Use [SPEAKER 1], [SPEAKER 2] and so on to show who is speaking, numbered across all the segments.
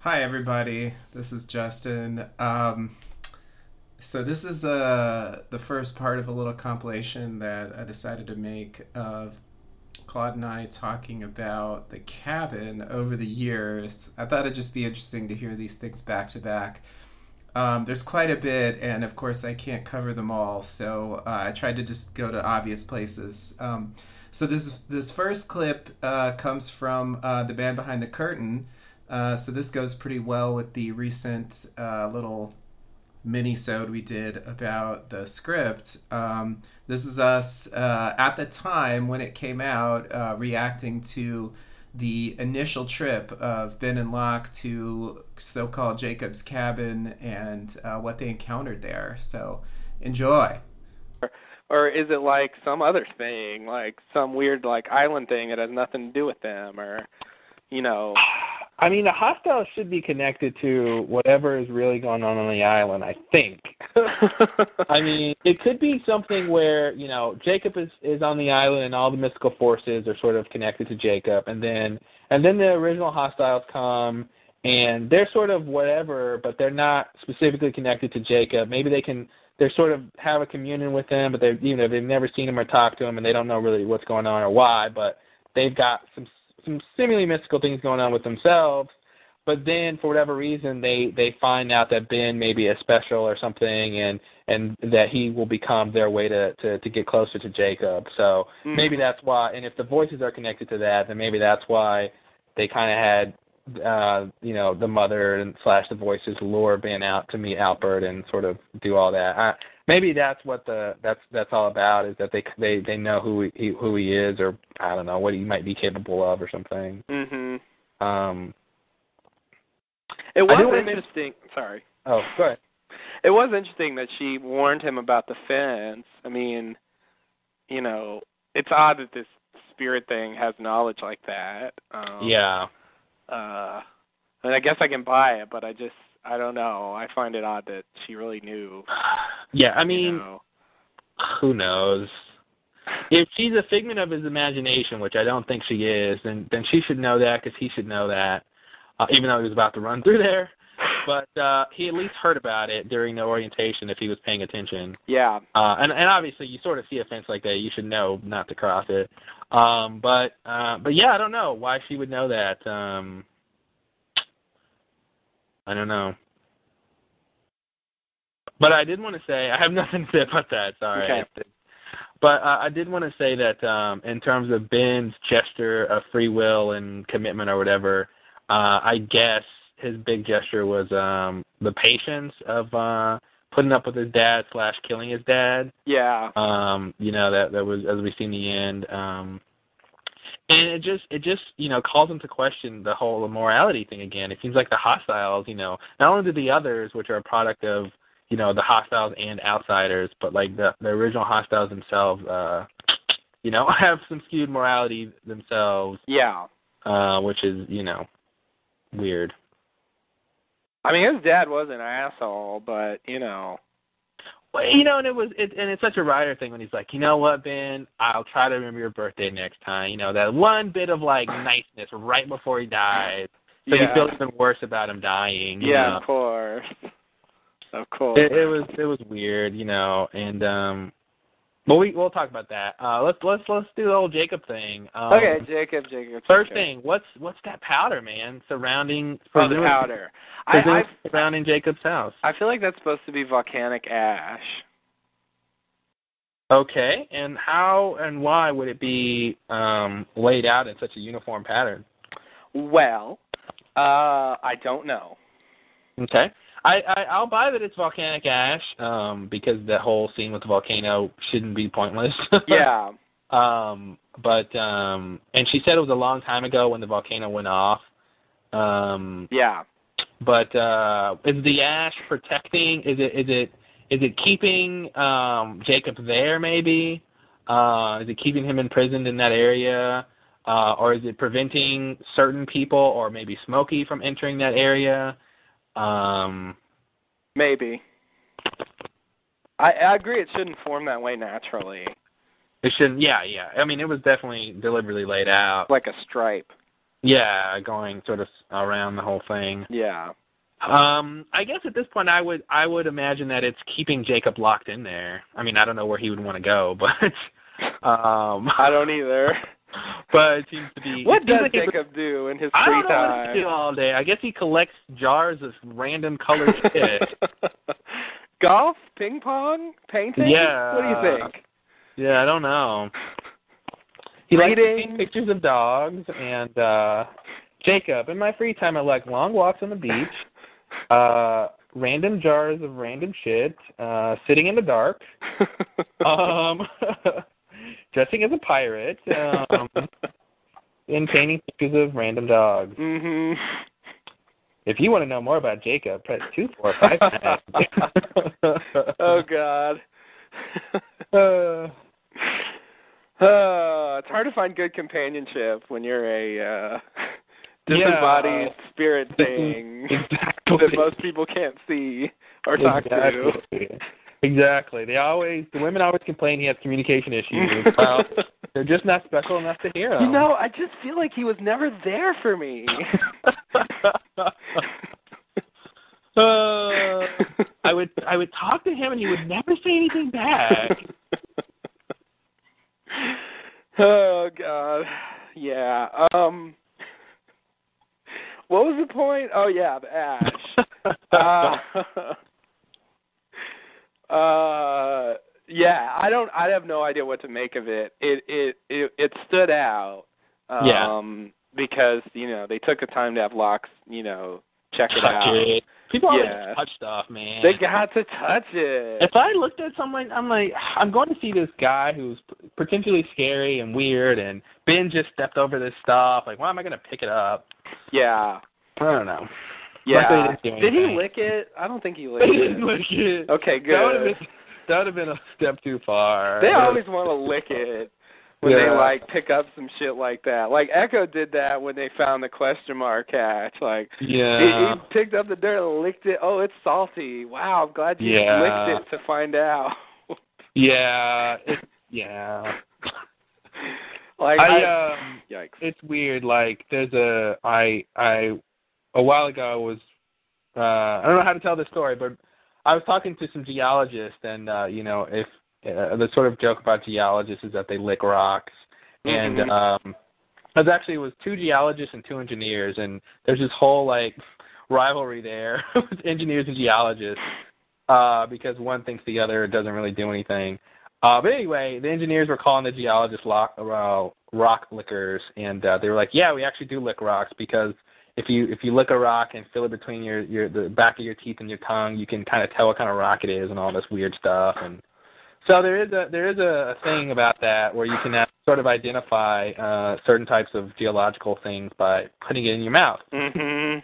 [SPEAKER 1] Hi, everybody. This is Justin. Um, so this is uh, the first part of a little compilation that I decided to make of Claude and I talking about the cabin over the years. I thought it'd just be interesting to hear these things back to back. Um, there's quite a bit, and of course, I can't cover them all, so uh, I tried to just go to obvious places. Um, so this this first clip uh, comes from uh, the band behind the curtain. Uh, so this goes pretty well with the recent uh, little mini-sode we did about the script. Um, this is us uh, at the time when it came out, uh, reacting to the initial trip of Ben and Locke to so-called Jacob's cabin and uh, what they encountered there. So enjoy.
[SPEAKER 2] or is it like some other thing, like some weird like island thing that has nothing to do with them, or you know,
[SPEAKER 3] I mean, the hostile should be connected to whatever is really going on on the island. I think. I mean, it could be something where you know Jacob is is on the island, and all the mystical forces are sort of connected to Jacob, and then and then the original hostiles come, and they're sort of whatever, but they're not specifically connected to Jacob. Maybe they can they're sort of have a communion with him, but they you know they've never seen him or talked to him, and they don't know really what's going on or why, but they've got some some seemingly mystical things going on with themselves. But then, for whatever reason, they they find out that Ben may be a special or something, and and that he will become their way to to, to get closer to Jacob. So
[SPEAKER 2] Mm.
[SPEAKER 3] maybe that's why. And if the voices are connected to that, then maybe that's why they kind of had uh you know the mother and slash the voices lure Ben out to meet Albert and sort of do all that. I, maybe that's what the that's that's all about is that they they they know who he who he is or I don't know what he might be capable of or something.
[SPEAKER 2] mhm.
[SPEAKER 3] Um. I
[SPEAKER 2] It
[SPEAKER 3] do
[SPEAKER 2] was
[SPEAKER 3] wanna men-
[SPEAKER 2] interesting. Sorry,
[SPEAKER 3] Oh, go ahead.
[SPEAKER 2] it was interesting that she warned him about the fence. I mean, you know, it's odd that this spirit thing has knowledge like that. Um,
[SPEAKER 3] Yeah.
[SPEAKER 2] uh I mean, I guess I can buy it, but I just I don't know. I find it odd that she really knew.
[SPEAKER 3] Yeah. I
[SPEAKER 2] you
[SPEAKER 3] mean,
[SPEAKER 2] know.
[SPEAKER 3] who knows? If she's a figment of his imagination, which I don't think she is, then then she should know that because he should know that, uh, even though he was about to run through there. But uh he at least heard about it during the orientation if he was paying attention.
[SPEAKER 2] yeah.
[SPEAKER 3] Uh, and, and obviously, you sort of see a fence like that. You should know not to cross it. Um, but uh, but yeah, I don't know why she would know that. Um, I don't know. But I did want to say I have nothing to say about that. Sorry.
[SPEAKER 2] Okay.
[SPEAKER 3] But uh, I did want to say that um, in terms of Ben's gesture of free will and commitment or whatever, uh, I guess his big gesture was um, the patience of uh, putting up with his dad slash killing his dad.
[SPEAKER 2] Yeah.
[SPEAKER 3] Um, you know that that was as we see in the end. Um, and it just it just you know calls into question the whole morality thing again. It seems like the hostiles, you know, not only do the others, which are a product of you know the hostiles and outsiders, but like the the original hostiles themselves, uh, you know, have some skewed morality themselves,
[SPEAKER 2] Yeah.
[SPEAKER 3] uh, which is you know weird.
[SPEAKER 2] I mean, his dad was an asshole, but you know,
[SPEAKER 3] Well, you know, and it was, it, and it's such a writer thing when he's like, you know what, Ben, I'll try to remember your birthday next time. You know, that one bit of like niceness right before he dies, so
[SPEAKER 2] yeah,
[SPEAKER 3] you feel even worse about him dying. you
[SPEAKER 2] yeah,
[SPEAKER 3] know?
[SPEAKER 2] of course, of course.
[SPEAKER 3] it, it was it was weird, you know, and um, but we we'll talk about that. Uh, let's let's let's do the old Jacob thing. Um,
[SPEAKER 2] okay, Jacob, Jacob.
[SPEAKER 3] First
[SPEAKER 2] Jacob.
[SPEAKER 3] thing, what's what's that powder, man, surrounding
[SPEAKER 2] Oh, the
[SPEAKER 3] presumably-
[SPEAKER 2] powder. I, I
[SPEAKER 3] presumably surrounding Jacob's house?
[SPEAKER 2] I feel like that's supposed to be volcanic ash.
[SPEAKER 3] Okay, and how and why would it be um, laid out in such a uniform pattern?
[SPEAKER 2] Well, uh, I don't know.
[SPEAKER 3] Okay, I, I I'll buy that it's volcanic ash um, because that whole scene with the volcano shouldn't be pointless.
[SPEAKER 2] Yeah.
[SPEAKER 3] Um, but um, and she said it was a long time ago when the volcano went off. Um,
[SPEAKER 2] yeah.
[SPEAKER 3] but uh, is the ash protecting? Is it is it is it keeping um, Jacob there? Maybe uh, is it keeping him imprisoned in that area, uh, or is it preventing certain people or maybe Smokey from entering that area? Um,
[SPEAKER 2] Maybe. I, I agree. It shouldn't form that way naturally,
[SPEAKER 3] it shouldn't. Yeah, yeah. I mean, it was definitely deliberately laid out.
[SPEAKER 2] like a stripe.
[SPEAKER 3] Yeah, going sort of around the whole thing.
[SPEAKER 2] Yeah.
[SPEAKER 3] Um, I guess at this point, I would I would imagine that it's keeping Jacob locked in there. I mean, I don't know where he would want to go, but um,
[SPEAKER 2] I don't either.
[SPEAKER 3] but it seems to be. it
[SPEAKER 2] What
[SPEAKER 3] seems
[SPEAKER 2] does
[SPEAKER 3] like it-
[SPEAKER 2] Jacob do in his
[SPEAKER 3] I
[SPEAKER 2] free
[SPEAKER 3] don't know what he
[SPEAKER 2] time?
[SPEAKER 3] do all day. I guess he collects jars of random colored shit.
[SPEAKER 2] Golf, ping pong, painting.
[SPEAKER 3] Yeah.
[SPEAKER 2] What do you think?
[SPEAKER 3] Yeah, I don't know. He likes to
[SPEAKER 2] Reading.
[SPEAKER 3] paint pictures of dogs and uh Jacob. In my free time, I like long walks on the beach, uh random jars of random shit, uh sitting in the dark,
[SPEAKER 2] Oh,
[SPEAKER 3] um dressing as a pirate, um and painting pictures of random dogs.
[SPEAKER 2] mhm.
[SPEAKER 3] If you want to know more about Jacob, press two four five nine.
[SPEAKER 2] Oh God.
[SPEAKER 3] Uh,
[SPEAKER 2] Uh, it's hard to find good companionship when you're a uh, disembodied spirit thing
[SPEAKER 3] exactly.
[SPEAKER 2] that most people can't see or talk to.
[SPEAKER 3] Exactly. Exactly. They always the women always complain he has communication issues. well, they're just not special enough to hear
[SPEAKER 2] you
[SPEAKER 3] him.
[SPEAKER 2] know, I just feel like he was never there for me.
[SPEAKER 3] Uh, I would I would talk to him and he would never say anything back.
[SPEAKER 2] oh God, yeah. Um, what was the point? Oh yeah, the ash. uh, uh, yeah, I don't. I have no idea what to make of it. It it it, it stood out. Um,
[SPEAKER 3] Yeah.
[SPEAKER 2] Because you know they took the time to have locks. You know, check it
[SPEAKER 3] Touch
[SPEAKER 2] out.
[SPEAKER 3] it. People always
[SPEAKER 2] Yeah.
[SPEAKER 3] touch stuff, man.
[SPEAKER 2] They got to touch it.
[SPEAKER 3] if I looked at someone, I'm like, I'm going to see this guy who's p- potentially scary and weird, and Ben just stepped over this stuff. Like, why am I going to pick it up?
[SPEAKER 2] Yeah.
[SPEAKER 3] I don't know. Luckily
[SPEAKER 2] Yeah.
[SPEAKER 3] they didn't do
[SPEAKER 2] Did he
[SPEAKER 3] anything.
[SPEAKER 2] lick it? I don't think he licked it.
[SPEAKER 3] okay,
[SPEAKER 2] Okay,
[SPEAKER 3] That would have
[SPEAKER 2] good.
[SPEAKER 3] been, that would have been a step too far.
[SPEAKER 2] They always want to lick it when they
[SPEAKER 3] Yeah.
[SPEAKER 2] like pick up some shit like that. Like Echo did that when they found the question mark catch. Like he,
[SPEAKER 3] Yeah.
[SPEAKER 2] he picked up the dirt and licked it. Oh, it's salty. Wow, I'm glad you
[SPEAKER 3] Yeah.
[SPEAKER 2] licked it to find out.
[SPEAKER 3] Yeah. It, yeah.
[SPEAKER 2] like
[SPEAKER 3] I um.
[SPEAKER 2] yikes.
[SPEAKER 3] it's weird. Like there's a I I a while ago I was uh I don't know how to tell this story, but I was talking to some geologists, and uh, you know if uh, the sort of joke about geologists is that they lick rocks,
[SPEAKER 2] Mhm.
[SPEAKER 3] and um, I was actually it was two geologists and two engineers, and there's this whole like rivalry there with engineers and geologists uh, because one thinks the other doesn't really do anything. Uh, but anyway, the engineers were calling the geologists lock, uh, rock lickers, and uh, they were like, "Yeah, we actually do lick rocks because if you if you lick a rock and feel it between your your the back of your teeth and your tongue, you can kind of tell what kind of rock it is and all this weird stuff." And so there is a there is a thing about that where you can uh, sort of identify uh, certain types of geological things by putting it in your mouth. Mm-hmm.
[SPEAKER 2] mhm.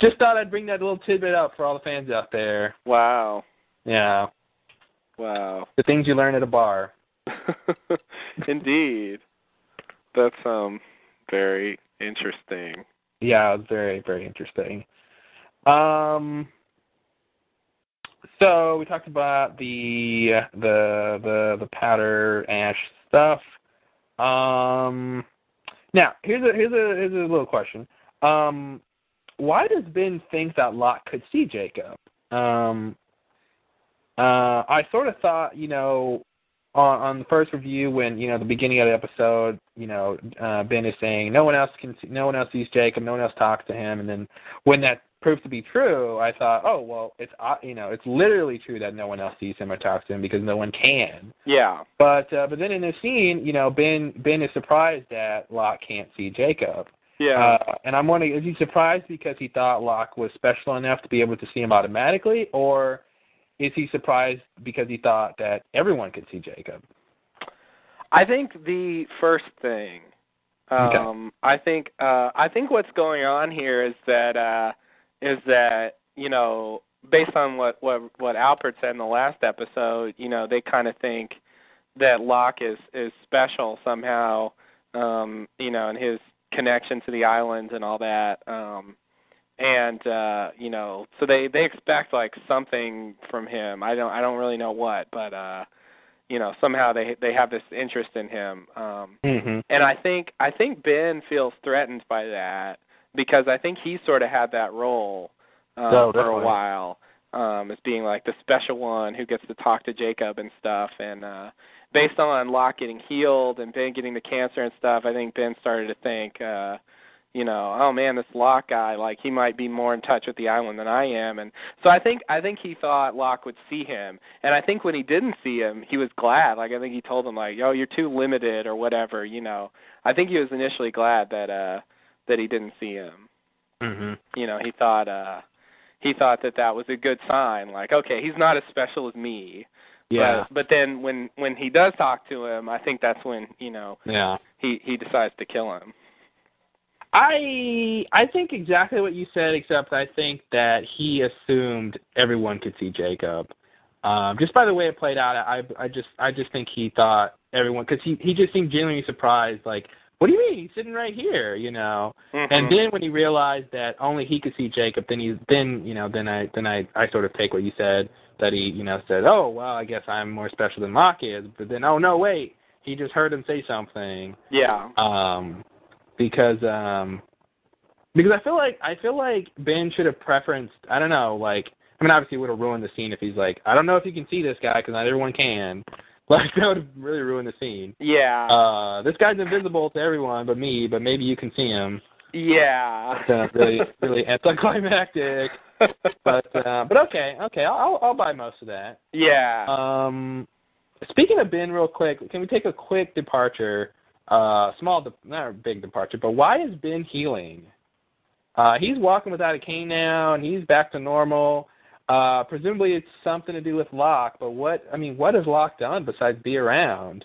[SPEAKER 3] Just thought I'd bring that little tidbit up for all the fans out there.
[SPEAKER 2] Wow.
[SPEAKER 3] Yeah,
[SPEAKER 2] Wow.
[SPEAKER 3] the things you learn at a bar.
[SPEAKER 2] Indeed. That's um very interesting.
[SPEAKER 3] Yeah, it was very, very interesting. Um, so we talked about the the the the powder ash stuff. Um, now here's a here's a here's a little question. Um, why does Ben think that Lot could see Jacob? Um, uh, I sort of thought, you know, on, on the first review when you know the beginning of the episode, you know uh, Ben is saying no one else can, see, no one else sees Jacob, no one else talks to him, and then when that proves to be true, I thought, oh well, it's uh, you know it's literally true that no one else sees him or talks to him because no one can.
[SPEAKER 2] Yeah.
[SPEAKER 3] But uh, but then in this scene, you know Ben Ben is surprised that Locke can't see Jacob.
[SPEAKER 2] Yeah.
[SPEAKER 3] Uh, and I'm wondering, is he surprised because he thought Locke was special enough to be able to see him automatically, or is he surprised because he thought that everyone could see Jacob?
[SPEAKER 2] I think the first thing.
[SPEAKER 3] Okay.
[SPEAKER 2] Um I think uh I think what's going on here is that uh is that, you know, based on what what what Albert said in the last episode, you know, they kind of think that Locke is is special somehow, um, you know, and his connection to the islands and all that. Um and uh, you know, so they they expect like something from him. I don't I don't really know what, but uh you know somehow they they have this interest in him. Um,
[SPEAKER 3] Mm-hmm.
[SPEAKER 2] and I think I think Ben feels threatened by that because I think he sort of had that role um,
[SPEAKER 3] Oh,
[SPEAKER 2] for a
[SPEAKER 3] definitely.
[SPEAKER 2] while um, as being like the special one who gets to talk to Jacob and stuff. And uh, based on Locke getting healed and Ben getting the cancer and stuff, I think Ben started to think, uh, you know, oh man, this Locke guy, like he might be more in touch with the island than I am. And so I think I think he thought Locke would see him, and I think when he didn't see him, he was glad. Like I think he told him like, "Yo, you're too limited" or whatever. You know, I think he was initially glad that uh that he didn't see him.
[SPEAKER 3] Mm-hmm.
[SPEAKER 2] You know, he thought uh he thought that that was a good sign. Like, okay, he's not as special as me.
[SPEAKER 3] Yeah.
[SPEAKER 2] But, but then when when he does talk to him, I think that's when you know
[SPEAKER 3] yeah.
[SPEAKER 2] he he decides to kill him.
[SPEAKER 3] I I think exactly what you said, except I think that he assumed everyone could see Jacob. Um, just by the way it played out, I I just I just think he thought everyone because he he just seemed genuinely surprised. Like, what do you mean he's sitting right here? You know.
[SPEAKER 2] Mm-hmm.
[SPEAKER 3] And then when he realized that only he could see Jacob, then he then you know then I then I I sort of take what you said that he you know said oh well I guess I'm more special than Mock is, but then oh no wait he just heard him say something
[SPEAKER 2] yeah,
[SPEAKER 3] um, because um, because I feel like I feel like Ben should have preferenced. I don't know. Like I mean, obviously, it would have ruined the scene if he's like, I don't know if you can see this guy because not everyone can. Like that would have really ruined the scene.
[SPEAKER 2] yeah,
[SPEAKER 3] Uh, this guy's invisible to everyone but me, but maybe you can see him.
[SPEAKER 2] yeah.
[SPEAKER 3] That's uh, really really anticlimactic. But uh, but okay, okay, I'll I'll- I'll buy most of that.
[SPEAKER 2] yeah.
[SPEAKER 3] Um, speaking of Ben, real quick, can we take a quick departure? Uh, small, de- not a big departure, but why is Ben healing? Uh, he's walking without a cane now, and he's back to normal. Uh, presumably, it's something to do with Locke. But what? I mean, what has Locke done besides be around?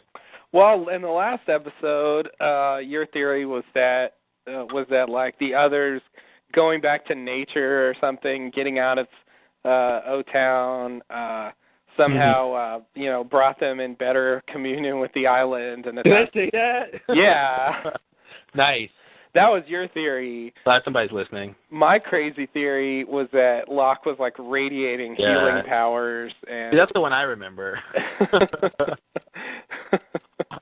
[SPEAKER 2] Well, in the last episode, uh, your theory was that uh, was that like the others going back to nature or something, getting out of uh, O Town, uh, somehow uh, you know brought them in better communion with the island, and that,
[SPEAKER 3] say that?
[SPEAKER 2] yeah,
[SPEAKER 3] nice.
[SPEAKER 2] that was your theory.
[SPEAKER 3] Glad somebody's listening.
[SPEAKER 2] My crazy theory was that Locke was like radiating
[SPEAKER 3] Yeah.
[SPEAKER 2] healing powers, and
[SPEAKER 3] See, that's the one I remember.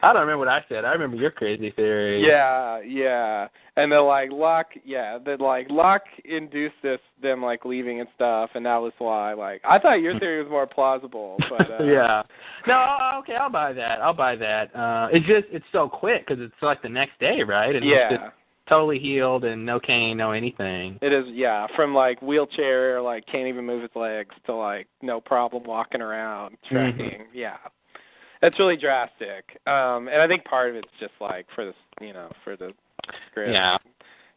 [SPEAKER 3] I don't remember what I said. I remember your crazy theory.
[SPEAKER 2] Yeah, yeah. And then like Locke yeah, then like Locke induced this them like leaving and stuff and that was why like I thought your theory was more plausible, but uh,
[SPEAKER 3] Hmm. yeah. No, I'll- okay, I'll buy that. I'll buy that. Uh It's just it's so quick because it's like the next day, right? And he's just
[SPEAKER 2] Yeah.
[SPEAKER 3] totally healed and no cane, no anything.
[SPEAKER 2] It is yeah, from like wheelchair, like can't even move his legs to like no problem walking around,
[SPEAKER 3] Mhm.
[SPEAKER 2] trekking. Yeah. That's really drastic. Um and I think part of it's just like for this you know, for the script.
[SPEAKER 3] Yeah.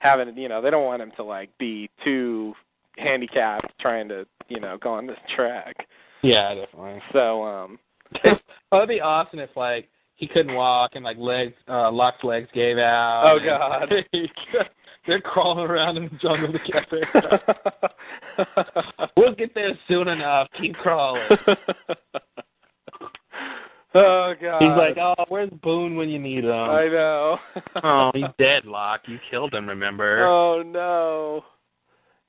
[SPEAKER 2] Having you know, they don't want him to like be too handicapped trying to, you know, go on this track.
[SPEAKER 3] Yeah, definitely.
[SPEAKER 2] So, um
[SPEAKER 3] oh, it'd be awesome if like he couldn't walk and like legs, uh locked legs gave out.
[SPEAKER 2] Oh,
[SPEAKER 3] and-
[SPEAKER 2] God.
[SPEAKER 3] They're crawling around in the jungle together. we'll get there soon enough. Keep crawling.
[SPEAKER 2] oh god.
[SPEAKER 3] He's like, oh, where's Boone when you need him?
[SPEAKER 2] I know.
[SPEAKER 3] oh, he's dead, Locke. You killed him, remember?
[SPEAKER 2] Oh no.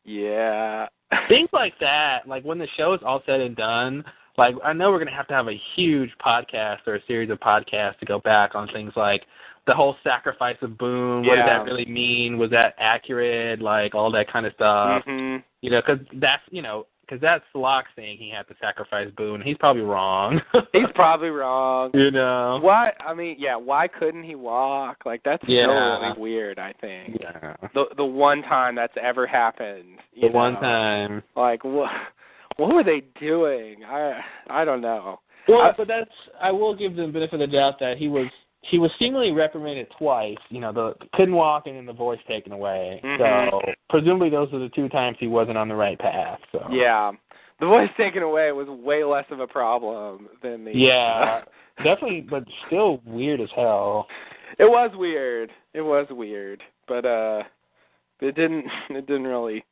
[SPEAKER 2] Yeah.
[SPEAKER 3] things like that like when the show is all said and done like i know we're going to have to have a huge podcast or a series of podcasts to go back on things like the whole sacrifice of boom what did
[SPEAKER 2] Yeah.
[SPEAKER 3] that really mean was that accurate like all that kind of stuff
[SPEAKER 2] hmm
[SPEAKER 3] you know because that's you know because that's Locke saying he had to sacrifice boone he's probably wrong
[SPEAKER 2] He's probably wrong.
[SPEAKER 3] you know
[SPEAKER 2] Why? I mean, yeah. Why couldn't he walk? Like that's still
[SPEAKER 3] Yeah.
[SPEAKER 2] really weird. I think
[SPEAKER 3] yeah.
[SPEAKER 2] the the one time that's ever happened.
[SPEAKER 3] the
[SPEAKER 2] you
[SPEAKER 3] one
[SPEAKER 2] know.
[SPEAKER 3] time
[SPEAKER 2] Like what? What were they doing? I I don't know.
[SPEAKER 3] Well,
[SPEAKER 2] I-
[SPEAKER 3] but that's I will give them benefit of the doubt that he was he was seemingly reprimanded twice. You know, the couldn't walk and then the voice taken away. So
[SPEAKER 2] Mhm.
[SPEAKER 3] presumably those are the two times he wasn't on the right path. So
[SPEAKER 2] Yeah. The voice taken away was way less of a problem than the
[SPEAKER 3] yeah, definitely, but still weird as hell.
[SPEAKER 2] it was weird. It was weird. But uh it didn't it didn't really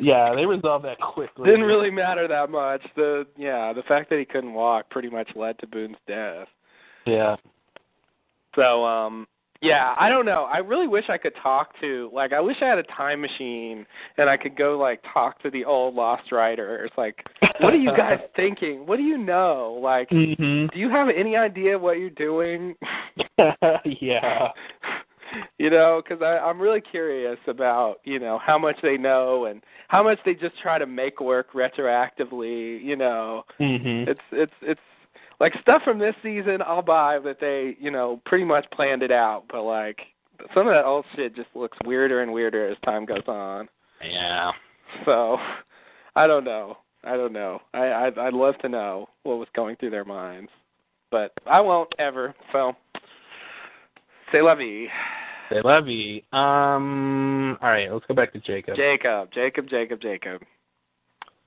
[SPEAKER 3] yeah, they resolved that quickly.
[SPEAKER 2] didn't really matter that much. The yeah, the fact that he couldn't walk pretty much led to Boone's death.
[SPEAKER 3] Yeah.
[SPEAKER 2] So um Yeah, I don't know. I really wish I could talk to like I wish I had a time machine and I could go like talk to the old lost writers. Like, what are you guys thinking? What do you know? Like,
[SPEAKER 3] hmm
[SPEAKER 2] do you have any idea what you're doing?
[SPEAKER 3] yeah.
[SPEAKER 2] you know, because I'm really curious about you know how much they know and how much they just try to make work retroactively. You know,
[SPEAKER 3] hmm
[SPEAKER 2] it's it's it's like stuff from this season I'll buy that they you know pretty much planned it out, but like some of that old shit just looks weirder and weirder as time goes on.
[SPEAKER 3] Yeah.
[SPEAKER 2] So I don't know. I don't know. I I'd, I'd love to know what was going through their minds, but I won't ever. So say lovey.
[SPEAKER 3] They love you. Um. All right. Let's go back to Jacob.
[SPEAKER 2] Jacob, Jacob, Jacob, Jacob.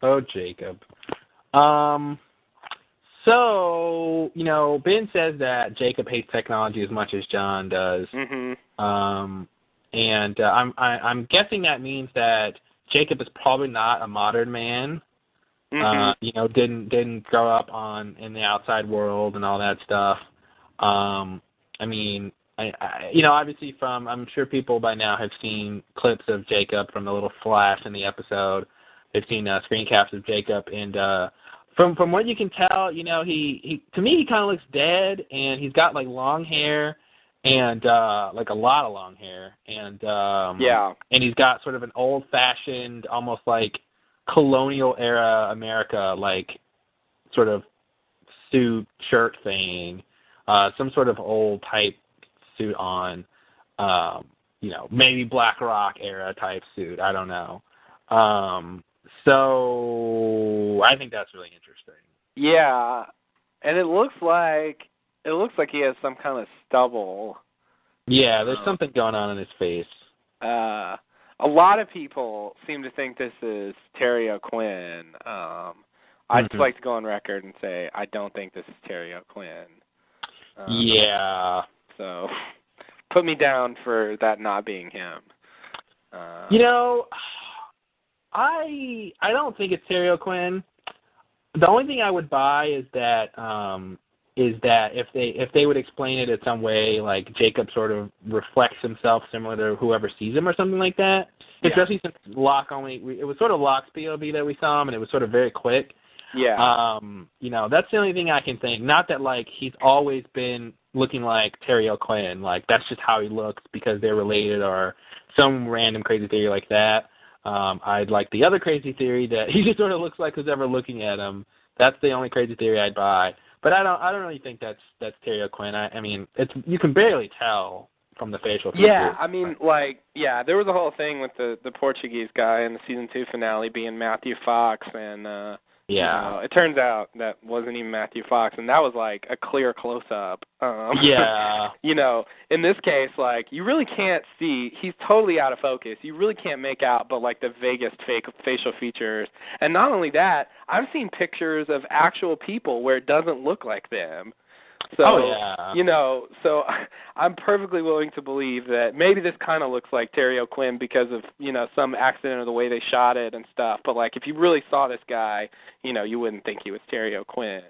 [SPEAKER 3] Oh, Jacob. Um, so, you know, Ben says that Jacob hates technology as much as John does.
[SPEAKER 2] Mhm.
[SPEAKER 3] Um, and uh, I'm, I, I'm guessing that means that Jacob is probably not a modern man.
[SPEAKER 2] Mhm.
[SPEAKER 3] Uh, you know, didn't didn't grow up on in the outside world and all that stuff. Um, I mean, I, I you know, obviously from I'm sure people by now have seen clips of Jacob from the little flash in the episode. They've seen uh, screen caps of Jacob, and uh, from from what you can tell, you know, he he to me he kind of looks dead, and he's got like long hair and uh like a lot of long hair and um
[SPEAKER 2] yeah.
[SPEAKER 3] and he's got sort of an old fashioned almost like colonial era america like sort of suit shirt thing uh some sort of old type suit on um you know maybe black rock era type suit i don't know um so i think that's really interesting
[SPEAKER 2] Yeah. And it looks like it looks like he has some kind of stubble.
[SPEAKER 3] yeah there's
[SPEAKER 1] Oh.
[SPEAKER 3] something going on in his face
[SPEAKER 2] Uh a lot of people seem to think this is Terry O'Quinn. Um I'd just
[SPEAKER 3] Mhm.
[SPEAKER 2] like to go on record and say I don't think this is Terry O'Quinn. Um,
[SPEAKER 3] yeah
[SPEAKER 2] So put me down for that not being him. Uh,
[SPEAKER 3] You know, I I don't think it's Terry O'Quinn. The only thing I would buy is that um is that if they if they would explain it in some way like Jacob sort of reflects himself similar to whoever sees him or something like that.
[SPEAKER 2] Yeah.
[SPEAKER 3] Especially since Locke only we, it was sort of Locke's POV that we saw him and it was sort of very quick.
[SPEAKER 2] yeah.
[SPEAKER 3] Um, you know, that's the only thing I can think. Not that like he's always been looking like Terry O'Quinn, like that's just how he looks because they're related or some random crazy theory like that. Um, I'd like the other crazy theory that he just sort of looks like who's ever looking at him. That's the only crazy theory I'd buy. But I don't I don't really think that's that's Terry O'Quinn. I, I mean it's you can barely tell from the facial features.
[SPEAKER 2] Yeah, I mean, like, yeah, there was a whole thing with the the Portuguese guy in the season two finale being Matthew Fox, and uh, you
[SPEAKER 3] Yeah.
[SPEAKER 2] know, it turns out that wasn't even Matthew Fox, and that was like a clear close up. Um,
[SPEAKER 3] Yeah.
[SPEAKER 2] you know, in this case, like, you really can't see. He's totally out of focus. You really can't make out, but like the vaguest fake facial features. And not only that, I've seen pictures of actual people where it doesn't look like them. So
[SPEAKER 3] oh yeah.
[SPEAKER 2] you know, so I'm perfectly willing to believe that maybe this kind of looks like Terry O'Quinn because of you know some accident or the way they shot it and stuff. But like, if you really saw this guy, you know, you wouldn't think he was Terry O'Quinn.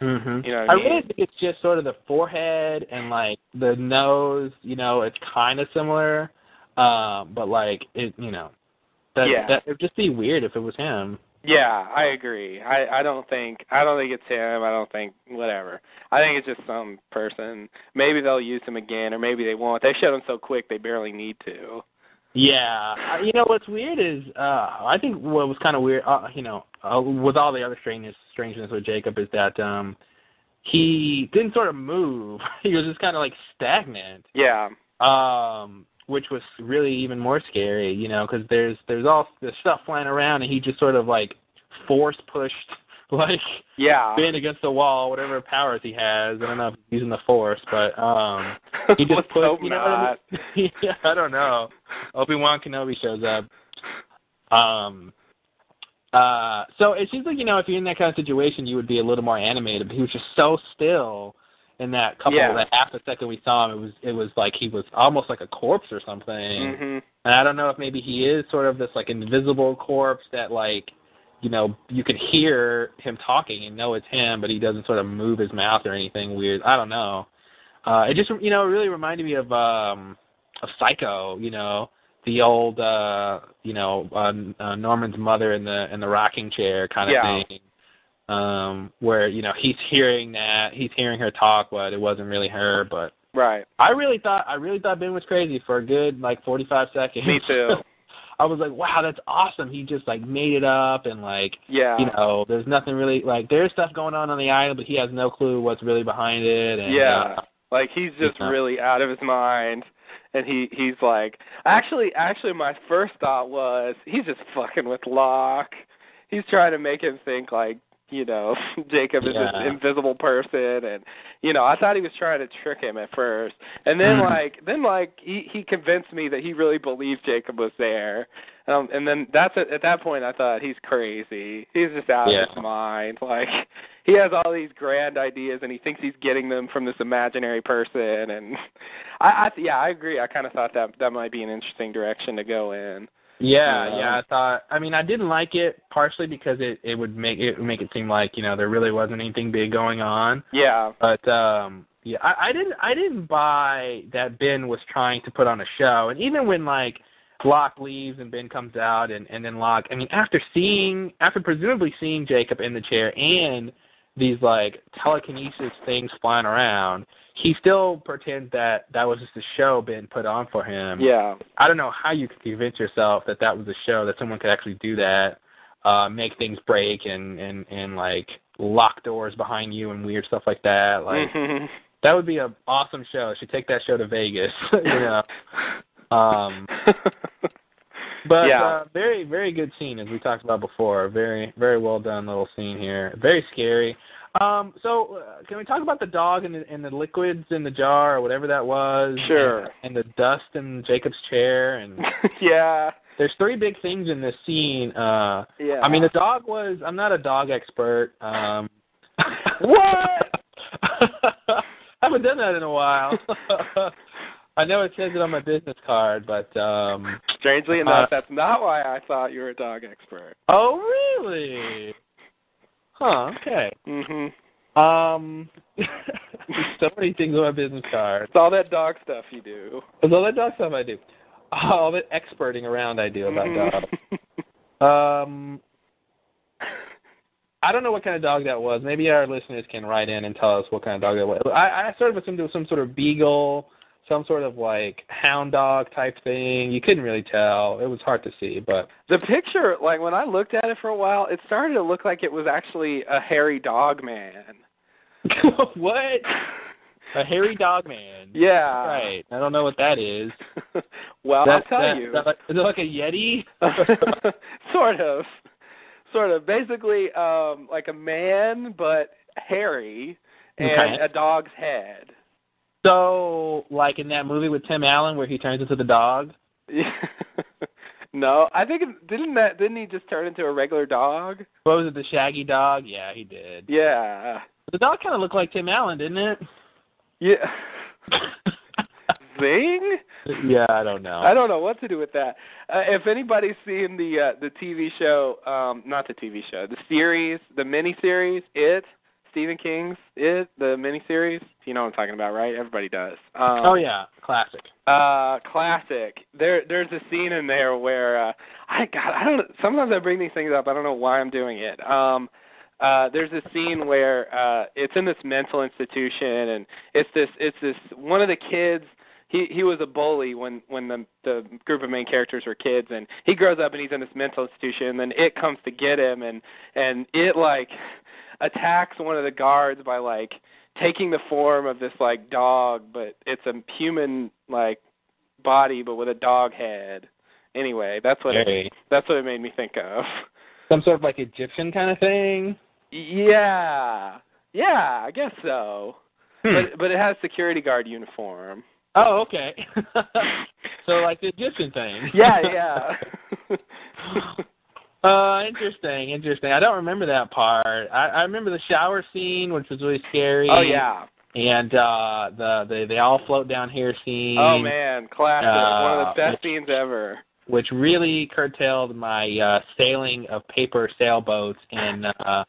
[SPEAKER 3] hmm
[SPEAKER 2] You know what
[SPEAKER 3] I
[SPEAKER 2] I mean?
[SPEAKER 3] really think it's just sort of the forehead and like the nose. You know, it's kind of similar, um, but like it, you know, that
[SPEAKER 2] Yeah.
[SPEAKER 3] that it'd just be weird if it was him.
[SPEAKER 2] Yeah, I agree. I I don't think I don't think it's him. I don't think whatever. I think it's just some person. Maybe they'll use him again, or maybe they won't. They showed him so quick they barely need to.
[SPEAKER 3] Yeah, I- you know what's weird is uh, I think what was kind of weird, uh, you know, uh, with all the other strangeness strangeness with Jacob is that um, he didn't sort of move. he was just kind of like stagnant.
[SPEAKER 2] Yeah.
[SPEAKER 3] um, which was really even more scary, you know, because there's there's all this stuff flying around, and he just sort of like force pushed like
[SPEAKER 2] Yeah.
[SPEAKER 3] Ben against the wall, whatever powers he has. I don't know if he's using the force, but um, he just
[SPEAKER 2] Let's
[SPEAKER 3] pushed.
[SPEAKER 2] hope
[SPEAKER 3] you know what I
[SPEAKER 2] not.
[SPEAKER 3] mean? yeah, I don't know. Obi Wan Kenobi shows up. Um. Uh, so it seems like you know if you're in that kind of situation, you would be a little more animated. But he was just so still in that couple
[SPEAKER 2] Yeah.
[SPEAKER 3] that half a second we saw him. It was it was like he was almost like a corpse or something.
[SPEAKER 2] Mhm.
[SPEAKER 3] And I don't know if maybe he is sort of this like invisible corpse that like you know you can hear him talking and know it's him, but he doesn't sort of move his mouth or anything weird. I don't know. Uh, it just you know it really reminded me of um, of Psycho. You know the old uh, you know uh, uh, Norman's mother in the in the rocking chair kind of
[SPEAKER 2] Yeah.
[SPEAKER 3] thing. Um, where you know he's hearing that he's hearing her talk, but it wasn't really her. But
[SPEAKER 2] Right.
[SPEAKER 3] I really thought I really thought Ben was crazy for a good like 45 seconds.
[SPEAKER 2] Me too.
[SPEAKER 3] I was like, wow, that's awesome. He just like made it up and like
[SPEAKER 2] Yeah.
[SPEAKER 3] you know, there's nothing really like there's stuff going on on the island, but he has no clue what's really behind it. And,
[SPEAKER 2] Yeah.
[SPEAKER 3] uh,
[SPEAKER 2] Like he's just
[SPEAKER 3] Yeah.
[SPEAKER 2] really out of his mind and he he's like actually actually my first thought was he's just fucking with Locke. He's trying to make him think like, you know, Jacob is
[SPEAKER 3] Yeah.
[SPEAKER 2] this invisible person and you know, I thought he was trying to trick him at first. And then
[SPEAKER 3] Mhm.
[SPEAKER 2] like then like he he convinced me that he really believed Jacob was there. Um and then that's at at that point I thought he's crazy. He's just out
[SPEAKER 3] Yeah.
[SPEAKER 2] of his mind. Like he has all these grand ideas and he thinks he's getting them from this imaginary person and I, I yeah, I agree. I kind of thought that that might be an interesting direction to go in.
[SPEAKER 3] yeah,
[SPEAKER 2] Yeah.
[SPEAKER 3] yeah, I thought I mean I didn't like it partially because it it would make it would make it seem like, you know, there really wasn't anything big going on.
[SPEAKER 2] Yeah.
[SPEAKER 3] But um yeah, I, I didn't I didn't buy that Ben was trying to put on a show. And even when like Locke leaves and Ben comes out and, and then Locke I mean after seeing after presumably seeing Jacob in the chair and these like telekinesis things flying around, he still pretends that that was just a show Ben put on for him.
[SPEAKER 2] Yeah.
[SPEAKER 3] I don't know how you could convince yourself that that was a show that someone could actually do that, uh, make things break and and and like lock doors behind you and weird stuff like that. Like
[SPEAKER 2] Mhm.
[SPEAKER 3] that would be an awesome show. Should take that show to Vegas, you know. Um, but
[SPEAKER 2] Yeah.
[SPEAKER 3] uh, very very good scene as we talked about before. Very very well done little scene here. Very scary. Um, so uh, can we talk about the dog and the, and the liquids in the jar or whatever that was?
[SPEAKER 2] Sure.
[SPEAKER 3] And, and the dust in Jacob's chair and
[SPEAKER 2] yeah.
[SPEAKER 3] there's three big things in this scene. Uh
[SPEAKER 2] Yeah.
[SPEAKER 3] I mean the dog was I'm not a dog expert. Um
[SPEAKER 2] What?
[SPEAKER 3] haven't done that in a while. I know it says it on my business card, but um
[SPEAKER 2] strangely enough,
[SPEAKER 3] uh,
[SPEAKER 2] that's not why I thought you were a dog expert.
[SPEAKER 3] Oh really? Huh, okay.
[SPEAKER 2] Mhm.
[SPEAKER 3] Um so many things on my business card.
[SPEAKER 2] It's all that dog stuff you do.
[SPEAKER 3] There's all that dog stuff I do. All that experting around I do about
[SPEAKER 2] Mhm.
[SPEAKER 3] dogs. Mm-hmm. Um, I don't know what kind of dog that was. Maybe our listeners can write in and tell us what kind of dog that was. I, I sort of assumed it was some sort of beagle, some sort of like hound dog type thing. You couldn't really tell. It was hard to see, but
[SPEAKER 2] The picture, like when I looked at it for a while, it started to look like it was actually a hairy dog man.
[SPEAKER 3] what? A hairy dog man.
[SPEAKER 2] Yeah.
[SPEAKER 3] Right. I don't know what that is.
[SPEAKER 2] well,
[SPEAKER 3] that,
[SPEAKER 2] I'll tell
[SPEAKER 3] that-
[SPEAKER 2] you.
[SPEAKER 3] that like- is it like a yeti?
[SPEAKER 2] sort of sort of basically um like a man but hairy and
[SPEAKER 3] Okay.
[SPEAKER 2] a dog's head
[SPEAKER 3] so, like in that movie with Tim Allen where he turns into the dog.
[SPEAKER 2] no i think it- didn't that didn't he just turn into a regular dog
[SPEAKER 3] What was it? The Shaggy Dog? Yeah, he did.
[SPEAKER 2] yeah
[SPEAKER 3] The dog kind of looked like Tim Allen, didn't it?
[SPEAKER 2] yeah zing
[SPEAKER 3] yeah, I don't know.
[SPEAKER 2] I don't know what to do with that. Uh, if anybody's seen the uh, the TV show, um, not the TV show, the series, the miniseries, it Stephen King's it the miniseries. You know what I'm talking about, right? Everybody does. Um,
[SPEAKER 3] oh yeah, classic.
[SPEAKER 2] Uh, classic. There, there's a scene in there where uh, I God, I don't. Sometimes I bring these things up. I don't know why I'm doing it. Um, uh, there's a scene where uh, it's in this mental institution, and it's this, it's this. One of the kids, he he was a bully when when the the group of main characters were kids, and he grows up and he's in this mental institution. And then it comes to get him, and and it like attacks one of the guards by like taking the form of this like dog, but it's a human like body but with a dog head. Anyway, that's what it,
[SPEAKER 3] Very
[SPEAKER 2] that's what it made me think of.
[SPEAKER 3] some sort of like Egyptian kind of thing.
[SPEAKER 2] Yeah. Yeah, I guess so.
[SPEAKER 3] Hmm.
[SPEAKER 2] But but it has security guard uniform.
[SPEAKER 3] oh, okay. so like the Egyptian thing.
[SPEAKER 2] Yeah, yeah.
[SPEAKER 3] Uh, interesting, interesting. I don't remember that part. I, I remember the shower scene, which was really scary.
[SPEAKER 2] oh yeah.
[SPEAKER 3] And uh, the the they all float down here scene,
[SPEAKER 2] Oh man, classic. One of the
[SPEAKER 3] Uh,
[SPEAKER 2] best scenes ever.
[SPEAKER 3] which really curtailed my uh, sailing of paper sailboats in uh,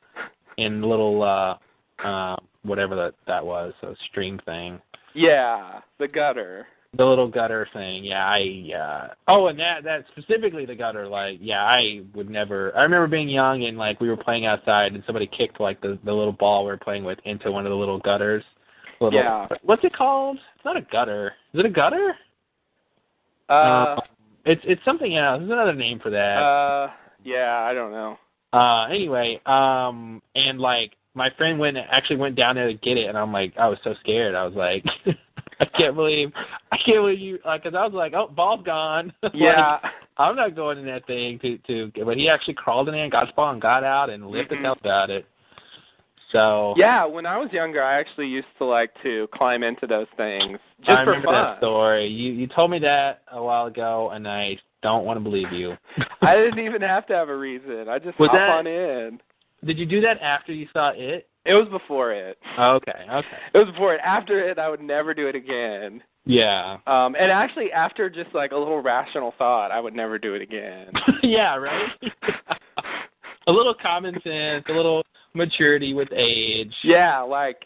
[SPEAKER 3] in little uh, uh, whatever that that was, a string thing.
[SPEAKER 2] Yeah, the gutter.
[SPEAKER 3] the little gutter thing. Yeah, I uh oh, and that that specifically the gutter. Like, yeah, I would never. I remember being young and like we were playing outside and somebody kicked like the the little ball we were playing with into one of the little gutters. Little,
[SPEAKER 2] Yeah.
[SPEAKER 3] What's it called? It's not a gutter. Is it a gutter? Um,
[SPEAKER 2] Uh,
[SPEAKER 3] It's it's something else. There's another name for that.
[SPEAKER 2] uh, yeah, I don't know.
[SPEAKER 3] uh anyway um and like my friend went actually went down there to get it and i'm like i was so scared i was like i can't believe i can't believe you like 'cause i was like oh ball's gone Like,
[SPEAKER 2] Yeah,
[SPEAKER 3] i'm not going in that thing to to but he actually crawled in there and got his ball and got out and lived
[SPEAKER 2] Mhm.
[SPEAKER 3] to tell about it so
[SPEAKER 2] yeah. When I was younger, I actually used to like to climb into those things just
[SPEAKER 3] i
[SPEAKER 2] for
[SPEAKER 3] remember that
[SPEAKER 2] fun.
[SPEAKER 3] story you you told me that a while ago and i don't want to believe you
[SPEAKER 2] I didn't even have to have a reason. I just
[SPEAKER 3] Was
[SPEAKER 2] hop
[SPEAKER 3] that-
[SPEAKER 2] on in.
[SPEAKER 3] did you do that after you saw it
[SPEAKER 2] It was before it.
[SPEAKER 3] okay okay
[SPEAKER 2] It was before it. After it, I would never do it again.
[SPEAKER 3] yeah
[SPEAKER 2] Um, and actually, after just like a little rational thought, I would never do it again.
[SPEAKER 3] yeah right a little common sense, a little maturity with age.
[SPEAKER 2] yeah, like,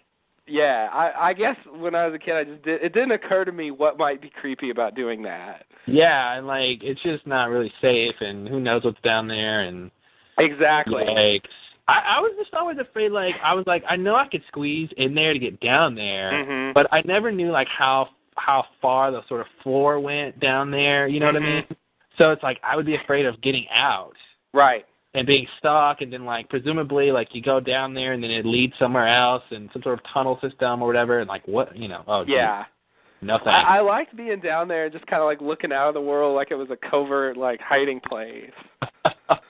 [SPEAKER 2] yeah. I I guess when I was a kid, I just did. It didn't occur to me what might be creepy about doing that.
[SPEAKER 3] Yeah, and like it's just not really safe, and who knows what's down there, and
[SPEAKER 2] Exactly.
[SPEAKER 3] like I, I was just always afraid. Like I was like, I know I could squeeze in there to get down there,
[SPEAKER 2] Mhm.
[SPEAKER 3] but I never knew like how how far the sort of floor went down there. You know what I
[SPEAKER 2] Mhm.
[SPEAKER 3] mean? So it's like I would be afraid of getting out
[SPEAKER 2] right.
[SPEAKER 3] and being stuck, and then like presumably like you go down there, and then it leads somewhere else, and some sort of tunnel system or whatever, and like what you know? Oh, geez,
[SPEAKER 2] Yeah.
[SPEAKER 3] no thanks.
[SPEAKER 2] I, I liked being down there and just kind of like looking out of the world like it was a covert like hiding place.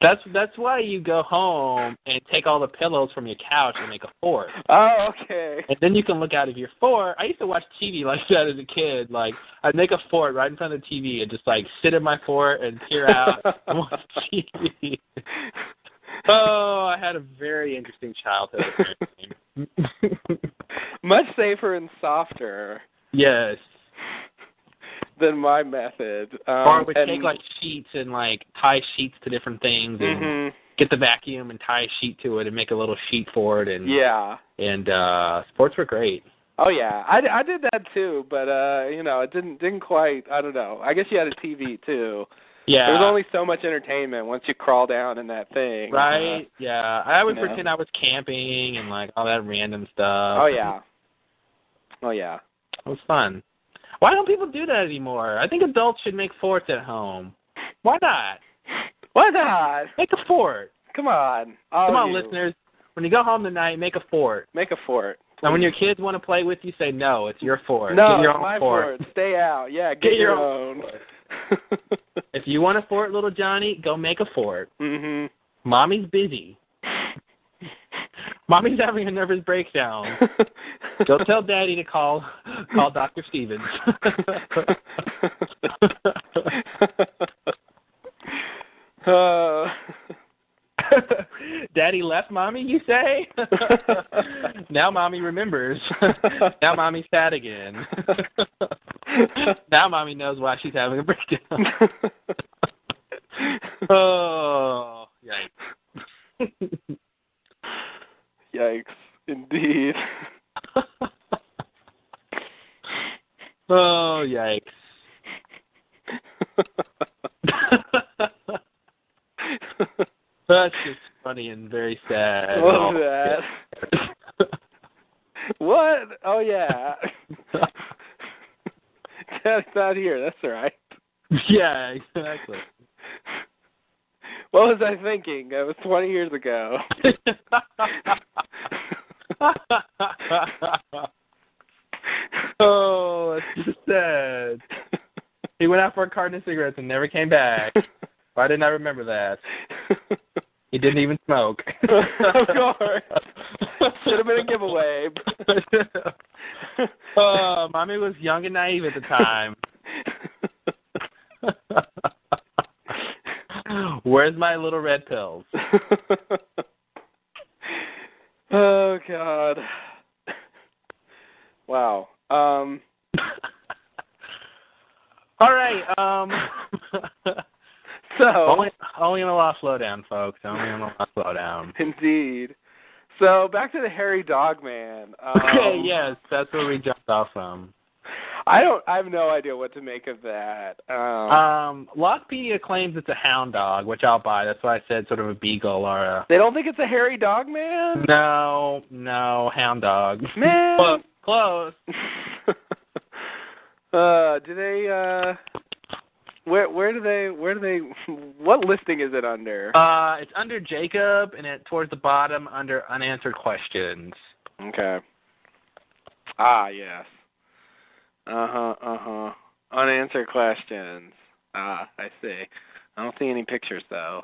[SPEAKER 3] that's that's why you go home and take all the pillows from your couch and make a fort.
[SPEAKER 2] Oh, okay.
[SPEAKER 3] And then you can look out of your fort. I used to watch TV like that as a kid. Like I'd make a fort right in front of the TV and just like sit in my fort and peer out and watch TV. Oh, I had a very interesting childhood. apparently.
[SPEAKER 2] Much safer and softer
[SPEAKER 3] yes.
[SPEAKER 2] than my method. Um,
[SPEAKER 3] or I would
[SPEAKER 2] and,
[SPEAKER 3] take like sheets and like tie sheets to different things and
[SPEAKER 2] Mhm.
[SPEAKER 3] get the vacuum and tie a sheet to it and make a little sheet for it and
[SPEAKER 2] Yeah.
[SPEAKER 3] and uh sports were great.
[SPEAKER 2] Oh yeah. I, d- I did that too, but uh, you know, it didn't didn't quite. I don't know. I guess you had a TV too.
[SPEAKER 3] Yeah.
[SPEAKER 2] There was only so much entertainment once you crawl down in that thing.
[SPEAKER 3] right. yeah. I would
[SPEAKER 2] you know.
[SPEAKER 3] pretend I was camping and like all that random
[SPEAKER 2] Uh,
[SPEAKER 3] stuff.
[SPEAKER 2] oh yeah. Oh yeah.
[SPEAKER 3] It was fun. Why don't people do that anymore? I think adults should make forts at home. Why not?
[SPEAKER 2] Why not?
[SPEAKER 3] Make a fort.
[SPEAKER 2] Ah, Come on. All
[SPEAKER 3] Come on,
[SPEAKER 2] Oh, you.
[SPEAKER 3] listeners. When you go home tonight, make a fort.
[SPEAKER 2] Make a fort.
[SPEAKER 3] And when your kids want to play with you, say no, it's your fort.
[SPEAKER 2] No,
[SPEAKER 3] Get your
[SPEAKER 2] it's
[SPEAKER 3] own
[SPEAKER 2] my
[SPEAKER 3] fort.
[SPEAKER 2] Stay out. Yeah, get,
[SPEAKER 3] Get your
[SPEAKER 2] own.
[SPEAKER 3] If you want a fort, little Johnny, go make a fort.
[SPEAKER 2] mhm.
[SPEAKER 3] Mommy's busy. Mommy's having a nervous breakdown.
[SPEAKER 2] Mm-hmm.
[SPEAKER 3] Go tell Daddy to call call Doctor Stevens.
[SPEAKER 2] Uh,
[SPEAKER 3] Daddy left mommy, you say? now mommy remembers. now mommy's sad again. now mommy knows why she's having a breakdown. oh, yikes.
[SPEAKER 2] Yikes! Indeed.
[SPEAKER 3] oh, yikes. That's just funny and very sad.
[SPEAKER 2] Love that. What? Oh yeah. Dad's not here. That's all right.
[SPEAKER 3] yeah, exactly.
[SPEAKER 2] What was I thinking? That was 20 years ago.
[SPEAKER 3] oh, that's just sad. He went out for a carton of cigarettes and never came back. Why didn't I remember that? He didn't even smoke.
[SPEAKER 2] of course. Should have been a giveaway.
[SPEAKER 3] oh, mommy was young and naive at the time. Where's my little red pills?
[SPEAKER 2] oh god. Wow. Um
[SPEAKER 3] All right. Um,
[SPEAKER 2] so
[SPEAKER 3] only, only on the lost slowdown, folks. Only on the lost slowdown.
[SPEAKER 2] indeed. So back to the hairy dog man. Um,
[SPEAKER 3] Okay, yes, that's where we jumped off from.
[SPEAKER 2] I don't. I have no idea what to make of that. Um,
[SPEAKER 3] Um, Lockpedia claims it's a hound dog, which I'll buy. That's why I said sort of a beagle or a
[SPEAKER 2] they don't think it's a hairy dog man.
[SPEAKER 3] no, no hound dog.
[SPEAKER 2] Man.
[SPEAKER 3] Clo- close.
[SPEAKER 2] uh, do they? Uh, where where do they? Where do they? What listing is it under?
[SPEAKER 3] Uh, it's under Jacob, and it towards the bottom under unanswered questions.
[SPEAKER 2] okay. Ah yes. Uh huh. Uh huh. Unanswered questions. Ah, I see. I don't see any pictures though.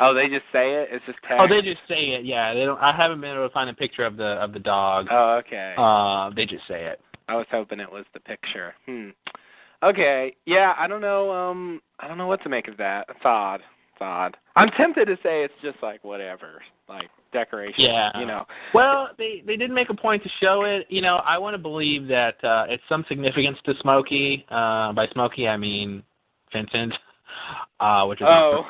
[SPEAKER 2] Oh, they just say it. It's just text.
[SPEAKER 3] Oh, they just say it. Yeah, they don't. I haven't been able to find a picture of the of the dog.
[SPEAKER 2] Oh, okay.
[SPEAKER 3] Uh, they just say it.
[SPEAKER 2] I was hoping it was the picture. Hmm. Okay. Yeah, I don't know. Um, I don't know what to make of that. It's odd. It's odd. I'm tempted to say it's just like whatever, like decoration.
[SPEAKER 3] Yeah.
[SPEAKER 2] You know.
[SPEAKER 3] Well, they they did make a point to show it. You know, I want to believe that uh, it's some significance to Smokey. Uh, by Smokey, I mean Vincent, uh, which is
[SPEAKER 2] Oh.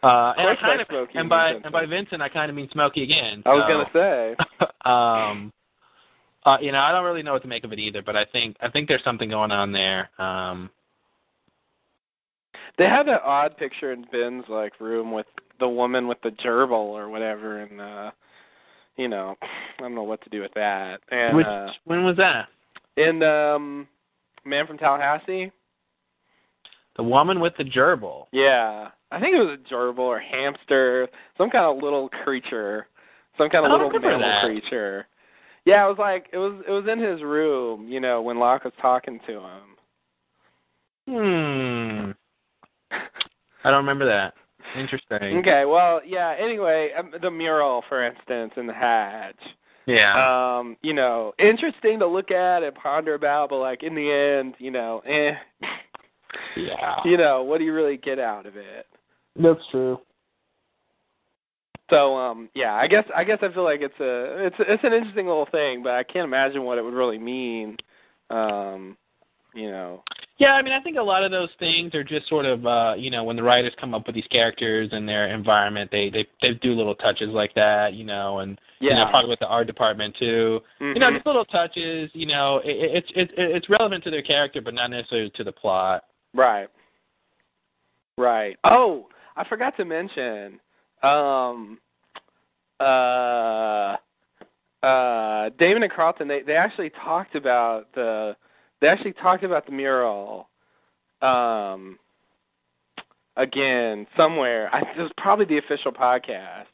[SPEAKER 3] Uh, and I
[SPEAKER 2] course by
[SPEAKER 3] kind of,
[SPEAKER 2] Smokey you
[SPEAKER 3] and by
[SPEAKER 2] mean
[SPEAKER 3] and by Vincent, I kind of mean Smokey again.
[SPEAKER 2] I was
[SPEAKER 3] so.
[SPEAKER 2] gonna say.
[SPEAKER 3] um, uh, you know, I don't really know what to make of it either, but I think I think there's something going on there. Um,
[SPEAKER 2] They had that odd picture in Ben's like room with the woman with the gerbil or whatever, and uh, you know, I don't know what to do with that. And
[SPEAKER 3] which
[SPEAKER 2] uh,
[SPEAKER 3] when was that?
[SPEAKER 2] and um, man from Tallahassee.
[SPEAKER 3] The woman with the gerbil.
[SPEAKER 2] Yeah. I think it was a gerbil or hamster, some kind of little creature, some kind
[SPEAKER 3] I
[SPEAKER 2] of
[SPEAKER 3] don't
[SPEAKER 2] little
[SPEAKER 3] remember
[SPEAKER 2] mammal
[SPEAKER 3] that.
[SPEAKER 2] creature. Yeah, it was like it was it was in his room, you know, when Locke was talking to him.
[SPEAKER 3] Hmm. I don't remember that. Interesting.
[SPEAKER 2] Okay, well, yeah. Anyway, um, the mural, for instance, in the hatch.
[SPEAKER 3] Yeah.
[SPEAKER 2] Um, you know, interesting to look at and ponder about, but like in the end, you know, eh,
[SPEAKER 3] yeah.
[SPEAKER 2] you know, what do you really get out of it?
[SPEAKER 3] That's true.
[SPEAKER 2] So um yeah, I guess I guess I feel like it's a it's it's an interesting little thing, but I can't imagine what it would really mean. Um, you know.
[SPEAKER 3] Yeah, I mean, I think a lot of those things are just sort of, uh, you know, when the writers come up with these characters and their environment, they they they do little touches like that, you know, and you know,
[SPEAKER 2] Yeah.
[SPEAKER 3] probably with the art department too. You know,
[SPEAKER 2] Mhm.
[SPEAKER 3] just little touches. You know, it, it, it's it's it's relevant to their character, but not necessarily to the plot.
[SPEAKER 2] Right. Right. Oh, I forgot to mention um uh uh Damon and Carlton they they actually talked about the they actually talked about the mural um again somewhere. I it was probably the official podcast.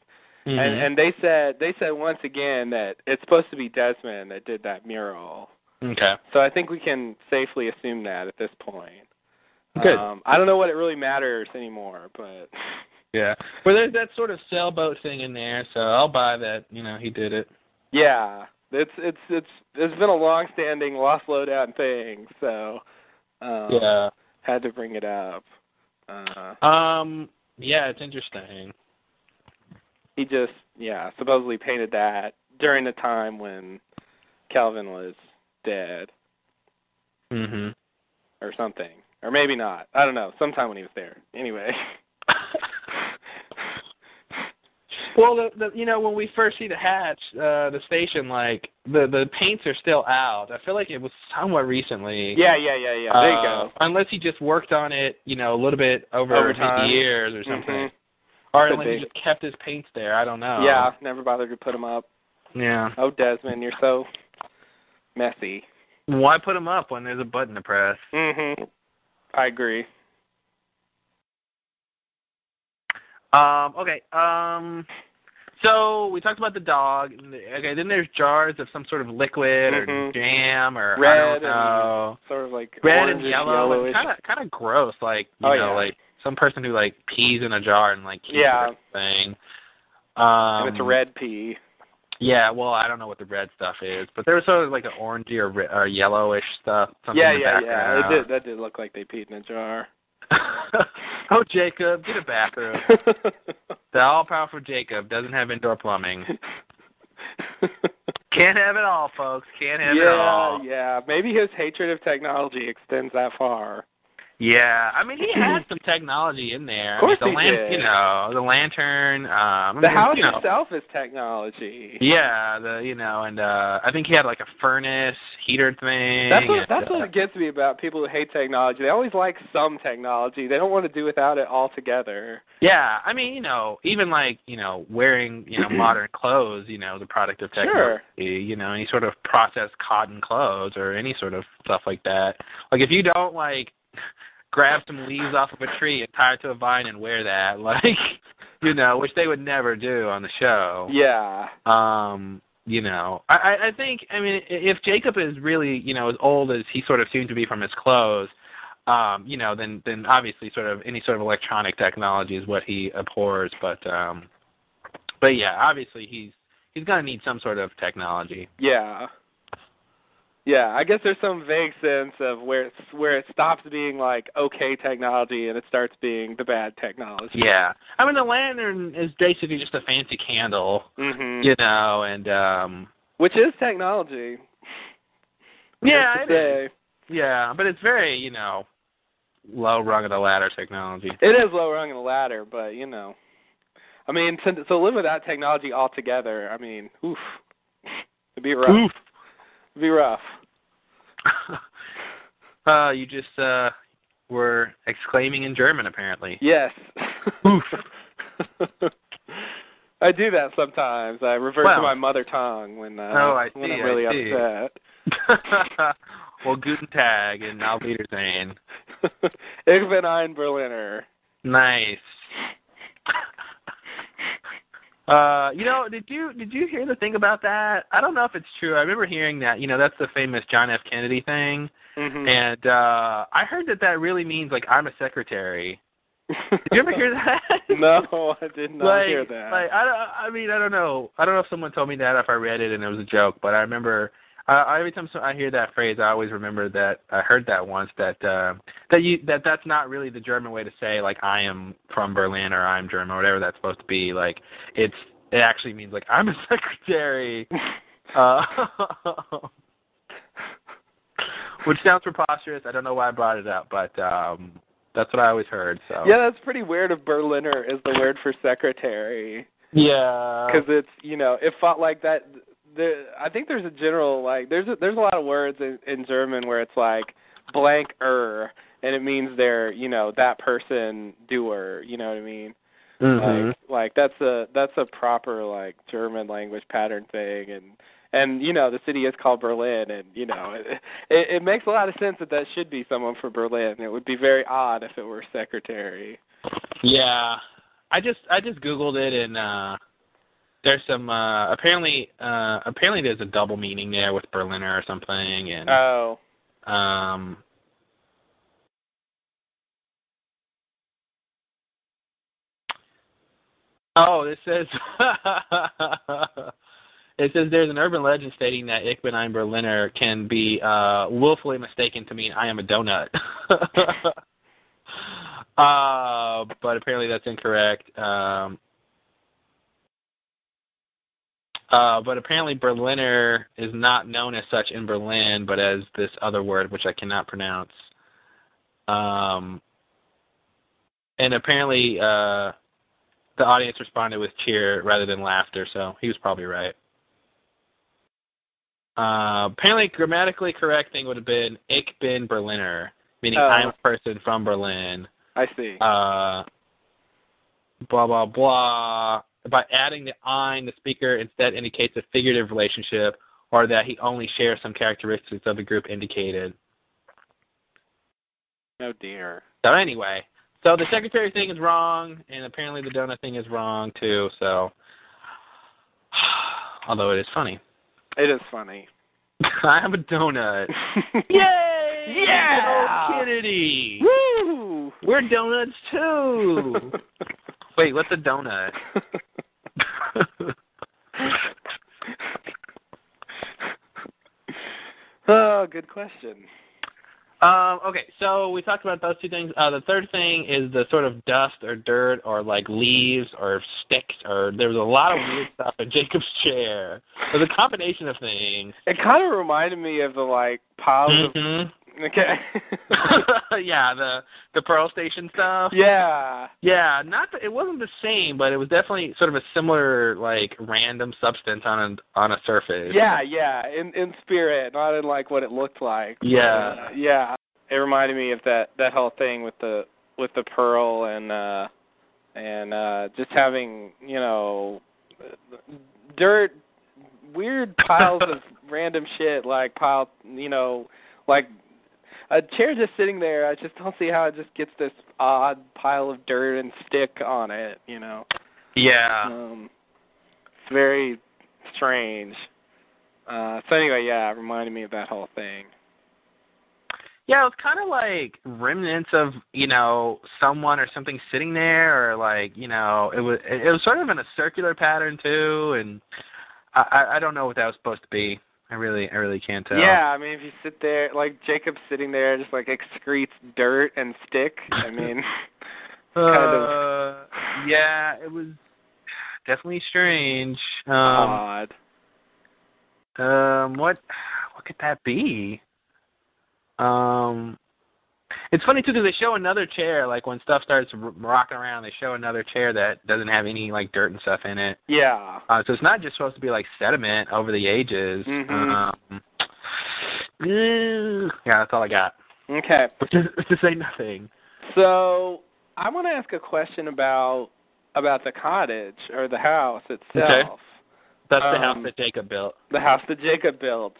[SPEAKER 3] Mm-hmm.
[SPEAKER 2] And and they said they said once again that it's supposed to be Desmond that did that mural.
[SPEAKER 3] and okay,
[SPEAKER 2] So I think we can safely assume that at this point.
[SPEAKER 3] Good.
[SPEAKER 2] Um, I don't know what it really matters anymore, but
[SPEAKER 3] yeah. Well, there's that sort of sailboat thing in there, so I'll buy that. You know, he did it.
[SPEAKER 2] yeah, it's it's it's it's been a long-standing lost lowdown thing, so um,
[SPEAKER 3] yeah.
[SPEAKER 2] had to bring it up. Uh,
[SPEAKER 3] Um. Yeah, it's interesting.
[SPEAKER 2] he just yeah supposedly painted that during the time when Calvin was dead Mm-hmm.
[SPEAKER 3] hmm
[SPEAKER 2] or something, or maybe not. I don't know. Sometime when he was there. Anyway.
[SPEAKER 3] Well, the, the you know when we first see the hatch, uh, the station like the the paints are still out. I feel like it was somewhat recently.
[SPEAKER 2] Yeah, yeah, yeah, yeah. There you
[SPEAKER 3] Uh,
[SPEAKER 2] go.
[SPEAKER 3] Unless he just worked on it, you know, a little bit over,
[SPEAKER 2] Over
[SPEAKER 3] 50
[SPEAKER 2] time.
[SPEAKER 3] years or something, Uh.
[SPEAKER 2] Mhm.
[SPEAKER 3] or
[SPEAKER 2] Could
[SPEAKER 3] unless he
[SPEAKER 2] be.
[SPEAKER 3] just kept his paints there. I don't know.
[SPEAKER 2] Yeah, never bothered to put them up.
[SPEAKER 3] Yeah.
[SPEAKER 2] Oh, Desmond, you're so messy.
[SPEAKER 3] Why put them up when there's a button to press?
[SPEAKER 2] Mhm. I agree.
[SPEAKER 3] Um. Okay. Um. So we talked about the dog. and the- Okay. Then there's jars of some sort of liquid or
[SPEAKER 2] Mhm.
[SPEAKER 3] jam or I
[SPEAKER 2] Red
[SPEAKER 3] don't
[SPEAKER 2] and-
[SPEAKER 3] know.
[SPEAKER 2] Sort of like
[SPEAKER 3] red and
[SPEAKER 2] orange
[SPEAKER 3] yellow and
[SPEAKER 2] yellowish.
[SPEAKER 3] kind of kind of gross like you
[SPEAKER 2] Oh,
[SPEAKER 3] know
[SPEAKER 2] yeah.
[SPEAKER 3] like some person who like pees in a jar and like keeps
[SPEAKER 2] Yeah.
[SPEAKER 3] it thing um
[SPEAKER 2] and it's a red pea.
[SPEAKER 3] yeah well i don't know what the red stuff is but there was sort of like an orangey or, re- or yellowish stuff something
[SPEAKER 2] Yeah,
[SPEAKER 3] in the
[SPEAKER 2] yeah, yeah. It
[SPEAKER 3] background.
[SPEAKER 2] did. That did look like they peed in a jar.
[SPEAKER 3] oh jacob get a bathroom the all powerful jacob doesn't have indoor plumbing can't have it all folks can't have it
[SPEAKER 2] yeah,
[SPEAKER 3] all
[SPEAKER 2] yeah. Maybe his hatred of technology extends that far.
[SPEAKER 3] Yeah, I mean he had some technology in there.
[SPEAKER 2] Of course
[SPEAKER 3] the
[SPEAKER 2] he did.
[SPEAKER 3] You know, the lantern. Um,
[SPEAKER 2] The house
[SPEAKER 3] you know,
[SPEAKER 2] itself is technology.
[SPEAKER 3] Yeah, the you know, and uh I think he had like a furnace heater thing.
[SPEAKER 2] That's what
[SPEAKER 3] and,
[SPEAKER 2] that's
[SPEAKER 3] uh,
[SPEAKER 2] what gets me about people who hate technology. They always like some technology. They don't want to do without it altogether.
[SPEAKER 3] Yeah, I mean, you know, even like you know, wearing you know modern clothes, you know, the product of technology. eh, You know, any sort of processed cotton clothes or any sort of stuff like that. Like if you don't like grab some leaves off of a tree and tie it to a vine and wear that, like you know, which they would never do on the show.
[SPEAKER 2] Yeah.
[SPEAKER 3] um you know i i I think i mean i- if jacob is really you know as old as he sort of seemed to be from his clothes um you know then then obviously sort of any sort of electronic technology is what he abhors but um but yeah obviously he's he's going to need some sort of technology
[SPEAKER 2] Yeah. Yeah, I guess there's some vague sense of where it's, where it stops being like okay technology and it starts being the bad technology.
[SPEAKER 3] yeah i mean the lantern is basically just a fancy candle
[SPEAKER 2] hmm
[SPEAKER 3] you know and um
[SPEAKER 2] Which is technology.
[SPEAKER 3] yeah
[SPEAKER 2] Just
[SPEAKER 3] it
[SPEAKER 2] to
[SPEAKER 3] is.
[SPEAKER 2] say.
[SPEAKER 3] yeah but it's very you know low rung of the ladder technology
[SPEAKER 2] It is low rung in the ladder, but you know, I mean, to, to live without technology altogether, I mean, oof, it'd be rough.
[SPEAKER 3] Oof.
[SPEAKER 2] It'd be rough.
[SPEAKER 3] uh, you just uh, were exclaiming in German, apparently.
[SPEAKER 2] Yes.
[SPEAKER 3] Oof.
[SPEAKER 2] I do that sometimes. I revert
[SPEAKER 3] Wow.
[SPEAKER 2] to my mother tongue when uh,
[SPEAKER 3] Oh, I
[SPEAKER 2] when
[SPEAKER 3] see,
[SPEAKER 2] I'm
[SPEAKER 3] I
[SPEAKER 2] really
[SPEAKER 3] see.
[SPEAKER 2] upset.
[SPEAKER 3] well, guten Tag and auf Wiedersehen.
[SPEAKER 2] ich bin ein Berliner.
[SPEAKER 3] Nice. Uh, you know, did you did you hear the thing about that? I don't know if it's true. I remember hearing that. You know, that's the famous John F. Kennedy thing,
[SPEAKER 2] hmm
[SPEAKER 3] and uh I heard that that really means like I'm a secretary. Did you ever hear that?
[SPEAKER 2] no, I did not
[SPEAKER 3] like,
[SPEAKER 2] hear that.
[SPEAKER 3] Like I, don't- I mean, I don't know. I don't know if someone told me that, if I read it and it was a joke, but I remember. I, I- every time so- I hear that phrase, I always remember that I heard that once that uh, that you that that's not really the German way to say like I am from Berlin or I'm German or whatever that's supposed to be. Like it's it actually means like I'm a secretary, uh, which sounds preposterous. I don't know why I brought it up, but um, that's what I always heard. So
[SPEAKER 2] yeah, that's pretty weird. If Berliner is the word for secretary.
[SPEAKER 3] yeah,
[SPEAKER 2] because it's you know it felt like that. The I think there's a general like there's a, there's a lot of words in, in German where it's like blank er and it means they're you know that person doer. You know what I mean?
[SPEAKER 3] Mhm.
[SPEAKER 2] Like like that's a that's a proper like German language pattern thing and. And you know the city is called Berlin, and you know it, it, it makes a lot of sense that that should be someone from Berlin. It would be very odd if it were secretary.
[SPEAKER 3] Yeah. I just I just googled it and uh there's some uh apparently uh apparently there's a double meaning there with Berliner or something and
[SPEAKER 2] Oh,
[SPEAKER 3] um Oh, this says it says there's an urban legend stating that Ich bin ein Berliner can be uh willfully mistaken to mean I am a donut. uh but apparently that's incorrect. Um uh, but apparently Berliner is not known as such in Berlin, but as this other word which I cannot pronounce. Um, and apparently uh, the audience responded with cheer rather than laughter, so he was probably right. Uh, apparently, grammatically correct thing would have been "Ich bin Berliner," meaning
[SPEAKER 2] Oh.
[SPEAKER 3] I'm a person from Berlin
[SPEAKER 2] I see.
[SPEAKER 3] uh, blah blah blah. By adding the "ein," the speaker instead indicates a figurative relationship, or that he only shares some characteristics of the group indicated.
[SPEAKER 2] oh dear.
[SPEAKER 3] So anyway, so the secretary thing is wrong, and apparently the donut thing is wrong too. So, although it is funny,
[SPEAKER 2] It is funny.
[SPEAKER 3] I have a donut.
[SPEAKER 2] Yay!
[SPEAKER 3] Oh, Kennedy!
[SPEAKER 2] Woo!
[SPEAKER 3] We're donuts too. Wait, what's a donut?
[SPEAKER 2] oh, good question.
[SPEAKER 3] Um, okay, so we talked about those two things. Uh, the third thing is the sort of dust or dirt or like leaves or sticks or there was a lot of weird stuff in Jacob's chair. It was a combination of things.
[SPEAKER 2] It kind of reminded me of the like piles
[SPEAKER 3] Mhm.
[SPEAKER 2] of Okay.
[SPEAKER 3] yeah, the the Pearl Station
[SPEAKER 2] Uh,
[SPEAKER 3] stuff.
[SPEAKER 2] yeah.
[SPEAKER 3] Yeah, not the, it wasn't the same, but it was definitely sort of a similar like random substance on a on a surface.
[SPEAKER 2] Yeah, yeah. In in spirit, not in like what it looked like. but,
[SPEAKER 3] Yeah.
[SPEAKER 2] uh, yeah. It reminded me of that that whole thing with the with the pearl and uh and uh just having, you know, dirt weird piles of random shit like pile, you know, like a chair just sitting there. I just don't see how it just gets this odd pile of dirt and stick on it, you know.
[SPEAKER 3] Yeah.
[SPEAKER 2] Um, it's very strange. Uh, so anyway, yeah, it reminded me of that whole thing.
[SPEAKER 3] Yeah, it was kind of like remnants of, you know, someone or something sitting there or like, you know, it was it was sort of in a circular pattern too and I I- I don't know what that was supposed to be. I really I really can't tell.
[SPEAKER 2] Yeah, I mean, if you sit there, like Jacob sitting there, just like excretes dirt and stick. I mean, kind of-
[SPEAKER 3] Uh, yeah, it was definitely strange. Um
[SPEAKER 2] odd.
[SPEAKER 3] Um, what what could that be? Um, it's funny too because they show another chair. Like when stuff starts r- rocking around, they show another chair that doesn't have any like dirt and stuff in it.
[SPEAKER 2] Yeah.
[SPEAKER 3] Uh, so it's not just supposed to be like sediment over the ages.
[SPEAKER 2] Mhm.
[SPEAKER 3] Um, mm, yeah, that's all I got.
[SPEAKER 2] Okay.
[SPEAKER 3] Which is to say nothing.
[SPEAKER 2] So I want to ask a question about about the cottage or the house itself.
[SPEAKER 3] That's the
[SPEAKER 2] Um,
[SPEAKER 3] house that Jacob built.
[SPEAKER 2] The house that Jacob built.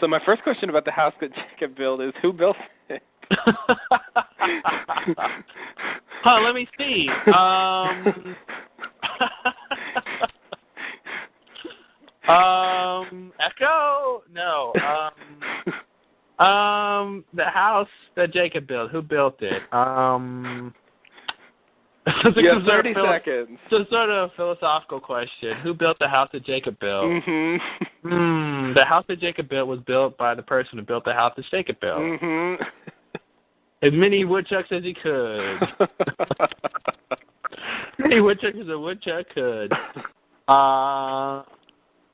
[SPEAKER 2] So my first question about the house that Jacob built is who built it?
[SPEAKER 3] huh? Let me see. Um. um, Echo? No. Um, um, the house that Jacob built. Who built it? Um, it's
[SPEAKER 2] you
[SPEAKER 3] a
[SPEAKER 2] have 30
[SPEAKER 3] philo-
[SPEAKER 2] seconds.
[SPEAKER 3] it's a sort of philosophical question. Who built the house that Jacob built?
[SPEAKER 2] Mhm.
[SPEAKER 3] Hmm, the house that Jacob built was built by the person who built the house that Jacob built. Oh.
[SPEAKER 2] Mhm.
[SPEAKER 3] As many woodchucks as he could. many woodchucks as a woodchuck could.
[SPEAKER 2] Mm-hmm.
[SPEAKER 3] Uh,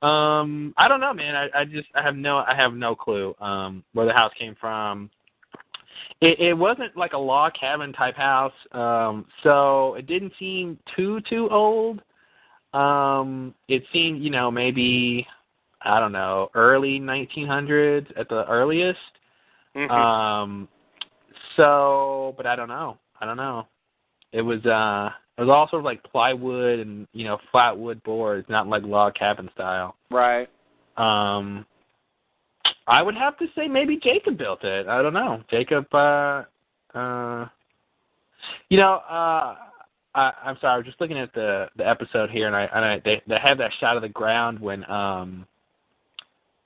[SPEAKER 3] um, I don't know, man. I, I just I have no I have no clue um where the house came from. It it wasn't like a log cabin type house, um, so it didn't seem too too old. Um, it seemed you know maybe I don't know early 1900s at the earliest.
[SPEAKER 2] Mhm.
[SPEAKER 3] Um, so but I don't know. I don't know. It was uh it was all sort of like plywood and you know flat wood boards, not like log cabin style.
[SPEAKER 2] right.
[SPEAKER 3] Um, I would have to say maybe Jacob built it. I don't know. Jacob, uh, uh, you know, uh, I, I'm sorry. I was just looking at the the episode here, and I and I they, they have that shot of the ground when um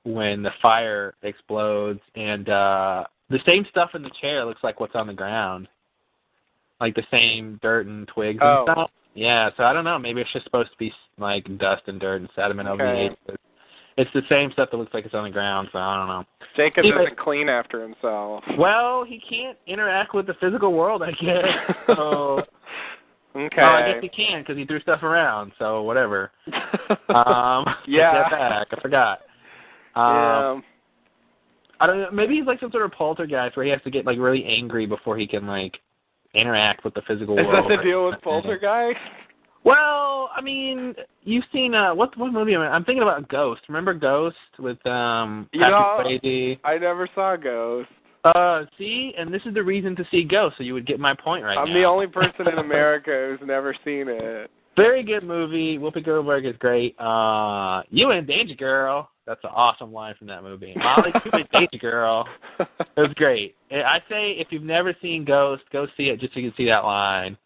[SPEAKER 3] when the fire explodes, and uh the same stuff in the chair looks like what's on the ground, like the same dirt and twigs
[SPEAKER 2] Oh.
[SPEAKER 3] and stuff. Yeah, so I don't know. Maybe it's just supposed to be like dust and dirt and sediment over the
[SPEAKER 2] Okay.
[SPEAKER 3] ages. It's the same stuff that looks like it's on the ground, so I don't know.
[SPEAKER 2] Jacob
[SPEAKER 3] Anyway.
[SPEAKER 2] doesn't clean after himself.
[SPEAKER 3] Well, he can't interact with the physical world, I guess. So,
[SPEAKER 2] okay.
[SPEAKER 3] well, Oh. I guess he can because he threw stuff around. So whatever. Um,
[SPEAKER 2] Yeah.
[SPEAKER 3] take that back. I forgot. Um,
[SPEAKER 2] yeah.
[SPEAKER 3] I don't know. Maybe he's like some sort of poltergeist where he has to get like really angry before he can like interact with the physical
[SPEAKER 2] Is that
[SPEAKER 3] world.
[SPEAKER 2] the deal with Poltergeist?
[SPEAKER 3] Well, I mean, you've seen uh, what what movie? Am I, I'm thinking about Ghost. Remember Ghost with um
[SPEAKER 2] You know-
[SPEAKER 3] Patrick Swayze?
[SPEAKER 2] I never saw Ghost.
[SPEAKER 3] Uh, see, and this is the reason to see Ghost, so you would get my point right
[SPEAKER 2] I'm
[SPEAKER 3] now.
[SPEAKER 2] the only person in America who's never seen it.
[SPEAKER 3] Very good movie. Whoopi Goldberg is great. Uh, you in Danger Girl. That's an awesome line from that movie. Molly, you in Danger Girl. It was great. And I say if you've never seen Ghost, go see it just so you can see that line.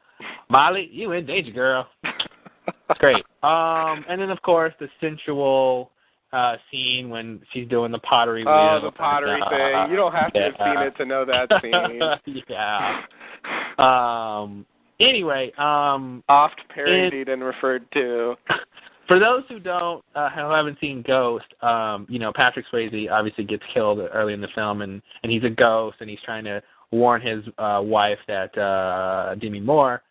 [SPEAKER 3] Molly, you in Danger Girl. It's great. Um, and then of course the sensual uh scene when she's doing the pottery
[SPEAKER 2] Oh,
[SPEAKER 3] wheel.
[SPEAKER 2] the pottery thing. You don't have to have seen it to know that scene.
[SPEAKER 3] scene. yeah. Um. Anyway, um,
[SPEAKER 2] Oft parodied and referred
[SPEAKER 3] Uh,
[SPEAKER 2] to.
[SPEAKER 3] for those who don't uh, who haven't seen Ghost, um, you know Patrick Swayze obviously gets killed early in the film, and and he's a ghost, and he's trying to warn his uh, wife that uh, Demi Moore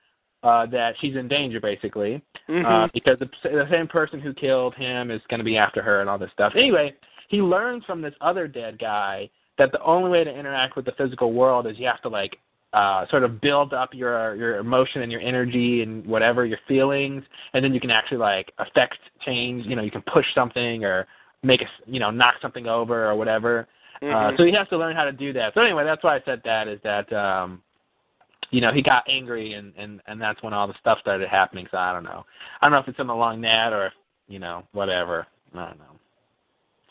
[SPEAKER 3] uh, that she's in danger, basically, uh,
[SPEAKER 2] Mhm.
[SPEAKER 3] because the, the same person who killed him is going to be after her and all this stuff. Anyway, he learns from this other dead guy that the only way to interact with the physical world is you have to like uh, sort of build up your your emotion and your energy and whatever your feelings, and then you can actually like affect change. You know, you can push something or make a s- you know knock something over or whatever. Uh,
[SPEAKER 2] Mhm.
[SPEAKER 3] so he has to learn how to do that. So anyway, that's why I said that is that um, you know he got angry and and and that's when all the stuff started happening. So I don't know. I don't know if it's something along that or if, you know whatever. I don't know.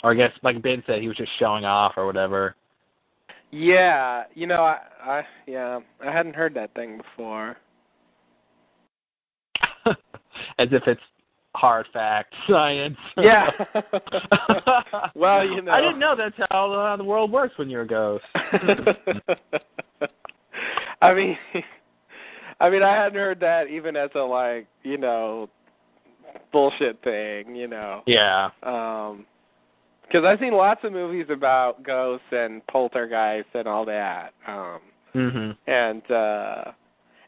[SPEAKER 3] Or I guess like Ben said, he was just showing off or whatever.
[SPEAKER 2] yeah, you know, I, I yeah, I hadn't heard that thing before.
[SPEAKER 3] as if it's hard fact science.
[SPEAKER 2] Yeah. Well, you know.
[SPEAKER 3] I didn't know that's how uh, the world works when you're a ghost.
[SPEAKER 2] I mean, I mean, I hadn't heard that even as a like, you know, bullshit thing, you know.
[SPEAKER 3] Yeah.
[SPEAKER 2] Um, because I've seen lots of movies about ghosts and poltergeists and all that. Um,
[SPEAKER 3] Mhm.
[SPEAKER 2] and uh,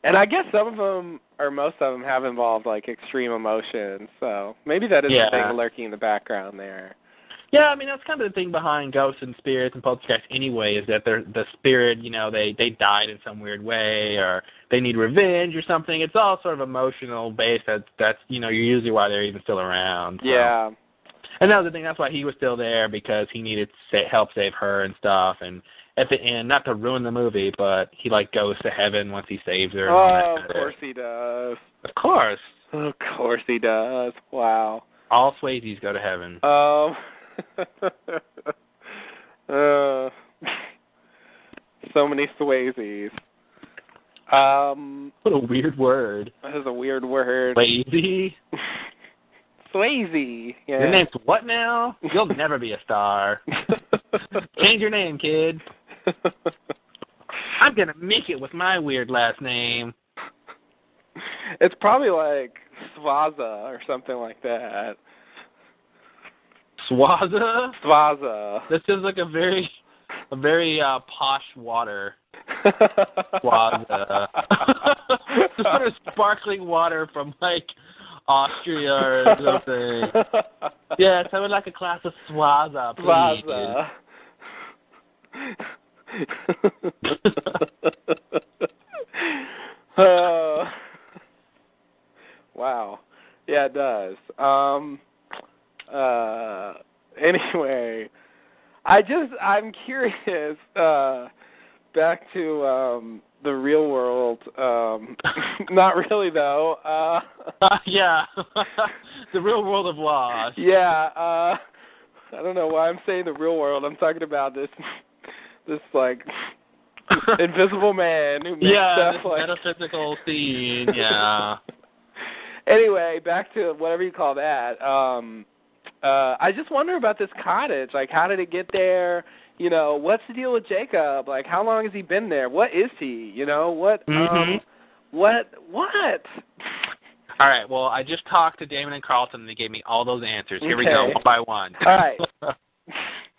[SPEAKER 2] and I guess some of them or most of them have involved like extreme emotions. So maybe that is
[SPEAKER 3] Yeah.
[SPEAKER 2] the thing lurking in the background there.
[SPEAKER 3] Yeah, I mean that's kind of the thing behind ghosts and spirits and poltergeists anyway is that they're the spirit, you know, they they died in some weird way or they need revenge or something. It's all sort of emotional based. That's that's you know usually why they're even still around. so.
[SPEAKER 2] Yeah.
[SPEAKER 3] And that was the thing. That's why he was still there because he needed sa help save her and stuff. And at the end, not to ruin the movie, but he like goes to heaven once he saves her. and all that
[SPEAKER 2] Oh,
[SPEAKER 3] kind
[SPEAKER 2] of
[SPEAKER 3] of-
[SPEAKER 2] course he does.
[SPEAKER 3] of course,
[SPEAKER 2] Of course he does. Wow.
[SPEAKER 3] all Swayze's go to heaven.
[SPEAKER 2] Um. uh, so many Swayzes. Um,
[SPEAKER 3] What a weird word,
[SPEAKER 2] that is a weird word.
[SPEAKER 3] Swayze.
[SPEAKER 2] Swayze. Yeah.
[SPEAKER 3] Your name's what now? You'll never be a star. Change your name, kid. I'm gonna make it with my weird last name.
[SPEAKER 2] it's probably like Swaza or something like that.
[SPEAKER 3] Swaza.
[SPEAKER 2] Swaza.
[SPEAKER 3] This is like a very, a very uh, posh water. Swaza. Just sort of sparkling water from like Austria or something. Yes, I would like a glass of Swaza, please.
[SPEAKER 2] Plaza. uh, wow. Yeah, it does. Um uh anyway, I just I'm curious uh back to um the real world um not really though. Uh
[SPEAKER 3] yeah, the real world of law.
[SPEAKER 2] yeah, uh I don't know why I'm saying the real world. I'm talking about this this like invisible man who makes
[SPEAKER 3] yeah,
[SPEAKER 2] stuff
[SPEAKER 3] this
[SPEAKER 2] like
[SPEAKER 3] metaphysical scene. Yeah.
[SPEAKER 2] Anyway, back to whatever you call that. Um uh I just wonder about this cottage. Like how did it get there? You know, what's the deal with Jacob? Like how long has he been there? What is he? You know, what um
[SPEAKER 3] Mhm.
[SPEAKER 2] what what?
[SPEAKER 3] All right. Well, I just talked to Damon and Carlton, and they gave me all those answers. Here we go,
[SPEAKER 2] Okay.
[SPEAKER 3] one by one.
[SPEAKER 2] All right.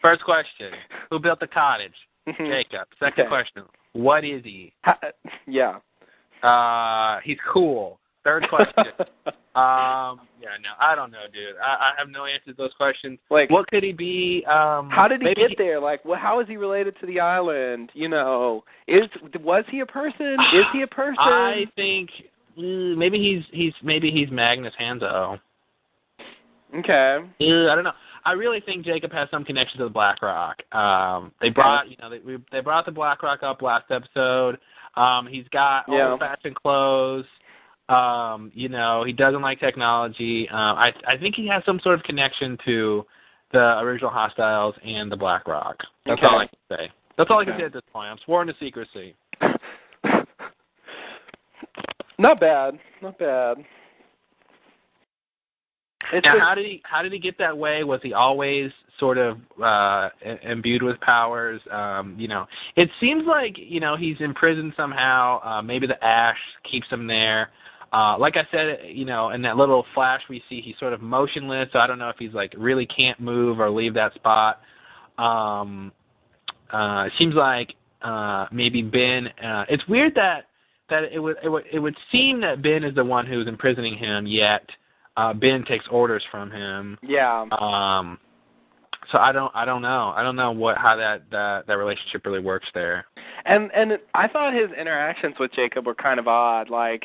[SPEAKER 3] First question: Who built the cottage?
[SPEAKER 2] Mhm.
[SPEAKER 3] Jacob. Second
[SPEAKER 2] Okay.
[SPEAKER 3] question: What is he?
[SPEAKER 2] Ha- yeah.
[SPEAKER 3] Uh, he's cool. Third question. Um, yeah, no, I don't know, dude. I, I have no answer to those questions.
[SPEAKER 2] like
[SPEAKER 3] What could he be? Um,
[SPEAKER 2] How did he
[SPEAKER 3] maybe
[SPEAKER 2] get there? Like, well, how is he related to the island? You know, is was he a person? Is he a person?
[SPEAKER 3] I think mm, maybe he's he's maybe he's Magnus Hanzo.
[SPEAKER 2] Okay.
[SPEAKER 3] Ew, I don't know. I really think Jacob has some connection to the Black Rock. Um, they brought you know they we, they brought the Black Rock up last episode. Um, he's got
[SPEAKER 2] Yeah.
[SPEAKER 3] old fashioned clothes. Um, you know he doesn't like technology. Um, I I think he has some sort of connection to the original Hostiles and the Black Rock. That's all I
[SPEAKER 2] Okay.
[SPEAKER 3] can say. That's all I can
[SPEAKER 2] Okay.
[SPEAKER 3] say at this point. I'm sworn to secrecy.
[SPEAKER 2] Not bad. Not bad. It's
[SPEAKER 3] Now,
[SPEAKER 2] just-
[SPEAKER 3] how did he how did he get that way? Was he always sort of uh im- imbued with powers? Um, you know, it seems like you know he's in prison somehow. Uh, maybe the ash keeps him there. Uh, like I said, you know, in that little flash we see, he's sort of motionless. So I don't know if he's like really can't move or leave that spot. Um, uh, it seems like uh, maybe Ben. Uh, it's weird that that it would, it would it would seem that Ben is the one who's imprisoning him, yet uh, Ben takes orders from him.
[SPEAKER 2] yeah.
[SPEAKER 3] Um, So I don't I don't know. I don't know what how that that, that relationship really works there.
[SPEAKER 2] And and I thought his interactions with Jacob were kind of odd. Like,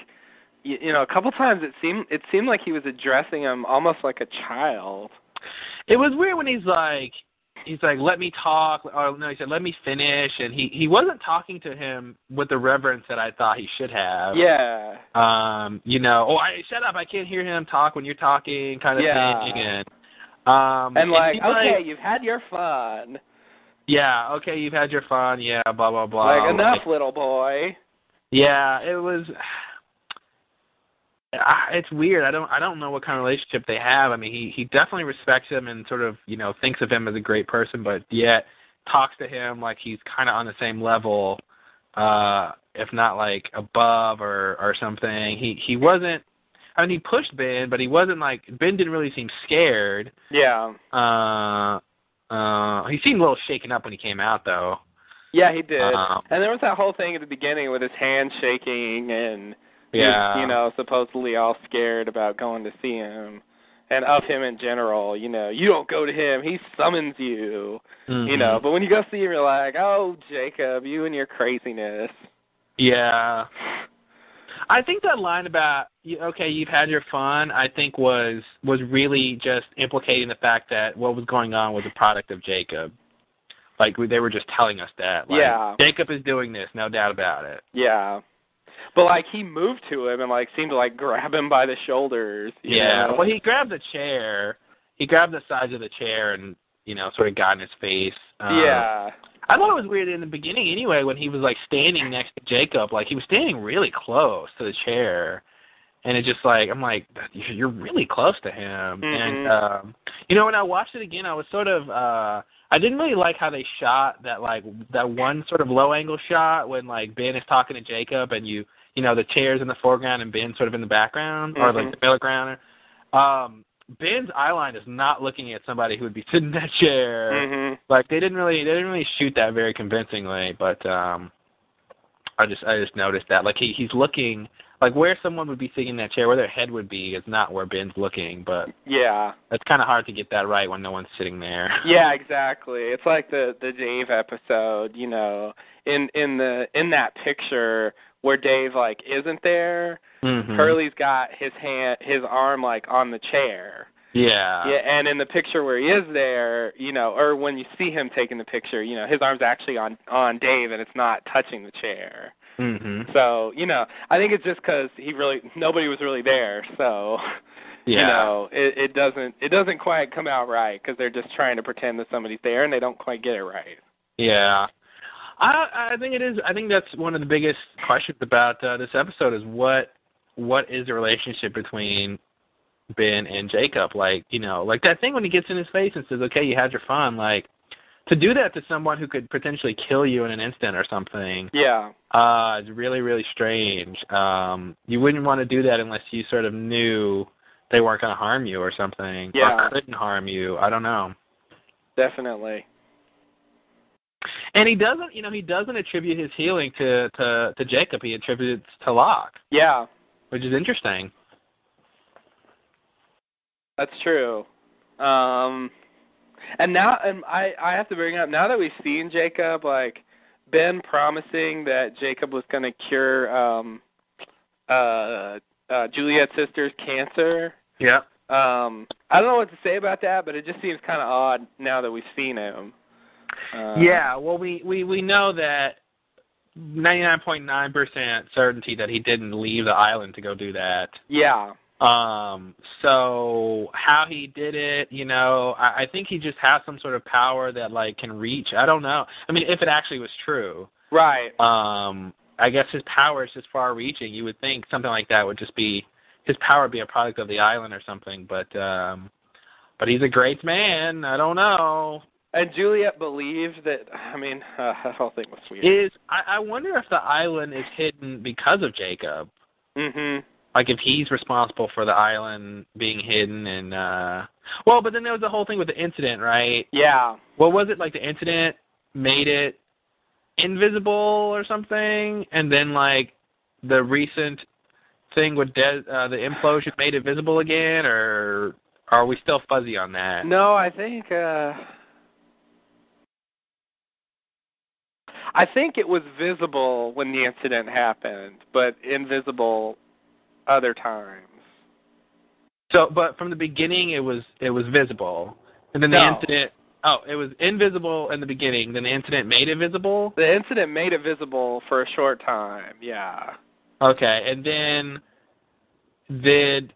[SPEAKER 2] you, you know, a couple times it seemed it seemed like he was addressing him almost like a child.
[SPEAKER 3] It was weird when he's like he's like let me talk or no he said let me finish and he he wasn't talking to him with the reverence that I thought he should have.
[SPEAKER 2] Yeah.
[SPEAKER 3] Um, you know, oh I shut up, I can't hear him talk when you're talking kind of
[SPEAKER 2] Yeah.
[SPEAKER 3] thing and um
[SPEAKER 2] And like,
[SPEAKER 3] he's
[SPEAKER 2] okay, you've had your fun.
[SPEAKER 3] yeah, okay, you've had your fun, yeah, blah blah blah.
[SPEAKER 2] like enough, little boy.
[SPEAKER 3] Yeah, it was. I- It's weird. I don't. I don't know what kind of relationship they have. I mean, he he definitely respects him and sort of you know thinks of him as a great person, but yet talks to him like he's kind of on the same level, uh, if not like above or or something. He he wasn't. I mean, he pushed Ben, but he wasn't like Ben didn't really seem scared.
[SPEAKER 2] Yeah.
[SPEAKER 3] Uh, uh, he seemed a little shaken up when he came out though.
[SPEAKER 2] Yeah, he did.
[SPEAKER 3] Um,
[SPEAKER 2] and there was that whole thing at the beginning with his hand shaking and he was,
[SPEAKER 3] Yeah.
[SPEAKER 2] you know, supposedly all scared about going to see him and of him in general, you know, you don't go to him, he summons you. You
[SPEAKER 3] Mhm.
[SPEAKER 2] know, but when you go see him you're like, Oh, Jacob, you and your craziness.
[SPEAKER 3] Yeah. I think that line about you- okay, you've had your fun. I think was was really just implicating the fact that what was going on was a product of Jacob. Like we- they were just telling us that. Like,
[SPEAKER 2] Yeah.
[SPEAKER 3] Jacob is doing this, no doubt about it.
[SPEAKER 2] Yeah. But like he moved to him and like seemed to like grab him by the shoulders. you
[SPEAKER 3] Yeah.
[SPEAKER 2] know?
[SPEAKER 3] Well, he grabbed the chair. He grabbed the sides of the chair and you know sort of got in his face. Um,
[SPEAKER 2] Yeah.
[SPEAKER 3] I thought it was weird in the beginning anyway when he was like standing next to Jacob, like he was standing really close to the chair, and it just like I'm like you're you're really close to him, and
[SPEAKER 2] Mhm.
[SPEAKER 3] um, you know when I watched it again, I was sort of uh I didn't really like how they shot that like that one sort of low angle shot when like Ben is talking to Jacob and you you know the chairs in the foreground and Ben sort of in the background or
[SPEAKER 2] Mhm.
[SPEAKER 3] like the middle ground. Um, Ben's eye line is not looking at somebody who would be sitting in that chair
[SPEAKER 2] Mhm.
[SPEAKER 3] like they didn't really they didn't really shoot that very convincingly but um i just i just noticed that like he he's looking like where someone would be sitting in that chair where their head would be is not where ben's looking but
[SPEAKER 2] Yeah.
[SPEAKER 3] it's kind of hard to get that right when no one's sitting there
[SPEAKER 2] Yeah, exactly. It's like the the Dave episode, you know, in in the in that picture where Dave like isn't there,
[SPEAKER 3] Mhm.
[SPEAKER 2] Curly's got his hand his arm like on the chair.
[SPEAKER 3] yeah
[SPEAKER 2] yeah, and in the picture where he is there, you know, or when you see him taking the picture, you know, his arm's actually on on Dave and it's not touching the chair.
[SPEAKER 3] mhm
[SPEAKER 2] So, you know, I think it's just cuz he really nobody was really there, so
[SPEAKER 3] yeah
[SPEAKER 2] you know it, it doesn't it doesn't quite come out right because they're just trying to pretend that somebody's there and they don't quite get it right
[SPEAKER 3] Yeah. I I think it is I think that's one of the biggest questions about uh, this episode is what what is the relationship between Ben and Jacob? Like, you know, like that thing when he gets in his face and says, "Okay, you had your fun." Like to do that to someone who could potentially kill you in an instant or something
[SPEAKER 2] yeah
[SPEAKER 3] uh is really really strange. Um you wouldn't want to do that unless you sort of knew they weren't going to harm you or something
[SPEAKER 2] Yeah.
[SPEAKER 3] or couldn't harm you. I don't know.
[SPEAKER 2] definitely
[SPEAKER 3] And he doesn't, you know, he doesn't attribute his healing to to, to Jacob. He attributes to Locke,
[SPEAKER 2] yeah
[SPEAKER 3] which is interesting.
[SPEAKER 2] that's true um and now and i i have to bring up now that we've seen jacob like ben promising that jacob was going to cure um uh uh juliet's sister's cancer
[SPEAKER 3] Yeah.
[SPEAKER 2] um i don't know what to say about that but it just seems kind of odd now that we've seen him uh,
[SPEAKER 3] yeah. Well, we we we know that ninety nine point nine percent certainty that he didn't leave the island to go do that.
[SPEAKER 2] yeah
[SPEAKER 3] Um. So how he did it, you know, I, I think he just has some sort of power that like can reach. I don't know. I mean, if it actually was true,
[SPEAKER 2] Right.
[SPEAKER 3] um I guess his power is just far reaching. You would think something like that would just be his power would be a product of the island or something, but um but he's a great man. I don't know.
[SPEAKER 2] And Juliet believed that. I mean, uh, that whole thing was weird.
[SPEAKER 3] Is I, I wonder if the island is hidden because of Jacob.
[SPEAKER 2] mhm.
[SPEAKER 3] Like if he's responsible for the island being hidden and uh well, but then there was the whole thing with the incident, right?
[SPEAKER 2] Yeah.
[SPEAKER 3] What was it? Like the incident made it invisible or something, and then like the recent thing with Des, uh, the implosion made it visible again, or are we still fuzzy on that?
[SPEAKER 2] No, I think. uh I think it was visible when the incident happened, but invisible other times.
[SPEAKER 3] So, but from the beginning, it was it was visible, and then the
[SPEAKER 2] No.
[SPEAKER 3] incident. Oh, it was invisible in the beginning. Then the incident made it visible.
[SPEAKER 2] The incident made it visible for a short time. Yeah.
[SPEAKER 3] Okay, and then did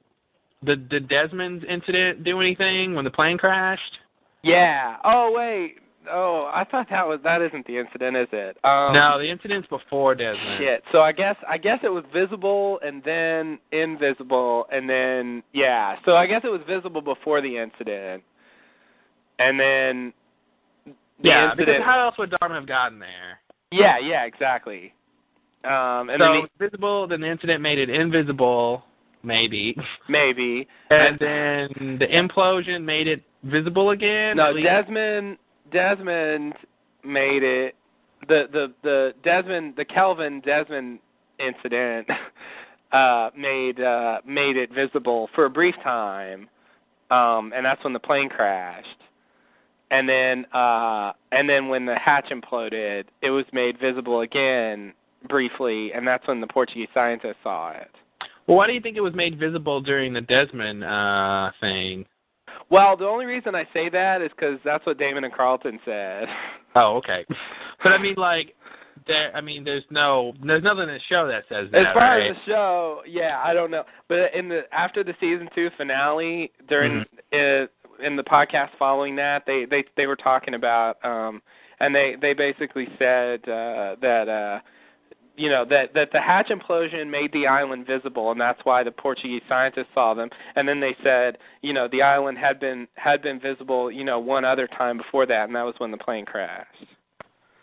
[SPEAKER 3] the the Desmond's incident do anything when the plane crashed?
[SPEAKER 2] Yeah. Oh wait. Oh, I thought that was that isn't the incident, is it? Um,
[SPEAKER 3] no, the incident's before Desmond.
[SPEAKER 2] Shit. So I guess I guess it was visible and then invisible and then yeah. So I guess it was visible before the incident, and then the
[SPEAKER 3] Yeah, because
[SPEAKER 2] incident.
[SPEAKER 3] how else would Dharma have gotten there?
[SPEAKER 2] yeah, yeah, exactly. Um, and
[SPEAKER 3] so
[SPEAKER 2] then
[SPEAKER 3] it was visible, then the incident made it invisible, maybe,
[SPEAKER 2] he- maybe
[SPEAKER 3] and then the implosion made it visible again.
[SPEAKER 2] no
[SPEAKER 3] at least-
[SPEAKER 2] Desmond Desmond made it the the the Desmond the Kelvin Desmond incident uh made uh made it visible for a brief time um and that's when the plane crashed and then uh and then when the hatch imploded it was made visible again briefly and that's when the Portuguese scientists saw it
[SPEAKER 3] Well, why do you think it was made visible during the Desmond uh thing?
[SPEAKER 2] well the only reason I say that is cuz that's what Damon and Carlton said
[SPEAKER 3] Oh, okay. But I mean, like, there. I mean, there's no, there's nothing in the show that says that,
[SPEAKER 2] As far
[SPEAKER 3] right?
[SPEAKER 2] as the show, yeah, I don't know. But in the after the season two finale, during
[SPEAKER 3] Mm-hmm.
[SPEAKER 2] uh, in the podcast following that, they they they were talking about, um, and they they basically said uh, that uh, you know that that the hatch implosion made the island visible, and that's why the Portuguese scientists saw them. And then they said, you know, the island had been had been visible, you know, one other time before that, and that was when the plane crashed.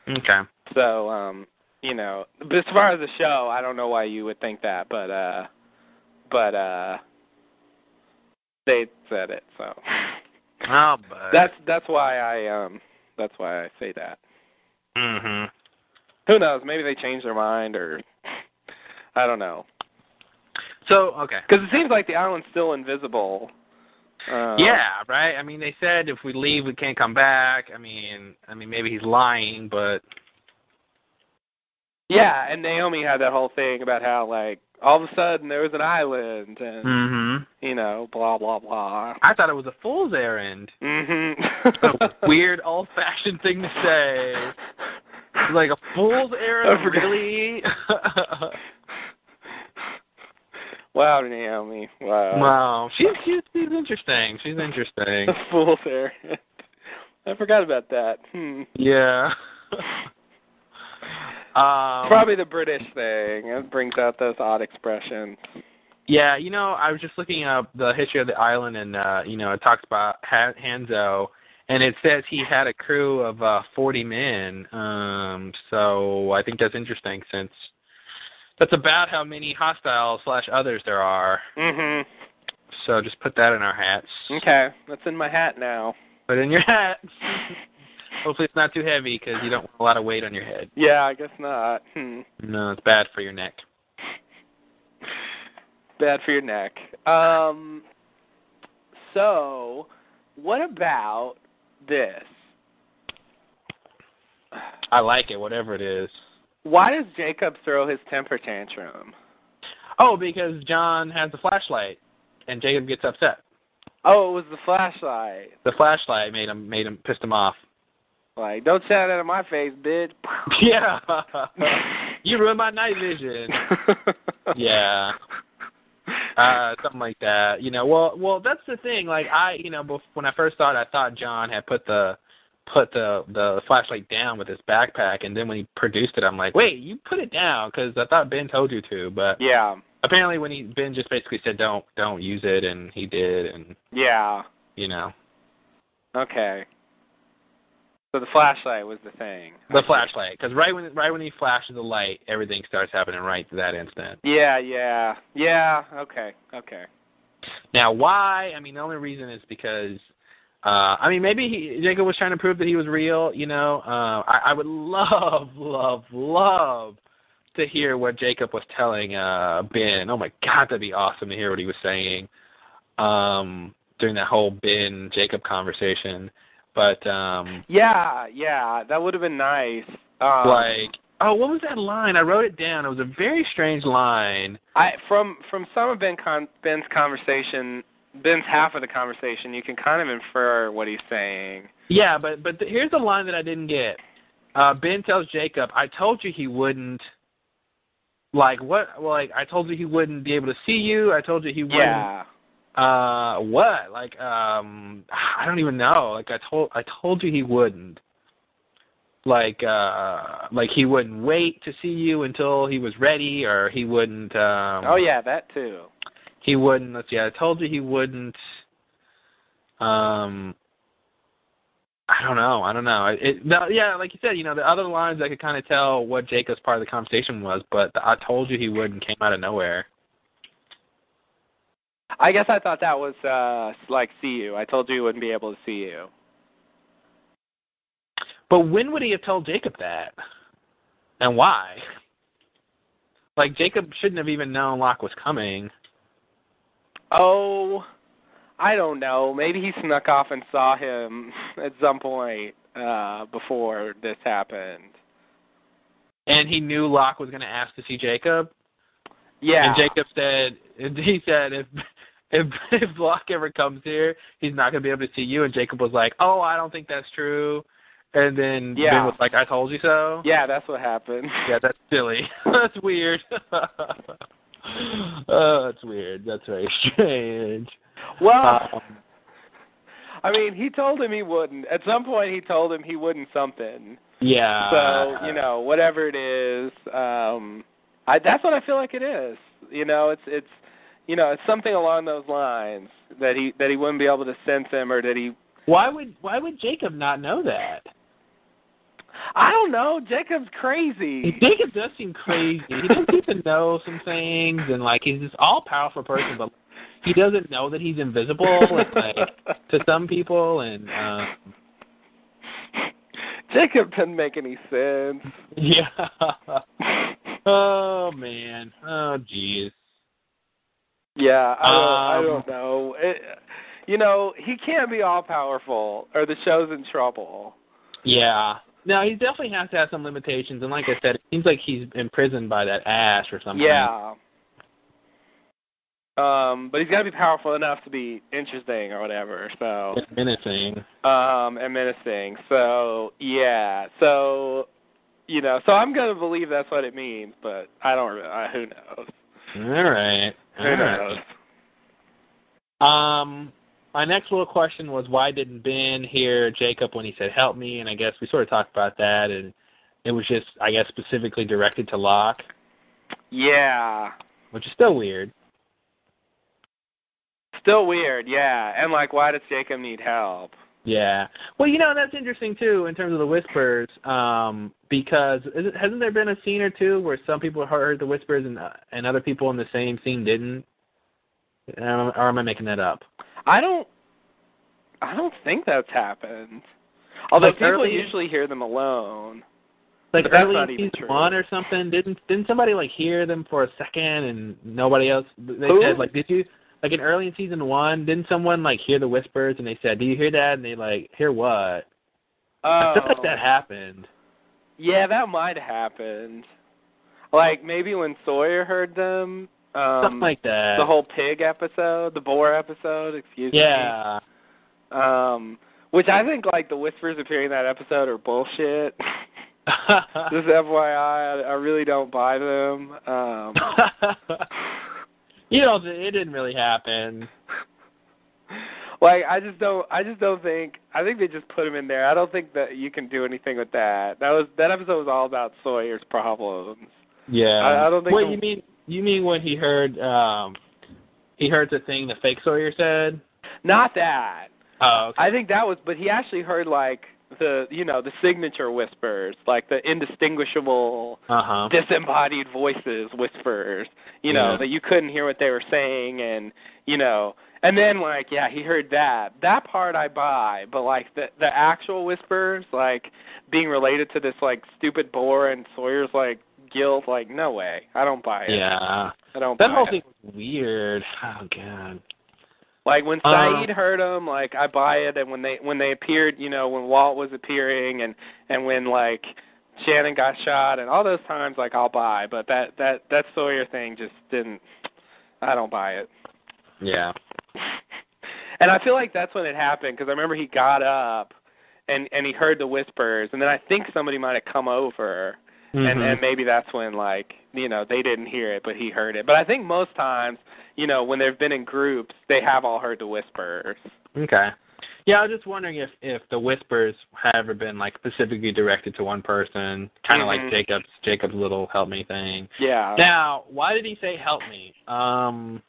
[SPEAKER 3] okay.
[SPEAKER 2] So, um, you know, but as far as the show, I don't know why you would think that, but uh but uh they said it, so
[SPEAKER 3] Oh, but
[SPEAKER 2] that's that's why I um that's why I say that.
[SPEAKER 3] hmm
[SPEAKER 2] Who knows, maybe they changed their mind or I don't know.
[SPEAKER 3] So okay.
[SPEAKER 2] Cuz it seems like the island's still invisible. Uh,
[SPEAKER 3] yeah, right. I mean, they said if we leave, we can't come back. I mean, I mean, maybe he's lying, but
[SPEAKER 2] Yeah, and Naomi had that whole thing about how like all of a sudden there was an island and
[SPEAKER 3] hmm
[SPEAKER 2] you know, blah blah blah.
[SPEAKER 3] I thought it was a fool's errand.
[SPEAKER 2] Mhm.
[SPEAKER 3] A weird, old-fashioned thing to say. Like a fool's
[SPEAKER 2] I
[SPEAKER 3] errand,
[SPEAKER 2] forgot.
[SPEAKER 3] really?
[SPEAKER 2] Wow, Naomi. Wow.
[SPEAKER 3] wow, she's, she's she's interesting. She's interesting.
[SPEAKER 2] The fool there. I forgot about that. Hmm.
[SPEAKER 3] Yeah. um,
[SPEAKER 2] Probably the British thing. It brings out those odd expressions.
[SPEAKER 3] Yeah, you know, I was just looking up the history of the island, and uh, you know, it talks about ha- Hanzo, and it says he had a crew of uh, 40 men. Um, so I think that's interesting, since that's about how many hostile slash others there are.
[SPEAKER 2] Mm-hmm.
[SPEAKER 3] So just put that in our hats.
[SPEAKER 2] Okay. That's in my hat now.
[SPEAKER 3] Put it in your hat. Hopefully, it's not too heavy because you don't want a lot of weight on your head.
[SPEAKER 2] Yeah, I guess not. Hmm.
[SPEAKER 3] No, it's bad for your neck.
[SPEAKER 2] Bad for your neck. Um so what about this?
[SPEAKER 3] I like it, whatever it is.
[SPEAKER 2] Why does Jacob throw his temper tantrum?
[SPEAKER 3] Oh, because John has the flashlight, and Jacob gets upset.
[SPEAKER 2] Oh, it was the flashlight.
[SPEAKER 3] the flashlight made him made him pissed him off.
[SPEAKER 2] Like, don't shout that in my face, bitch.
[SPEAKER 3] Yeah. you ruined my night vision. Yeah. Uh something like that. You know, well well that's the thing. Like I, you know, bef- when I first saw it, I thought John had put the put the the flashlight down with his backpack and then when he produced it I'm like, "Wait, you put it down cuz I thought Ben told you to." But
[SPEAKER 2] Yeah.
[SPEAKER 3] apparently when he Ben just basically said don't don't use it and he did and
[SPEAKER 2] Yeah.
[SPEAKER 3] you know,
[SPEAKER 2] Okay. So the flashlight was the thing.
[SPEAKER 3] the flashlight cuz right when right when he flashes the light, everything starts happening right to that instant.
[SPEAKER 2] Yeah, yeah. Yeah, okay, okay.
[SPEAKER 3] Now, why? I mean, the only reason is because, uh, I mean, maybe he, Jacob was trying to prove that he was real. You know, uh, I, I would love, love, love to hear what Jacob was telling uh, Ben. Oh my God, that'd be awesome to hear what he was saying um, during that whole Ben Jacob conversation. But um,
[SPEAKER 2] Yeah, yeah. That would have been nice. Um,
[SPEAKER 3] like, oh, what was that line? I wrote it down. It was a very strange line.
[SPEAKER 2] I from from some of Ben con- Ben's conversation, Ben's half of the conversation, you can kind of infer what he's saying.
[SPEAKER 3] Yeah, but but th- here's the line that I didn't get. Uh, ben tells Jacob, "I told you he wouldn't." Like what? Well, like I told you he wouldn't be able to see you. I told you he wouldn't.
[SPEAKER 2] Yeah.
[SPEAKER 3] Uh, what? Like um, I don't even know. Like I told I told you he wouldn't. Like uh, like he wouldn't wait to see you until he was ready, or he wouldn't. Um,
[SPEAKER 2] Oh yeah, that too.
[SPEAKER 3] he wouldn't let's see i told you he wouldn't um i don't know i don't know it, it no, yeah like you said you know the other lines i could kind of tell what jacob's part of the conversation was but the, i told you he wouldn't came out of nowhere
[SPEAKER 2] I guess I thought that was uh like see you. I told you you wouldn't be able to see you.
[SPEAKER 3] but when would he have told jacob that and why like jacob shouldn't have even known locke was coming
[SPEAKER 2] Oh, I don't know. Maybe he snuck off and saw him at some point uh before this happened.
[SPEAKER 3] and he knew locke was going to ask to see jacob
[SPEAKER 2] Yeah.
[SPEAKER 3] And Jacob said, and he said, if if if Locke ever comes here, he's not gonna be able to see you. And Jacob was like, oh, I don't think that's true. And then
[SPEAKER 2] Yeah.
[SPEAKER 3] Ben was like, I told you so.
[SPEAKER 2] yeah, that's what happened.
[SPEAKER 3] Yeah, that's silly. that's weird. oh, that's weird. That's very strange.
[SPEAKER 2] Well,
[SPEAKER 3] Um,
[SPEAKER 2] I mean, he told him he wouldn't. At some point he told him he wouldn't something.
[SPEAKER 3] yeah. Uh,
[SPEAKER 2] so you know whatever it is um i that's what i feel like it is you know it's it's you know it's something along those lines that he that he wouldn't be able to sense him or that he
[SPEAKER 3] why would why would Jacob not know that?
[SPEAKER 2] i don't know jacob's crazy
[SPEAKER 3] Jacob does seem crazy. He doesn't even know some things, and like he's this all powerful person, but he doesn't know that he's invisible and, like, to some people. And uh,
[SPEAKER 2] jacob doesn't make any sense
[SPEAKER 3] yeah, oh man, oh jeez.
[SPEAKER 2] yeah i don't, I
[SPEAKER 3] Um,
[SPEAKER 2] don't know it, you know he can't be all powerful or the show's in trouble
[SPEAKER 3] Yeah. No, he definitely has to have some limitations, and like I said, it seems like he's imprisoned by that ash or something.
[SPEAKER 2] Yeah. Um, but he's got to be powerful enough to be interesting or whatever. So,
[SPEAKER 3] It's menacing.
[SPEAKER 2] um, and menacing. So, yeah. So, you know. So I'm gonna believe that's what it means, but I don't. re- I, who knows?
[SPEAKER 3] All right.
[SPEAKER 2] Who
[SPEAKER 3] All right.
[SPEAKER 2] knows?
[SPEAKER 3] Um, my next little question was why didn't Ben hear Jacob when he said "help me"? And I guess we sort of talked about that, and it was just, I guess, specifically directed to Locke,
[SPEAKER 2] Yeah.
[SPEAKER 3] which is still weird.
[SPEAKER 2] Still weird. Yeah. And like, why does Jacob need help?
[SPEAKER 3] Yeah. Well, you know that's interesting too in terms of the whispers, um, because isn't- hasn't there been a scene or two where some people heard the whispers and uh, and other people in the same scene didn't? Um, Or am I making that up?
[SPEAKER 2] I don't. I don't think that's happened. Although
[SPEAKER 3] Like
[SPEAKER 2] people
[SPEAKER 3] early-
[SPEAKER 2] usually hear them alone.
[SPEAKER 3] like
[SPEAKER 2] But that's
[SPEAKER 3] early
[SPEAKER 2] not
[SPEAKER 3] in
[SPEAKER 2] even
[SPEAKER 3] season
[SPEAKER 2] true.
[SPEAKER 3] one or something. Didn't didn't somebody like hear them for a second and nobody else? They
[SPEAKER 2] Who?
[SPEAKER 3] said like, did you like in early in season one? Didn't someone like hear the whispers and they said, do you hear that? And they like hear what? I
[SPEAKER 2] Oh.
[SPEAKER 3] feel like that happened.
[SPEAKER 2] Yeah, that might have happened. Like maybe when Sawyer heard them, um,
[SPEAKER 3] Something like that.
[SPEAKER 2] the whole pig episode, the boar episode. Excuse
[SPEAKER 3] yeah.
[SPEAKER 2] me. Um, which I think like the whispers appearing in that episode are bullshit. Just FYI, I, I really don't buy them. Um,
[SPEAKER 3] you know, it didn't really happen.
[SPEAKER 2] like I just don't. I just don't think. I think they just put them in there. I don't think that you can do anything with that. That was that episode was all about Sawyer's problems.
[SPEAKER 3] Yeah.
[SPEAKER 2] I- I don't think
[SPEAKER 3] Wait,
[SPEAKER 2] the-
[SPEAKER 3] you mean you mean when he heard um he heard the thing the fake Sawyer said?
[SPEAKER 2] Not that.
[SPEAKER 3] Oh, okay.
[SPEAKER 2] I think that was, but he actually heard like the you know the signature whispers, like the indistinguishable
[SPEAKER 3] Uh huh.
[SPEAKER 2] disembodied voices whispers, you know
[SPEAKER 3] Yeah.
[SPEAKER 2] that you couldn't hear what they were saying, and you know, and then like yeah, he heard that. That part I buy, but like the the actual whispers, like being related to this like stupid boar and Sawyer's like guilt, like no way, I don't buy it.
[SPEAKER 3] Yeah.
[SPEAKER 2] I don't.
[SPEAKER 3] That
[SPEAKER 2] buy
[SPEAKER 3] whole
[SPEAKER 2] it.
[SPEAKER 3] thing was weird. Oh god.
[SPEAKER 2] Like when
[SPEAKER 3] Uh,
[SPEAKER 2] Saeed heard him, like I buy it, and when they when they appeared, you know, when Walt was appearing, and and when like Shannon got shot and all those times like I'll buy, but that that that Sawyer thing just didn't I don't buy it.
[SPEAKER 3] Yeah.
[SPEAKER 2] And I feel like that's when it happened because I remember he got up and and he heard the whispers and then I think somebody might have come over
[SPEAKER 3] Mm-hmm.
[SPEAKER 2] and and maybe that's when like you know they didn't hear it but he heard it. But I think most times you know when they've been in groups they have all heard the whispers.
[SPEAKER 3] Okay. Yeah, I was just wondering if if the whispers had ever been like specifically directed to one person, kind of
[SPEAKER 2] Mhm.
[SPEAKER 3] like Jacob's Jacob's little help me thing.
[SPEAKER 2] Yeah.
[SPEAKER 3] Now, why did he say help me? Um,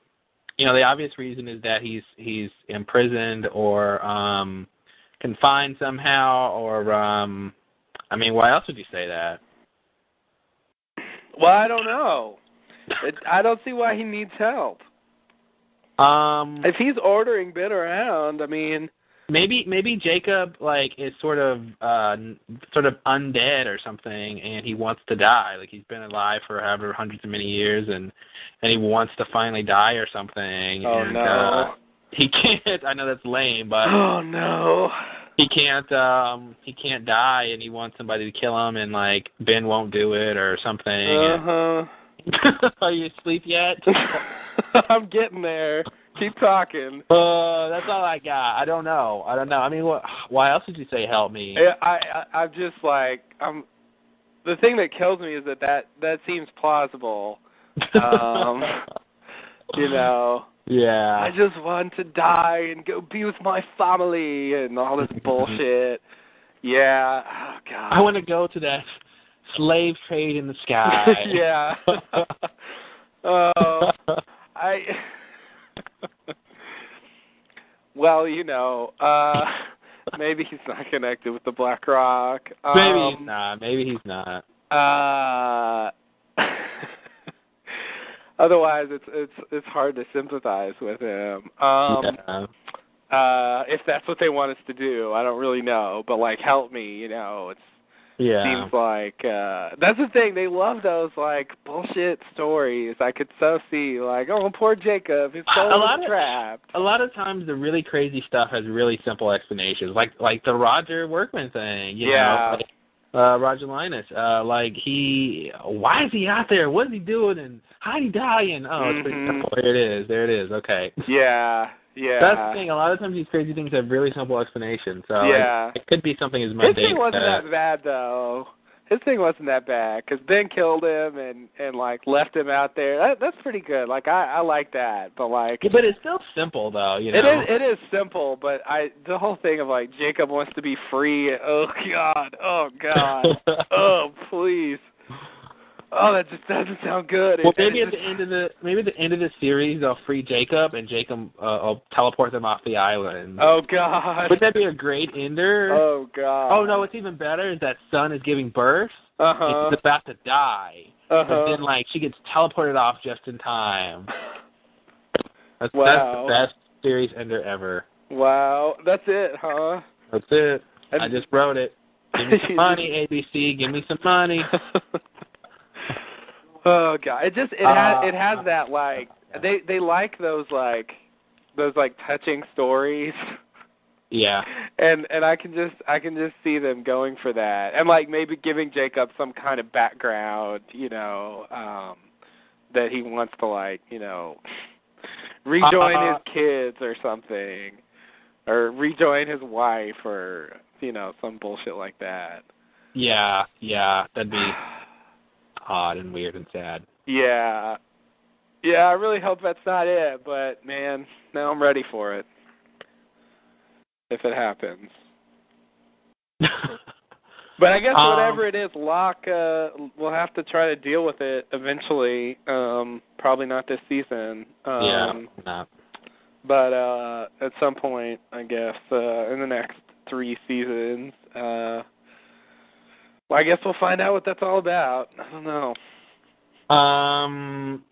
[SPEAKER 3] you know, the obvious reason is that he's he's imprisoned or um confined somehow or um I mean, why else would you say that?
[SPEAKER 2] Well, I don't know. It, I don't see why he needs help.
[SPEAKER 3] Um
[SPEAKER 2] If he's ordering bid around, I mean,
[SPEAKER 3] maybe maybe Jacob like is sort of uh n- sort of undead or something and he wants to die like he's been alive for however hundreds of many years and and he wants to finally die or something
[SPEAKER 2] oh
[SPEAKER 3] and uh
[SPEAKER 2] no.
[SPEAKER 3] he can't I know that's lame but
[SPEAKER 2] oh no.
[SPEAKER 3] he can't um he can't die and he wants somebody to kill him and like Ben won't do it or something and-
[SPEAKER 2] Uh
[SPEAKER 3] are you asleep yet
[SPEAKER 2] huh. Uh-huh. I'm getting there. Keep talking.
[SPEAKER 3] uh that's all I got I don't know I don't know I mean what why else would you say help me
[SPEAKER 2] I, I I- I'm just like I'm. The thing that kills me is that that that seems plausible. Um, You know,
[SPEAKER 3] yeah
[SPEAKER 2] I just want to die and go be with my family and all this bullshit. Yeah. Oh God.
[SPEAKER 3] I want to go to that slave trade in the sky.
[SPEAKER 2] yeah. Oh, I. well, you know, uh maybe he's not connected with the Black Rock. Um,
[SPEAKER 3] maybe he's not. Maybe he's not.
[SPEAKER 2] Uh, otherwise, it's it's it's hard to sympathize with him. Um,
[SPEAKER 3] yeah.
[SPEAKER 2] uh, if that's what they want us to do, I don't really know. But like, help me, you know. It's
[SPEAKER 3] Yeah.
[SPEAKER 2] seems like uh that's the thing they love those like bullshit stories i could so see like oh poor jacob his soul
[SPEAKER 3] A
[SPEAKER 2] was
[SPEAKER 3] lot of-
[SPEAKER 2] trapped
[SPEAKER 3] a lot of times the really crazy stuff has really simple explanations, like like the Roger Workman thing. You
[SPEAKER 2] Yeah.
[SPEAKER 3] Know? Like, uh, Roger Linus, uh, like he, why is he out there? What is he doing? And how did he die? And oh, it's pretty
[SPEAKER 2] Mhm.
[SPEAKER 3] simple. Here it is. There it is. Okay.
[SPEAKER 2] yeah yeah
[SPEAKER 3] That's the thing. A lot of times these crazy things have really simple explanations. So like,
[SPEAKER 2] yeah
[SPEAKER 3] it could be something as
[SPEAKER 2] his
[SPEAKER 3] mundane.
[SPEAKER 2] thing wasn't
[SPEAKER 3] as-
[SPEAKER 2] that bad though his thing wasn't that bad because ben killed him and and like left him out there that, that's pretty good like i i like that but like
[SPEAKER 3] Yeah, but it's still simple though, you know.
[SPEAKER 2] It is it is simple, but I the whole thing of like Jacob wants to be free. Oh God, oh God, oh please, oh that just doesn't sound good.
[SPEAKER 3] well,
[SPEAKER 2] It-
[SPEAKER 3] maybe
[SPEAKER 2] it
[SPEAKER 3] at the
[SPEAKER 2] just-
[SPEAKER 3] end of the maybe at the end of the series they'll free Jacob and Jacob uh, will teleport them off the island.
[SPEAKER 2] Oh God.
[SPEAKER 3] Would that be a great ender?
[SPEAKER 2] Oh God.
[SPEAKER 3] oh no, what's even better is that son is giving birth.
[SPEAKER 2] Uh
[SPEAKER 3] and
[SPEAKER 2] huh.
[SPEAKER 3] He's about to die.
[SPEAKER 2] Uh
[SPEAKER 3] But then
[SPEAKER 2] huh.
[SPEAKER 3] like she gets teleported off just in time. That's,
[SPEAKER 2] Wow.
[SPEAKER 3] that's the best series ender ever.
[SPEAKER 2] Wow. That's it, huh?
[SPEAKER 3] That's it.
[SPEAKER 2] And-
[SPEAKER 3] I just wrote it. Give me some money, ABC. Give me some money.
[SPEAKER 2] oh God. It just it has
[SPEAKER 3] Uh,
[SPEAKER 2] it has that like
[SPEAKER 3] yeah.
[SPEAKER 2] they they like those like those like touching stories.
[SPEAKER 3] Yeah.
[SPEAKER 2] and and I can just I can just see them going for that, and like maybe giving Jacob some kind of background, you know, um, that he wants to like, you know, rejoin
[SPEAKER 3] Uh,
[SPEAKER 2] his kids or something, or rejoin his wife or you know some bullshit like that.
[SPEAKER 3] Yeah. Yeah. That'd be odd and weird and sad.
[SPEAKER 2] yeah, yeah. I really hope that's not it, but man, now I'm ready for it. If it happens. But I guess
[SPEAKER 3] Um,
[SPEAKER 2] whatever it is, Locke uh, will have to try to deal with it eventually. Um, probably not this season. Um,
[SPEAKER 3] yeah. No.
[SPEAKER 2] But uh, at some point, I guess uh, in the next three seasons, uh, well, I guess we'll find out what that's all about. I don't know.
[SPEAKER 3] Um.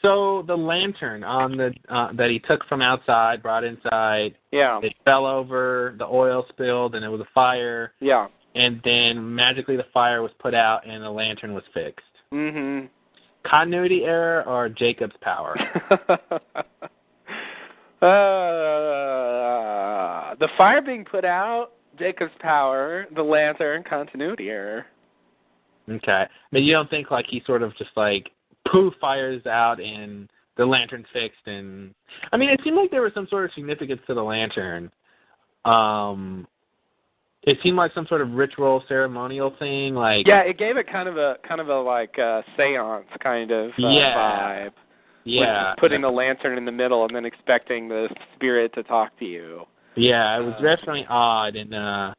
[SPEAKER 3] So the lantern on the uh, that he took from outside, brought inside,
[SPEAKER 2] Yeah.
[SPEAKER 3] it fell over. The oil spilled, and it was a fire.
[SPEAKER 2] Yeah.
[SPEAKER 3] And then magically, the fire was put out, and the lantern was fixed.
[SPEAKER 2] Mhm.
[SPEAKER 3] Continuity error or Jacob's power?
[SPEAKER 2] uh, the fire being put out, Jacob's power, the lantern, continuity error.
[SPEAKER 3] Okay. I mean, you don't think like he sort of just like poof fires out and the lantern's fixed and I mean it seemed like there was some sort of significance to the lantern. Um it seemed like some sort of ritual ceremonial thing like
[SPEAKER 2] Yeah, it gave it kind of a kind of a like uh séance kind of uh,
[SPEAKER 3] Yeah.
[SPEAKER 2] vibe.
[SPEAKER 3] yeah.
[SPEAKER 2] With putting the lantern in the middle and then expecting the spirit to talk to you.
[SPEAKER 3] Yeah, it was
[SPEAKER 2] Uh,
[SPEAKER 3] definitely odd, and uh,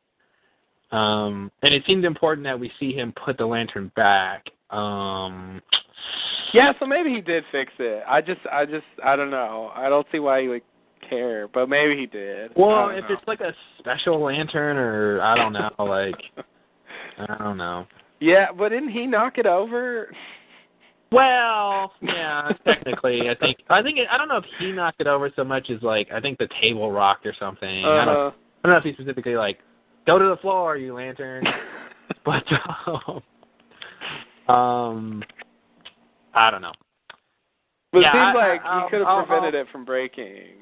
[SPEAKER 3] um, and it seemed important that we see him put the lantern back. Um,
[SPEAKER 2] Yeah, so maybe he did fix it. I just, I just, I don't know. I don't see why he would care, but maybe he did.
[SPEAKER 3] Well,
[SPEAKER 2] I don't
[SPEAKER 3] if
[SPEAKER 2] know.
[SPEAKER 3] it's like a special lantern, or I don't know, like I don't know.
[SPEAKER 2] yeah, but didn't he knock it over?
[SPEAKER 3] Well, yeah, technically, I think I think it, I don't know if he knocked it over so much as like I think the table rocked or something. I don't
[SPEAKER 2] Uh,
[SPEAKER 3] I don't know if he specifically like go to the floor, you lantern. But um, um, I don't know.
[SPEAKER 2] but
[SPEAKER 3] Yeah,
[SPEAKER 2] it seems
[SPEAKER 3] I-
[SPEAKER 2] like
[SPEAKER 3] I- I'll-
[SPEAKER 2] he could
[SPEAKER 3] I'll-
[SPEAKER 2] have prevented it from breaking.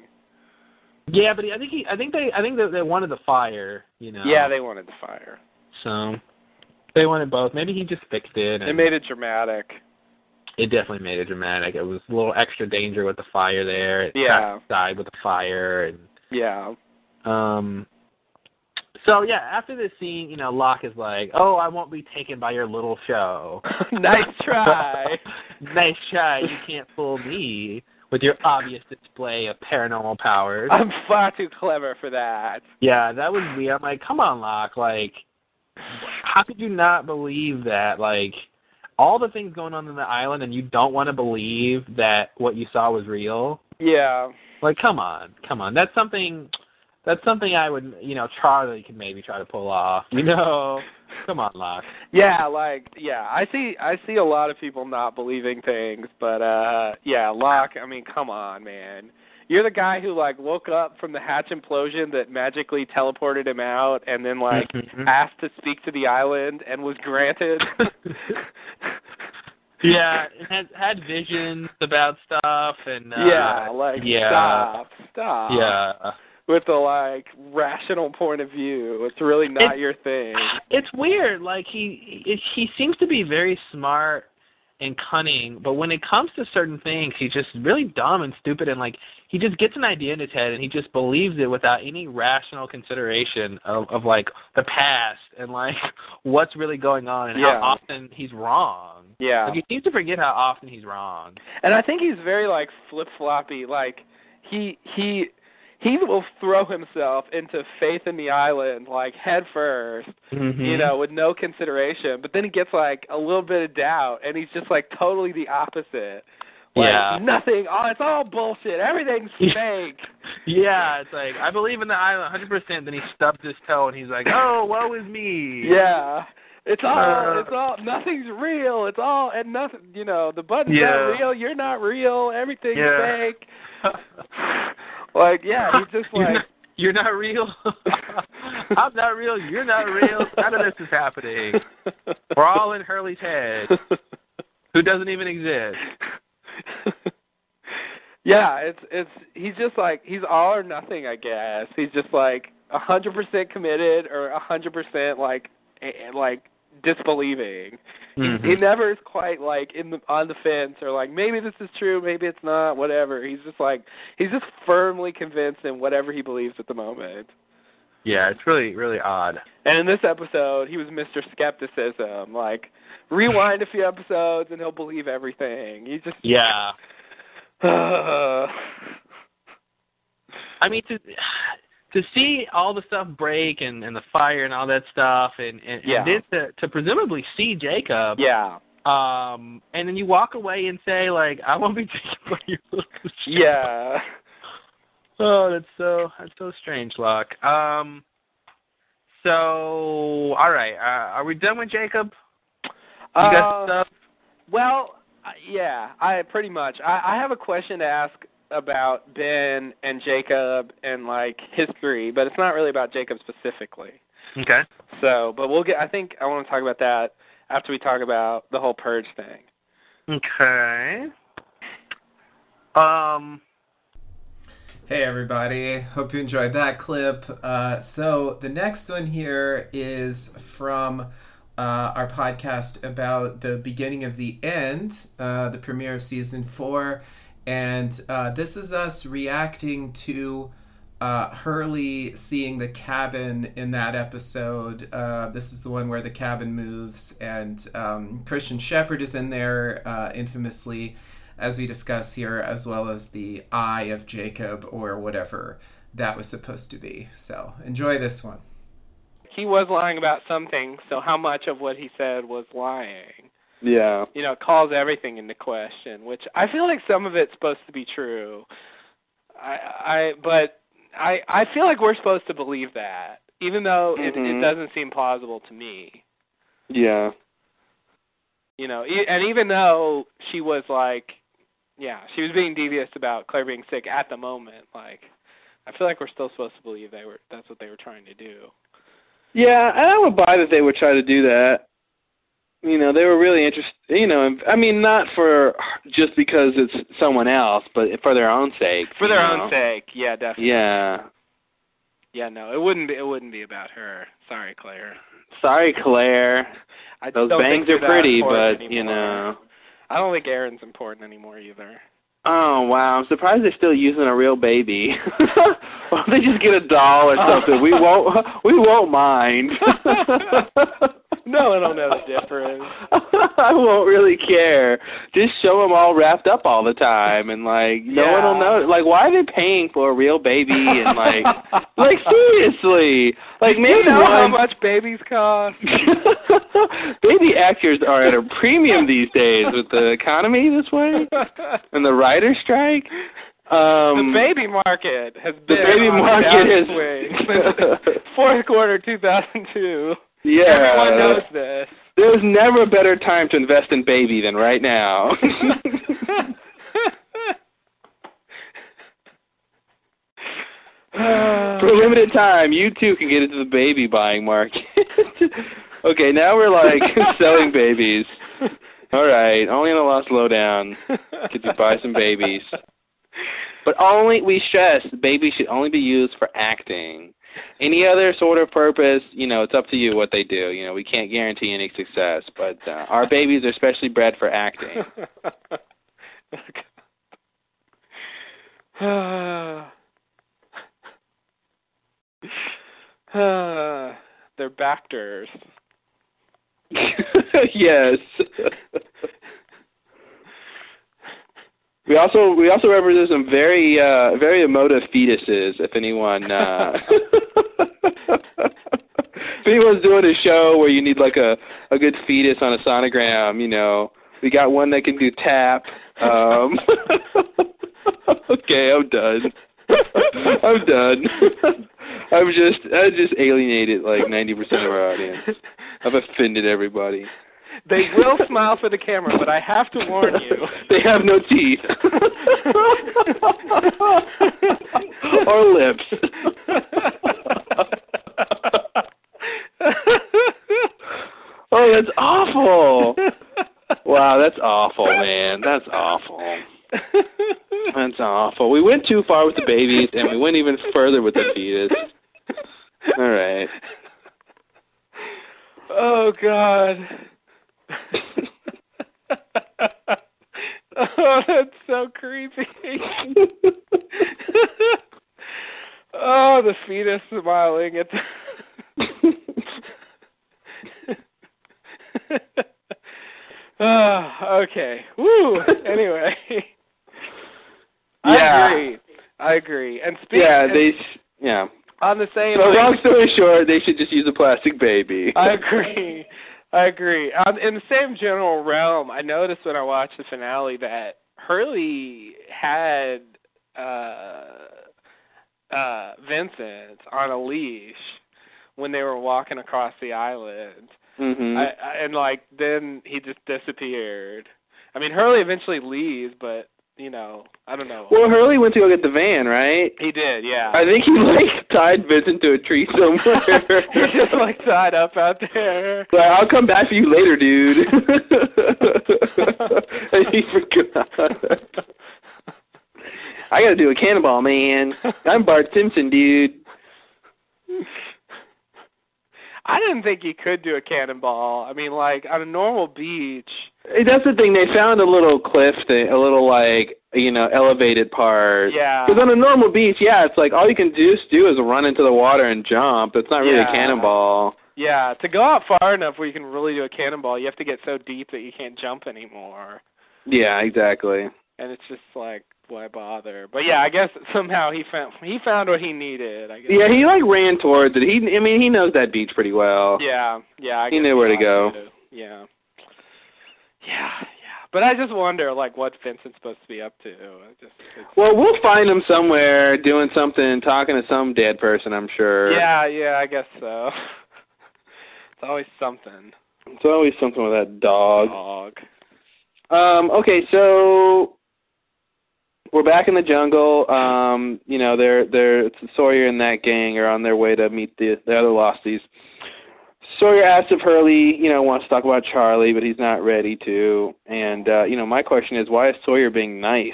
[SPEAKER 3] Yeah, but I think he, I think they, I think that they wanted the fire. You know.
[SPEAKER 2] Yeah, they wanted the fire.
[SPEAKER 3] So they wanted both. Maybe he just fixed it. And
[SPEAKER 2] It made it dramatic.
[SPEAKER 3] It definitely made it dramatic. It was a little extra danger with the fire there. It
[SPEAKER 2] Yeah.
[SPEAKER 3] cracked the side with the fire and
[SPEAKER 2] Yeah.
[SPEAKER 3] um. So yeah, after this scene, you know, Locke is like, "Oh, I won't be taken by your little show."
[SPEAKER 2] nice try.
[SPEAKER 3] nice try. You can't fool me with your obvious display of paranormal powers.
[SPEAKER 2] I'm far too clever for that.
[SPEAKER 3] Yeah, that was me. I'm like, come on, Locke. Like, how could you not believe that? Like, all the things going on in the island, and you don't want to believe that what you saw was real.
[SPEAKER 2] Yeah.
[SPEAKER 3] Like, come on, come on. That's something. That's something I would, you know, Charlie could maybe try to pull off. You know, come on, Locke.
[SPEAKER 2] Yeah, like yeah, I see I see a lot of people not believing things, but uh yeah, Locke, I mean, come on, man. You're the guy who like woke up from the hatch implosion that magically teleported him out and then like
[SPEAKER 3] Mhm.
[SPEAKER 2] asked to speak to the island and was granted.
[SPEAKER 3] yeah, and had had visions about stuff and uh,
[SPEAKER 2] yeah, like
[SPEAKER 3] yeah,
[SPEAKER 2] stop, stop.
[SPEAKER 3] yeah.
[SPEAKER 2] With the like rational point of view. It's really not your thing.
[SPEAKER 3] It's weird. Like he it, he seems to be very smart and cunning, but when it comes to certain things, he's just really dumb and stupid. And like he just gets an idea in his head and he just believes it without any rational consideration of of like the past and like what's really going on and
[SPEAKER 2] Yeah.
[SPEAKER 3] how often he's wrong.
[SPEAKER 2] Yeah.
[SPEAKER 3] Like he seems to forget how often he's wrong.
[SPEAKER 2] And I think he's very like flip floppy. Like he he he will throw himself into faith in the island like head 1st
[SPEAKER 3] Mm-hmm.
[SPEAKER 2] you know, with no consideration. But then he gets like a little bit of doubt, and he's just like totally the opposite. Like
[SPEAKER 3] Yeah.
[SPEAKER 2] nothing. Oh, it's all bullshit. Everything's fake.
[SPEAKER 3] Yeah, it's like I believe in the island 100%. Then he stubs his toe and he's like, "Oh, woe is me."
[SPEAKER 2] yeah. It's all,
[SPEAKER 3] Uh.
[SPEAKER 2] it's all, nothing's real. It's all, and nothing, you know, the button's
[SPEAKER 3] Yeah.
[SPEAKER 2] not real. You're not real. Everything's
[SPEAKER 3] Yeah.
[SPEAKER 2] fake. Like, yeah, he's just
[SPEAKER 3] You're
[SPEAKER 2] like,
[SPEAKER 3] not- you're not real. I'm not real. You're not real. None of this is happening. We're all in Hurley's head, who doesn't even exist.
[SPEAKER 2] yeah, it's it's he's just like he's all or nothing, I guess. He's just like a hundred percent committed or a hundred percent like a- like disbelieving.
[SPEAKER 3] Mm-hmm.
[SPEAKER 2] He, he never is quite like in the on the fence or like maybe this is true, maybe it's not, whatever. He's just like he's just firmly convinced in whatever he believes at the moment.
[SPEAKER 3] Yeah, it's really, really odd.
[SPEAKER 2] And in this episode, he was Mr. Skepticism. Like, rewind a few episodes and he'll believe everything. He just.
[SPEAKER 3] Yeah.
[SPEAKER 2] Uh,
[SPEAKER 3] I mean, to to see all the stuff break and, and the fire and all that stuff, and, and,
[SPEAKER 2] Yeah.
[SPEAKER 3] and then to, to presumably see Jacob,
[SPEAKER 2] yeah.
[SPEAKER 3] um, and then you walk away and say, like, I won't be taken by your little shit.
[SPEAKER 2] Yeah.
[SPEAKER 3] Oh, that's so that's so strange, Locke. Um, so all right, uh, are we done with Jacob? You got
[SPEAKER 2] Uh,
[SPEAKER 3] stuff?
[SPEAKER 2] Well, I- yeah, I pretty much. I, I have a question to ask about Ben and Jacob and, like, history, but it's not really about Jacob specifically.
[SPEAKER 3] Okay.
[SPEAKER 2] So, but we'll get. I think I want to talk about that after we talk about the whole purge thing.
[SPEAKER 3] Okay. Um.
[SPEAKER 1] Hey everybody, hope you enjoyed that clip. Uh, so the next one here is from uh, our podcast about the beginning of the end, uh, the premiere of season four. And uh, this is us reacting to uh, Hurley seeing the cabin in that episode. Uh, this is the one where the cabin moves, and um, Christian Shepherd is in there uh, infamously, as we discuss here, as well as the eye of Jacob or whatever that was supposed to be. So enjoy this one.
[SPEAKER 2] He was lying about something, so how much of what he said was lying?
[SPEAKER 4] Yeah.
[SPEAKER 2] You know, it calls everything into question, which I feel like some of it's supposed to be true. I I but I I feel like we're supposed to believe that, even though it,
[SPEAKER 4] Mhm.
[SPEAKER 2] it doesn't seem plausible to me.
[SPEAKER 4] Yeah.
[SPEAKER 2] You know, e- and even though she was like, yeah, she was being devious about Claire being sick at the moment. Like, I feel like we're still supposed to believe they were that's what they were trying to do.
[SPEAKER 4] Yeah, and I would buy that they would try to do that. You know, they were really interested. You know, and- I mean, not for just because it's someone else, but for their own sake.
[SPEAKER 2] For their
[SPEAKER 4] you
[SPEAKER 2] own
[SPEAKER 4] know.
[SPEAKER 2] sake, yeah, definitely.
[SPEAKER 4] Yeah.
[SPEAKER 2] Yeah, no, it wouldn't be it wouldn't be about her. Sorry, Claire.
[SPEAKER 4] Sorry, Claire.
[SPEAKER 2] I just
[SPEAKER 4] Those
[SPEAKER 2] don't
[SPEAKER 4] bangs
[SPEAKER 2] think you're
[SPEAKER 4] are
[SPEAKER 2] that
[SPEAKER 4] pretty,
[SPEAKER 2] important
[SPEAKER 4] but you
[SPEAKER 2] anymore.
[SPEAKER 4] know.
[SPEAKER 2] I don't think Aaron's important anymore either.
[SPEAKER 4] Oh wow! I'm surprised they're still using a real baby. Why don't they just get a doll or something? we won't. We won't mind.
[SPEAKER 2] No, I don't know the difference.
[SPEAKER 4] I won't really care. Just show them all wrapped up all the time, and like no one will
[SPEAKER 2] Yeah.
[SPEAKER 4] know. Like, why are they paying for a real baby? And like, like seriously, like maybe
[SPEAKER 2] you know how
[SPEAKER 4] one-
[SPEAKER 2] much babies cost.
[SPEAKER 4] baby actors are at a premium these days with the economy this way
[SPEAKER 2] the
[SPEAKER 4] and the writer strike. Um,
[SPEAKER 2] baby market has been
[SPEAKER 4] the baby
[SPEAKER 2] on a
[SPEAKER 4] market is-
[SPEAKER 2] downswing since fourth quarter 2002.
[SPEAKER 4] yeah.
[SPEAKER 2] Everyone knows this.
[SPEAKER 4] There's never a better time to invest in baby than right now. For a limited time, you too can get into the baby buying market. okay, now we're like selling babies. All right, only in a lost lowdown could you buy some babies. But only we stress babies should only be used for acting. Any other sort of purpose, you know, it's up to you what they do. You know, we can't guarantee any success, but uh, our babies are specially bred for acting.
[SPEAKER 2] They're Bactors.
[SPEAKER 4] yes. We also we also represent some very uh very emotive fetuses if anyone uh if anyone's doing a show where you need like a a good fetus on a sonogram, you know, we got one that can do tap. Um Okay, I'm done. I'm done. I'm just I just alienated like 90% of our audience. I've offended everybody.
[SPEAKER 2] They will smile for the camera, but I have to warn you.
[SPEAKER 4] They have no teeth. or lips. oh, that's awful. Wow, that's awful, man. That's awful. That's awful. We went too far with the babies and we went even further with the fetus. All right.
[SPEAKER 2] Oh God. oh, that's so creepy. oh, the fetus smiling at the. Ah, okay. Woo. Anyway.
[SPEAKER 4] Yeah.
[SPEAKER 2] I agree. I agree. And speaking
[SPEAKER 4] Yeah, they s- yeah.
[SPEAKER 2] on the same
[SPEAKER 4] So long
[SPEAKER 2] link-
[SPEAKER 4] story short, they should just use a plastic baby.
[SPEAKER 2] I agree. I agree. Um, in the same general realm, I noticed when I watched the finale that Hurley had uh, uh, Vincent on a leash when they were walking across the island,
[SPEAKER 4] Mhm.
[SPEAKER 2] I, I, and like then he just disappeared. I mean, Hurley eventually leaves, but you know, I don't know.
[SPEAKER 4] Well, Hurley went to go get the van, right?
[SPEAKER 2] he did, yeah.
[SPEAKER 4] I think he like tied Vincent to a tree somewhere.
[SPEAKER 2] He's just like tied up out there.
[SPEAKER 4] Like, I'll come back for you later, dude. and he forgot. I gotta do a cannonball, man. I'm Bart Simpson, dude.
[SPEAKER 2] I didn't think he could do a cannonball. I mean, like on a normal beach.
[SPEAKER 4] That's the thing. They found a little cliff, thing, a little like you know elevated part.
[SPEAKER 2] Yeah.
[SPEAKER 4] Because on a normal beach, yeah, it's like all you can do just do is run into the water and jump. It's not really
[SPEAKER 2] Yeah.
[SPEAKER 4] a cannonball.
[SPEAKER 2] Yeah, to go out far enough where you can really do a cannonball, you have to get so deep that you can't jump anymore.
[SPEAKER 4] Yeah, exactly.
[SPEAKER 2] And it's just like, why bother? But yeah, I guess somehow he found he found what he needed. I guess.
[SPEAKER 4] Yeah, he like ran towards it. He, I mean, he knows that beach pretty well.
[SPEAKER 2] Yeah, yeah. I
[SPEAKER 4] He
[SPEAKER 2] guess
[SPEAKER 4] knew where to
[SPEAKER 2] I
[SPEAKER 4] go.
[SPEAKER 2] do. Yeah. Yeah, yeah. But I just wonder, like, what Vincent's supposed to be up to. I just. it's-
[SPEAKER 4] Well, we'll find him somewhere doing something, talking to some dead person. I'm sure.
[SPEAKER 2] yeah, yeah. I guess so. it's always something.
[SPEAKER 4] It's always something with that dog.
[SPEAKER 2] Dog.
[SPEAKER 4] Um, okay, so we're back in the jungle. Um, you know, they're they're Sawyer and that gang are on their way to meet the the other losties. Sawyer asks if Hurley, you know, wants to talk about Charlie, but he's not ready to. And uh, you know, my question is, why is Sawyer being nice?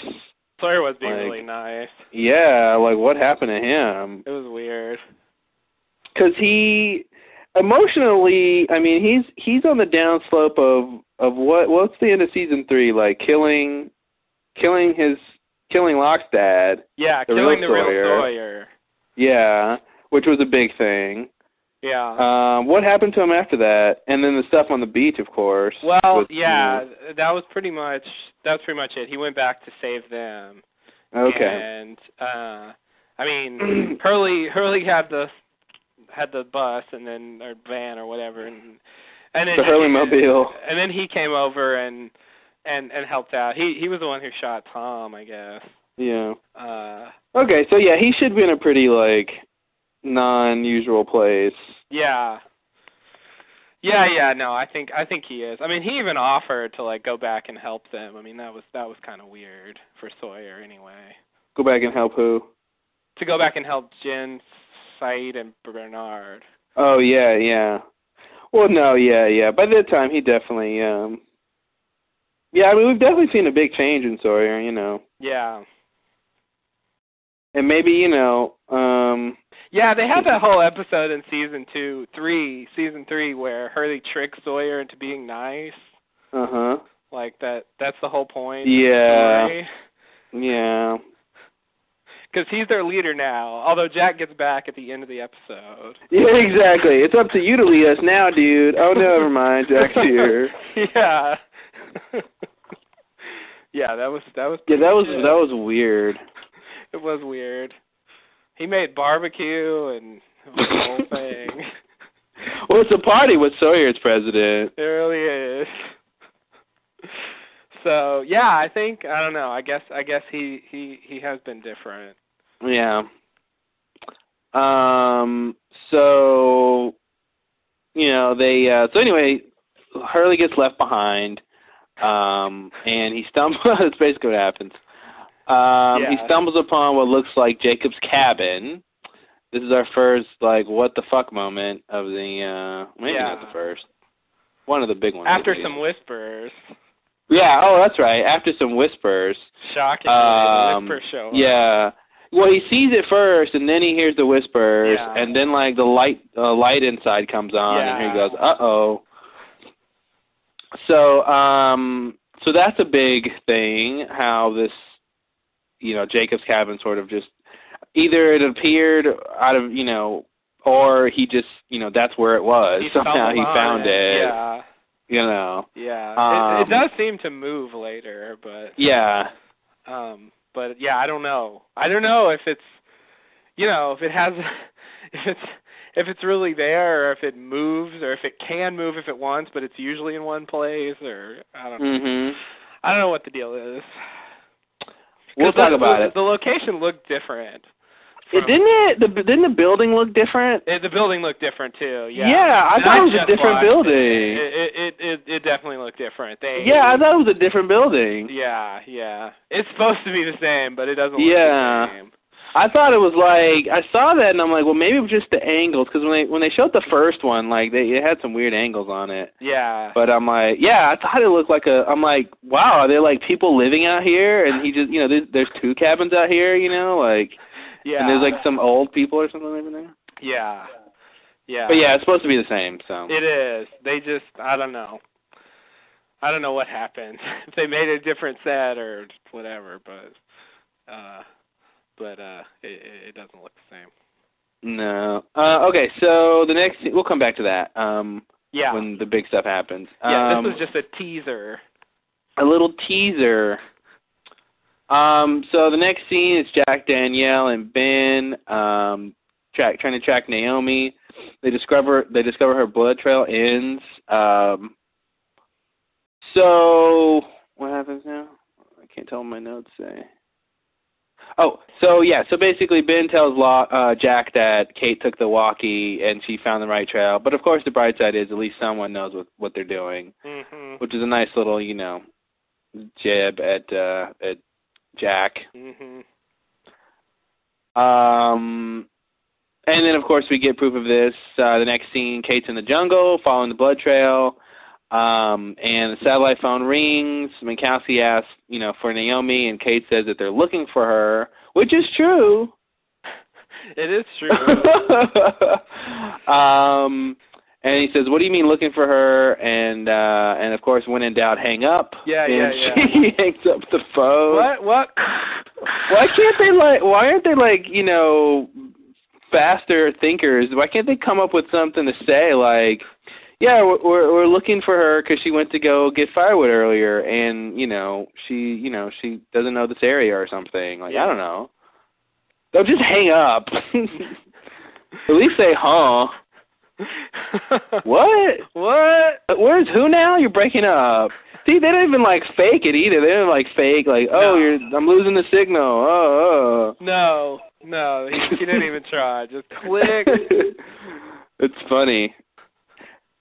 [SPEAKER 2] Sawyer was being
[SPEAKER 4] Like-
[SPEAKER 2] really nice.
[SPEAKER 4] Yeah, like what happened to him?
[SPEAKER 2] It was weird.
[SPEAKER 4] because he emotionally i mean he's he's on the downslope of of what what's the end of season three like killing killing his killing lock's dad
[SPEAKER 2] Yeah,
[SPEAKER 4] The real
[SPEAKER 2] killing the real
[SPEAKER 4] Sawyer.
[SPEAKER 2] Sawyer.
[SPEAKER 4] yeah which was a big thing
[SPEAKER 2] Yeah.
[SPEAKER 4] um what happened to him after that and then the stuff on the beach of course
[SPEAKER 2] well,
[SPEAKER 4] with-
[SPEAKER 2] yeah, that was pretty much that was pretty much it. He went back to save them.
[SPEAKER 4] okay
[SPEAKER 2] And uh I mean Hurley Hurley had the had the bus and then or van or whatever and and then
[SPEAKER 4] The Hurley Mobile.
[SPEAKER 2] And then he came over and and and helped out. He he was the one who shot Tom, I guess.
[SPEAKER 4] yeah
[SPEAKER 2] Uh
[SPEAKER 4] okay so yeah he should be in a pretty like non usual place
[SPEAKER 2] yeah. Yeah, yeah, no, I think I think he is. I mean, he even offered to like go back and help them. I mean, that was that was kind of weird for Sawyer anyway.
[SPEAKER 4] go back and help who
[SPEAKER 2] To go back and help Jen, Said and Bernard.
[SPEAKER 4] Oh yeah, yeah. Well, no, yeah, yeah. By that time, he definitely, um, yeah. I mean, we've definitely seen a big change in Sawyer, you know,
[SPEAKER 2] Yeah.
[SPEAKER 4] and maybe you know, um,
[SPEAKER 2] Yeah, they had that whole episode in season two, three, season three, where Hurley tricks Sawyer into being nice.
[SPEAKER 4] uh huh,
[SPEAKER 2] Like that—that's the whole point.
[SPEAKER 4] Yeah. yeah,
[SPEAKER 2] Because he's their leader now. Although Jack gets back at the end of the episode.
[SPEAKER 4] yeah, exactly. It's up to you to lead us now, dude. Oh no, never mind, Jack's here.
[SPEAKER 2] yeah. yeah, that was that was.
[SPEAKER 4] Yeah, that was
[SPEAKER 2] pretty
[SPEAKER 4] that was weird.
[SPEAKER 2] good. It was weird. He made barbecue and the whole thing.
[SPEAKER 4] Well, it's a party with Sawyer's president.
[SPEAKER 2] It really is. So yeah, I think I don't know. I guess I guess he he he has been different.
[SPEAKER 4] Yeah. Um. So, you know, they. Uh, so anyway, Hurley gets left behind, um, and he stumbles. that's basically what happens. Um, He
[SPEAKER 2] Yeah.
[SPEAKER 4] stumbles upon what looks like Jacob's cabin. This is our first like what the fuck moment of the. Uh, maybe not
[SPEAKER 2] Yeah.
[SPEAKER 4] the first. One of the big ones. at
[SPEAKER 2] After
[SPEAKER 4] least.
[SPEAKER 2] some whispers,
[SPEAKER 4] Yeah. Oh, that's right. After some whispers.
[SPEAKER 2] shocking
[SPEAKER 4] Um,
[SPEAKER 2] whisper show. up.
[SPEAKER 4] Yeah. Well, he sees it first, and then he hears the whispers,
[SPEAKER 2] Yeah.
[SPEAKER 4] and then like the light, uh, light inside comes on, and he
[SPEAKER 2] Yeah.
[SPEAKER 4] goes, "Uh oh." So, um, so that's a big thing. How this, you know, Jacob's cabin sort of just either it appeared out of you know, or he just you know that's where it was.
[SPEAKER 2] He
[SPEAKER 4] Somehow
[SPEAKER 2] stumbled
[SPEAKER 4] he
[SPEAKER 2] on
[SPEAKER 4] found it.
[SPEAKER 2] Yeah,
[SPEAKER 4] You know.
[SPEAKER 2] yeah. it,
[SPEAKER 4] Um,
[SPEAKER 2] it does seem to move later, but
[SPEAKER 4] Yeah.
[SPEAKER 2] um, but yeah, I don't know. I don't know if it's you know if it has if it's if it's really there or if it moves or if it can move if it wants, but it's usually in one place or I don't know.
[SPEAKER 4] Mhm.
[SPEAKER 2] I don't know what the deal is.
[SPEAKER 4] We'll
[SPEAKER 2] 'Cause
[SPEAKER 4] talk
[SPEAKER 2] the-
[SPEAKER 4] about
[SPEAKER 2] the,
[SPEAKER 4] it.
[SPEAKER 2] The location looked different.
[SPEAKER 4] It didn't it. The, didn't the building look different?
[SPEAKER 2] It, the building looked different too. Yeah.
[SPEAKER 4] I
[SPEAKER 2] And
[SPEAKER 4] thought it was
[SPEAKER 2] just
[SPEAKER 4] a different
[SPEAKER 2] watched It.
[SPEAKER 4] building.
[SPEAKER 2] It, it it it definitely looked different. They
[SPEAKER 4] yeah, I thought it was a different building.
[SPEAKER 2] yeah, yeah. It's supposed to be the same, but it doesn't look
[SPEAKER 4] Yeah.
[SPEAKER 2] the same.
[SPEAKER 4] I thought it was like I saw that and I'm like, well, maybe it was just the angles because when they when they showed the first one, like they it had some weird angles on it.
[SPEAKER 2] Yeah.
[SPEAKER 4] But I'm like, yeah, I thought it looked like a. I'm like, wow, are there like people living out here? And he just, you know, there's, there's two cabins out here, you know, like,
[SPEAKER 2] yeah.
[SPEAKER 4] and there's like some old people or something living there.
[SPEAKER 2] Yeah. Yeah.
[SPEAKER 4] But yeah, it's supposed to be the same. So
[SPEAKER 2] It is. They just I don't know. I don't know what happened. if they made a different set or whatever, but uh but uh it it- it doesn't look the same.
[SPEAKER 4] no. Uh, okay, so the next we'll come back to that um,
[SPEAKER 2] Yeah.
[SPEAKER 4] when the big stuff happens.
[SPEAKER 2] yeah,
[SPEAKER 4] Um,
[SPEAKER 2] this was just a teaser.
[SPEAKER 4] a little teaser. Um, so the next scene is Jack, Danielle, and Ben um, track, trying to track Naomi. They discover they discover her blood trail ends. Um, so what happens now? I can't tell what my notes say. Oh, so yeah, so basically Ben tells Lo- uh, Jack that Kate took the walkie and she found the right trail. But of course, the bright side is at least someone knows what what they're doing
[SPEAKER 2] Mhm.
[SPEAKER 4] which is a nice little you know jab at uh at Jack.
[SPEAKER 2] Mhm.
[SPEAKER 4] Um, and then of course we get proof of this. Uh, the next scene, Kate's in the jungle following the blood trail. Um, and the satellite phone rings. Minkowski asks, you know, for Naomi, and Kate says that they're looking for her, which is true.
[SPEAKER 2] It is true.
[SPEAKER 4] um, and he says, "What do you mean looking for her?" And uh, and of course, when in doubt, hang up.
[SPEAKER 2] Yeah,
[SPEAKER 4] and
[SPEAKER 2] yeah,
[SPEAKER 4] She hangs up the phone.
[SPEAKER 2] what what
[SPEAKER 4] Why can't they like? Why aren't they like you know faster thinkers? Why can't they come up with something to say like? Yeah, we're we're, we're looking for her because she went to go get firewood earlier, and you know she you know she doesn't know this area or something. Like I don't know. They'll just hang up. At least say huh. What?
[SPEAKER 2] What?
[SPEAKER 4] Where's who now? You're breaking up. See, they don't even like fake it either. They don't like fake like,
[SPEAKER 2] No.
[SPEAKER 4] oh, you're I'm losing the signal. Oh,
[SPEAKER 2] No, no, he, he didn't even try. Just
[SPEAKER 4] oh.
[SPEAKER 2] click.
[SPEAKER 4] it's funny.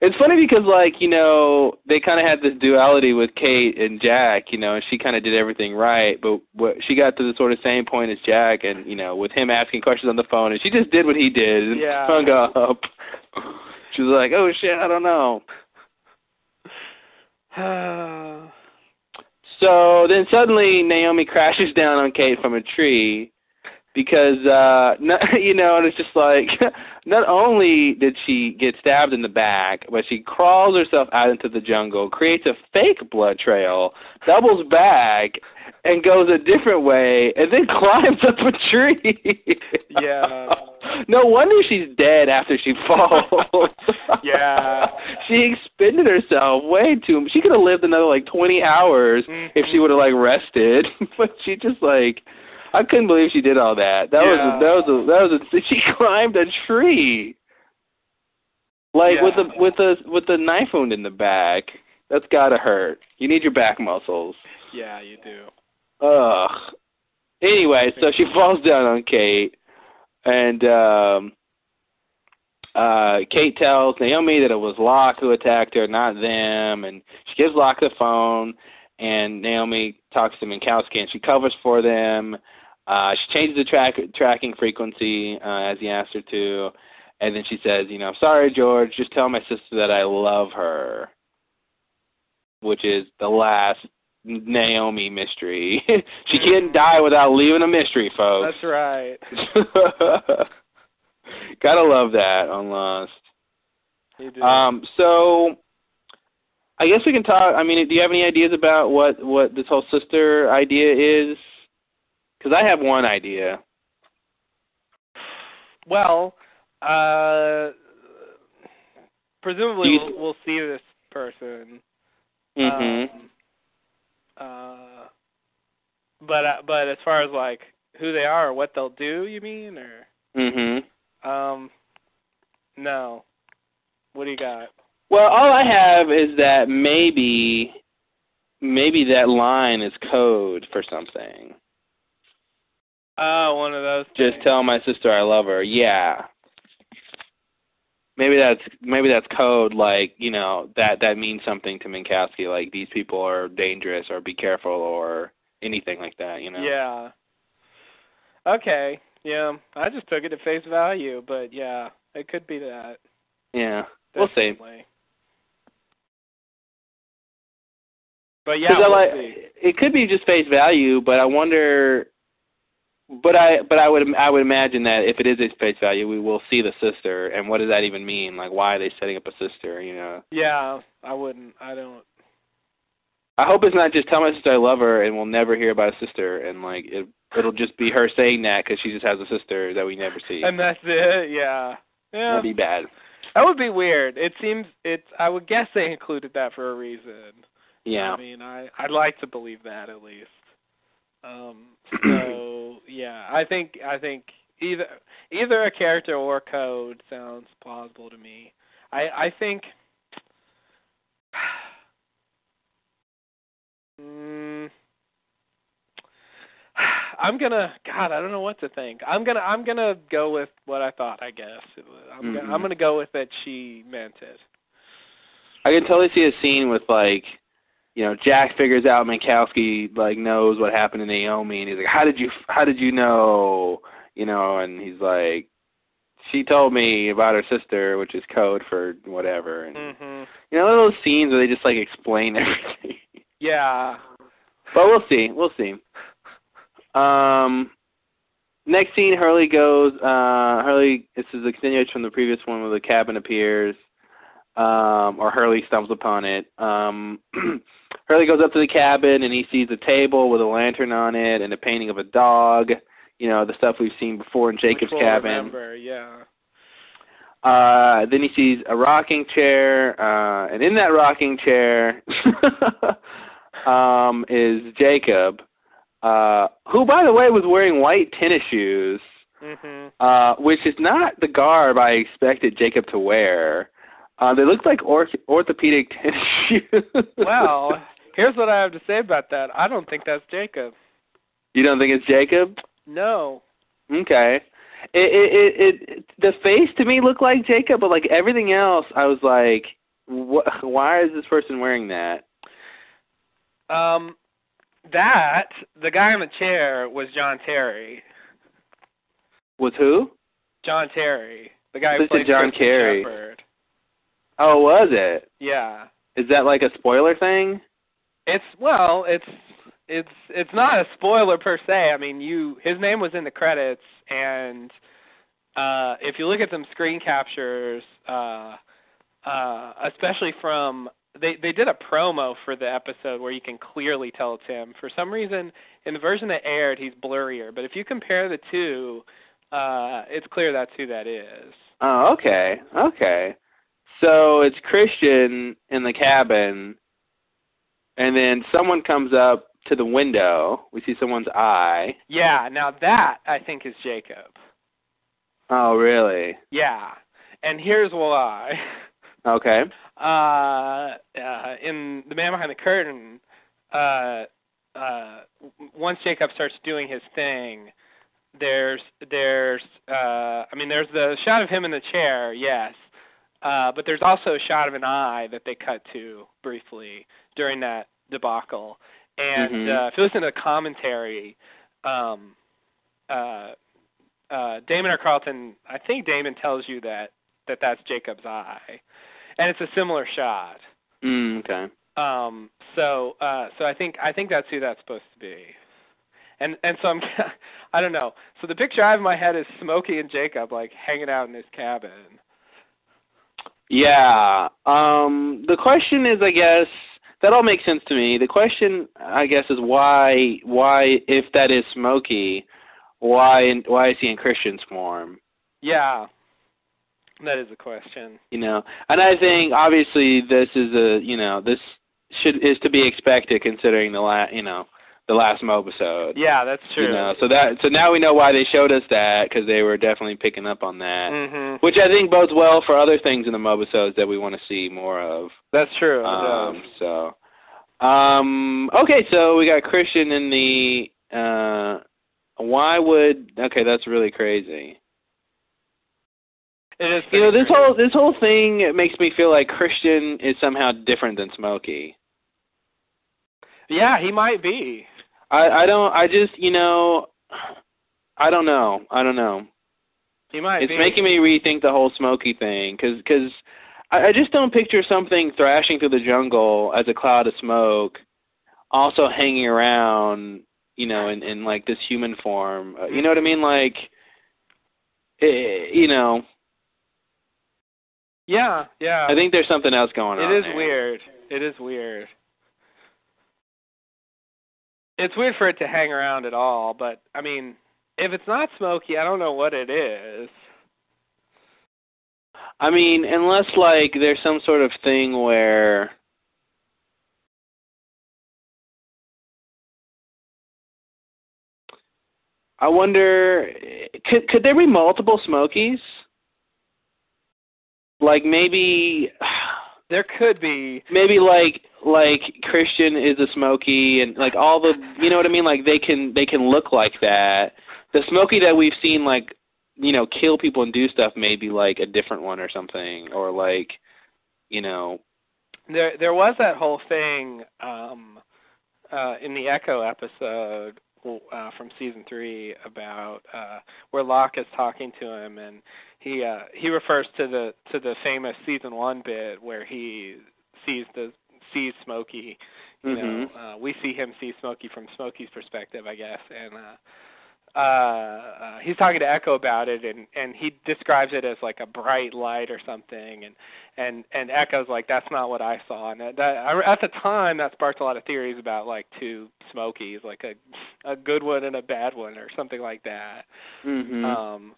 [SPEAKER 4] It's funny because like you know they kind of had this duality with Kate and Jack. You know, and she kind of did everything right, but what, she got to the sort of same point as Jack, and you know, with him asking questions on the phone, and she just did what he did and
[SPEAKER 2] Yeah.
[SPEAKER 4] hung up. She was like, oh shit, I don't know. So then suddenly Naomi crashes down on Kate from a tree because uh no- you know and it's just like not only did she get stabbed in the back but she crawls herself out into the jungle creates a fake blood trail doubles back and goes a different way and then climbs up a tree
[SPEAKER 2] Yeah.
[SPEAKER 4] no wonder she's dead after she falls
[SPEAKER 2] Yeah.
[SPEAKER 4] she expended herself way too she could have lived another like 20 hours if she would have like rested, but she just like I couldn't believe she did all that. That
[SPEAKER 2] Yeah.
[SPEAKER 4] was that was a, that was a, she climbed a tree, like with
[SPEAKER 2] Yeah.
[SPEAKER 4] a with a with a knife wound in the back. That's gotta hurt. You need your back muscles.
[SPEAKER 2] yeah, you do.
[SPEAKER 4] Ugh. Anyway, so she falls down on Kate, and um, uh, Kate tells Naomi that it was Locke who attacked her, not them, and she gives Locke the phone, and Naomi talks to Minkowski, and she covers for them. Uh, she changes the track tracking frequency uh, as he asked her to, and then she says, "You know, sorry, George. Just tell my sister that I love her," which is the last Naomi mystery. she can't die without leaving a mystery, folks.
[SPEAKER 2] That's right.
[SPEAKER 4] Gotta love that on Lost.
[SPEAKER 2] You do.
[SPEAKER 4] Um, so I guess we can talk. I mean, do you have any ideas about what what this whole sister idea is? Because I have one idea.
[SPEAKER 2] well, uh, presumably
[SPEAKER 4] You-
[SPEAKER 2] we'll, we'll see this person.
[SPEAKER 4] Mm-hmm.
[SPEAKER 2] Um, uh, but uh, but as far as like who they are or what they'll do, you mean or?
[SPEAKER 4] mm-hmm.
[SPEAKER 2] Um, no. What do you got?
[SPEAKER 4] Well, all I have is that maybe, maybe that line is code for something.
[SPEAKER 2] Oh, one of those.
[SPEAKER 4] Just
[SPEAKER 2] things.
[SPEAKER 4] tell my sister I love her. Yeah. Maybe that's maybe that's code. Like you know that that means something to Minkowski. Like these people are dangerous, or be careful, or anything like that. You know.
[SPEAKER 2] Yeah. Okay. Yeah. I just took it at face value, but yeah, it could be that.
[SPEAKER 4] Yeah. We'll see.
[SPEAKER 2] definitely. But yeah,
[SPEAKER 4] 'Cause I
[SPEAKER 2] we'll
[SPEAKER 4] like,
[SPEAKER 2] see.
[SPEAKER 4] it could be just face value, but I wonder But I but I would I would imagine that if it is its face value, we will see the sister. And what does that even mean? Like, why are they setting up a sister? You know.
[SPEAKER 2] Yeah, I wouldn't. I don't.
[SPEAKER 4] I hope it's not just tell my sister I love her and we'll never hear about a sister and like it it'll just be her saying that because she just has a sister that we never see.
[SPEAKER 2] And that's it. Yeah. Yeah.
[SPEAKER 4] That'd be bad.
[SPEAKER 2] That would be weird. It seems it's. I would guess they included that for a reason.
[SPEAKER 4] Yeah.
[SPEAKER 2] I mean, I I'd like to believe that at least. Um. So yeah, I think I think either either a character or code sounds plausible to me. I I think. Mm. I'm gonna God, I don't know what to think. I'm gonna I'm gonna go with what I thought. I guess It was- I'm
[SPEAKER 4] Mhm.
[SPEAKER 2] gonna, I'm gonna go with that she meant it.
[SPEAKER 4] I can totally see a scene with like, you know, Jack figures out Minkowski like knows what happened to Naomi, and he's like, "How did you? How did you know?" You know, and he's like, "She told me about her sister, which is code for whatever." And
[SPEAKER 2] Mhm.
[SPEAKER 4] you know, those scenes where they just like explain everything.
[SPEAKER 2] Yeah.
[SPEAKER 4] but we'll see. We'll see. Um, next scene, Hurley goes. Uh, Hurley. This is a continuation from the previous one where the cabin appears, um, or Hurley stumbles upon it. Um, Hurley goes up to the cabin and he sees a table with a lantern on it and a painting of a dog. You know the stuff we've seen before in Jacob's
[SPEAKER 2] Which we'll
[SPEAKER 4] cabin.
[SPEAKER 2] Remember. Yeah.
[SPEAKER 4] Uh, then he sees a rocking chair, uh, and in that rocking chair um, is Jacob, uh, who, by the way, was wearing white tennis shoes,
[SPEAKER 2] Mhm.
[SPEAKER 4] uh, which is not the garb I expected Jacob to wear. Uh, they looked like or- orthopedic tennis shoes.
[SPEAKER 2] Well, here's what I have to say about that. I don't think that's Jacob.
[SPEAKER 4] you don't think it's Jacob?
[SPEAKER 2] No.
[SPEAKER 4] Okay. It, it it it the face to me looked like Jacob, but like everything else, I was like, wh- why is this person wearing that?
[SPEAKER 2] Um, that the guy in the chair was John Terry.
[SPEAKER 4] Was who?
[SPEAKER 2] John Terry, the guy
[SPEAKER 4] I
[SPEAKER 2] who
[SPEAKER 4] thought you
[SPEAKER 2] played
[SPEAKER 4] said John
[SPEAKER 2] Christian
[SPEAKER 4] Carey.
[SPEAKER 2] Shepherd.
[SPEAKER 4] Oh, was it?
[SPEAKER 2] Yeah.
[SPEAKER 4] Is that like a spoiler thing?
[SPEAKER 2] It's well, it's it's it's not a spoiler per se. I mean, you his name was in the credits, and uh, if you look at some screen captures, uh, uh, especially from they they did a promo for the episode where you can clearly tell it's him. For some reason, in the version that aired, he's blurrier, but if you compare the two, uh, it's clear that's who that is.
[SPEAKER 4] Oh, okay, okay. So it's Christian in the cabin, and then someone comes up to the window. We see someone's eye.
[SPEAKER 2] Yeah, now that I think is Jacob.
[SPEAKER 4] Oh, really?
[SPEAKER 2] Yeah, and here's why.
[SPEAKER 4] Okay.
[SPEAKER 2] Uh, uh, in The Man Behind the Curtain, uh, uh, w- once Jacob starts doing his thing, there's there's uh, I mean there's the shot of him in the chair, yes, uh, but there's also a shot of an eye that they cut to briefly during that debacle. And
[SPEAKER 4] Mhm.
[SPEAKER 2] uh, if you listen to the commentary, um, uh, uh, Damon or Carlton, I think Damon tells you that that that's Jacob's eye, and it's a similar shot.
[SPEAKER 4] Mm, okay.
[SPEAKER 2] Um, so uh, so I think I think that's who that's supposed to be. And and so I'm I don't know. So the picture I have in my head is Smokey and Jacob like hanging out in his cabin.
[SPEAKER 4] Yeah. Um the question is I guess that all makes sense to me. The question I guess is why why if that is Smokey, why why is he in Christian's form?
[SPEAKER 2] Yeah. That is a question.
[SPEAKER 4] You know. And I think obviously this is a you know, this should is to be expected considering the last you know, the last Mobisode.
[SPEAKER 2] Yeah, that's true.
[SPEAKER 4] You know, so that so now we know why they showed us that cuz they were definitely picking up on that.
[SPEAKER 2] Mhm.
[SPEAKER 4] Which I think bodes well for other things in the Mobisodes that we want to see more of.
[SPEAKER 2] That's true. it
[SPEAKER 4] Um,
[SPEAKER 2] does.
[SPEAKER 4] so, um, okay, so we got Christian in the. Uh, why would? Okay, that's really crazy.
[SPEAKER 2] It is
[SPEAKER 4] You know,
[SPEAKER 2] pretty
[SPEAKER 4] this
[SPEAKER 2] true.
[SPEAKER 4] whole this whole thing makes me feel like Christian is somehow different than Smokey.
[SPEAKER 2] Yeah, he might be.
[SPEAKER 4] I I don't. I just you know. I don't know. I don't know.
[SPEAKER 2] He might
[SPEAKER 4] It's
[SPEAKER 2] be.
[SPEAKER 4] making me rethink the whole Smokey thing, cause, 'cause I, I just don't picture something thrashing through the jungle as a cloud of smoke, also hanging around, you know, in in like this human form. Uh, you know what I mean? Like, eh, you know,
[SPEAKER 2] Yeah, yeah.
[SPEAKER 4] I think there's something else going on.
[SPEAKER 2] Uh, it is
[SPEAKER 4] there.
[SPEAKER 2] weird. It is weird. It's weird for it to hang around at all, but I mean, if it's not smoky, I don't know what it is.
[SPEAKER 4] I mean, unless like there's some sort of thing where I wonder could could there be multiple Smokies? Like maybe
[SPEAKER 2] There could be.
[SPEAKER 4] maybe like like Christian is a Smoky and like all the you know what I mean like they can they can look like that. The Smoky that we've seen like you know kill people and do stuff may be like a different one or something or like you know
[SPEAKER 2] There there was that whole thing um uh in the Echo episode uh from season 3 about uh where Locke is talking to him and he uh he refers to the to the famous season 1 bit where he sees the sees Smokey you
[SPEAKER 4] mhm.
[SPEAKER 2] know uh, we see him see Smokey from Smokey's perspective, I guess, and uh, uh, uh, he's talking to Echo about it, and and he describes it as like a bright light or something, and and and Echo's like that's not what I saw, and that, that I, at the time that sparked a lot of theories about like two Smokies, like a a good one and a bad one or something like that
[SPEAKER 4] Mhm.
[SPEAKER 2] um,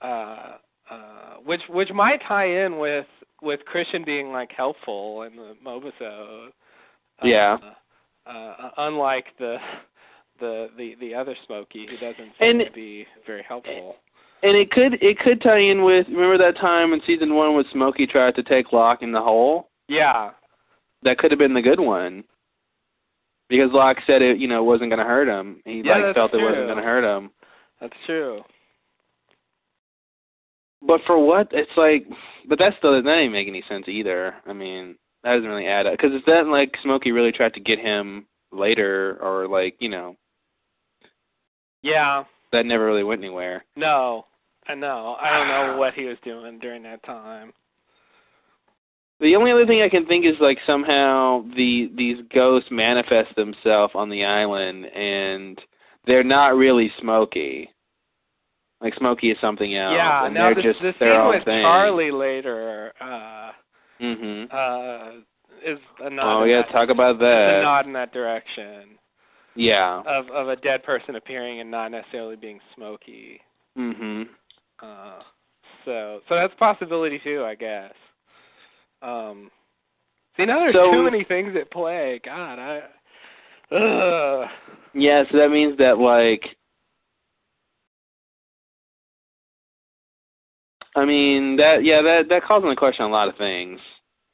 [SPEAKER 2] uh, uh, which which might tie in with with Christian being like helpful in the Mobisode. Uh,
[SPEAKER 4] Yeah.
[SPEAKER 2] Uh, uh, unlike the the the the other Smokey who doesn't seem
[SPEAKER 4] And- eh,
[SPEAKER 2] to be very helpful.
[SPEAKER 4] and it could it could tie in with remember that time in season 1 when Smokey tried to take Locke in the hole?
[SPEAKER 2] Yeah.
[SPEAKER 4] That could have been the good one. Because Locke said it, you know, wasn't going to hurt him. He
[SPEAKER 2] Yeah,
[SPEAKER 4] like
[SPEAKER 2] that's
[SPEAKER 4] felt it
[SPEAKER 2] true.
[SPEAKER 4] wasn't going to hurt him.
[SPEAKER 2] That's true.
[SPEAKER 4] But for what? It's like, but that still that didn't make any sense either. I mean, that doesn't really add up because it's not like Smokey really tried to get him later, or like you know
[SPEAKER 2] Yeah.
[SPEAKER 4] that never really went anywhere.
[SPEAKER 2] No. I know. I don't
[SPEAKER 4] Ah.
[SPEAKER 2] know what he was doing during that time.
[SPEAKER 4] The only other thing I can think is like somehow the these ghosts manifest themselves on the island, and they're not really Smokey. Like Smokey is something else,
[SPEAKER 2] yeah.
[SPEAKER 4] and
[SPEAKER 2] Now
[SPEAKER 4] they're
[SPEAKER 2] the,
[SPEAKER 4] just
[SPEAKER 2] the
[SPEAKER 4] their
[SPEAKER 2] scene
[SPEAKER 4] own
[SPEAKER 2] with
[SPEAKER 4] thing.
[SPEAKER 2] Charlie later uh,
[SPEAKER 4] hmm
[SPEAKER 2] uh, is a nod
[SPEAKER 4] Oh
[SPEAKER 2] to
[SPEAKER 4] yeah,
[SPEAKER 2] that
[SPEAKER 4] talk about
[SPEAKER 2] it's a
[SPEAKER 4] that.
[SPEAKER 2] nod in that direction
[SPEAKER 4] Yeah.
[SPEAKER 2] of of a dead person appearing and not necessarily being smoky.
[SPEAKER 4] Mhm.
[SPEAKER 2] Uh, so so that's a possibility too, I guess. Um, see now there's
[SPEAKER 4] So-
[SPEAKER 2] too many things at play. God, I. Ugh.
[SPEAKER 4] Yeah, so that means that like I mean that yeah, that that calls into question a lot of things.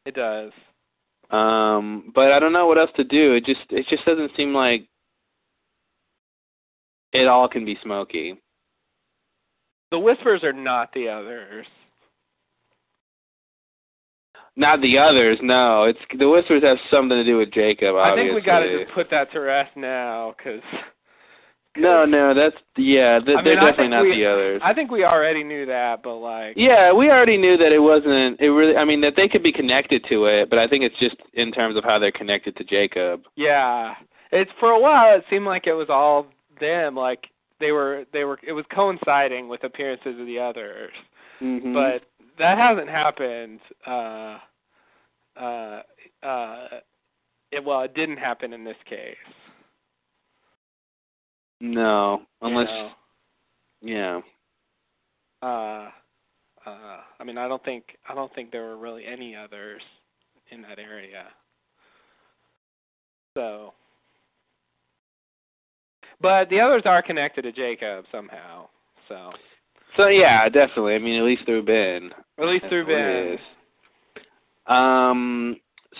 [SPEAKER 2] It does.
[SPEAKER 4] Um but I don't know what else to do. It just it just doesn't seem like it all can be smoky.
[SPEAKER 2] The whispers are not the others.
[SPEAKER 4] Not the others, no. It's the whispers have something to do with Jacob,
[SPEAKER 2] I think
[SPEAKER 4] obviously.
[SPEAKER 2] we got to just put that to rest now, because
[SPEAKER 4] No, no, that's yeah, th-
[SPEAKER 2] I mean,
[SPEAKER 4] they're
[SPEAKER 2] I think
[SPEAKER 4] definitely not
[SPEAKER 2] we-
[SPEAKER 4] the others.
[SPEAKER 2] I think we already knew that. But like,
[SPEAKER 4] Yeah, we already knew that it wasn't. It really. I mean, that they could be connected to it, but I think it's just in terms of how they're connected to Jacob.
[SPEAKER 2] Yeah. It's for a while it seemed like it was all them, like they were they were it was coinciding with appearances of the others.
[SPEAKER 4] Mm-hmm.
[SPEAKER 2] But that hasn't happened. Uh uh uh it, well, it didn't happen in this case.
[SPEAKER 4] no,
[SPEAKER 2] you
[SPEAKER 4] unless
[SPEAKER 2] know.
[SPEAKER 4] yeah,
[SPEAKER 2] uh uh I mean, I don't think I don't think there were really any others in that area. So but the others are connected to Jacob somehow. So
[SPEAKER 4] so yeah, definitely. I mean, at least through Ben.
[SPEAKER 2] At least through Ben.
[SPEAKER 4] Yes. Um.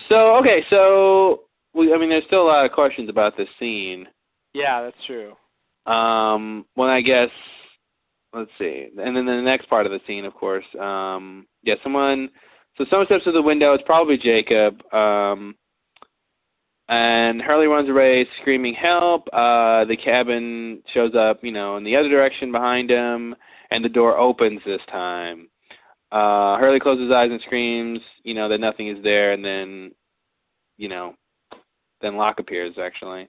[SPEAKER 4] So okay, so we. I mean, there's still a lot of questions about this scene.
[SPEAKER 2] Yeah, that's true.
[SPEAKER 4] Um, when I guess, let's see, and then the next part of the scene, of course. Um, yeah, someone. So someone steps to the window. It's probably Jacob. Um, and Hurley runs away, screaming help. Uh, the cabin shows up, you know, in the other direction behind him, and the door opens this time. Uh, Hurley closes his eyes and screams, you know, that nothing is there, and then, you know, then Locke appears actually.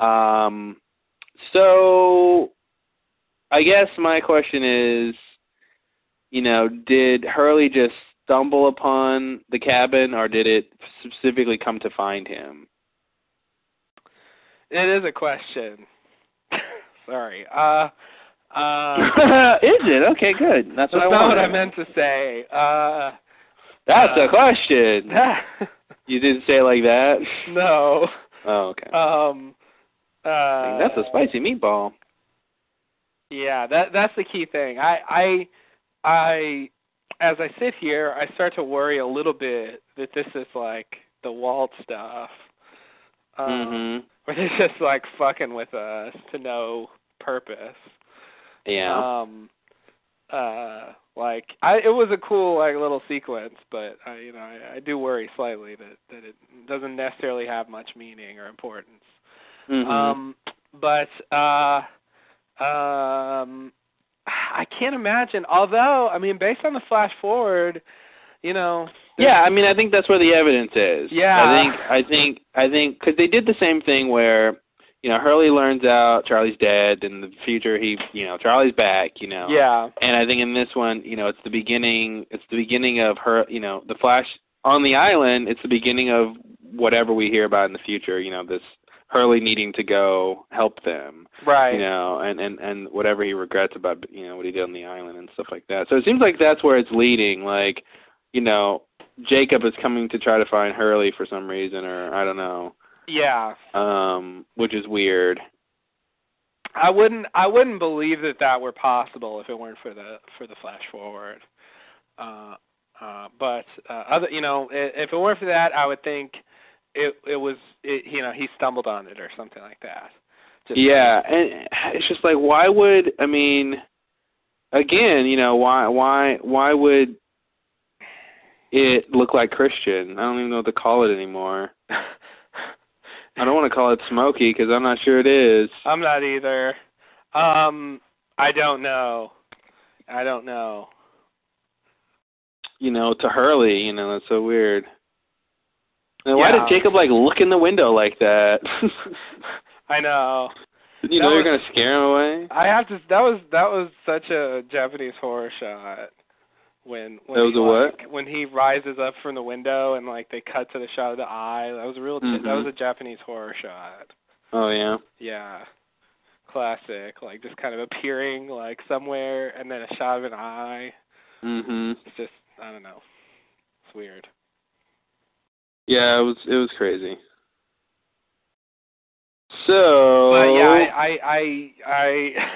[SPEAKER 4] Um, So, I guess my question is, you know, did Hurley just stumble upon the cabin, or did it specifically come to find him?
[SPEAKER 2] It is a question. Sorry. Uh, uh,
[SPEAKER 4] is it okay? Good.
[SPEAKER 2] that's
[SPEAKER 4] That's what I
[SPEAKER 2] not
[SPEAKER 4] wanted.
[SPEAKER 2] what I meant to say. Uh,
[SPEAKER 4] That's
[SPEAKER 2] Uh,
[SPEAKER 4] a question. you didn't say it like that.
[SPEAKER 2] no.
[SPEAKER 4] Oh, okay.
[SPEAKER 2] Um, uh,
[SPEAKER 4] That's a spicy meatball.
[SPEAKER 2] Yeah, that that's the key thing. I I I as I sit here, I start to worry a little bit that this is like the Walt stuff. Um,
[SPEAKER 4] mhm.
[SPEAKER 2] Where they're just like fucking with us to no purpose.
[SPEAKER 4] Yeah.
[SPEAKER 2] Um uh like I it was a cool like little sequence, but I you know, I, I do worry slightly that that it doesn't necessarily have much meaning or importance.
[SPEAKER 4] mhm.
[SPEAKER 2] Um, but uh, um, I can't imagine. Although, I mean, based on the flash forward, you know.
[SPEAKER 4] Yeah, I mean, I think that's where the evidence is.
[SPEAKER 2] Yeah.
[SPEAKER 4] I think, I think, I think, because they did the same thing where, you know, Hurley learns out Charlie's dead, and in the future he, you know, Charlie's back, you know.
[SPEAKER 2] Yeah.
[SPEAKER 4] And I think in this one, you know, it's the beginning. It's the beginning of her, you know, the Flash on the island. It's the beginning of whatever we hear about in the future. You know, this Hurley needing to go help them
[SPEAKER 2] Right.
[SPEAKER 4] you know, and and and whatever he regrets about you know what he did on the island and stuff like that. So it seems like that's where it's leading. Like, you know, Jacob is coming to try to find Hurley for some reason, or I don't know,
[SPEAKER 2] Yeah.
[SPEAKER 4] um, which is weird.
[SPEAKER 2] I wouldn't. I wouldn't believe that that were possible if it weren't for the for the flash forward. Uh, uh, but uh, other, you know, i- if it weren't for that, I would think it it was. It, you know, he stumbled on it or something like that. Just-
[SPEAKER 4] Yeah, and it's just like, why would I mean? Again, you know, why why why would it look like Christian? I don't even know what to call it anymore. I don't want to call it Smoky because I'm not sure it is.
[SPEAKER 2] I'm not either. Um, I don't know. I don't know.
[SPEAKER 4] you know, to Hurley, you know, that's so weird. And why
[SPEAKER 2] Yeah.
[SPEAKER 4] did Jacob like look in the window like that?
[SPEAKER 2] I know.
[SPEAKER 4] you
[SPEAKER 2] That
[SPEAKER 4] know
[SPEAKER 2] was-
[SPEAKER 4] you're gonna scare him away.
[SPEAKER 2] I have to. That was that was such a Japanese horror shot. When when
[SPEAKER 4] That was
[SPEAKER 2] he,
[SPEAKER 4] a what?
[SPEAKER 2] like, when he rises up from the window and like they cut to the shot of the eye. That was a real. That
[SPEAKER 4] Mhm.
[SPEAKER 2] was a Japanese horror shot.
[SPEAKER 4] Oh yeah.
[SPEAKER 2] Yeah. Classic, like just kind of appearing like somewhere and then a shot of an eye.
[SPEAKER 4] Mhm.
[SPEAKER 2] It's just I don't know. It's weird.
[SPEAKER 4] Yeah, it was it was crazy. So
[SPEAKER 2] But yeah, I I I I,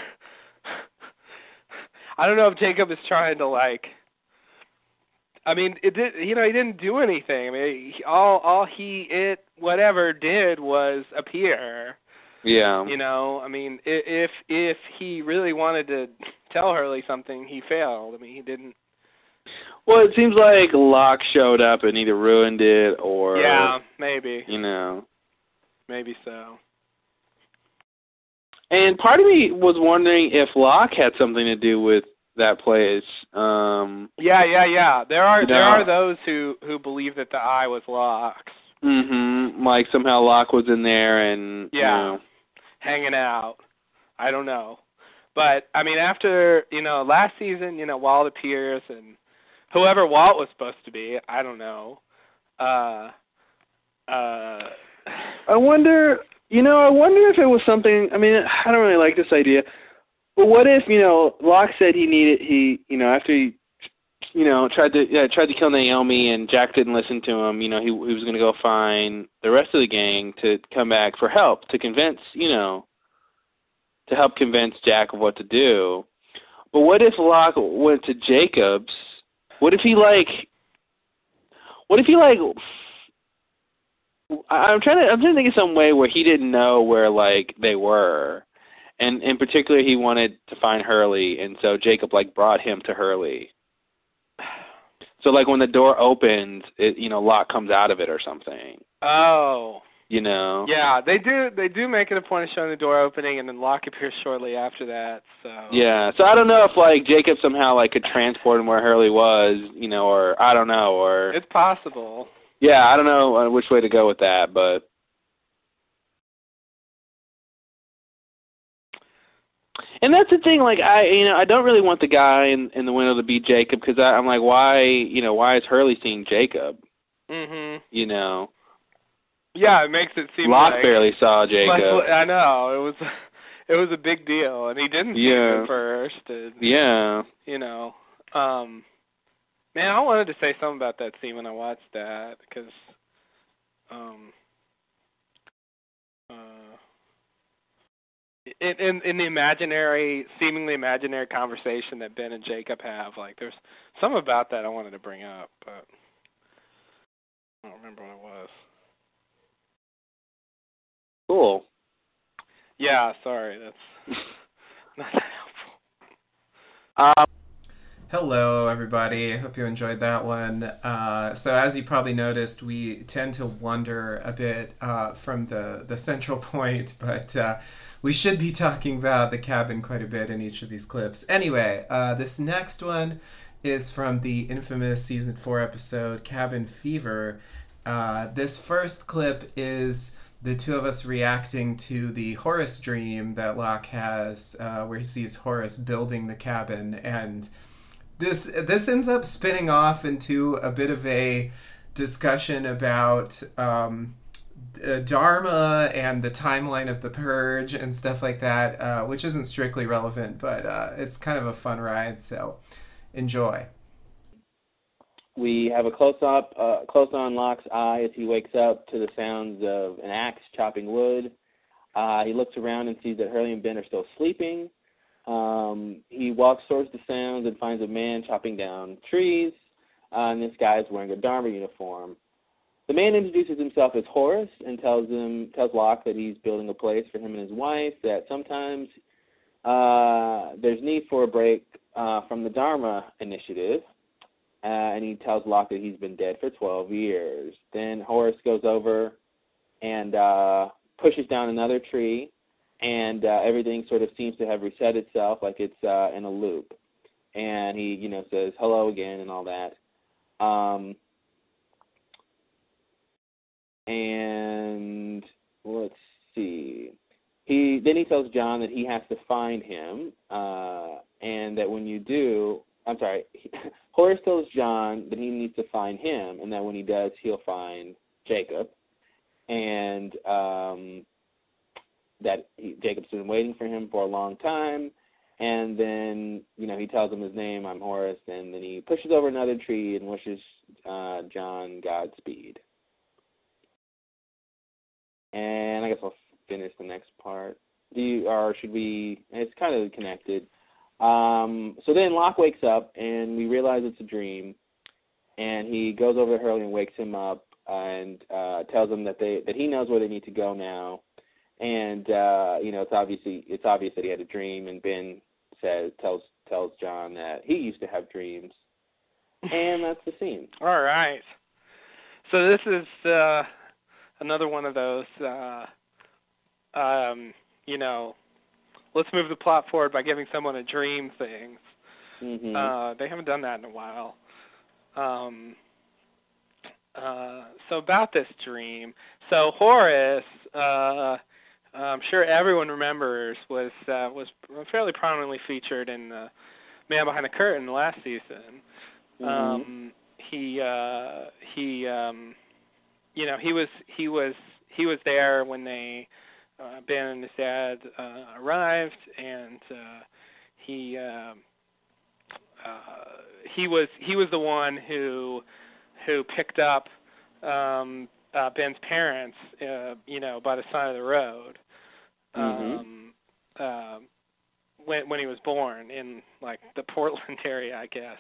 [SPEAKER 2] I don't know if Jacob is trying to like. I mean, it did. You know, he didn't do anything. I mean, he, all all he it whatever did was appear.
[SPEAKER 4] yeah.
[SPEAKER 2] You know, I mean, i- if if he really wanted to tell Hurley something, he failed. I mean, he didn't.
[SPEAKER 4] Well, it seems like Locke showed up and either ruined it or
[SPEAKER 2] yeah, maybe,
[SPEAKER 4] you know.
[SPEAKER 2] maybe so.
[SPEAKER 4] And part of me was wondering if Locke had something to do with that place. Um
[SPEAKER 2] Yeah, yeah, yeah. There are there
[SPEAKER 4] Yeah.
[SPEAKER 2] are those who who believe that the eye was Locke's,
[SPEAKER 4] Mhm. Like somehow Locke was in there and
[SPEAKER 2] Yeah.
[SPEAKER 4] you know,
[SPEAKER 2] hanging out. I don't know. But I mean after, you know, last season, you know, Walt appears and whoever Walt was supposed to be, I don't know. Uh uh
[SPEAKER 4] I wonder, you know, I wonder if it was something. I mean, I don't really like this idea, but what if, you know, Locke said he needed he, you know, after he, you know, tried to yeah, tried to kill Naomi and Jack didn't listen to him. You know, he he was going to go find the rest of the gang to come back for help to convince, you know, to help convince Jack of what to do. But what if Locke went to Jacobs? What if he like? What if he like? I- I'm trying to I'm trying to think of some way where he didn't know where like they were, and in particular he wanted to find Hurley, and so Jacob like brought him to Hurley. So like when the door opens, it you know Locke comes out of it or something,
[SPEAKER 2] oh.
[SPEAKER 4] you know.
[SPEAKER 2] Yeah, they do they do make it a point of showing the door opening and then Locke appears shortly after that, so
[SPEAKER 4] Yeah. So I don't know if like Jacob somehow like could transport him where Hurley was, you know, or I don't know, or
[SPEAKER 2] It's possible.
[SPEAKER 4] yeah, I don't know uh, which way to go with that, but And that's the thing, like I, you know, I don't really want the guy in, in the window to be Jacob because I'm like, why, you know, why is Hurley seeing Jacob?
[SPEAKER 2] Mhm.
[SPEAKER 4] You know,
[SPEAKER 2] Yeah, it makes it seem
[SPEAKER 4] Locke
[SPEAKER 2] like
[SPEAKER 4] barely saw Jacob.
[SPEAKER 2] like, I know it was it was a big deal, and he didn't see
[SPEAKER 4] Yeah.
[SPEAKER 2] him first. And,
[SPEAKER 4] yeah,
[SPEAKER 2] you know, um, man, I wanted to say something about that scene when I watched that because, um, uh, in, in in the imaginary, seemingly imaginary conversation that Ben and Jacob have, like there's some about that I wanted to bring up, but I don't remember what it was.
[SPEAKER 4] cool.
[SPEAKER 2] Yeah, sorry, that's not that helpful.
[SPEAKER 4] Um,
[SPEAKER 1] Hello, everybody. Hope you enjoyed that one. Uh, so, as you probably noticed, we tend to wander a bit uh, from the, the central point, but uh, we should be talking about the cabin quite a bit in each of these clips. Anyway, uh, this next one is from the infamous season four episode Cabin Fever. Uh, this first clip is the two of us reacting to the Horace dream that Locke has, uh, where he sees Horace building the cabin and this this ends up spinning off into a bit of a discussion about um, uh, dharma and the timeline of the purge and stuff like that, uh, which isn't strictly relevant, but uh, it's kind of a fun ride. So enjoy.
[SPEAKER 4] we have a close up, uh, close on Locke's eye as he wakes up to the sounds of an axe chopping wood. Uh, he looks around and sees that Hurley and Ben are still sleeping. Um, he walks towards the sounds and finds a man chopping down trees. Uh, and this guy is wearing a Dharma uniform. The man introduces himself as Horace and tells him tells Locke that he's building a place for him and his wife. That sometimes uh, there's need for a break uh, from the Dharma initiative uh, and he tells Locke that he's been dead for 12 years. Then Horace goes over and uh, pushes down another tree, and uh, everything sort of seems to have reset itself like it's uh, in a loop. And he, you know, says hello again and all that. Um, and let's see. He then he tells John that he has to find him, uh, and that when you do, I'm sorry. Horace tells John that he needs to find him, and that when he does, he'll find Jacob, and um, that he, Jacob's been waiting for him for a long time. And then, you know, he tells him his name, I'm Horace, and then he pushes over another tree and wishes uh, John Godspeed. And I guess I'll finish the next part. Do you, or should we? It's kind of connected. Um, so then Locke wakes up, and we realize it's a dream. And he goes over to Hurley and wakes him up, and uh, tells him that they that he knows where they need to go now. And uh, you know, it's obviously it's obvious that he had a dream. And Ben says tells tells John that he used to have dreams. And that's the scene.
[SPEAKER 2] All right. So this is uh another one of those uh um you know, let's move the plot forward by giving someone a dream things.
[SPEAKER 4] hmm
[SPEAKER 2] Uh they haven't done that in a while. Um uh so about this dream. So Horace uh I'm sure everyone remembers was uh, was fairly prominently featured in the Man Behind the Curtain last season
[SPEAKER 4] Mm-hmm.
[SPEAKER 2] um he uh he um you know he was he was he was there when they uh ben and his dad uh arrived and uh he um uh he was he was the one who who picked up um uh ben's parents uh you know by the side of the road
[SPEAKER 4] Mhm.
[SPEAKER 2] um um when when he was born in like the portland area i guess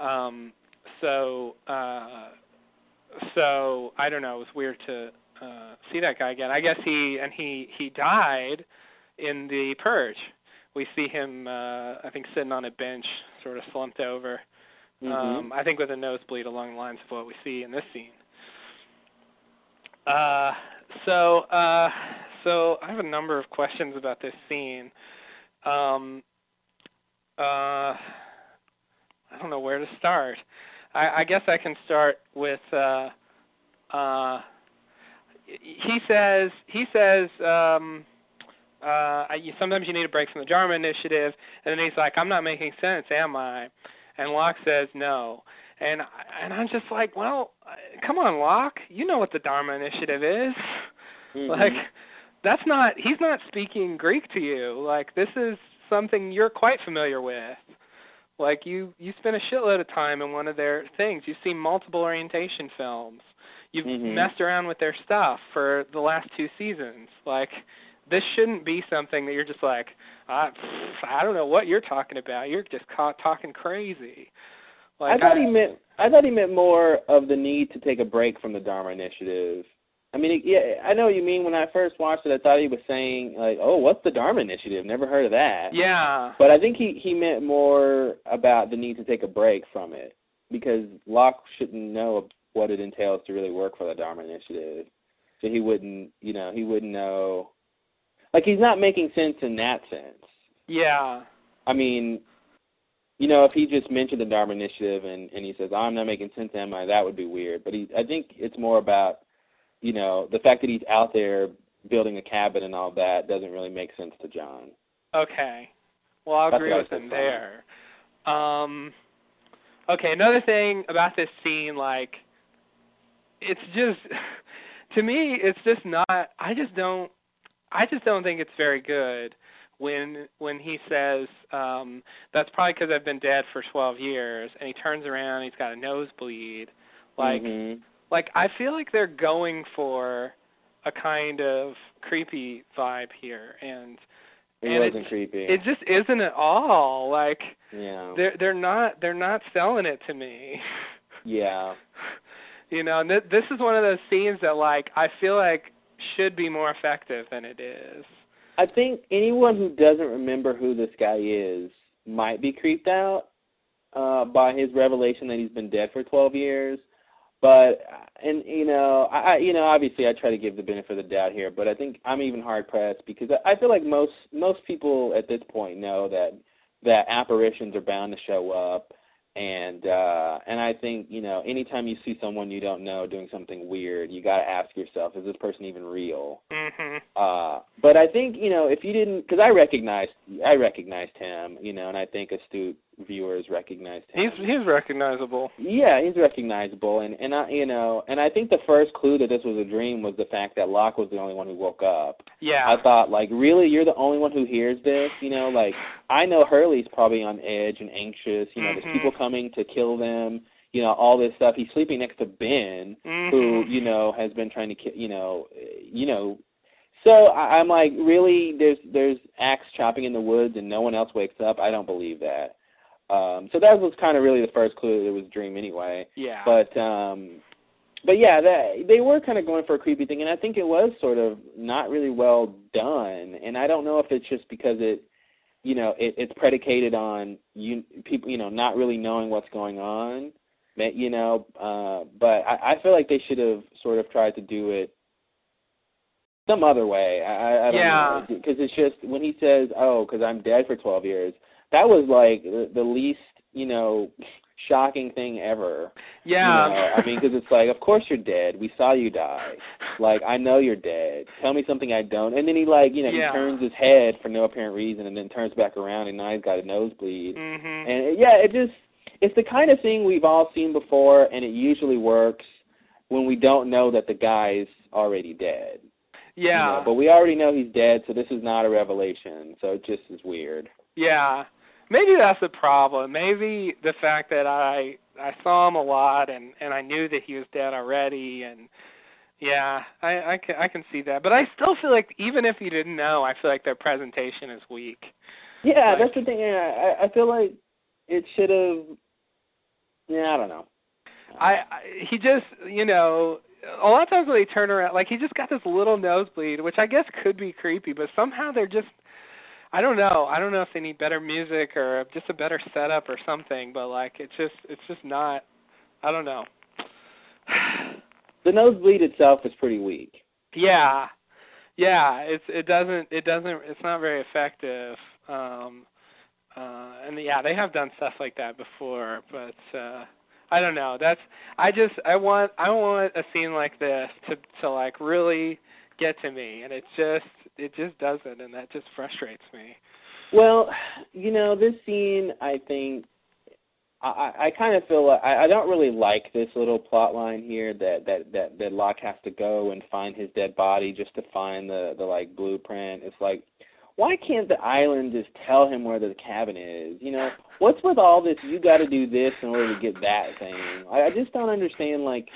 [SPEAKER 2] um so uh so i don't know it was weird to uh see that guy again i guess he and he he died in the purge we see him uh i think sitting on a bench sort of slumped over
[SPEAKER 4] Mhm.
[SPEAKER 2] um i think with a nosebleed along the lines of what we see in this scene uh so uh so i have a number of questions about this scene um uh I don't know where to start. I, I guess I can start with uh, uh, he says he says um, uh, I, you, sometimes you need a break from the Dharma Initiative. And then he's like, I'm not making sense, am I? And Locke says, No. And I- and I'm just like, well, I- come on, Locke, you know what the Dharma Initiative is. Like,
[SPEAKER 4] Mm-hmm.
[SPEAKER 2] that's not he's not speaking Greek to you. Like, this is something you're quite familiar with. Like you you spent a shitload of time in one of their things. You've seen multiple orientation films. You've
[SPEAKER 4] Mhm.
[SPEAKER 2] messed around with their stuff for the last two seasons. Like this shouldn't be something that you're just like, I pff, I don't know what you're talking about. You're just ca- talking crazy.
[SPEAKER 4] I
[SPEAKER 2] Like
[SPEAKER 4] thought he meant I thought he meant more of the need to take a break from the Dharma Initiative. I mean, yeah, I know what you mean. When I first watched it, I thought he was saying like, "Oh, what's the Dharma Initiative? Never heard of that."
[SPEAKER 2] yeah.
[SPEAKER 4] But I think he he meant more about the need to take a break from it because Locke shouldn't know what it entails to really work for the Dharma Initiative, so he wouldn't, you know, he wouldn't know. Like he's not making sense in that sense.
[SPEAKER 2] Yeah.
[SPEAKER 4] I mean, you know, if he just mentioned the Dharma Initiative and and he says, "I'm not making sense, am I?" That would be weird. But he, I think it's more about, you know, the fact that he's out there building a cabin and all that doesn't really make sense to John.
[SPEAKER 2] Okay. Well, I'll
[SPEAKER 4] That's
[SPEAKER 2] agree
[SPEAKER 4] what I
[SPEAKER 2] with
[SPEAKER 4] said,
[SPEAKER 2] him
[SPEAKER 4] Simon.
[SPEAKER 2] there. Um, okay, another thing about this scene, like, it's just, to me, it's just not. I just don't. I just don't think it's very good when when he says um, that's probably because I've been dead for 12 years, and he turns around, he's got a nosebleed. Like,
[SPEAKER 4] Mhm.
[SPEAKER 2] like I feel like they're going for a kind of creepy vibe here, and
[SPEAKER 4] it
[SPEAKER 2] and
[SPEAKER 4] wasn't
[SPEAKER 2] it's-
[SPEAKER 4] creepy.
[SPEAKER 2] it just isn't at all like
[SPEAKER 4] yeah.
[SPEAKER 2] they're they're not they're not selling it to me
[SPEAKER 4] Yeah.
[SPEAKER 2] you know and th- this is one of those scenes that like i feel like should be more effective than it is
[SPEAKER 4] I think anyone who doesn't remember who this guy is might be creeped out uh by his revelation that he's been dead for 12 years. But and you know, I I- you know, obviously I try to give the benefit of the doubt here, but I think I'm even hard pressed because I I feel like most most people at this point know that that apparitions are bound to show up and uh and I think, you know, anytime you see someone you don't know doing something weird, you got to ask yourself, is this person even real?
[SPEAKER 2] mhm
[SPEAKER 4] Uh, but I think you know if you didn't, because I recognized I recognized him, you know, and I think astute viewers recognized him.
[SPEAKER 2] he's he's recognizable
[SPEAKER 4] yeah, he's recognizable, and and I you know, and I think the first clue that this was a dream was the fact that Locke was the only one who woke up.
[SPEAKER 2] yeah
[SPEAKER 4] I thought like, really, you're the only one who hears this, you know, like I know Hurley's probably on edge and anxious, you know,
[SPEAKER 2] Mhm.
[SPEAKER 4] there's people coming to kill them, you know, all this stuff. He's sleeping next to Ben, who
[SPEAKER 2] Mhm.
[SPEAKER 4] you know has been trying to ki you know eh, you know so I, i'm like really there's there's axe chopping in the woods and no one else wakes up i don't believe that um so that was kind of really the first clue that it was a dream anyway
[SPEAKER 2] yeah
[SPEAKER 4] but um but yeah that they were kind of going for a creepy thing and i think it was sort of not really well done and i don't know if it's just because it you know it, it's predicated on you people you know not really knowing what's going on ma- you know uh but i i feel like they should have sort of tried to do it some other way i i, I don't
[SPEAKER 2] Yeah.
[SPEAKER 4] know because it's just when he says oh because i'm dead for twelve years that was like the, the least you know shocking thing ever
[SPEAKER 2] yeah
[SPEAKER 4] you know, I mean, because it's like, of course you're dead. We saw you die. Like, I know you're dead. Tell me something I don't. And then he like, you know,
[SPEAKER 2] Yeah.
[SPEAKER 4] he turns his head for no apparent reason, and then turns back around, and now he's got a nosebleed.
[SPEAKER 2] mhm
[SPEAKER 4] And it- yeah, it just it's the kind of thing we've all seen before, and it usually works when we don't know that the guy's already dead. you
[SPEAKER 2] yeah
[SPEAKER 4] know, but we already know he's dead, so this is not a revelation. So it just is weird.
[SPEAKER 2] Yeah. Maybe that's the problem. Maybe the fact that I I saw him a lot and and I knew that he was dead already and yeah, I I can I can see that. But I still feel like even if you didn't know, I feel like their presentation is weak.
[SPEAKER 4] Yeah,
[SPEAKER 2] Like-
[SPEAKER 4] that's the thing. Yeah, I, I feel like it should have. Yeah, I don't know.
[SPEAKER 2] I, I he just, you know, a lot of times when they turn around, like he just got this little nosebleed, which I guess could be creepy, but somehow they're just I don't know. I don't know if they need better music or just a better setup or something, but like it's just it's just not I don't know.
[SPEAKER 4] the nosebleed itself is pretty weak.
[SPEAKER 2] yeah. Yeah, it's it doesn't it doesn't it's not very effective. Um uh and yeah, they have done stuff like that before, but uh I don't know. That's I just I want I want a scene like this to to like really get to me, and it just it just doesn't, and that just frustrates me.
[SPEAKER 4] Well, you know, this scene, I think, I, I kind of feel like I, I don't really like this little plot line here that that that that Locke has to go and find his dead body just to find the the like blueprint. It's like, why can't the island just tell him where the cabin is? You know, what's with all this? You got to do this in order to get that thing. I, I just don't understand like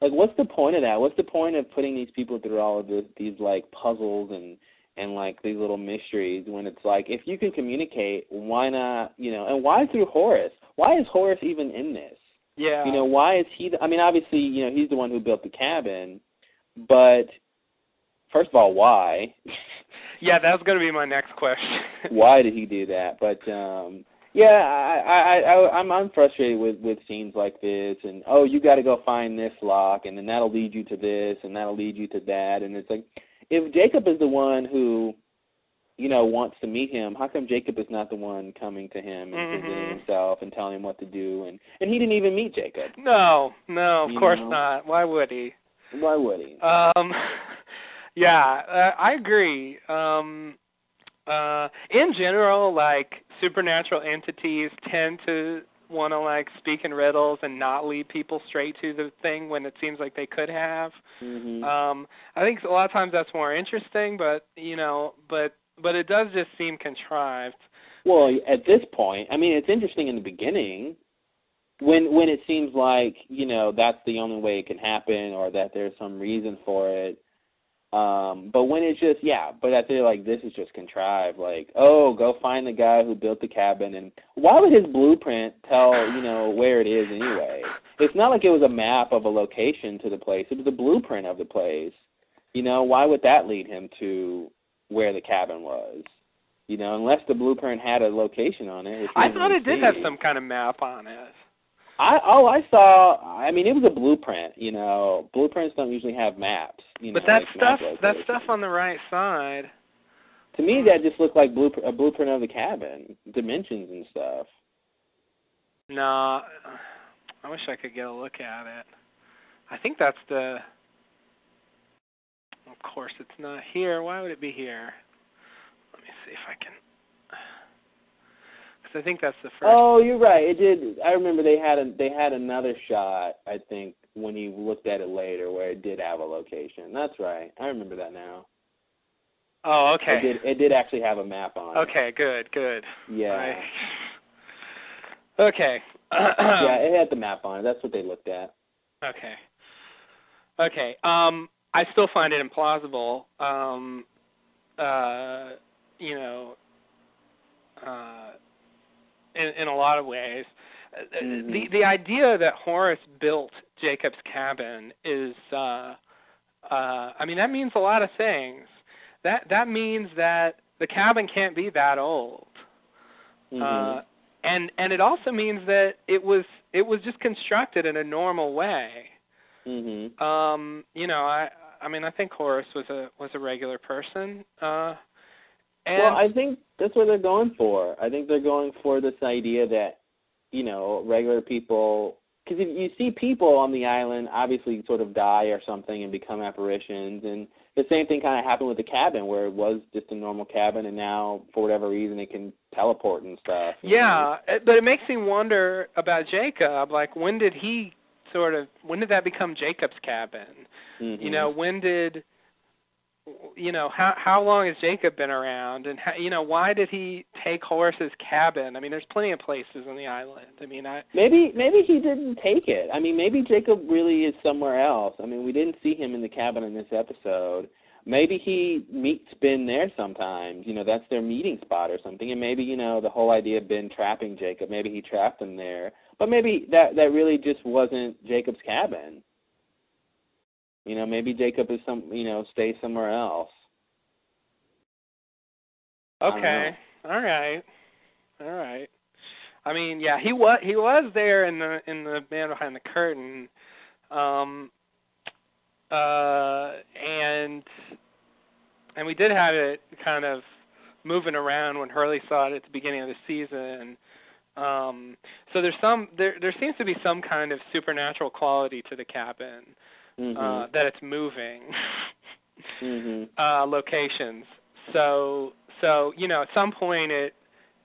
[SPEAKER 4] like what's the point of that? What's the point of putting these people through all of this, these like puzzles and and like these little mysteries when it's like if you can communicate, why not? You know, and why through Horace? Why is Horace even in this?
[SPEAKER 2] Yeah.
[SPEAKER 4] You know, why is he? The, I mean, obviously, you know, he's the one who built the cabin, but first of all, why?
[SPEAKER 2] yeah, that was going to be my next question.
[SPEAKER 4] why did he do that? But um yeah, I, I, I, I'm, I'm frustrated with with scenes like this, and oh, you got to go find this lock, and then that'll lead you to this, and that'll lead you to that, and it's like, if Jacob is the one who, you know, wants to meet him, how come Jacob is not the one coming to him and
[SPEAKER 2] Mhm.
[SPEAKER 4] presenting himself and telling him what to do, and and he didn't even meet Jacob.
[SPEAKER 2] no, no, of
[SPEAKER 4] You
[SPEAKER 2] course
[SPEAKER 4] know.
[SPEAKER 2] not. Why would he?
[SPEAKER 4] Why would he?
[SPEAKER 2] Um, yeah, uh, I agree. Um, uh, in general, like supernatural entities tend to want to like speak in riddles and not lead people straight to the thing when it seems like they could have.
[SPEAKER 4] hmm
[SPEAKER 2] Um, I think a lot of times that's more interesting, but you know, but but it does just seem contrived.
[SPEAKER 4] Well, at this point, I mean, it's interesting in the beginning when when it seems like you know that's the only way it can happen, or that there's some reason for it. Um, but when it's just yeah, but I feel like this is just contrived. Like, oh, go find the guy who built the cabin, and why would his blueprint tell you know where it is anyway? It's not like it was a map of a location to the place; it was a blueprint of the place. You know, why would that lead him to where the cabin was? You know, unless the blueprint had a location on it. which we
[SPEAKER 2] I
[SPEAKER 4] didn't
[SPEAKER 2] thought it did
[SPEAKER 4] see.
[SPEAKER 2] have some kind of map on it.
[SPEAKER 4] I all I saw, I mean, it was a blueprint. You know, blueprints don't usually have maps. You
[SPEAKER 2] But
[SPEAKER 4] know,
[SPEAKER 2] that
[SPEAKER 4] like map
[SPEAKER 2] stuff, that
[SPEAKER 4] locations.
[SPEAKER 2] stuff on the right side.
[SPEAKER 4] To me, that just looked like blueprint, a blueprint of the cabin, dimensions and stuff.
[SPEAKER 2] No, I wish I could get a look at it. I think that's the. Of course, it's not here. Why would it be here? Let me see if I can. Because I think that's the first.
[SPEAKER 4] Oh, you're right. It did. I remember they had a they had another shot. I think when you looked at it later, where it did have a location. That's right. I remember that now.
[SPEAKER 2] Oh, okay.
[SPEAKER 4] It did. It did actually have a map on. it.
[SPEAKER 2] Okay, good, good.
[SPEAKER 4] Yeah.
[SPEAKER 2] I- okay.
[SPEAKER 4] Yeah,
[SPEAKER 2] Um,
[SPEAKER 4] it had the map on it. That's what they looked at.
[SPEAKER 2] Okay. Okay. Um, I still find it implausible. Um, uh, you know, uh, in in a lot of ways, Uh,
[SPEAKER 4] Mhm.
[SPEAKER 2] the the idea that Horace built Jacob's cabin is, uh, uh, I mean, that means a lot of things. That that means that the cabin can't be that old.
[SPEAKER 4] Mhm.
[SPEAKER 2] Uh, and and it also means that it was it was just constructed in a normal way.
[SPEAKER 4] mhm.
[SPEAKER 2] Um, you know, I I mean I think Horace was a was a regular person. Uh, and
[SPEAKER 4] well, I think that's what they're going for. I think they're going for this idea that, you know, regular people, because if you see people on the island obviously sort of die or something and become apparitions, and the same thing kind of happened with the cabin where it was just a normal cabin, and now for whatever reason it can teleport and stuff. you know?
[SPEAKER 2] yeah, it- but it makes me wonder about Jacob. Like when did he sort of when did that become Jacob's cabin?
[SPEAKER 4] Mhm.
[SPEAKER 2] You know, when did you know how how long has Jacob been around, and how, you know why did he take Horace's cabin? I mean, there's plenty of places on the island. I mean, I
[SPEAKER 4] Maybe maybe he didn't take it. I mean, maybe Jacob really is somewhere else. I mean, we didn't see him in the cabin in this episode. Maybe he meets Ben there sometimes. You know, that's their meeting spot or something. And maybe you know the whole idea of Ben trapping Jacob. Maybe he trapped him there. But maybe that that really just wasn't Jacob's cabin. You know, maybe Jacob is some you know stays somewhere else. I don't
[SPEAKER 2] Okay. All right. All right. I mean, yeah, he was he was there in the in the man behind the curtain, um, uh, and and we did have it kind of moving around when Hurley saw it at the beginning of the season. Um, so there's some there there seems to be some kind of supernatural quality to the cabin
[SPEAKER 4] Mhm.
[SPEAKER 2] uh, that it's moving.
[SPEAKER 4] hmm
[SPEAKER 2] uh, locations. So so you know at some point it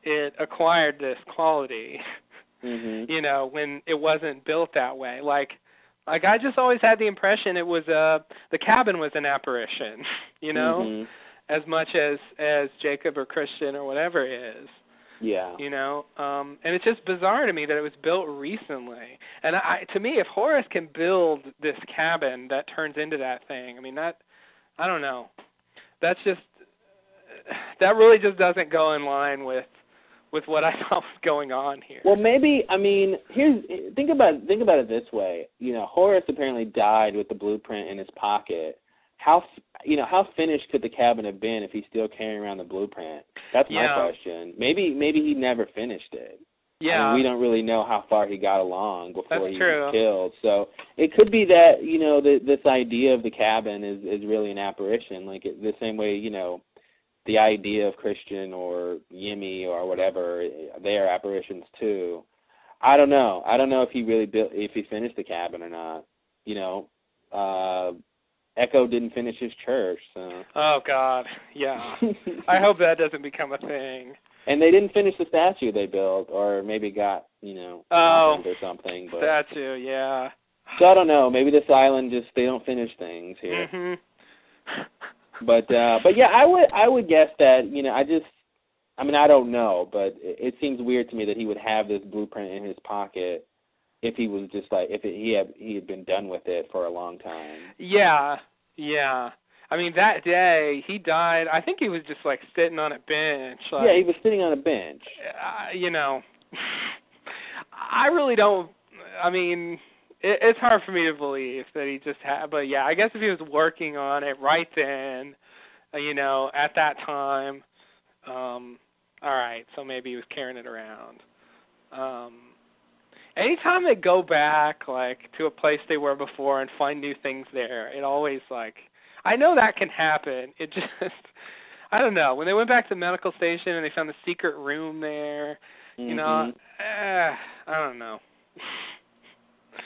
[SPEAKER 2] it acquired this quality.
[SPEAKER 4] hmm
[SPEAKER 2] You know when it wasn't built that way. Like like I just always had the impression it was uh the cabin was an apparition. You know
[SPEAKER 4] Mhm.
[SPEAKER 2] as much as as Jacob or Christian or whatever is.
[SPEAKER 4] Yeah.
[SPEAKER 2] You know, um, and it's just bizarre to me that it was built recently. And I, to me, if Horace can build this cabin that turns into that thing, I mean that, I don't know, that's just that really just doesn't go in line with with what I thought was going on here.
[SPEAKER 4] Well, maybe I mean, here's think about think about it this way. You know, Horace apparently died with the blueprint in his pocket. How f- you know how finished could the cabin have been if he's still carrying around the blueprint? That's my
[SPEAKER 2] Yeah.
[SPEAKER 4] question. Maybe maybe he never finished it.
[SPEAKER 2] yeah,
[SPEAKER 4] I mean, we don't really know how far he got along before
[SPEAKER 2] That's
[SPEAKER 4] he
[SPEAKER 2] true.
[SPEAKER 4] was killed. So it could be that you know the, this idea of the cabin is is really an apparition, like it, the same way you know the idea of Christian or Yimmy or whatever they are apparitions too. I don't know. I don't know if he really built if he finished the cabin or not. You know, uh, Echo didn't finish his church, so.
[SPEAKER 2] oh God, yeah. I hope that doesn't become a thing.
[SPEAKER 4] And they didn't finish the statue they built, or maybe got you know
[SPEAKER 2] Oh,
[SPEAKER 4] offered or something. But
[SPEAKER 2] Statue, yeah.
[SPEAKER 4] So I don't know. Maybe this island just they don't finish things here.
[SPEAKER 2] Mhm. Mm-hmm.
[SPEAKER 4] But uh but yeah, I would I would guess that you know I just I mean I don't know, but it, it seems weird to me that he would have this blueprint in his pocket if he was just like if it, he had he had been done with it for a long time.
[SPEAKER 2] Yeah, yeah. I mean, that day he died. I think he was just like sitting on a bench. Like,
[SPEAKER 4] yeah, he was sitting on a bench.
[SPEAKER 2] uh, you know, I really don't. I mean, it, it's hard for me to believe that he just had. But yeah, I guess if he was working on it right then, uh, you know, at that time, um, all right. So maybe he was carrying it around. Um, anytime they go back, like to a place they were before and find new things there, it always like. I know that can happen. It just. I don't know. When they went back to the medical station and they found the secret room there, you know,
[SPEAKER 4] Mhm.
[SPEAKER 2] eh, I don't know.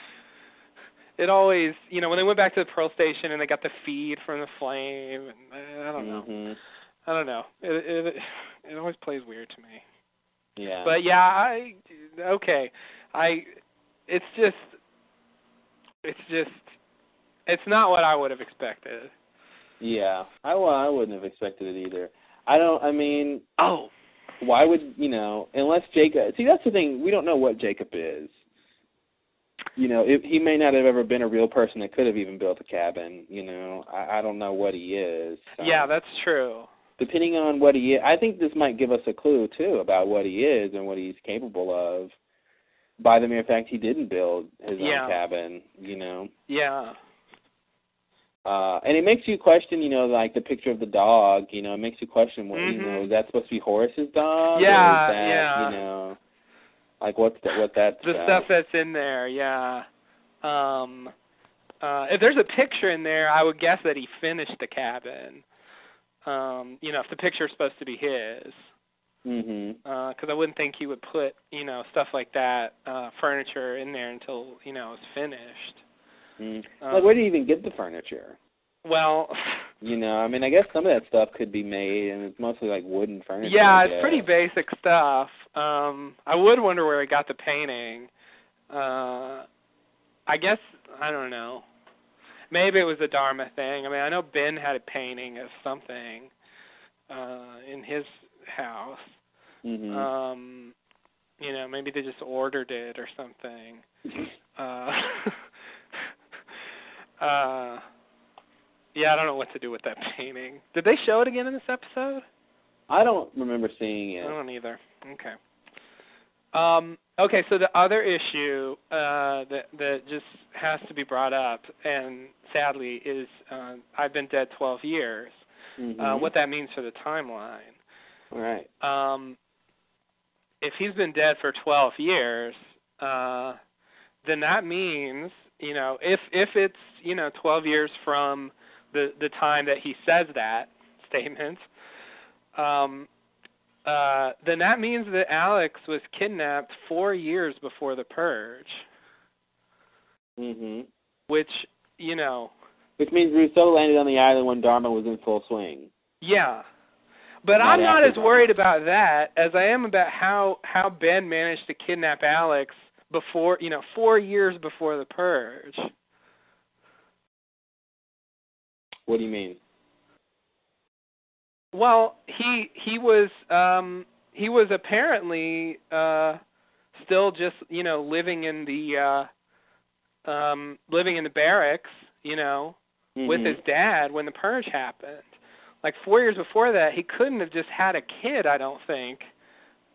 [SPEAKER 2] It always, you know, when they went back to the pearl station and they got the feed from the flame, and eh, I don't know.
[SPEAKER 4] Mhm.
[SPEAKER 2] I don't know. It it it always plays weird to me.
[SPEAKER 4] Yeah.
[SPEAKER 2] But yeah, I okay. I it's just it's just it's not what I would have expected.
[SPEAKER 4] yeah. I well, I wouldn't have expected it either. I don't I mean
[SPEAKER 2] Oh,
[SPEAKER 4] why would you know unless jacob see that's the thing we don't know what jacob is you know if he may not have ever been a real person that could have even built a cabin you know i, I don't know what he is so.
[SPEAKER 2] yeah, that's true.
[SPEAKER 4] depending on what he is i think this might give us a clue too about what he is and what he's capable of by the mere fact he didn't build his
[SPEAKER 2] Yeah.
[SPEAKER 4] own cabin you know
[SPEAKER 2] Yeah.
[SPEAKER 4] uh and it makes you question you know like the picture of the dog you know it makes you question what you
[SPEAKER 2] Mhm.
[SPEAKER 4] know is that supposed to be horace's dog
[SPEAKER 2] Yeah,
[SPEAKER 4] or is that,
[SPEAKER 2] yeah.
[SPEAKER 4] you know like what's that what that's
[SPEAKER 2] the
[SPEAKER 4] about?
[SPEAKER 2] stuff that's in there yeah um uh if there's a picture in there i would guess that he finished the cabin um you know if the picture's supposed to be his
[SPEAKER 4] mhm
[SPEAKER 2] because i wouldn't think he would put you know stuff like that uh furniture in there until you know it's finished
[SPEAKER 4] Mm.
[SPEAKER 2] um,
[SPEAKER 4] like where do you even get the furniture
[SPEAKER 2] well
[SPEAKER 4] you know i mean i guess some of that stuff could be made and it's mostly like wooden furniture
[SPEAKER 2] yeah
[SPEAKER 4] I
[SPEAKER 2] it's pretty
[SPEAKER 4] guess.
[SPEAKER 2] basic stuff um i would wonder where he got the painting uh i guess i don't know maybe it was a dharma thing i mean i know ben had a painting of something uh in his house
[SPEAKER 4] mhm
[SPEAKER 2] um you know maybe they just ordered it or something uh uh yeah i don't know what to do with that painting did they show it again in this episode
[SPEAKER 4] i don't remember seeing
[SPEAKER 2] I
[SPEAKER 4] it
[SPEAKER 2] don't either. Okay. Um, okay, so the other issue uh, that that just has to be brought up, and sadly, is uh, I've been dead 12 years.
[SPEAKER 4] Mhm.
[SPEAKER 2] Uh, what that means for the timeline.
[SPEAKER 4] all right
[SPEAKER 2] Um, if he's been dead for 12 years, uh, then that means you know if if it's you know 12 years from the the time that he says that statement, um, uh, then that means that Alex was kidnapped four years before the purge,
[SPEAKER 4] mhm
[SPEAKER 2] which you know
[SPEAKER 4] Which means Rousseau landed on the island when Dharma was in full swing.
[SPEAKER 2] Yeah. But
[SPEAKER 4] Not
[SPEAKER 2] I'm not
[SPEAKER 4] after
[SPEAKER 2] as
[SPEAKER 4] that.
[SPEAKER 2] worried about that as I am about how how Ben managed to kidnap Alex before, you know, 4 years before the purge.
[SPEAKER 4] What do you mean?
[SPEAKER 2] Well, he he was um he was apparently uh still just, you know, living in the uh um living in the barracks, you know, with
[SPEAKER 4] Mhm.
[SPEAKER 2] his dad when the purge happened. Like four years before that, he couldn't have just had a kid, I don't think,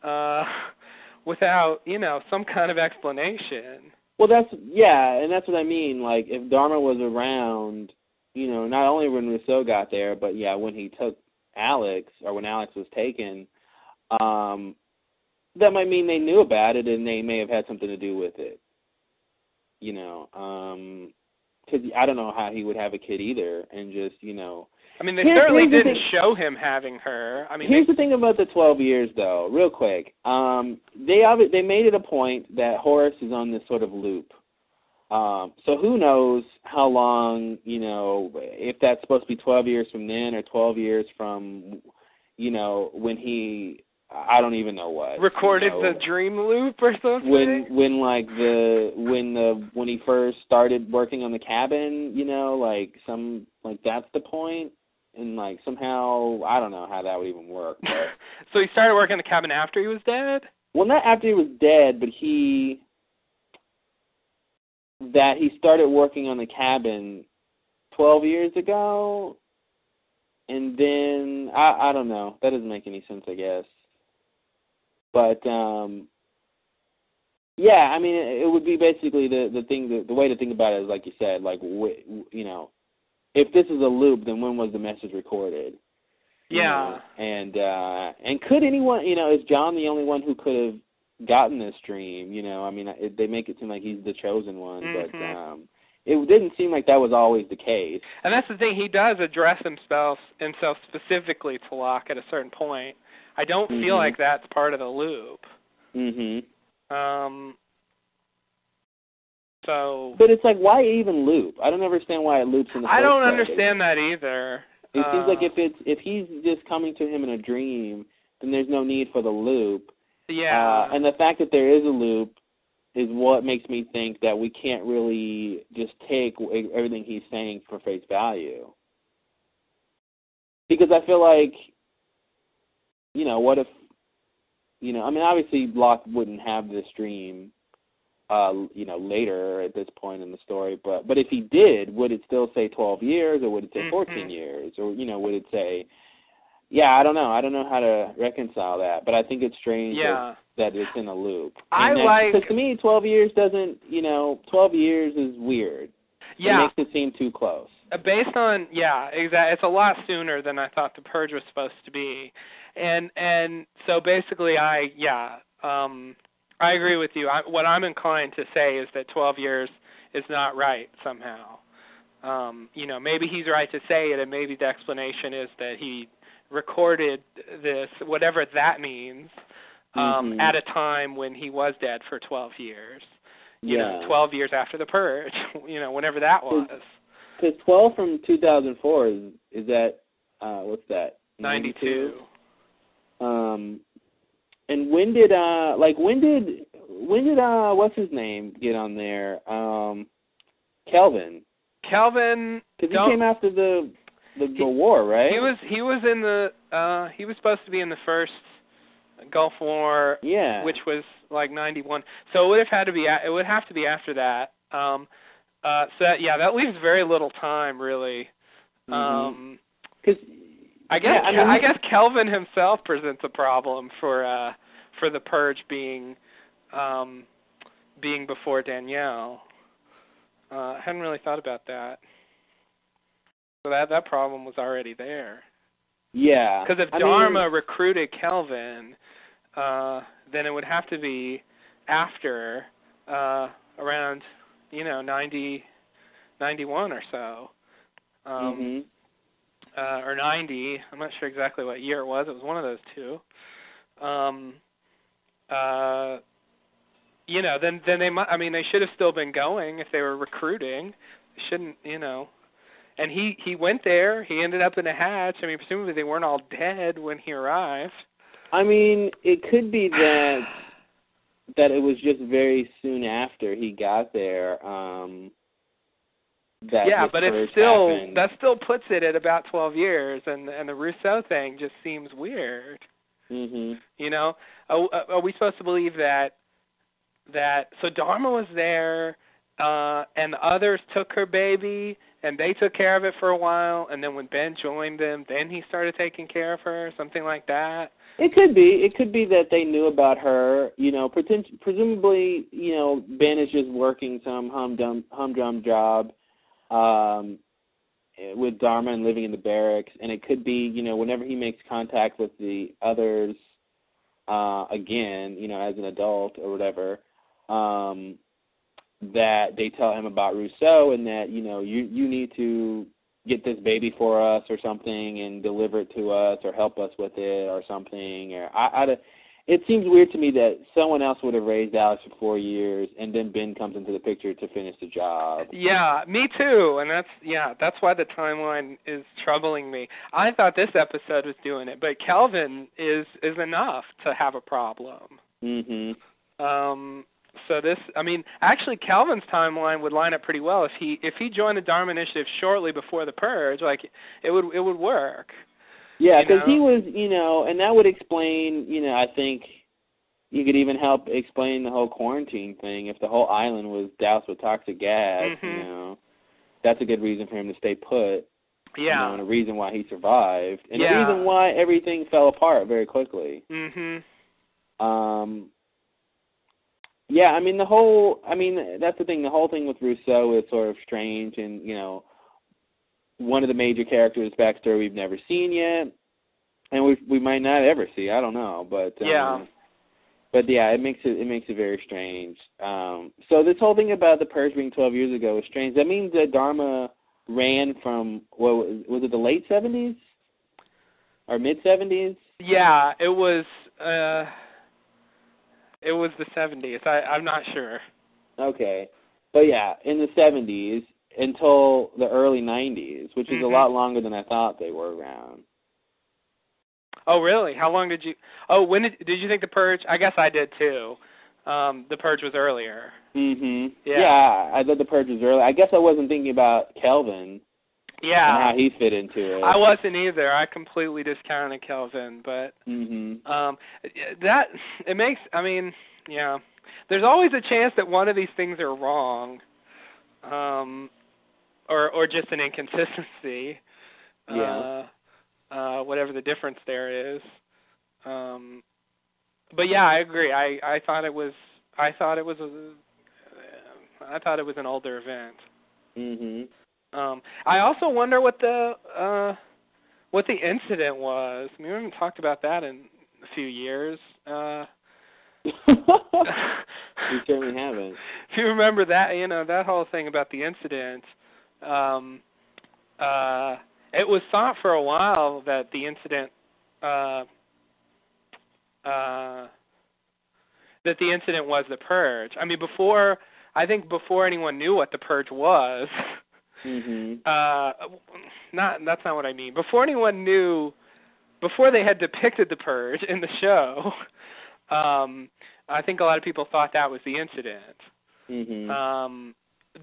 [SPEAKER 2] uh, without you know some kind of explanation.
[SPEAKER 4] Well, that's yeah, and that's what I mean. Like if Dharma was around, you know, not only when Rousseau got there, but yeah, when he took Alex or when Alex was taken, um, that might mean they knew about it and they may have had something to do with it. You know, um 'cause I don't know how he would have a kid either, and just you know,
[SPEAKER 2] I mean, they
[SPEAKER 4] Here's-
[SPEAKER 2] certainly
[SPEAKER 4] here's the
[SPEAKER 2] didn't
[SPEAKER 4] thing.
[SPEAKER 2] show him having her. I mean,
[SPEAKER 4] here's
[SPEAKER 2] they,
[SPEAKER 4] the thing about the 12 years though real quick um they obvi- they made it a point that horace is on this sort of loop um so who knows how long you know if that's supposed to be 12 years from then or 12 years from you know when he i don't even know what you
[SPEAKER 2] recorded
[SPEAKER 4] know.
[SPEAKER 2] the dream loop or something.
[SPEAKER 4] when when like the when the when he first started working on the cabin, you know, like some like that's the point, and like somehow I don't know how that would even work. but-
[SPEAKER 2] so he started working in the cabin after he was dead.
[SPEAKER 4] well, not after he was dead, but he that he started working on the cabin twelve years ago, and then I I don't know. That doesn't make any sense, I guess. But um, yeah, I mean, it, it would be basically the the thing the, the way to think about it is like you said, like wh- you know, if this is a loop, then when was the message recorded? you
[SPEAKER 2] Yeah.
[SPEAKER 4] know, and uh and could anyone you know is john the only one who could have gotten this dream you know i mean it, they make it seem like he's the chosen one but
[SPEAKER 2] Mhm.
[SPEAKER 4] um it didn't seem like that was always the case
[SPEAKER 2] And that's the thing, he does address himself himself specifically to Locke at a certain point. I don't feel
[SPEAKER 4] Mhm.
[SPEAKER 2] like that's part of the loop.
[SPEAKER 4] mhm
[SPEAKER 2] Um so
[SPEAKER 4] but it's like why even loop i don't understand why it loops in the
[SPEAKER 2] I
[SPEAKER 4] first
[SPEAKER 2] don't
[SPEAKER 4] place.
[SPEAKER 2] understand that either.
[SPEAKER 4] it
[SPEAKER 2] Uh,
[SPEAKER 4] seems like if it's if he's just coming to him in a dream then there's no need for the loop
[SPEAKER 2] yeah,
[SPEAKER 4] Uh, and the fact that there is a loop is what makes me think that we can't really just take w- e, everything he's saying for face value. Because I feel like, you know, what if, you know, I mean, obviously Locke wouldn't have this dream, uh, you know, later at this point in the story, but but if he did, would it still say 12 years or would it say 14
[SPEAKER 2] Mhm.
[SPEAKER 4] years or you know, would it say, yeah, I don't know, I don't know how to reconcile that, but I think it's strange that
[SPEAKER 2] yeah.
[SPEAKER 4] that it's in a loop.
[SPEAKER 2] I
[SPEAKER 4] And that,
[SPEAKER 2] like-
[SPEAKER 4] because to me, twelve years doesn't. You know, twelve years is weird.
[SPEAKER 2] Yeah.
[SPEAKER 4] it makes it seem too close.
[SPEAKER 2] Uh, based on yeah exactly it's a lot sooner than i thought the purge was supposed to be and and so basically i yeah um i agree with you I, what i'm inclined to say is that 12 years is not right somehow um you know maybe he's right to say it and maybe the explanation is that he recorded this whatever that means um
[SPEAKER 4] Mhm.
[SPEAKER 2] at a time when he was dead for 12 years you
[SPEAKER 4] yeah,
[SPEAKER 2] know 12 years after the purge you know whenever that was
[SPEAKER 4] Because twelve from two thousand four is is that uh what's that
[SPEAKER 2] 92.
[SPEAKER 4] Um, and when did uh like when did when did uh what's his name get on there? Um, Kelvin,
[SPEAKER 2] Calvin
[SPEAKER 4] because he
[SPEAKER 2] Don't-
[SPEAKER 4] came after the the, the
[SPEAKER 2] He-
[SPEAKER 4] war, right?
[SPEAKER 2] he was he was in the uh he was supposed to be in the first Gulf War
[SPEAKER 4] yeah,
[SPEAKER 2] which was like 91. So it would have had to be a- it would have to be after that. Um uh so that, yeah, that leaves very little time really.
[SPEAKER 4] Mhm.
[SPEAKER 2] Um
[SPEAKER 4] 'Cause-
[SPEAKER 2] I guess
[SPEAKER 4] yeah, I, mean,
[SPEAKER 2] I
[SPEAKER 4] he-
[SPEAKER 2] guess Kelvin himself presents a problem for uh for the purge being um being before Danielle. Uh I hadn't really thought about that. So that that problem was already there.
[SPEAKER 4] yeah
[SPEAKER 2] Because if
[SPEAKER 4] I mean-
[SPEAKER 2] Dharma recruited Kelvin, uh, then it would have to be after uh, around, you know, 90, 91 or so, um,
[SPEAKER 4] Mhm.
[SPEAKER 2] uh, or 90. I'm not sure exactly what year it was. It was one of those two. Um, uh, you know, then then they might. I mean, they should have still been going if they were recruiting. They shouldn't, you know. and he he went there. He ended up in a hatch. I mean, presumably they weren't all dead when he arrived.
[SPEAKER 4] I mean, it could be that that it was just very soon after he got there. Um, that
[SPEAKER 2] yeah,
[SPEAKER 4] this
[SPEAKER 2] but it's
[SPEAKER 4] purge
[SPEAKER 2] still
[SPEAKER 4] happened.
[SPEAKER 2] that still puts it at about 12 years, and and the Rousseau thing just seems weird.
[SPEAKER 4] Mhm.
[SPEAKER 2] You know, are, are we supposed to believe that that so Dharma was there, uh, and the others took her baby, and they took care of it for a while, and then when Ben joined them, then he started taking care of her, something like that.
[SPEAKER 4] It could be. It could be that they knew about her. You know, preten- presumably, you know, Ben is just working some humdrum humdrum job um, with Dharma and living in the barracks, and it could be, you know, whenever he makes contact with the others uh, again, you know, as an adult or whatever, um, that they tell him about Rousseau and that, you know, you you need to get this baby for us or something and deliver it to us or help us with it or something or I, I don't- it seems weird to me that someone else would have raised Alex for four years and then Ben comes into the picture to finish the job.
[SPEAKER 2] Yeah, me too. And that's yeah, that's why the timeline is troubling me. I thought this episode was doing it, but Kelvin is is enough to have a problem.
[SPEAKER 4] Mhm.
[SPEAKER 2] Um so this I mean, actually Calvin's timeline would line up pretty well if he if he joined the Dharma initiative shortly before the purge, like it would it would work.
[SPEAKER 4] Yeah,
[SPEAKER 2] you
[SPEAKER 4] because he
[SPEAKER 2] know?
[SPEAKER 4] was, you know, and that would explain, you know, I think you could even help explain the whole quarantine thing if the whole island was doused with toxic gas.
[SPEAKER 2] Mhm.
[SPEAKER 4] You know, that's a good reason for him to stay put. you know,
[SPEAKER 2] Yeah.
[SPEAKER 4] and a reason why he survived, and
[SPEAKER 2] Yeah.
[SPEAKER 4] a reason why everything fell apart very quickly.
[SPEAKER 2] Mhm.
[SPEAKER 4] Um, yeah, I mean the whole. I mean that's the thing. The whole thing with Rousseau is sort of strange, and you know, one of the major characters' backstory we've never seen yet, and we we might not ever see. I don't know, but um,
[SPEAKER 2] Yeah.
[SPEAKER 4] But yeah, it makes it it makes it very strange. Um, so this whole thing about the purge being twelve years ago is strange. That means that Dharma ran from what was, was it the late seventies or mid seventies?
[SPEAKER 2] Yeah, it was uh it was the 70s. I I'm not sure.
[SPEAKER 4] Okay. But yeah, in the 70s until the early 90s, which is a
[SPEAKER 2] Mhm.
[SPEAKER 4] lot longer than I thought they were around.
[SPEAKER 2] Oh, really? How long did you? Oh, when did did you think the purge? I guess I did too. Um, the purge was earlier.
[SPEAKER 4] Mhm.
[SPEAKER 2] Mm-hmm. Yeah.
[SPEAKER 4] yeah, I did the purges early. I guess I wasn't thinking about Kelvin and
[SPEAKER 2] Yeah,
[SPEAKER 4] how he fit into it.
[SPEAKER 2] I wasn't either. I completely discounted Kelvin, but
[SPEAKER 4] Mhm.
[SPEAKER 2] um, that it makes. I mean, yeah. There's always a chance that one of these things are wrong, um, or or just an inconsistency.
[SPEAKER 4] Yeah.
[SPEAKER 2] Uh, uh, whatever the difference there is. Um, but yeah, I agree. I I thought it was. I thought it was a. I thought it was an older event.
[SPEAKER 4] Mhm.
[SPEAKER 2] Um, I also wonder what the uh, what the incident was. I mean, we haven't talked about that in a few years. Uh,
[SPEAKER 4] you certainly haven't.
[SPEAKER 2] if you remember that, you know that whole thing about the incident. Um, uh, it was thought for a while that the incident, uh, uh, that the incident was the purge. I mean, before I think before anyone knew what the purge was.
[SPEAKER 4] Mhm.
[SPEAKER 2] uh not that's not what I mean. Before anyone knew before they had depicted the purge in the show, um I think a lot of people thought that was the incident.
[SPEAKER 4] Mhm.
[SPEAKER 2] Um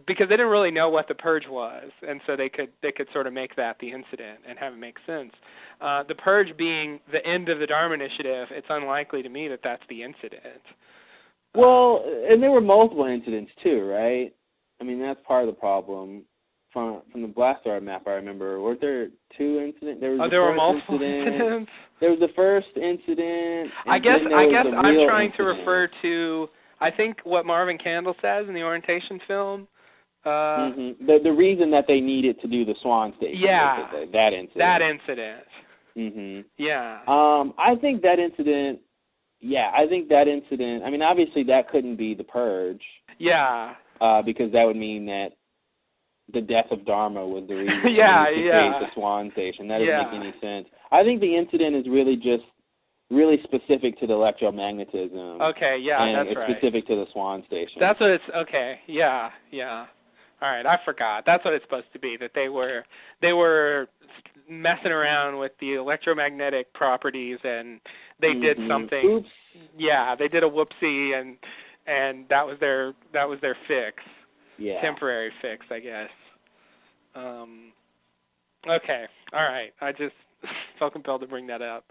[SPEAKER 2] because they didn't really know what the purge was and so they could they could sort of make that the incident and have it make sense. Uh the purge being the end of the Dharma initiative, it's unlikely to me that that's the incident.
[SPEAKER 4] well, and there were multiple incidents too, right? I mean, that's part of the problem. From from the Blastar map, I remember. Were there two incidents? There was
[SPEAKER 2] Oh,
[SPEAKER 4] the
[SPEAKER 2] there were
[SPEAKER 4] first
[SPEAKER 2] multiple
[SPEAKER 4] incident,
[SPEAKER 2] incidents.
[SPEAKER 4] There was the first incident. and
[SPEAKER 2] I guess
[SPEAKER 4] then there
[SPEAKER 2] I
[SPEAKER 4] was
[SPEAKER 2] guess
[SPEAKER 4] the
[SPEAKER 2] I'm
[SPEAKER 4] real
[SPEAKER 2] trying to uh,
[SPEAKER 4] incident.
[SPEAKER 2] refer to I think what Marvin Candle says in the orientation film. Uh
[SPEAKER 4] Mhm. the the reason that they needed to do the Swan Station.
[SPEAKER 2] Yeah.
[SPEAKER 4] basically, that incident.
[SPEAKER 2] that incident.
[SPEAKER 4] incident.
[SPEAKER 2] Yeah.
[SPEAKER 4] hmm Um, I think that incident. Yeah, I think that incident. I mean, obviously that couldn't be the purge,
[SPEAKER 2] yeah.
[SPEAKER 4] uh, because that would mean that the death of Dharma was the reason
[SPEAKER 2] Yeah,
[SPEAKER 4] to create
[SPEAKER 2] yeah.
[SPEAKER 4] the Swan Station. That doesn't
[SPEAKER 2] Yeah.
[SPEAKER 4] make any sense. I think the incident is really just really specific to the electromagnetism.
[SPEAKER 2] Okay, yeah,
[SPEAKER 4] and
[SPEAKER 2] that's
[SPEAKER 4] it's
[SPEAKER 2] right.
[SPEAKER 4] specific to the Swan Station.
[SPEAKER 2] That's what it's okay. Yeah, yeah. All right, I forgot. That's what it's supposed to be. That they were they were messing around with the electromagnetic properties, and they did
[SPEAKER 4] Mhm.
[SPEAKER 2] something.
[SPEAKER 4] Oops.
[SPEAKER 2] Yeah, they did a whoopsie, and and that was their that was their fix,
[SPEAKER 4] Yeah.
[SPEAKER 2] temporary fix, I guess. Um. Okay. All right. I just felt compelled to bring that up.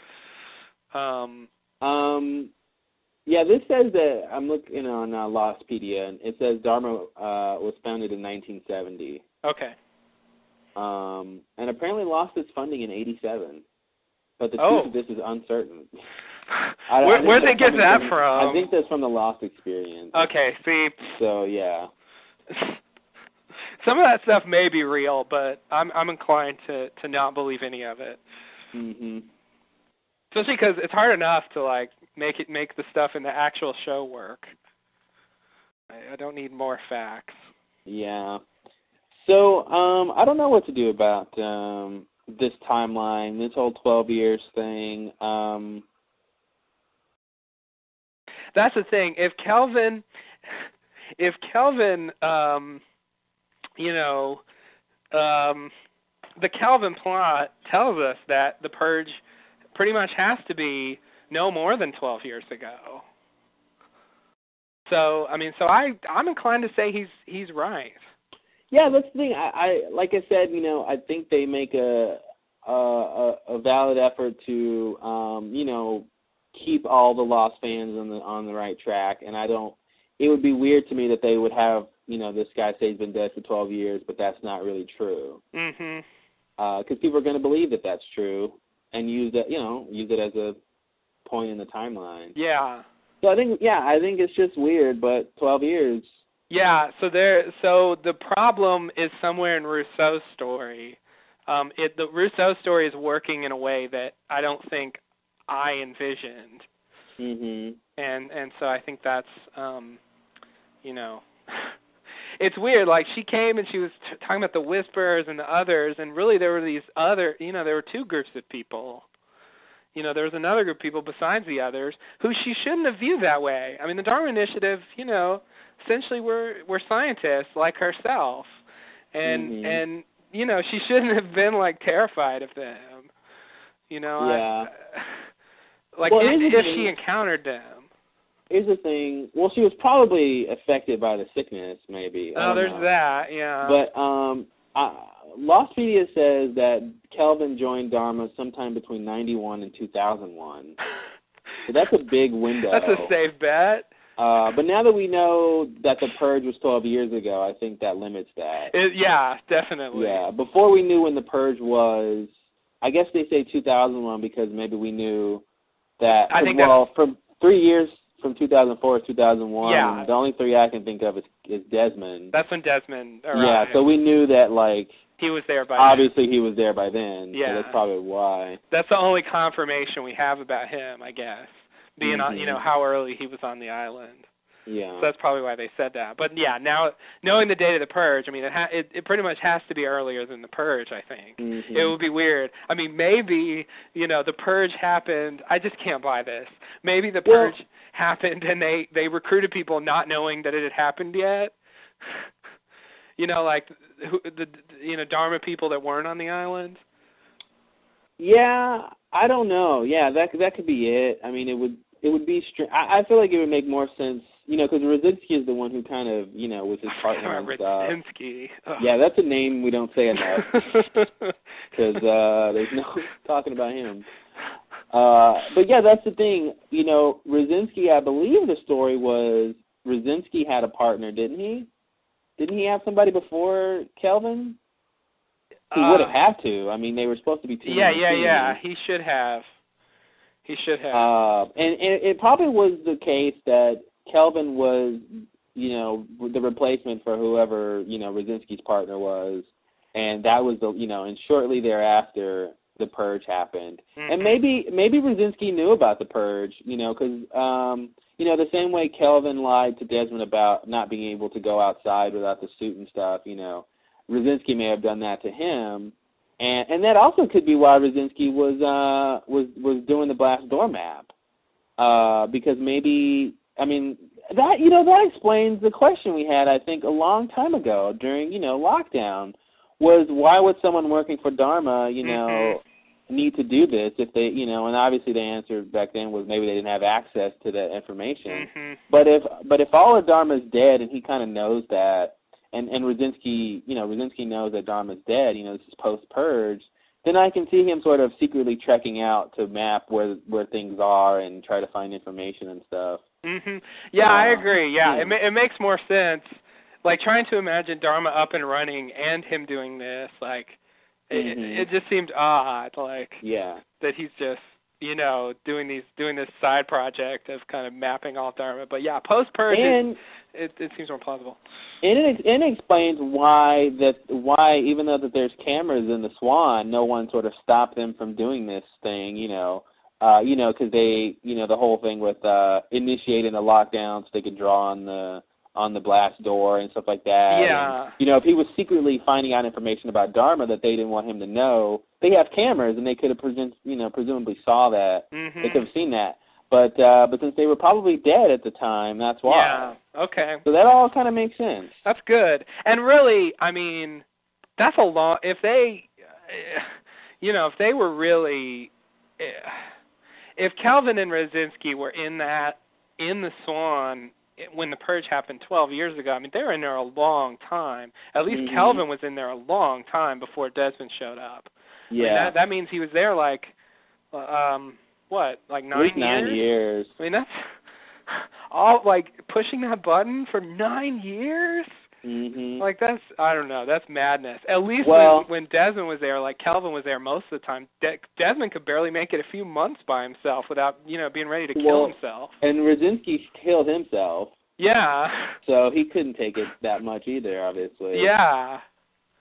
[SPEAKER 2] Um.
[SPEAKER 4] Um, yeah, this says that I'm looking on uh, Lostpedia, and it says Dharma uh, was founded in 1970,
[SPEAKER 2] Okay.
[SPEAKER 4] um, and apparently lost its funding in '87. But the
[SPEAKER 2] Oh.
[SPEAKER 4] truth of this is uncertain. I, I
[SPEAKER 2] Where
[SPEAKER 4] think
[SPEAKER 2] where they
[SPEAKER 4] that's
[SPEAKER 2] get
[SPEAKER 4] coming
[SPEAKER 2] that
[SPEAKER 4] from,
[SPEAKER 2] from?
[SPEAKER 4] I think that's from the Lost experience.
[SPEAKER 2] okay. See,
[SPEAKER 4] So yeah,
[SPEAKER 2] some of that stuff may be real, but I'm I'm inclined to to not believe any of it.
[SPEAKER 4] hmm
[SPEAKER 2] Especially because it's hard enough to like make it make the stuff in the actual show work. I, I don't need more facts.
[SPEAKER 4] yeah. So um, I don't know what to do about um, this timeline, this whole 12 years thing. Um,
[SPEAKER 2] That's the thing. If Kelvin, if Kelvin, um, you know, um, the Kelvin plot tells us that the purge pretty much has to be no more than 12 years ago. So I mean, so I I'm inclined to say he's he's right.
[SPEAKER 4] Yeah, that's the thing. I, I like I said, you know, I think they make a a, a a valid effort to um, you know, keep all the Lost fans on the on the right track and I don't it would be weird to me that they would have, you know, this guy say he's been dead for 12 years, but that's not really true.
[SPEAKER 2] hmm
[SPEAKER 4] Uh, 'cause people are going to believe that that's true and use that, you know, use it as a point in the timeline.
[SPEAKER 2] Yeah.
[SPEAKER 4] So I think yeah, I think it's just weird, but 12 years
[SPEAKER 2] Yeah, so there so the problem is somewhere in Rousseau's story. Um it the Rousseau story is working in a way that I don't think I envisioned.
[SPEAKER 4] Mhm.
[SPEAKER 2] And and so I think that's um you know it's weird like she came and she was t- talking about the whisperers and the others and really there were these other you know there were two groups of people you know there was another group of people besides the others who she shouldn't have viewed that way i mean the dharma initiative you know essentially we're we're scientists like herself and
[SPEAKER 4] Mhm.
[SPEAKER 2] and you know she shouldn't have been like terrified of them you know I, like
[SPEAKER 4] Well, here's
[SPEAKER 2] if,
[SPEAKER 4] the
[SPEAKER 2] if
[SPEAKER 4] thing.
[SPEAKER 2] she encountered them
[SPEAKER 4] here's the thing. Well, she was probably affected by the sickness, maybe. I
[SPEAKER 2] oh
[SPEAKER 4] don't
[SPEAKER 2] there's
[SPEAKER 4] know.
[SPEAKER 2] that yeah
[SPEAKER 4] Um, But um, uh, Lostpedia says that Kelvin joined Dharma sometime between 91 and 2001. So that's a big window.
[SPEAKER 2] That's a safe bet.
[SPEAKER 4] Uh, but now that we know that the purge was 12 years ago, I think that limits that.
[SPEAKER 2] It, yeah, definitely.
[SPEAKER 4] yeah. Before we knew when the purge was, I guess they say 2001 because maybe we knew that.
[SPEAKER 2] I think
[SPEAKER 4] well, from three years from 2004 to 2001,
[SPEAKER 2] Yeah.
[SPEAKER 4] the only three I can think of is, is Desmond.
[SPEAKER 2] That's when Desmond
[SPEAKER 4] Yeah,
[SPEAKER 2] arrived.
[SPEAKER 4] so we knew that like
[SPEAKER 2] he was there by then.
[SPEAKER 4] obviously he was there by then.
[SPEAKER 2] Yeah.
[SPEAKER 4] So that's probably why.
[SPEAKER 2] That's the only confirmation we have about him, I guess. Being on, you
[SPEAKER 4] Mhm.
[SPEAKER 2] know, how early he was on the island.
[SPEAKER 4] Yeah.
[SPEAKER 2] So that's probably why they said that. But yeah, now knowing the date of the purge, I mean, it ha- it, it pretty much has to be earlier than the purge, I think.
[SPEAKER 4] Mhm.
[SPEAKER 2] It would be weird. I mean, maybe you know the purge happened. I just can't buy this. Maybe the
[SPEAKER 4] Well-
[SPEAKER 2] purge happened and they they recruited people not knowing that it had happened yet. you know, like who, the the- you know Dharma people that weren't on the island.
[SPEAKER 4] Yeah, I don't know. Yeah, that that could be it. I mean, it would it would be str- I, I feel like it would make more sense, you know, cuz Rosinski is the one who kind of, you know, was his partner and stuff.
[SPEAKER 2] Radinsky. Ugh.
[SPEAKER 4] uh, Yeah, that's a name we don't say enough cuz uh there's no talking about him. Uh, but yeah, that's the thing. You know, Rosinski, I believe the story was Rosinski had a partner, didn't he? Didn't he have somebody before Kelvin? He would have
[SPEAKER 2] Uh,
[SPEAKER 4] had to. I mean, they were supposed to be teaming.
[SPEAKER 2] Yeah, yeah,
[SPEAKER 4] teaming.
[SPEAKER 2] yeah. He should have. He should have.
[SPEAKER 4] Uh, and, and it probably was the case that Kelvin was, you know, the replacement for whoever you know Rosinski's partner was, and that was the you know, and shortly thereafter the purge happened.
[SPEAKER 2] Mhm.
[SPEAKER 4] And maybe maybe Brzezinski knew about the purge, you know, because um, you know the same way Kelvin lied to Desmond about not being able to go outside without the suit and stuff, you know, Brzezinski may have done that to him, and and that also could be why Brzezinski was uh was was doing the blast door map, uh, because maybe I mean that you know that explains the question we had I think a long time ago during you know lockdown was why would someone working for Dharma you know need to do this if they you know and obviously the answer back then was maybe they didn't have access to that information
[SPEAKER 2] hmm
[SPEAKER 4] but if but if all of Dharma's dead and he kind of knows that, and and Rosinski, you know, Rosinski knows that Dharma's dead. You know, this is post purge. Then I can see him sort of secretly trekking out to map where where things are and try to find information and stuff.
[SPEAKER 2] hmm Yeah, I
[SPEAKER 4] Uh,
[SPEAKER 2] agree. Yeah,
[SPEAKER 4] hmm.
[SPEAKER 2] it ma- it makes more sense. Like trying to imagine Dharma up and running and him doing this, like it,
[SPEAKER 4] Mhm.
[SPEAKER 2] it just seemed odd. Like
[SPEAKER 4] Yeah,
[SPEAKER 2] that he's just you know doing these doing this side project of kind of mapping all Dharma. But yeah, post purge, it,
[SPEAKER 4] and
[SPEAKER 2] it it seems more plausible.
[SPEAKER 4] and it, ex- and it explains why that why even though that there's cameras in the Swan, no one sort of stopped them from doing this thing. You know, uh, you know, because they you know the whole thing with uh initiating the lockdown so they could draw on the on the blast door and stuff like that. And,
[SPEAKER 2] yeah.
[SPEAKER 4] you know, if he was secretly finding out information about Dharma that they didn't want him to know, they have cameras and they could have present, you know, presumably saw that.
[SPEAKER 2] hmm
[SPEAKER 4] They could have seen that. But uh but since they were probably dead at the time, that's why.
[SPEAKER 2] Yeah. Okay.
[SPEAKER 4] So that all kind of makes sense.
[SPEAKER 2] That's good. And really, I mean, that's a long. If they, you know, if they were really, eh, if Calvin and Rosinski were in that in the Swan eh, when the purge happened 12 years ago, I mean, they were in there a long time. At least
[SPEAKER 4] Mhm.
[SPEAKER 2] Calvin was in there a long time before Desmond showed up. I mean,
[SPEAKER 4] Yeah.
[SPEAKER 2] that, that means he was there like, um, what, like
[SPEAKER 4] At
[SPEAKER 2] nine
[SPEAKER 4] least nine years.
[SPEAKER 2] I mean, that's all like pushing that button for nine years.
[SPEAKER 4] Mhm.
[SPEAKER 2] Like that's I don't know, that's madness. At least
[SPEAKER 4] Well-
[SPEAKER 2] when, when Desmond was there, like Kelvin was there most of the time. De- Desmond could barely make it a few months by himself without you know being ready to kill
[SPEAKER 4] Well-
[SPEAKER 2] himself.
[SPEAKER 4] and Rosinski killed himself,
[SPEAKER 2] Yeah,
[SPEAKER 4] so he couldn't take it that much either, obviously.
[SPEAKER 2] yeah,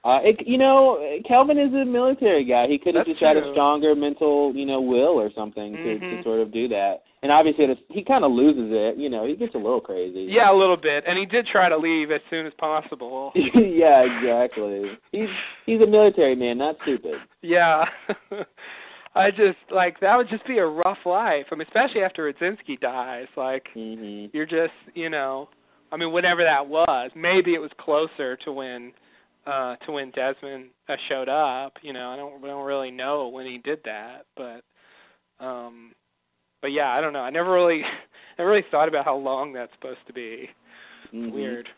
[SPEAKER 4] Uh, it, you know, Calvin is a military guy. He could have
[SPEAKER 2] That's
[SPEAKER 4] just had a
[SPEAKER 2] true.
[SPEAKER 4] stronger mental, you know, will or something to,
[SPEAKER 2] Mhm.
[SPEAKER 4] to sort of do that. And obviously, it is- he kind of loses it. You know, he gets a little crazy.
[SPEAKER 2] yeah, a little bit. And he did try to leave as soon as possible.
[SPEAKER 4] yeah, exactly. He's he's a military man, not stupid.
[SPEAKER 2] Yeah. I just like that would just be a rough life. I mean, especially after Radzinski dies. Like,
[SPEAKER 4] hmm
[SPEAKER 2] you're just you know i mean whatever that was maybe it was closer to when uh to when desmond uh, showed up you know i don't I don't really know when he did that but um but yeah i don't know i never really i really thought about how long that's supposed to be
[SPEAKER 4] Mm-hmm.
[SPEAKER 2] weird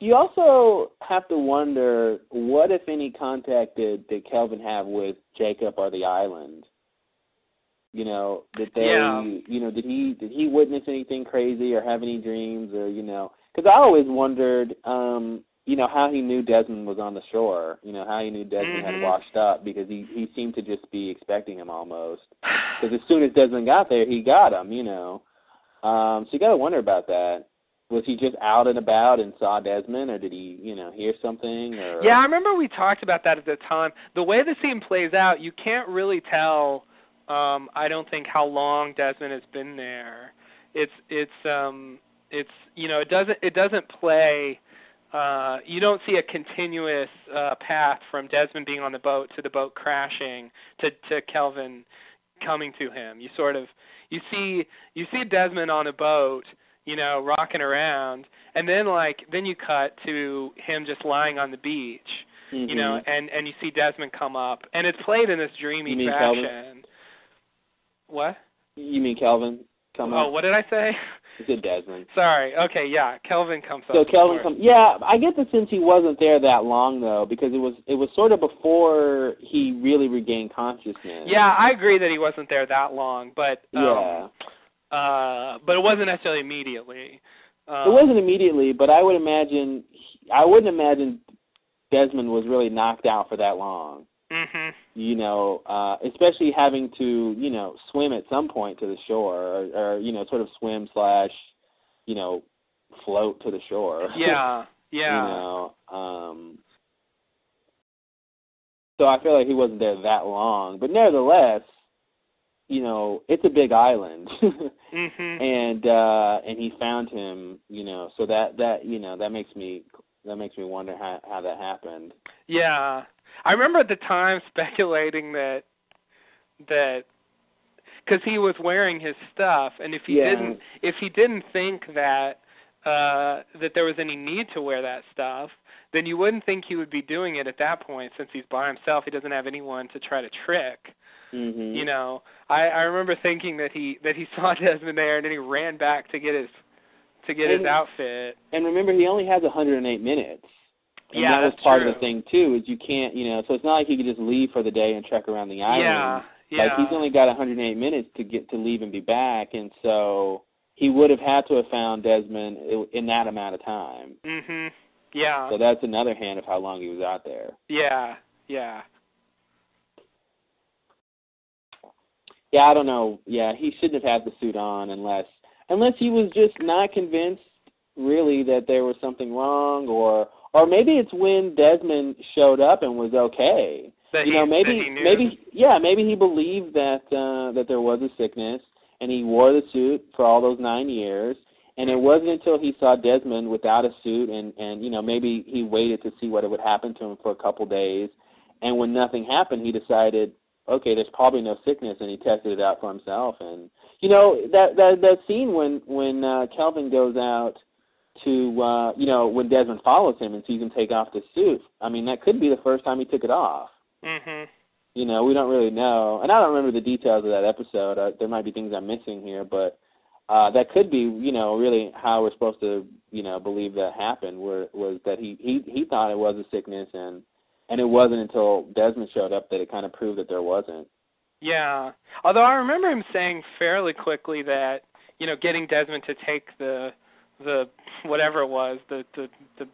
[SPEAKER 4] You also have to wonder what, if any, contact did, did Kelvin have with Jacob or the island? You know, did they,
[SPEAKER 2] Yeah.
[SPEAKER 4] you know, did he did he witness anything crazy or have any dreams or you know? Because I always wondered, um, you know, how he knew Desmond was on the shore. You know, how he knew Desmond
[SPEAKER 2] Mhm.
[SPEAKER 4] had washed up because he he seemed to just be expecting him almost. Because as soon as Desmond got there, he got him, you know. Um, so you got to wonder about that. Was he just out and about and saw Desmond, or did he, you know, hear something? Or
[SPEAKER 2] Yeah, I remember we talked about that at the time. The way the scene plays out, you can't really tell. Um, I don't think how long Desmond has been there. It's it's um it's you know it doesn't it doesn't play. Uh, you don't see a continuous uh, path from Desmond being on the boat to the boat crashing to to Kelvin coming to him. You sort of you see you see Desmond on a boat, you know, rocking around, and then like then you cut to him just lying on the beach,
[SPEAKER 4] Mhm.
[SPEAKER 2] you know, and and you see Desmond come up, and it's played in this dreamy
[SPEAKER 4] You mean
[SPEAKER 2] fashion.
[SPEAKER 4] Calvin?
[SPEAKER 2] What?
[SPEAKER 4] you mean Kelvin come
[SPEAKER 2] oh,
[SPEAKER 4] up?
[SPEAKER 2] what did I say?
[SPEAKER 4] He said Desmond.
[SPEAKER 2] Sorry. Okay, yeah, Kelvin comes
[SPEAKER 4] So
[SPEAKER 2] up.
[SPEAKER 4] Kelvin
[SPEAKER 2] before.
[SPEAKER 4] come. Yeah, I get the sense he wasn't there that long though, because it was it was sort of before he really regained consciousness.
[SPEAKER 2] Yeah, I agree that he wasn't there that long, but um,
[SPEAKER 4] Yeah.
[SPEAKER 2] uh, but it wasn't necessarily immediately. Um,
[SPEAKER 4] It wasn't immediately, but I would imagine he- I wouldn't imagine Desmond was really knocked out for that long.
[SPEAKER 2] hmm
[SPEAKER 4] you know, uh, especially having to, you know, swim at some point to the shore or, or you know, sort of swim slash, you know, float to the shore.
[SPEAKER 2] Yeah. Yeah.
[SPEAKER 4] You know, um, so I feel like he wasn't there that long, but nevertheless, you know, it's a big island,
[SPEAKER 2] hmm
[SPEAKER 4] and uh, and he found him, you know, so that that you know that makes me that makes me wonder how how that happened.
[SPEAKER 2] Yeah. I remember at the time speculating that that because he was wearing his stuff, and if he
[SPEAKER 4] Yeah.
[SPEAKER 2] didn't, if he didn't think that uh, that there was any need to wear that stuff, then you wouldn't think he would be doing it at that point, since he's by himself. He doesn't have anyone to try to trick.
[SPEAKER 4] Mm-hmm.
[SPEAKER 2] You know, I I remember thinking that he that he saw Desmond there, and then he ran back to get his to get his
[SPEAKER 4] And-
[SPEAKER 2] outfit.
[SPEAKER 4] and remember he only has 108 minutes. And
[SPEAKER 2] yeah,
[SPEAKER 4] that was
[SPEAKER 2] that's
[SPEAKER 4] part
[SPEAKER 2] true.
[SPEAKER 4] of the thing too, is you can't, you know, so it's not like he could just leave for the day and trek around the island.
[SPEAKER 2] Yeah, yeah.
[SPEAKER 4] Like he's only got 108 minutes to get to leave and be back, and so he would have had to have found Desmond i- in that amount of time.
[SPEAKER 2] Mhm. Yeah.
[SPEAKER 4] So that's another hand of how long he was out there.
[SPEAKER 2] Yeah. Yeah.
[SPEAKER 4] Yeah, I don't know. Yeah, he shouldn't have had the suit on unless unless he was just not convinced really that there was something wrong or or maybe it's when Desmond showed up and was okay.
[SPEAKER 2] That
[SPEAKER 4] you
[SPEAKER 2] he,
[SPEAKER 4] know
[SPEAKER 2] that
[SPEAKER 4] maybe
[SPEAKER 2] he knew.
[SPEAKER 4] maybe yeah maybe he believed that uh that there was a sickness and he wore the suit for all those nine years and it wasn't until he saw desmond without a suit and and you know maybe he waited to see what it would happen to him for a couple days and when nothing happened he decided okay there's probably no sickness and he tested it out for himself and you know that that that scene when when uh kelvin goes out to uh you know when desmond follows him and sees him take off the suit i mean that could be the first time he took it off
[SPEAKER 2] Mhm.
[SPEAKER 4] you know, we don't really know, and I don't remember the details of that episode. Uh, there might be things I'm missing here, but uh, that could be, you know, really how we're supposed to, you know, believe that happened. Were, was that he he he thought it was a sickness, and and it wasn't until Desmond showed up that it kind of proved that there wasn't.
[SPEAKER 2] Yeah. Although I remember him saying fairly quickly that you know getting Desmond to take the the whatever it was the the the,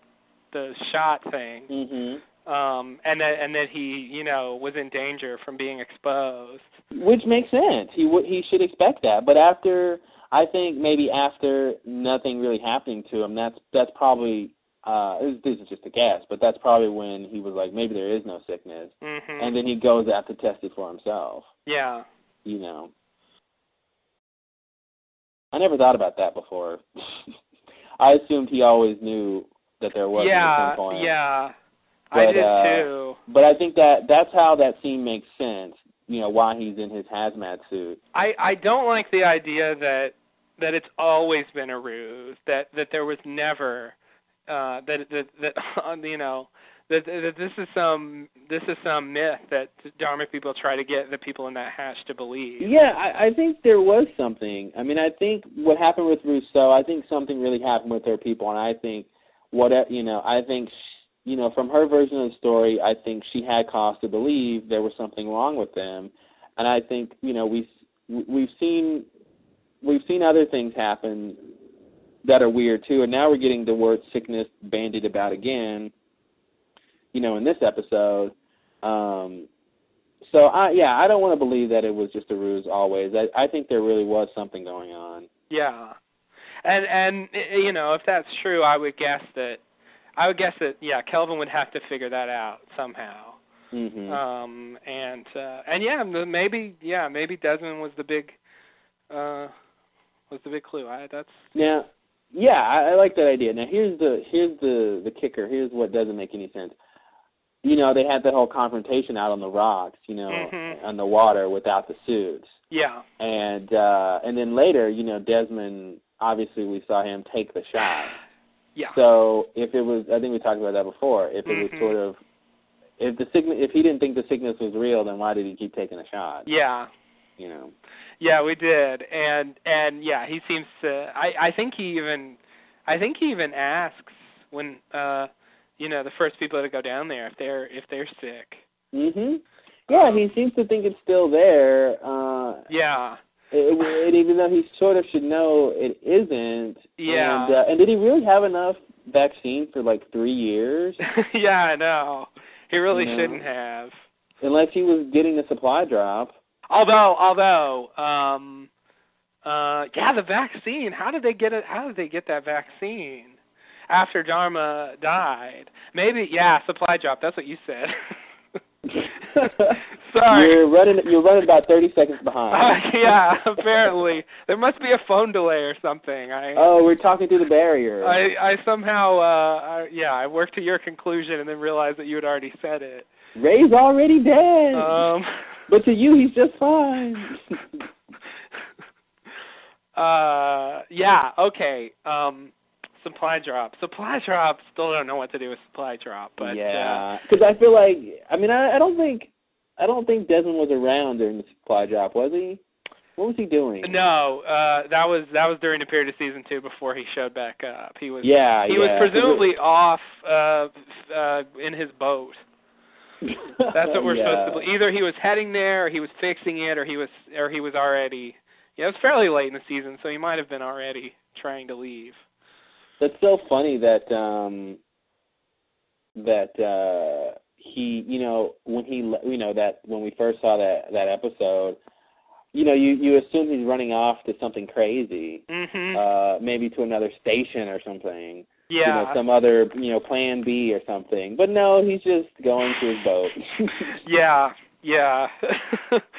[SPEAKER 2] the shot thing
[SPEAKER 4] Mm-hmm.
[SPEAKER 2] um and that and that he you know was in danger from being exposed
[SPEAKER 4] Which makes sense. He would he should expect that, but after I think maybe after nothing really happening to him, that's that's probably. Uh, this, this is just a guess, but that's probably when he was like, maybe there is no sickness,
[SPEAKER 2] mhm
[SPEAKER 4] and then he goes out to test it for himself.
[SPEAKER 2] yeah
[SPEAKER 4] You know, I never thought about that before. I assumed he always knew that there was at
[SPEAKER 2] yeah
[SPEAKER 4] some point.
[SPEAKER 2] yeah
[SPEAKER 4] But,
[SPEAKER 2] I did
[SPEAKER 4] uh,
[SPEAKER 2] too
[SPEAKER 4] But I think that that's how that scene makes sense. You know, why he's in his hazmat suit.
[SPEAKER 2] I I don't like the idea that that it's always been a ruse that that there was never uh that that that um, you know that, that this is some this is some myth that Dharmic people try to get the people in that hash to believe.
[SPEAKER 4] Yeah, I, I think there was something. I mean, I think what happened with Rousseau, I think something really happened with her people, and I think what you know, I think sh you know, from her version of the story, I think she had cause to believe there was something wrong with them, and I think you know we we've seen we've seen other things happen that are weird too, and now we're getting the word sickness bandied about again. You know, in this episode. Um, so I yeah, I don't want to believe that it was just a ruse always. I I think there really was something going on.
[SPEAKER 2] Yeah. And and i- you know, if that's true, I would guess that I would guess that yeah, Kelvin would have to figure that out somehow.
[SPEAKER 4] Mhm.
[SPEAKER 2] um and uh and yeah m- maybe yeah maybe desmond was the big uh was the big clue i that's
[SPEAKER 4] now, yeah, I, I like that idea. Now here's the here's the the kicker. Here's what doesn't make any sense. You know, they had that whole confrontation out on the rocks, you know,
[SPEAKER 2] Mhm.
[SPEAKER 4] on the water without the suits.
[SPEAKER 2] yeah
[SPEAKER 4] And uh and then later, you know, Desmond obviously we saw him take the shot.
[SPEAKER 2] yeah
[SPEAKER 4] So if it was, I think we talked about that before. If it
[SPEAKER 2] Mhm.
[SPEAKER 4] was sort of, if the sickness, if he didn't think the sickness was real, then why did he keep taking a shot?
[SPEAKER 2] yeah
[SPEAKER 4] You know.
[SPEAKER 2] yeah we did and and yeah he seems to i i think he even i think he even asks when uh you know the first people to go down there if they're if they're sick
[SPEAKER 4] Mhm. Yeah, he seems to think it's still there. Uh,
[SPEAKER 2] yeah
[SPEAKER 4] it, it, even though he sort of should know it isn't.
[SPEAKER 2] Yeah.
[SPEAKER 4] And, uh, and did he really have enough vaccine for like three years?
[SPEAKER 2] yeah i know he really
[SPEAKER 4] No.
[SPEAKER 2] shouldn't have
[SPEAKER 4] Unless he was getting a supply drop.
[SPEAKER 2] Although, although, um, uh, yeah, the vaccine. How did they get it? How did they get that vaccine after Dharma died? Maybe, yeah, supply drop. That's what you said. Sorry.
[SPEAKER 4] You're running. You're running about thirty seconds
[SPEAKER 2] Uh,
[SPEAKER 4] behind.
[SPEAKER 2] yeah, apparently there must be a phone delay or something. I,
[SPEAKER 4] Oh, we're talking through the barrier.
[SPEAKER 2] I, I somehow, uh, I, yeah, I worked to your conclusion and then realized that you had already said it.
[SPEAKER 4] Ray's already dead.
[SPEAKER 2] Um.
[SPEAKER 4] but to you, he's just fine.
[SPEAKER 2] Uh, yeah. Okay. Um, supply drop. Supply drop. Still don't know what to do with supply drop, but uh,
[SPEAKER 4] yeah, because I feel like I mean I, I don't think I don't think Desmond was around during the supply drop, was he? What was he doing?
[SPEAKER 2] No, uh, that was that was during the period of season two before he showed back up. He was
[SPEAKER 4] Yeah,
[SPEAKER 2] he
[SPEAKER 4] yeah.
[SPEAKER 2] was presumably off uh, uh, in his boat. That's what we're
[SPEAKER 4] Yeah.
[SPEAKER 2] supposed to believe. Either he was heading there, or he was fixing it, or he was or he was already. Yeah, it was fairly late in the season, so he might have been already trying to leave.
[SPEAKER 4] That's so funny that um that uh he you know when he le- you know that when we first saw that that episode you know you you assume he's running off to something crazy
[SPEAKER 2] Mhm.
[SPEAKER 4] uh maybe to another station or something
[SPEAKER 2] yeah.
[SPEAKER 4] you know some other you know plan B or something but no he's just going to his boat
[SPEAKER 2] yeah, yeah.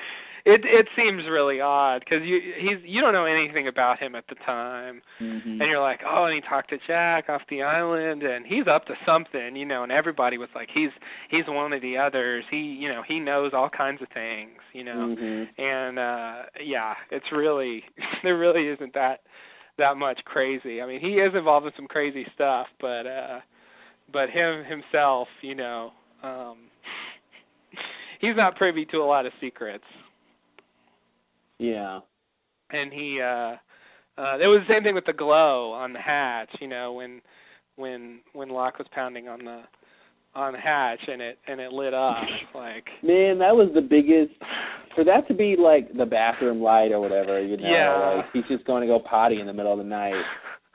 [SPEAKER 2] it it seems really odd because you he's you don't know anything about him at the time,
[SPEAKER 4] Mhm.
[SPEAKER 2] and you're like, oh, and he talked to Jack off the island, and he's up to something, you know. And everybody was like, he's he's one of the others. He you know he knows all kinds of things, you know
[SPEAKER 4] Mhm.
[SPEAKER 2] and uh yeah it's really there really isn't that that much crazy i mean he is involved in some crazy stuff but uh but him himself you know um he's not privy to a lot of secrets
[SPEAKER 4] yeah
[SPEAKER 2] and he uh uh it was the same thing with the glow on the hatch you know when when when Locke was pounding on the on the hatch and it and it lit up like
[SPEAKER 4] man that was the biggest for that to be like the bathroom light or whatever, you know,
[SPEAKER 2] Yeah.
[SPEAKER 4] like he's just going to go potty in the middle of the night.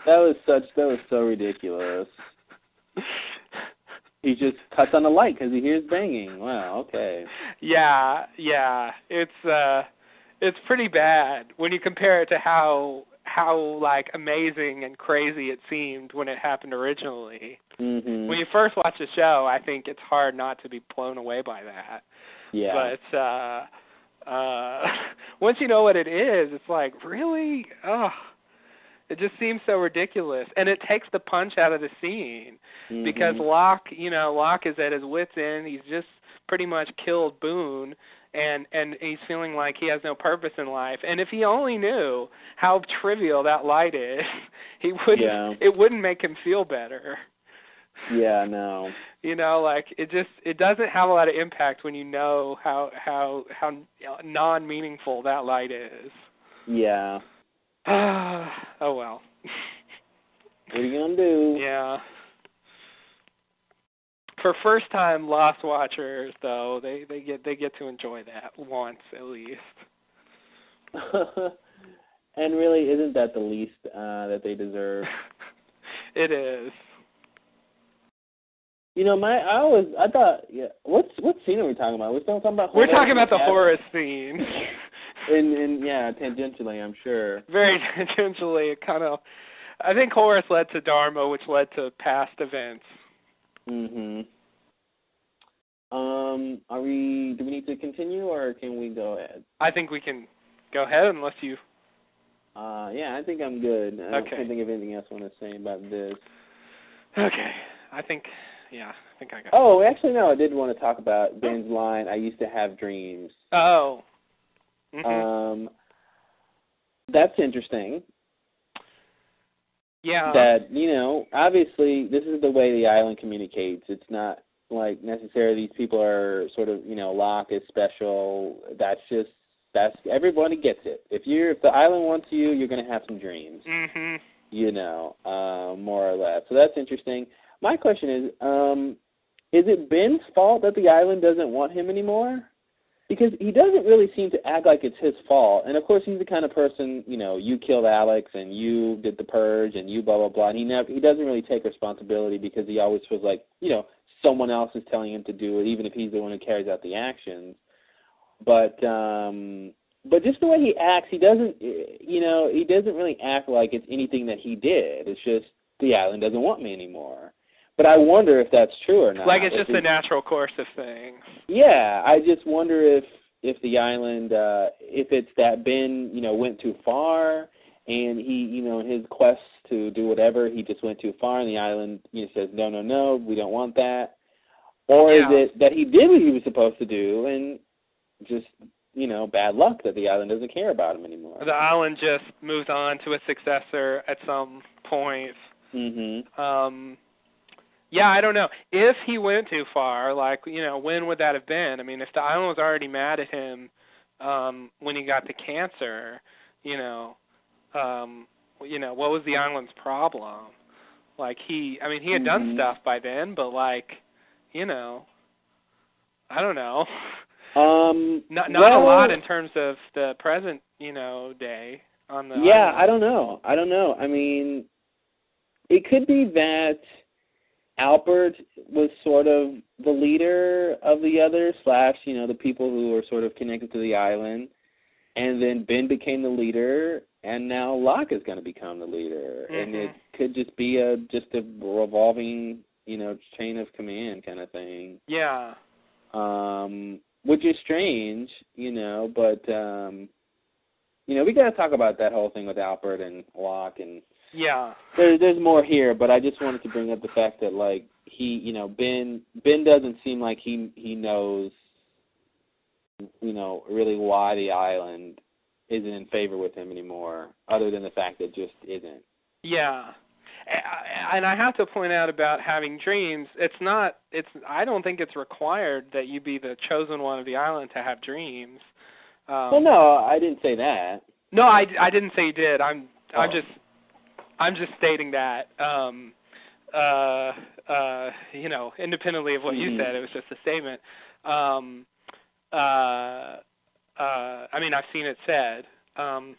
[SPEAKER 4] That was such that was so ridiculous. He just cuts on the light because he hears banging. Wow, okay.
[SPEAKER 2] Yeah, yeah. It's uh it's pretty bad when you compare it to how how like amazing and crazy it seemed when it happened originally.
[SPEAKER 4] Mhm.
[SPEAKER 2] When you first watch the show, I think it's hard not to be blown away by that.
[SPEAKER 4] yeah.
[SPEAKER 2] But uh uh once you know what it is, it's like, really? Ugh. It just seems so ridiculous. And it takes the punch out of the scene
[SPEAKER 4] Mhm.
[SPEAKER 2] because Locke, you know, Locke is at his wits end. He's just pretty much killed Boone and and he's feeling like he has no purpose in life. And if he only knew how trivial that light is, he wouldn't
[SPEAKER 4] Yeah.
[SPEAKER 2] it wouldn't make him feel better.
[SPEAKER 4] Yeah, no.
[SPEAKER 2] You know, like it just it doesn't have a lot of impact when you know how how how non-meaningful that light is.
[SPEAKER 4] Yeah.
[SPEAKER 2] oh well.
[SPEAKER 4] What are you gonna do?
[SPEAKER 2] Yeah. For first time Lost Watchers though, they, they get they get to enjoy that once at least.
[SPEAKER 4] and really isn't that the least uh that they deserve?
[SPEAKER 2] It is.
[SPEAKER 4] You know, my I always I thought yeah what's what scene are we talking about? We're still talking about
[SPEAKER 2] We're
[SPEAKER 4] Horace
[SPEAKER 2] talking
[SPEAKER 4] and
[SPEAKER 2] about the
[SPEAKER 4] Cat-
[SPEAKER 2] Horace scene.
[SPEAKER 4] And and yeah, tangentially I'm sure.
[SPEAKER 2] Very tangentially it kind of I think Horace led to Dharma which led to past events.
[SPEAKER 4] Mhm. Um, are we? Do we need to continue, or can we go ahead?
[SPEAKER 2] I think we can go ahead unless you
[SPEAKER 4] Uh, yeah, I think I'm good. I don't-
[SPEAKER 2] Okay.
[SPEAKER 4] can't think of anything else I want to say about this.
[SPEAKER 2] Okay. I think yeah, I think I got
[SPEAKER 4] Oh, actually, no, I did want to talk about Ben's line. I used to have dreams.
[SPEAKER 2] Oh. Mhm.
[SPEAKER 4] Um, that's interesting.
[SPEAKER 2] yeah.
[SPEAKER 4] that you know obviously this is the way the island communicates it's not like necessarily these people are sort of you know Locke is special that's just that's everybody gets it if you're if the island wants you you're going to have some dreams
[SPEAKER 2] mhm.
[SPEAKER 4] you know uh, more or less so that's interesting my question is um is it ben's fault that the island doesn't want him anymore because he doesn't really seem to act like it's his fault. And of course, he's the kind of person, you know, you killed Alex and you did the purge and you blah blah blah. And he never he doesn't really take responsibility because he always feels like, you know, someone else is telling him to do it, even if he's the one who carries out the actions. But um but just the way he acts, he doesn't you know, he doesn't really act like it's anything that he did. It's just the island doesn't want me anymore. But I wonder if that's true or not.
[SPEAKER 2] like it's
[SPEAKER 4] If
[SPEAKER 2] just the natural course of things.
[SPEAKER 4] yeah, I just wonder if if the island uh if it's that Ben, you know, went too far and he, you know, in his quest to do whatever, he just went too far and the island, you know, says no, no, no, we don't want that. Or
[SPEAKER 2] Yeah.
[SPEAKER 4] is it that he did what he was supposed to do and just you know, bad luck that the island doesn't care about him anymore.
[SPEAKER 2] The island just moves on to a successor at some point.
[SPEAKER 4] Mm-hmm.
[SPEAKER 2] Um, yeah, I don't know. If he went too far, like you know, when would that have been? I mean, if the island was already mad at him um, when he got the cancer, you know, um, you know, what was the island's problem? Like he, I mean, he had done
[SPEAKER 4] Mhm.
[SPEAKER 2] stuff by then, but like, you know, I don't know.
[SPEAKER 4] Um,
[SPEAKER 2] Not not a
[SPEAKER 4] well,
[SPEAKER 2] lot in terms of the present, you know, day on the.
[SPEAKER 4] yeah,
[SPEAKER 2] island.
[SPEAKER 4] I don't know. I don't know. I mean, it could be that Albert was sort of the leader of the others, slash, you know, the people who were sort of connected to the island, and then Ben became the leader, and now Locke is going to become the leader, and it
[SPEAKER 2] Mhm.
[SPEAKER 4] could just be a just a revolving, you know, chain of command kind of thing.
[SPEAKER 2] Yeah.
[SPEAKER 4] um, which is strange, you know. But um, you know, we got to talk about that whole thing with Albert and Locke, and
[SPEAKER 2] Yeah.
[SPEAKER 4] there's there's more here. But I just wanted to bring up the fact that like he, you know, Ben Ben doesn't seem like he he knows, you know, really why the island isn't in favor with him anymore, other than the fact that it just isn't.
[SPEAKER 2] Yeah. A- And I have to point out about having dreams, it's not it's I don't think it's required that you be the chosen one of the island to have dreams. Um
[SPEAKER 4] well, no, I didn't say that.
[SPEAKER 2] No, I, I didn't say you did. I'm I'm
[SPEAKER 4] Oh.
[SPEAKER 2] just I'm just stating that um uh uh you know, independently of what you
[SPEAKER 4] Mhm.
[SPEAKER 2] said, it was just a statement. Um uh uh I mean, I've seen it said. Um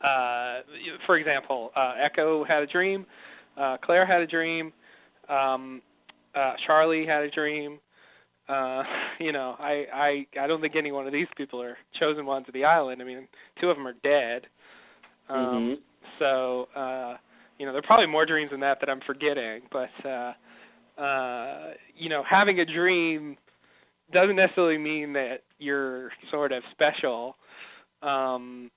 [SPEAKER 2] uh for example, uh Echo had a dream, uh Claire had a dream, um uh Charlie had a dream. Uh, you know, I I I don't think any one of these people are chosen ones of the island. I mean, two of them are dead. Um
[SPEAKER 4] Mhm.
[SPEAKER 2] so uh you know, there are probably more dreams than that that I'm forgetting, but uh uh you know, having a dream doesn't necessarily mean that you're sort of special. Um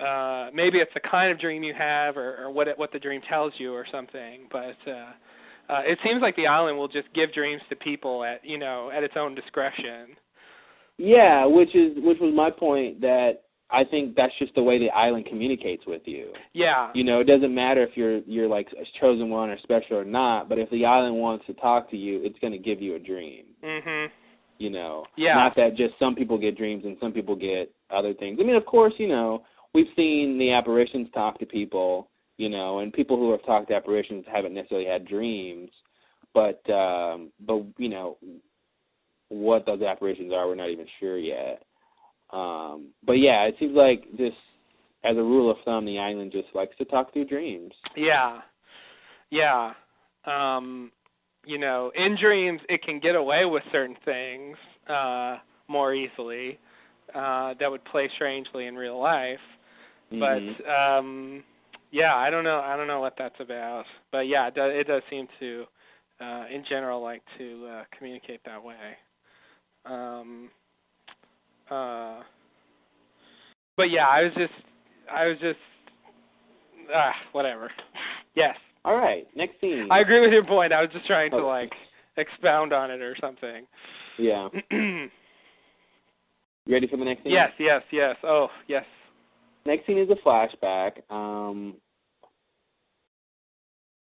[SPEAKER 2] uh maybe it's the kind of dream you have or, or what it, what the dream tells you or something, but uh uh, it seems like the island will just give dreams to people at you know at its own discretion.
[SPEAKER 4] Yeah, which is which was my point that I think that's just the way the island communicates with you.
[SPEAKER 2] Yeah,
[SPEAKER 4] You know, it doesn't matter if you're you're like a chosen one or special or not, but if the island wants to talk to you, it's going to give you a dream.
[SPEAKER 2] Mhm.
[SPEAKER 4] You know,
[SPEAKER 2] Yeah.
[SPEAKER 4] not that just some people get dreams and some people get other things. I mean, of course, you know, we've seen the apparitions talk to people. You know, and people who have talked to apparitions haven't necessarily had dreams, but um, but you know, what those apparitions are, we're not even sure yet. Um, but yeah, it seems like just as a rule of thumb, the island just likes to talk through dreams.
[SPEAKER 2] Yeah. Yeah. Um you know, in dreams it can get away with certain things uh more easily uh that would play strangely in real life.
[SPEAKER 4] Mhm.
[SPEAKER 2] But um yeah, I don't know I don't know what that's about. But yeah, it does, it does seem to uh in general like to uh communicate that way. Um uh but yeah, I was just I was just ah, whatever. Yes.
[SPEAKER 4] all right, next scene.
[SPEAKER 2] I agree with your point. I was just trying to
[SPEAKER 4] Okay.
[SPEAKER 2] like expound on it or something.
[SPEAKER 4] Yeah, you ready for the next scene?
[SPEAKER 2] yes, yes, yes. Oh, yes.
[SPEAKER 4] Next scene is a flashback. Um,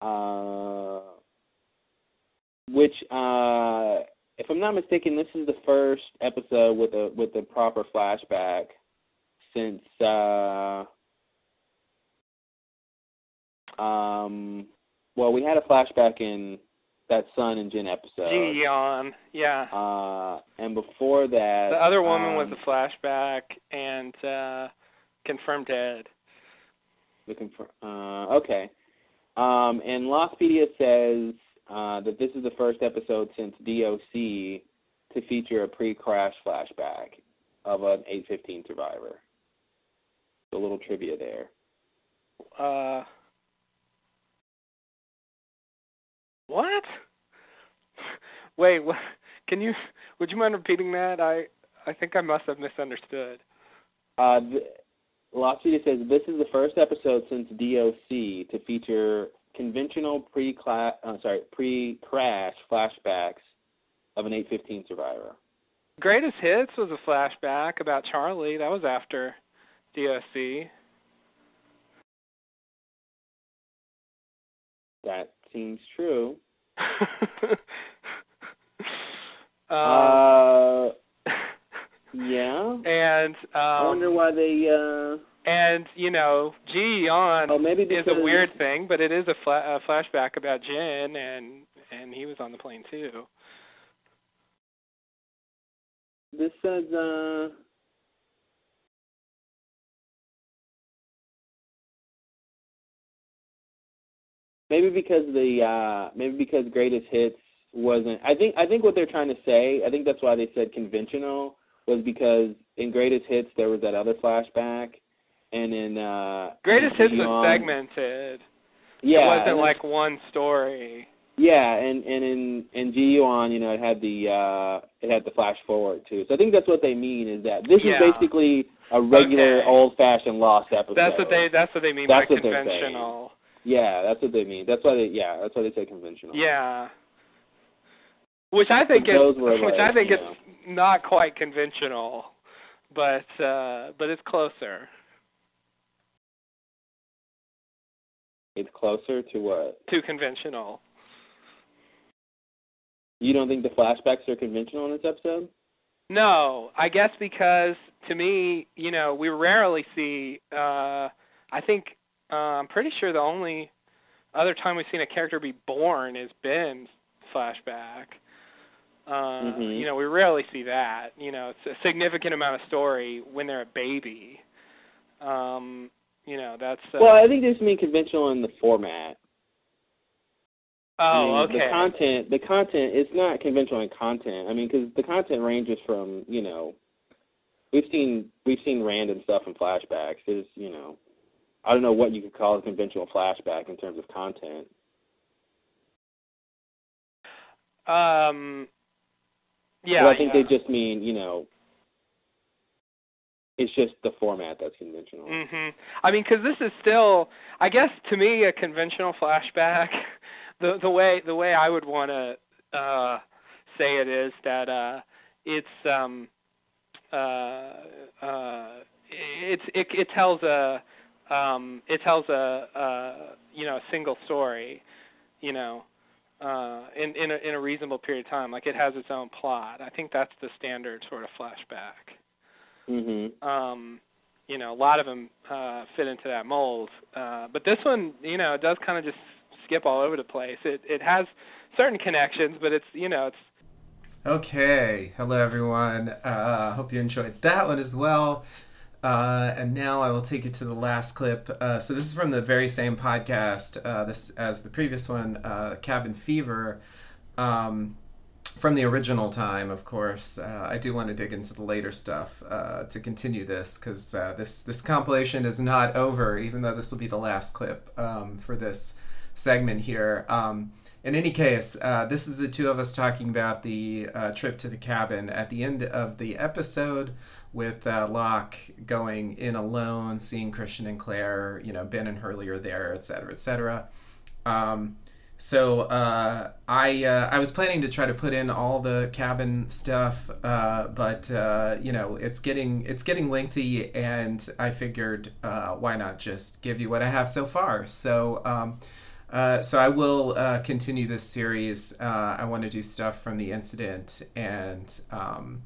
[SPEAKER 4] uh, which, uh, if I'm not mistaken, this is the first episode with a with a proper flashback since uh, um, well, we had a flashback in that Sun and Jin episode.
[SPEAKER 2] Gion. Yeah.
[SPEAKER 4] Uh, and before that,
[SPEAKER 2] The other woman was
[SPEAKER 4] um,
[SPEAKER 2] a flashback and uh confirmed dead.
[SPEAKER 4] Looking for uh okay. Um and Lostpedia says uh that this is the first episode since DOC to feature a pre crash flashback of an eight fifteen survivor. A little trivia there.
[SPEAKER 2] Uh What? Wait, what? Can you would you mind repeating that? I I think I must have misunderstood.
[SPEAKER 4] Uh th- Lostpedia says this is the first episode since DOC to feature conventional pre class uh, sorry, pre crash flashbacks of an eight fifteen survivor.
[SPEAKER 2] Greatest Hits was a flashback about Charlie. That was after DSC.
[SPEAKER 4] That seems true.
[SPEAKER 2] um,
[SPEAKER 4] Uh, yeah.
[SPEAKER 2] and
[SPEAKER 4] I
[SPEAKER 2] um,
[SPEAKER 4] wonder why they. Uh,
[SPEAKER 2] and you know, G on
[SPEAKER 4] oh, maybe
[SPEAKER 2] is
[SPEAKER 4] because
[SPEAKER 2] a weird thing, but it is a, fla- a flashback about Jin, and and he was on the plane too.
[SPEAKER 4] This says. Uh, maybe because the uh, maybe because greatest hits wasn't. I think I think what they're trying to say. I think that's why they said conventional was because in greatest hits there was that other flashback, and in uh,
[SPEAKER 2] Greatest
[SPEAKER 4] in
[SPEAKER 2] Hits
[SPEAKER 4] Beyond-
[SPEAKER 2] was segmented.
[SPEAKER 4] Yeah,
[SPEAKER 2] it wasn't
[SPEAKER 4] and-
[SPEAKER 2] like one story.
[SPEAKER 4] Yeah, and and in in GUON, you know, it had the uh it had the flash forward too. So I think that's what they mean is that this
[SPEAKER 2] Yeah.
[SPEAKER 4] is basically a regular
[SPEAKER 2] Okay.
[SPEAKER 4] old fashioned lost episode.
[SPEAKER 2] That's what they that's what they mean
[SPEAKER 4] That's
[SPEAKER 2] by
[SPEAKER 4] what they're saying.
[SPEAKER 2] conventional.
[SPEAKER 4] Yeah, that's what they mean. That's why they yeah, that's why they say conventional.
[SPEAKER 2] Yeah. Which I think
[SPEAKER 4] But
[SPEAKER 2] is
[SPEAKER 4] those were
[SPEAKER 2] which
[SPEAKER 4] like,
[SPEAKER 2] I think
[SPEAKER 4] you
[SPEAKER 2] it's not quite conventional, but uh but it's closer
[SPEAKER 4] It's closer to what?
[SPEAKER 2] to conventional.
[SPEAKER 4] You don't think the flashbacks are conventional in this episode?
[SPEAKER 2] No, I guess because to me, you know, we rarely see. uh I think uh, I'm pretty sure the only other time we've seen a character be born is Ben's flashback. Uh,
[SPEAKER 4] Mhm.
[SPEAKER 2] You know, we rarely see that. You know, it's a significant amount of story when they're a baby. Um, you know, that's uh,
[SPEAKER 4] well, I think they just mean conventional in the format.
[SPEAKER 2] oh,
[SPEAKER 4] I mean,
[SPEAKER 2] okay.
[SPEAKER 4] The content, the content, it's not conventional in content. I mean, because the content ranges from you know, we've seen we've seen random stuff in flashbacks. There's you know, I don't know what you could call a conventional flashback in terms of content.
[SPEAKER 2] um, yeah,
[SPEAKER 4] but I think
[SPEAKER 2] yeah.
[SPEAKER 4] they just mean you know, it's just the format that's conventional.
[SPEAKER 2] Mhm. I mean, because this is still, I guess, to me, a conventional flashback. the the way the way I would want to uh, say it is that uh, it's um, uh, uh, it's it, it tells a um, it tells a, a you know a single story, you know. Uh, in in a, in a reasonable period of time, like it has its own plot. I think that's the standard sort of flashback
[SPEAKER 4] Mhm.
[SPEAKER 2] um you know a lot of them uh fit into that mold uh but this one you know it does kind of just skip all over the place it it has certain connections but it's you know it's
[SPEAKER 1] Okay, hello everyone. Uh, hope you enjoyed that one as well. Uh, and now I will take you to the last clip. Uh, so this is from the very same podcast, uh, this as the previous one, uh, Cabin Fever, um, from the original time, of course. Uh, I do want to dig into the later stuff uh, to continue this because uh, this this compilation is not over, even though this will be the last clip um, for this segment here. Um, in any case, uh, this is the two of us talking about the uh, trip to the cabin at the end of the episode with uh, Locke going in alone, seeing Christian and Claire, you know, Ben and Hurley are there, et cetera, et cetera. Um, so uh, I uh, I was planning to try to put in all the cabin stuff, uh, but uh, you know it's getting it's getting lengthy, and I figured uh, why not just give you what I have so far. So um, uh, so I will uh, continue this series. Uh, I want to do stuff from the incident and. Um,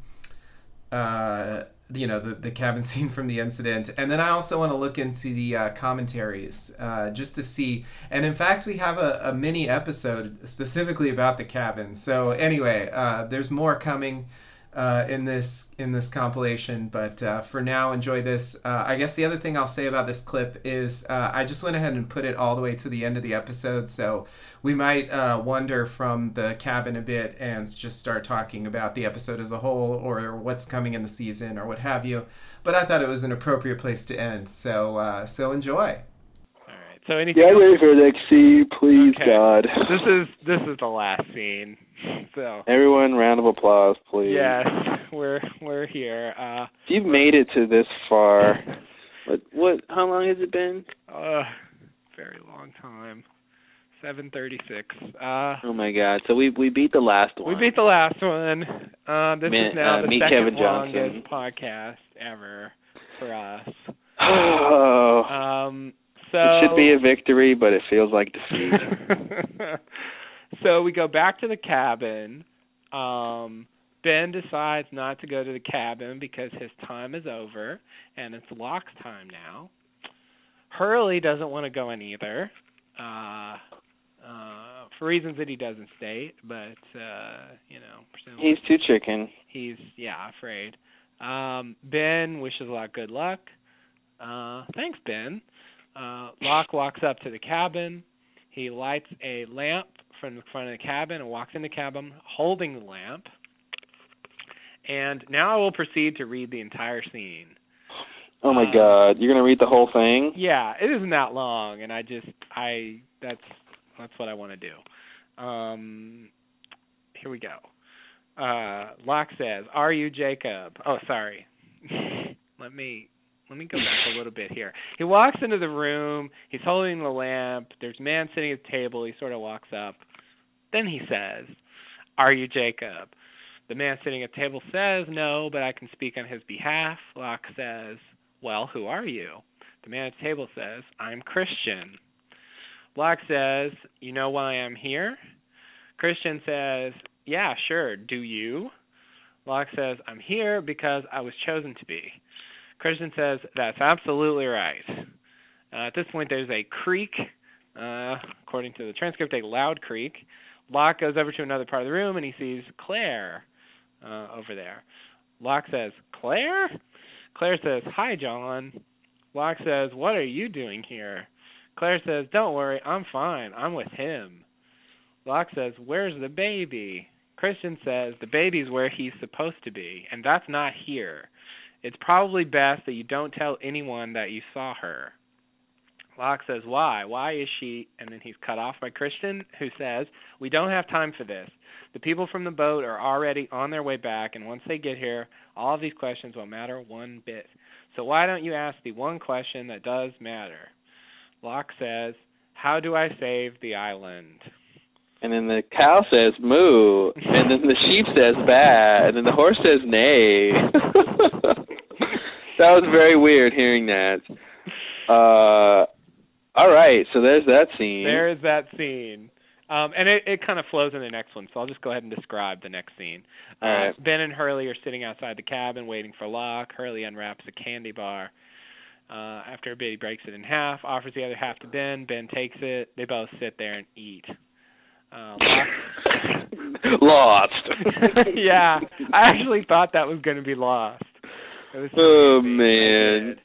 [SPEAKER 1] uh, you know the, the cabin scene from the incident and then i also want to look into the uh, commentaries uh, just to see and in fact we have a, a mini episode specifically about the cabin so anyway uh, there's more coming uh, in this in this compilation but uh, for now enjoy this uh, i guess the other thing i'll say about this clip is uh, i just went ahead and put it all the way to the end of the episode so we might uh, wander from the cabin a bit and just start talking about the episode as a whole or what's coming in the season or what have you. But I thought it was an appropriate place to end. So uh, so enjoy.
[SPEAKER 2] all right so anything else?
[SPEAKER 4] for the XC, please,
[SPEAKER 2] Okay.
[SPEAKER 4] God.
[SPEAKER 2] this is this is the last scene so
[SPEAKER 4] Everyone, round of applause, please.
[SPEAKER 2] yes we're we're here uh
[SPEAKER 4] If you've made it to this far, what? What? How long has it been?
[SPEAKER 2] uh very long time Seven thirty-six. Uh,
[SPEAKER 4] Oh my God! So we we beat the last
[SPEAKER 2] we
[SPEAKER 4] one.
[SPEAKER 2] beat the last one. Uh, this
[SPEAKER 4] Man,
[SPEAKER 2] is now
[SPEAKER 4] uh,
[SPEAKER 2] the
[SPEAKER 4] meet
[SPEAKER 2] second
[SPEAKER 4] Kevin Johnson.
[SPEAKER 2] longest podcast ever for us.
[SPEAKER 4] Oh,
[SPEAKER 2] Um, so
[SPEAKER 4] it should be a victory, but it feels like defeat.
[SPEAKER 2] so we go back to the cabin. Um, ben decides not to go to the cabin because his time is over and it's Locke's time now. Hurley doesn't want to go in either, uh, uh, for reasons that he doesn't state, but, uh, you know, presumably
[SPEAKER 4] He's too chicken.
[SPEAKER 2] he's, yeah, afraid. Um, ben wishes Locke good luck. Uh, thanks, Ben. Uh, Locke walks up to the cabin. He lights a lamp from the front of the cabin and walks in the cabin holding the lamp. And now I will proceed to read the entire scene.
[SPEAKER 4] Oh my
[SPEAKER 2] Uh,
[SPEAKER 4] God! You're gonna read the whole thing?
[SPEAKER 2] Yeah, it isn't that long, and I just I that's that's what I want to do. Um, here we go. Uh, Locke says, "Are you Jacob?" Oh, sorry. let me let me go back a little bit here. He walks into the room. He's holding the lamp. There's a man sitting at the table. He sort of walks up. Then he says, "Are you Jacob?" The man sitting at the table says, "No, but I can speak on his behalf." Locke says, "Well, who are you?" The man at the table says, I'm Christian. Locke says, You know why I'm here? Christian says, Yeah, sure. Do you? Locke says, I'm here because I was chosen to be. Christian says, That's absolutely right. Uh, at this point, there's a creak, uh, according to the transcript, a loud creak. Locke goes over to another part of the room and he sees Claire uh, over there. Locke says, Claire? Claire says, Hi, John. Locke says, What are you doing here? Claire says, Don't worry, I'm fine. I'm with him. Locke says, Where's the baby? Christian says, The baby's where he's supposed to be, and that's not here. It's probably best that you don't tell anyone that you saw her. Locke says, Why? Why is she? And then he's cut off by Christian, who says, We don't have time for this. The people from the boat are already on their way back, and once they get here, all of these questions won't matter one bit. So why don't you ask the one question that does matter? Locke says, How do I save the island?
[SPEAKER 4] And then the cow says moo, and then the sheep says baa, and then the horse says neigh. that was very weird hearing that. Uh, all right, so there's that scene.
[SPEAKER 2] There is that scene. Um, and it, it kind of flows in the next one, so I'll just go ahead and describe the next scene. Uh,
[SPEAKER 4] All right.
[SPEAKER 2] Ben and Hurley are sitting outside the cabin waiting for Locke. Hurley unwraps a candy bar. Uh, after a bit, he breaks it in half, offers the other half to Ben. Ben takes it. They both sit there and eat. Uh, Locke
[SPEAKER 4] Lost.
[SPEAKER 2] yeah, I actually thought that was going to be lost. It was so
[SPEAKER 4] Oh,
[SPEAKER 2] amazing. I
[SPEAKER 4] man.
[SPEAKER 2] did.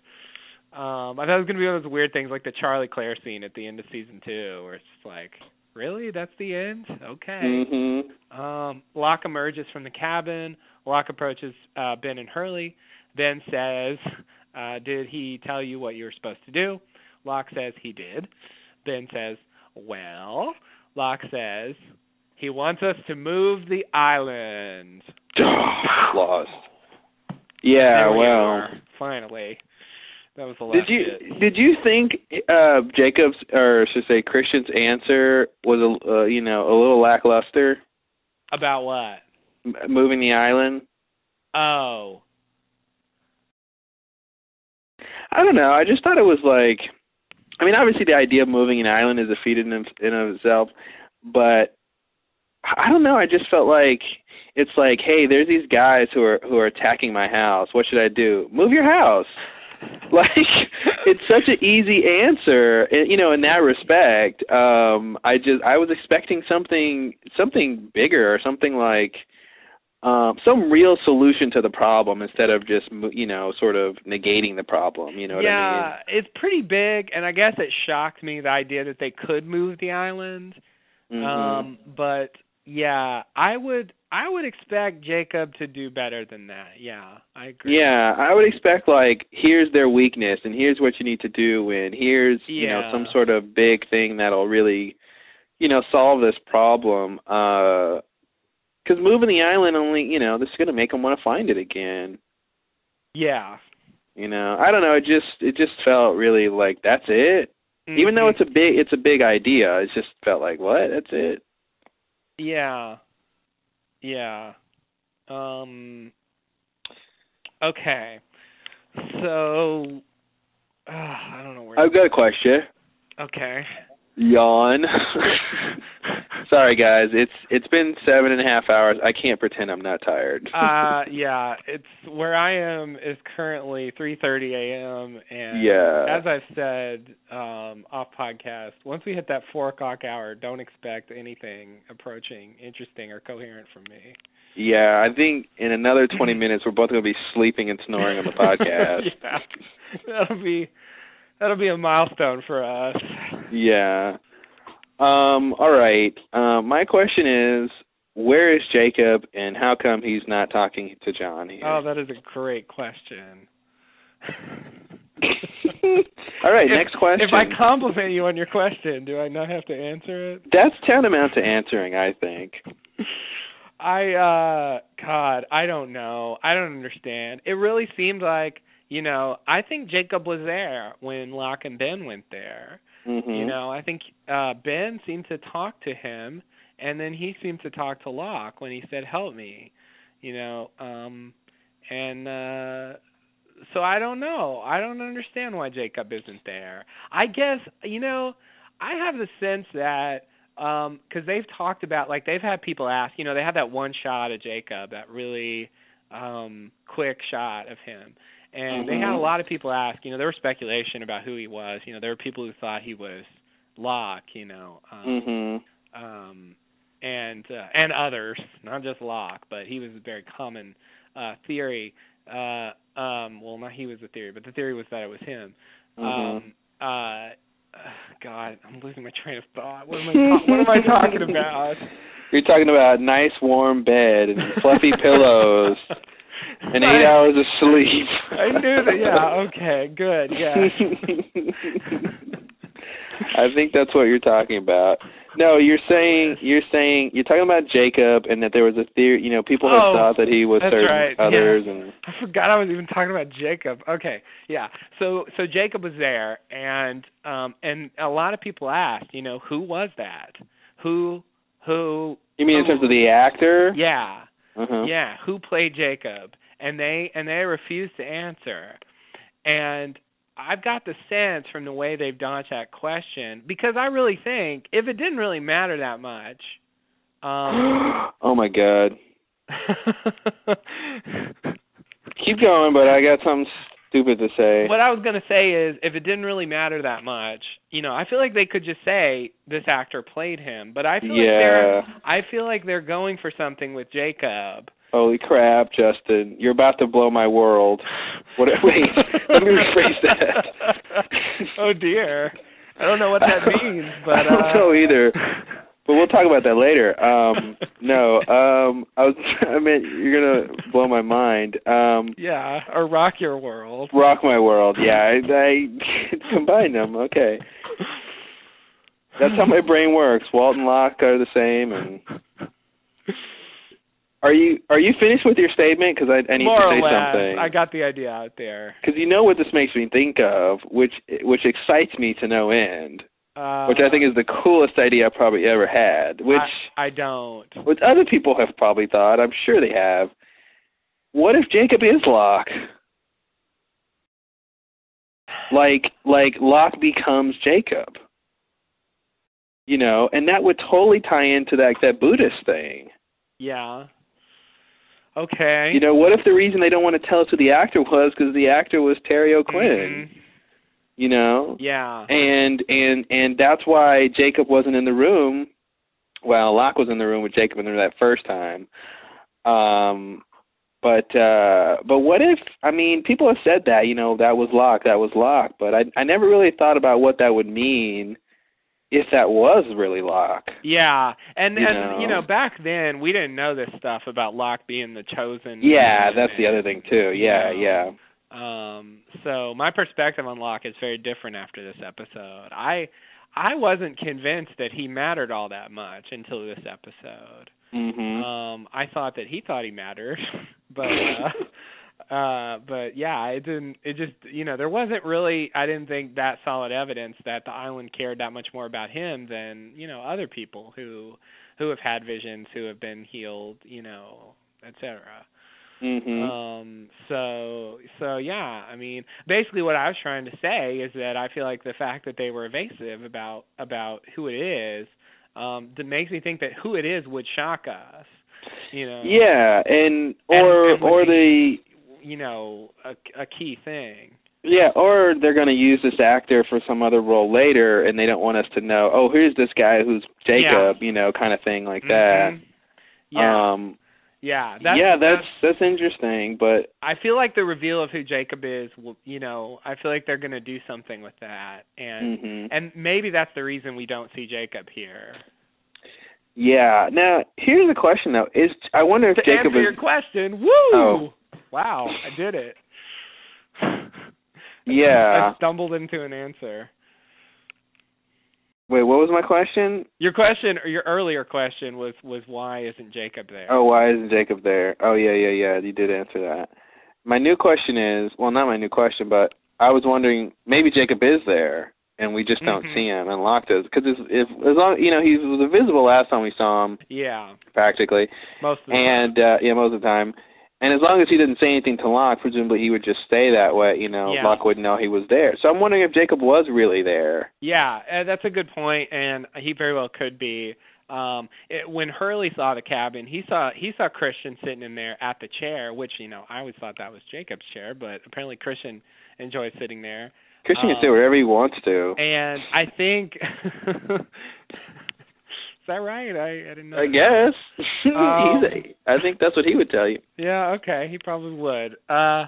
[SPEAKER 2] Um, I thought it was going to be one of those weird things like the Charlie Claire scene at the end of season two, where it's just like, really, that's the end? Okay.
[SPEAKER 4] Mhm.
[SPEAKER 2] Um, Locke emerges from the cabin. Locke approaches uh, Ben and Hurley. Ben says, uh, "Did he tell you what you were supposed to do?" Locke says he did. Ben says, "Well," Locke says, "He wants us to move the island."
[SPEAKER 4] Lost. Yeah.
[SPEAKER 2] There we
[SPEAKER 4] well.
[SPEAKER 2] are, finally, that was the last
[SPEAKER 4] Did you
[SPEAKER 2] bit.
[SPEAKER 4] did you think uh Jacob's or should I say Christian's answer was a uh, you know a little lackluster
[SPEAKER 2] about what?
[SPEAKER 4] m- moving the island?
[SPEAKER 2] Oh,
[SPEAKER 4] I don't know. I just thought it was like, I mean, obviously the idea of moving an island is a feat in of- in of itself, but I I don't know. I just felt like it's like, hey, there's these guys who are who are attacking my house. What should I do? Move your house. Like it's such an easy answer, and, you know, in that respect. Um, I just I was expecting something something bigger or something like um, some real solution to the problem instead of just mo- you know sort of negating the problem. You know what
[SPEAKER 2] yeah,
[SPEAKER 4] I mean?
[SPEAKER 2] it's pretty big, and I guess it shocked me the idea that they could move the island.
[SPEAKER 4] Mm-hmm.
[SPEAKER 2] Um, but yeah, I would I would expect Jacob to do better than that. Yeah, I agree.
[SPEAKER 4] yeah, I would expect like here's their weakness and here's what you need to do and here's you know
[SPEAKER 2] Yeah.
[SPEAKER 4] some sort of big thing that'll really you know solve this problem. Uh 'cause moving the island only you know this is going to make them want to find it again.
[SPEAKER 2] Yeah.
[SPEAKER 4] You know, I don't know. It just it just felt really like that's it.
[SPEAKER 2] Mm-hmm.
[SPEAKER 4] Even though it's a big it's a big idea, it just felt like what? That's it.
[SPEAKER 2] Mm-hmm. Yeah. Yeah. Um Okay. So uh, I don't know where
[SPEAKER 4] I've got a question.
[SPEAKER 2] Okay.
[SPEAKER 4] Yawn. Sorry guys, it's it's been seven and a half hours. I can't pretend I'm not tired.
[SPEAKER 2] Uh yeah, it's where I am is currently 3:30 a.m. and
[SPEAKER 4] Yeah.
[SPEAKER 2] as I've said um off podcast, once we hit that 4 o'clock hour, don't expect anything approaching interesting or coherent from me.
[SPEAKER 4] yeah, I think in another twenty minutes we're both gonna be sleeping and snoring on the podcast.
[SPEAKER 2] yeah. That'll be that'll be a milestone for us.
[SPEAKER 4] Yeah. Um, all right. Um, my question is where is Jacob and how come he's not talking to John here?
[SPEAKER 2] Oh, that is a great question.
[SPEAKER 4] all right,
[SPEAKER 2] If-
[SPEAKER 4] next question.
[SPEAKER 2] If I compliment you on your question, do I not have to answer it?
[SPEAKER 4] That's tantamount to answering, I think.
[SPEAKER 2] I uh god, I don't know. I don't understand. It really seemed like, you know, I think Jacob was there when Locke and Ben went there.
[SPEAKER 4] hmm
[SPEAKER 2] You know, I think uh Ben seemed to talk to him and then he seemed to talk to Locke when he said, Help me you know, um and uh so I don't know. I don't understand why Jacob isn't there. I guess you know, I have the sense that um cuz they've talked about like they've had people ask, you know, they had that one shot of Jacob, that really um quick shot of him. And they had a
[SPEAKER 4] Mhm.
[SPEAKER 2] lot of people ask, you know, there was speculation about who he was. You know, there were people who thought he was Locke, you know. Um
[SPEAKER 4] hmm
[SPEAKER 2] um, and uh, and others, not just Locke, but he was a very common uh, theory. Uh, um, well, not he was the theory, but the theory was that it was him.
[SPEAKER 4] Mm-hmm.
[SPEAKER 2] Um, uh, God, I'm losing my train of thought. What am I ta- what am I talking about?
[SPEAKER 4] You're talking about a nice warm bed and fluffy pillows and
[SPEAKER 2] I-
[SPEAKER 4] eight hours of sleep.
[SPEAKER 2] I knew that. Yeah. Okay. Good. Yeah.
[SPEAKER 4] I think that's what you're talking about. No, you're saying you're saying you're talking about Jacob and that there was a theory. You know, people had
[SPEAKER 2] Oh,
[SPEAKER 4] thought that he was
[SPEAKER 2] that's
[SPEAKER 4] serving
[SPEAKER 2] right, yeah.
[SPEAKER 4] others, and
[SPEAKER 2] I forgot I was even talking about Jacob. Okay, yeah. So so Jacob was there, and um and a lot of people asked, you know, who was that? Who who?
[SPEAKER 4] you mean in terms of the actor?
[SPEAKER 2] Yeah,
[SPEAKER 4] Uh-huh.
[SPEAKER 2] yeah. Who played Jacob? And they and they refused to answer. And I've got the sense from the way they've dodged that question because I really think if it didn't really matter that much, um.
[SPEAKER 4] oh my God! Keep going, but I got something stupid to say.
[SPEAKER 2] What I was gonna say is, if it didn't really matter that much, you know, I feel like they could just say this actor played him. But I feel like
[SPEAKER 4] yeah.
[SPEAKER 2] they're, I feel like they're going for something with Jacob.
[SPEAKER 4] Holy crap, Justin! You're about to blow my world. What? Wait. let me rephrase that.
[SPEAKER 2] oh dear, I don't know what that means, but
[SPEAKER 4] I don't
[SPEAKER 2] uh,
[SPEAKER 4] know either. But we'll talk about that later. Um, no, um, I was. I mean, you're gonna blow my mind. Um,
[SPEAKER 2] yeah, or rock your world.
[SPEAKER 4] rock my world. Yeah, I, I combine them. Okay, that's how my brain works. Walt and Locke are the same. And are you are you finished with your statement? Because I, I need
[SPEAKER 2] More
[SPEAKER 4] to
[SPEAKER 2] or
[SPEAKER 4] say
[SPEAKER 2] less,
[SPEAKER 4] something.
[SPEAKER 2] I got the idea out there.
[SPEAKER 4] Because you know what this makes me think of, which which excites me to no end,
[SPEAKER 2] Uh,
[SPEAKER 4] which I think is the coolest idea I probably ever had. Which
[SPEAKER 2] I, I don't.
[SPEAKER 4] which other people have probably thought. I'm sure they have. What if Jacob is Locke? Like, like Locke becomes Jacob. You know, and that would totally tie into that that Buddhist thing.
[SPEAKER 2] Yeah. Okay.
[SPEAKER 4] You know, what if the reason they don't want to tell us who the actor was because the actor was Terry O'Quinn?
[SPEAKER 2] Mhm.
[SPEAKER 4] You know,
[SPEAKER 2] Mm-hmm. Yeah.
[SPEAKER 4] and and and that's why Jacob wasn't in the room. Well, Locke was in the room with Jacob in there that first time. Um, but uh, but what if? I mean, people have said that you know that was Locke, that was Locke. But I I never really thought about what that would mean if that was really Locke.
[SPEAKER 2] Yeah, and
[SPEAKER 4] You
[SPEAKER 2] and you
[SPEAKER 4] know.
[SPEAKER 2] know back then we didn't know this stuff about Locke being the chosen.
[SPEAKER 4] Yeah, that's
[SPEAKER 2] man.
[SPEAKER 4] the other thing too. Yeah,
[SPEAKER 2] You
[SPEAKER 4] yeah.
[SPEAKER 2] know? Um, so my perspective on Locke is very different after this episode. I I wasn't convinced that he mattered all that much until this episode.
[SPEAKER 4] Mhm.
[SPEAKER 2] Um, I thought that he thought he mattered, but uh, Uh, but yeah, it didn't. It just you know there wasn't really. I didn't think that solid evidence that the island cared that much more about him than you know other people who who have had visions, who have been healed, you know, etc.
[SPEAKER 4] hmm
[SPEAKER 2] Um, so so yeah, I mean, basically what I was trying to say is that I feel like the fact that they were evasive about about who it is, um, that makes me think that who it is would shock us. You know.
[SPEAKER 4] yeah, and or
[SPEAKER 2] and would
[SPEAKER 4] or
[SPEAKER 2] be-
[SPEAKER 4] they
[SPEAKER 2] You know, a, a key thing.
[SPEAKER 4] yeah, or they're going to use this actor for some other role later, and they don't want us to know. Oh, here's this guy who's Jacob, you know, kind of thing like that.
[SPEAKER 2] Mhm. Yeah.
[SPEAKER 4] Um,
[SPEAKER 2] yeah. That's,
[SPEAKER 4] yeah, that's that's interesting, but
[SPEAKER 2] I feel like the reveal of who Jacob is. will- You know, I feel like they're going to do something with that, and
[SPEAKER 4] mhm.
[SPEAKER 2] and maybe that's the reason we don't see Jacob here.
[SPEAKER 4] yeah. Now here's the question though: Is I wonder if
[SPEAKER 2] to
[SPEAKER 4] Jacob
[SPEAKER 2] answer
[SPEAKER 4] is
[SPEAKER 2] your question, woo!
[SPEAKER 4] Oh.
[SPEAKER 2] Wow, I did it.
[SPEAKER 4] yeah.
[SPEAKER 2] I stumbled into an answer.
[SPEAKER 4] Wait, what was my question?
[SPEAKER 2] Your question, or your earlier question, was was why isn't Jacob there?
[SPEAKER 4] Oh, why isn't Jacob there? Oh, yeah, yeah, yeah. You did answer that. My new question is well, not my new question, but I was wondering maybe Jacob is there and we just don't
[SPEAKER 2] Mhm.
[SPEAKER 4] see him. And Locke does because if, if as long you know he was invisible last time we saw him
[SPEAKER 2] Yeah,
[SPEAKER 4] practically,
[SPEAKER 2] most of the time.
[SPEAKER 4] and uh, yeah, most of the time. And as long as he didn't say anything to Locke, presumably he would just stay that way. You know,
[SPEAKER 2] Yeah.
[SPEAKER 4] Locke wouldn't know he was there. So I'm wondering if Jacob was really there.
[SPEAKER 2] Yeah, uh, that's a good point, and he very well could be. Um, it, when Hurley saw the cabin, he saw he saw Christian sitting in there at the chair, which you know I always thought that was Jacob's chair, but apparently Christian enjoys sitting there.
[SPEAKER 4] Christian
[SPEAKER 2] Um,
[SPEAKER 4] can say whatever he wants to.
[SPEAKER 2] And I think is that right? I, I didn't know.
[SPEAKER 4] I
[SPEAKER 2] that.
[SPEAKER 4] guess.
[SPEAKER 2] Um,
[SPEAKER 4] He's a, I think that's what he would tell you.
[SPEAKER 2] Yeah. Okay. He probably would. Uh,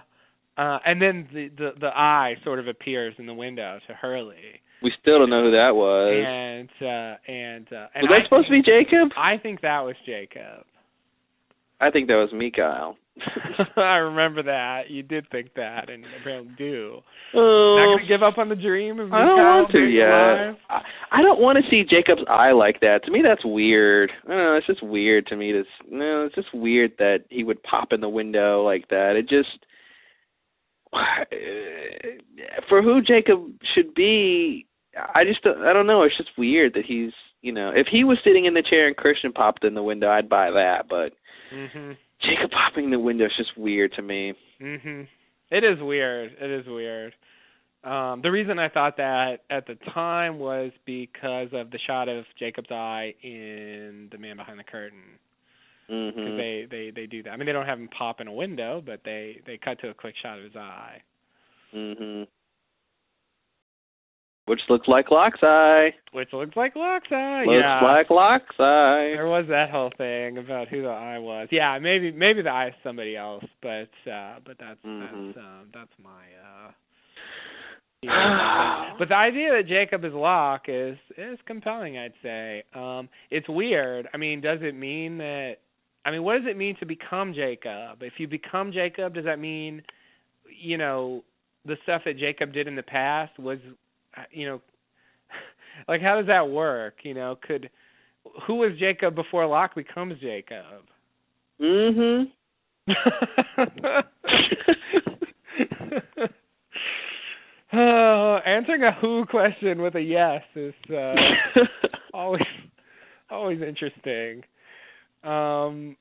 [SPEAKER 2] uh, and then the, the the eye sort of appears in the window to Hurley,
[SPEAKER 4] We still don't know who that was.
[SPEAKER 2] and uh, and uh, and
[SPEAKER 4] was that
[SPEAKER 2] I
[SPEAKER 4] supposed
[SPEAKER 2] think,
[SPEAKER 4] to be Jacob?
[SPEAKER 2] I think that was Jacob.
[SPEAKER 4] I think that was Mikhail.
[SPEAKER 2] I remember that. You did think that, and apparently do. Not
[SPEAKER 4] Oh,
[SPEAKER 2] gonna give up on the dream of
[SPEAKER 4] I don't
[SPEAKER 2] Mikhail
[SPEAKER 4] want to
[SPEAKER 2] being
[SPEAKER 4] yet.
[SPEAKER 2] alive?
[SPEAKER 4] I, I don't want to see Jacob's eye like that. To me, that's weird. I don't know. It's just weird to me. To, s- no, it's just weird that he would pop in the window like that. It just for who Jacob should be. I just don't, I don't know. It's just weird that he's you know if he was sitting in the chair and Christian popped in the window, I'd buy that. But
[SPEAKER 2] Mhm.
[SPEAKER 4] Jacob popping in the window is just weird to me.
[SPEAKER 2] Mhm. It is weird. It is weird. Um, the reason I thought that at the time was because of the shot of Jacob's eye in The Man Behind the Curtain.
[SPEAKER 4] Mm-hmm.
[SPEAKER 2] 'Cause they they they do that. I mean, they don't have him pop in a window, but they they cut to a quick shot of his eye.
[SPEAKER 4] hmm Which looks like Locke's eye.
[SPEAKER 2] Which looks like Locke's eye.
[SPEAKER 4] looks
[SPEAKER 2] Oh, yeah.
[SPEAKER 4] like Locke's eye.
[SPEAKER 2] There was that whole thing about who the eye was. Yeah, maybe maybe the eye is somebody else, but uh but that's
[SPEAKER 4] Mhm.
[SPEAKER 2] that's um that's my uh yeah. But the idea that Jacob is Locke is is compelling, I'd say. Um it's weird. I mean, does it mean that I mean, what does it mean to become Jacob? If you become Jacob, does that mean you know the stuff that Jacob did in the past was uh, you know like how does that work, you know? Could who was Jacob before Locke becomes Jacob?
[SPEAKER 4] hmm
[SPEAKER 2] oh, answering a who question with a yes is uh, always always interesting. Um,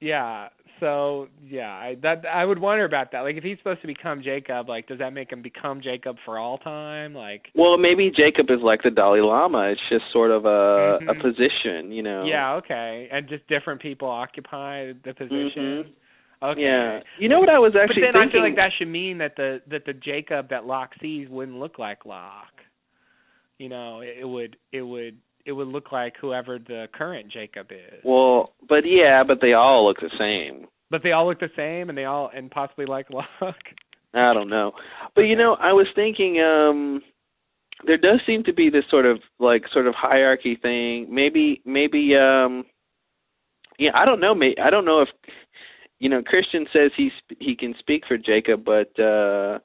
[SPEAKER 2] yeah. So yeah, I that I would wonder about that. Like, if he's supposed to become Jacob, like, does that make him become Jacob for all time? Like,
[SPEAKER 4] well, maybe Jacob is like the Dalai Lama. It's just sort of a a
[SPEAKER 2] Mhm.
[SPEAKER 4] position, you know.
[SPEAKER 2] yeah, okay, and just different people occupy the position. Okay.
[SPEAKER 4] Yeah. You know what I was actually
[SPEAKER 2] but then I
[SPEAKER 4] thinking?
[SPEAKER 2] feel like that should mean that the that the Jacob that Locke sees wouldn't look like Locke. You know, it, it would it would it would look like whoever the current Jacob is.
[SPEAKER 4] Well, but yeah, but they all look the same.
[SPEAKER 2] but they all look the same, and they all and possibly like Locke.
[SPEAKER 4] I don't know. But you know, I was thinking um there does seem to be this sort of like sort of hierarchy thing. Maybe maybe um yeah, I don't know. May I don't know if you know Christian says he sp- he can speak for Jacob, but uh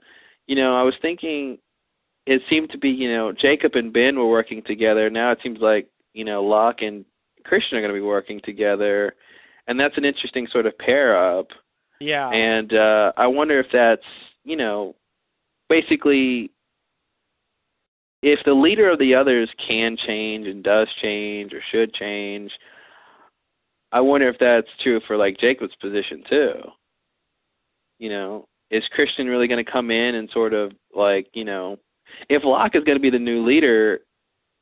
[SPEAKER 4] you know, I was thinking it seemed to be, you know, Jacob and Ben were working together. Now it seems like, you know, Locke and Christian are going to be working together. And that's an interesting sort of pair up
[SPEAKER 2] Yeah.
[SPEAKER 4] and uh I wonder if that's you know basically if the leader of the others can change and does change or should change I wonder if that's true for like Jacob's position too you know is Christian really going to come in and sort of like you know if Locke is going to be the new leader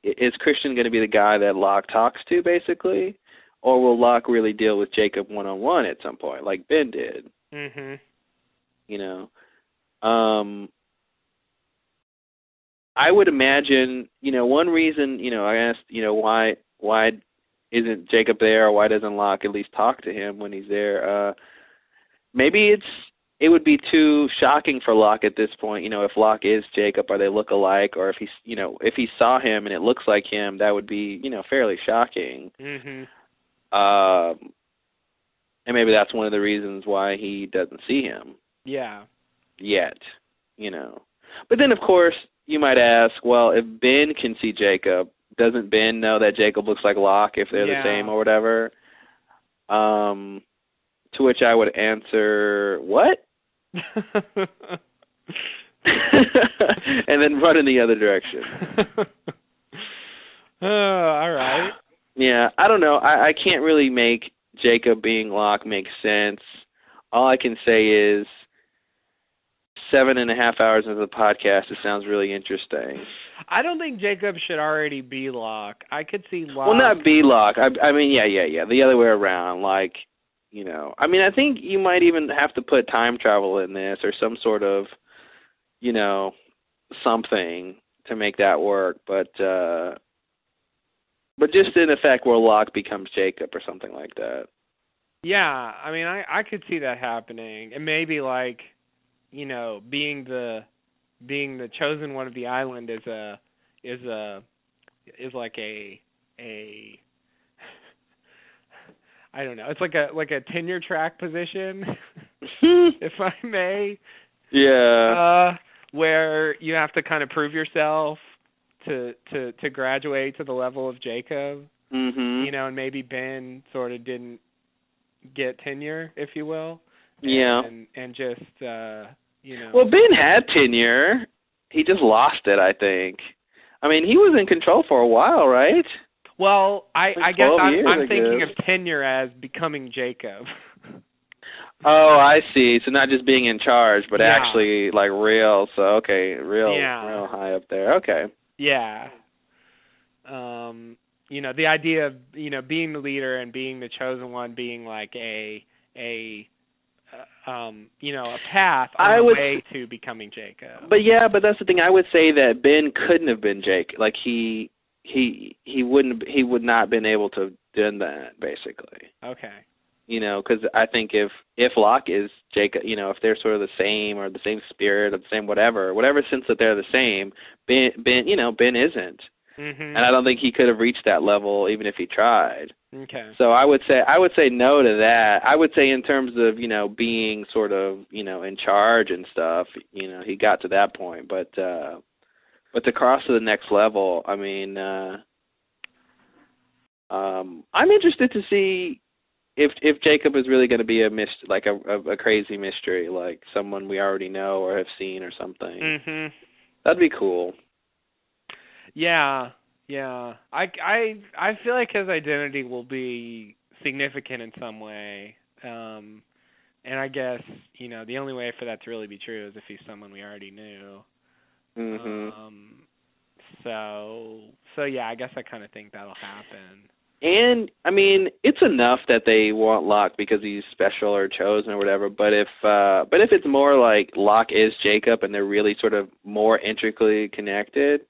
[SPEAKER 4] i- is Christian going to be the guy that Locke talks to basically or will Locke really deal with Jacob one on one at some point like Ben did
[SPEAKER 2] mhm.
[SPEAKER 4] you know um i would imagine you know one reason you know i asked you know why why isn't jacob there or why doesn't locke at least talk to him when he's there uh maybe it's it would be too shocking for Locke at this point. You know, if Locke is Jacob, are they look alike? Or if he's, you know, if he saw him and it looks like him, that would be, you know, fairly shocking.
[SPEAKER 2] Mhm.
[SPEAKER 4] Um, and maybe that's one of the reasons why he doesn't see him
[SPEAKER 2] Yeah.
[SPEAKER 4] yet, you know. But then, of course, you might ask, well, if Ben can see Jacob, doesn't Ben know that Jacob looks like Locke if they're
[SPEAKER 2] Yeah.
[SPEAKER 4] the same or whatever? Um, to which I would answer, what? and then run in the other direction.
[SPEAKER 2] oh, all right.
[SPEAKER 4] Yeah, I don't know. I, I can't really make Jacob being Locke make sense. All I can say is seven and a half hours into the podcast, it sounds really interesting.
[SPEAKER 2] I don't think Jacob should already be Locke. I could see Locke.
[SPEAKER 4] Well, not B lock. I, I mean, yeah, yeah, yeah. The other way around. Like, you know, I mean, I think you might even have to put time travel in this or some sort of, you know, something to make that work. But, uh, but just in effect, where Locke becomes Jacob or something like that.
[SPEAKER 2] Yeah, I mean, I I could see that happening, and maybe like, you know, being the being the chosen one of the island is a is a is like a a I don't know. It's like a like a tenure track position, if I may,
[SPEAKER 4] yeah.
[SPEAKER 2] uh, where you have to kind of prove yourself to to to graduate to the level of Jacob
[SPEAKER 4] mhm.
[SPEAKER 2] you know, and maybe Ben sort of didn't get tenure, if you will.
[SPEAKER 4] Yeah.
[SPEAKER 2] And and just uh you know
[SPEAKER 4] Well, Ben had tenure. He just lost it, I think. I mean, he was in control for a while, right?
[SPEAKER 2] Well, I
[SPEAKER 4] for
[SPEAKER 2] I guess
[SPEAKER 4] 12
[SPEAKER 2] I'm
[SPEAKER 4] years, I
[SPEAKER 2] I'm thinking
[SPEAKER 4] guess.
[SPEAKER 2] of tenure as becoming Jacob.
[SPEAKER 4] Oh, I see. So not just being in charge, but
[SPEAKER 2] Yeah.
[SPEAKER 4] actually like real. So okay, real,
[SPEAKER 2] Yeah.
[SPEAKER 4] real high up there. Okay.
[SPEAKER 2] yeah. Um you know, the idea of, you know, being the leader and being the chosen one being like a a uh, um, you know, a path on
[SPEAKER 4] I
[SPEAKER 2] the
[SPEAKER 4] would-
[SPEAKER 2] way to becoming Jacob.
[SPEAKER 4] But yeah, but that's the thing. I would say that Ben couldn't have been Jake. Like he, he, he wouldn't. He would not have been able to have done that. Basically,
[SPEAKER 2] okay.
[SPEAKER 4] you know, because I think if if Locke is Jacob, you know, if they're sort of the same or the same spirit or the same whatever, whatever sense that they're the same, Ben, Ben, you know, Ben isn't,
[SPEAKER 2] Mhm.
[SPEAKER 4] and I don't think he could have reached that level even if he tried.
[SPEAKER 2] Okay.
[SPEAKER 4] So I would say I would say no to that. I would say in terms of you know being sort of you know in charge and stuff. You know he got to that point, but uh, but to cross to the next level, I mean, uh, um, I'm interested to see if if Jacob is really going to be a mist like a, a a crazy mystery, like someone we already know or have seen or something.
[SPEAKER 2] Mhm.
[SPEAKER 4] That'd be cool.
[SPEAKER 2] Yeah, yeah. I I I feel like his identity will be significant in some way. Um and I guess, you know, the only way for that to really be true is if he's someone we already knew.
[SPEAKER 4] hmm
[SPEAKER 2] Um so so yeah, I guess I kind of think that'll happen.
[SPEAKER 4] And I mean, it's enough that they want Locke because he's special or chosen or whatever. But if uh but if it's more like Locke is Jacob and they're really sort of more intricately connected,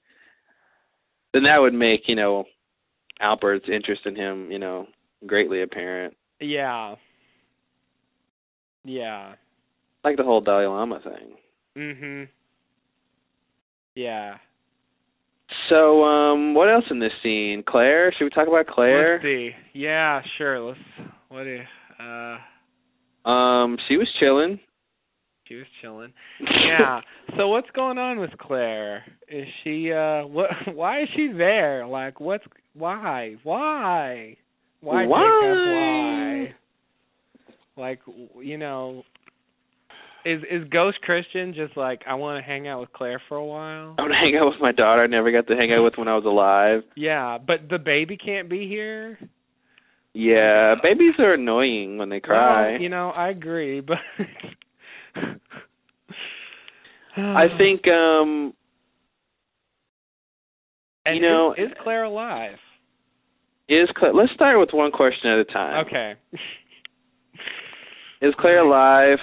[SPEAKER 4] then that would make you know Albert's interest in him you know greatly apparent.
[SPEAKER 2] Yeah. Yeah.
[SPEAKER 4] Like the whole Dalai Lama thing.
[SPEAKER 2] Mhm. Yeah.
[SPEAKER 4] So um what else in this scene? Claire? Should we talk about Claire?
[SPEAKER 2] Let's see. Yeah, sure. Let's what do you- uh
[SPEAKER 4] Um, she was chilling.
[SPEAKER 2] she was chilling. yeah. So what's going on with Claire? Is she uh what why is she there? Like what's why? Why? Why
[SPEAKER 4] Why?
[SPEAKER 2] Jacob, why? Like w- you know, is is Ghost Christian just like I want to hang out with Claire for a while?
[SPEAKER 4] I want to hang out with my daughter. I never got to hang out with when I was alive.
[SPEAKER 2] Yeah, but the baby can't be here.
[SPEAKER 4] Yeah, babies are annoying when they cry.
[SPEAKER 2] Well, you know, I agree, but
[SPEAKER 4] I think um
[SPEAKER 2] And
[SPEAKER 4] you know-
[SPEAKER 2] is, is Claire alive?
[SPEAKER 4] is Claire, let's start with one question at a time.
[SPEAKER 2] Okay.
[SPEAKER 4] Is Claire alive?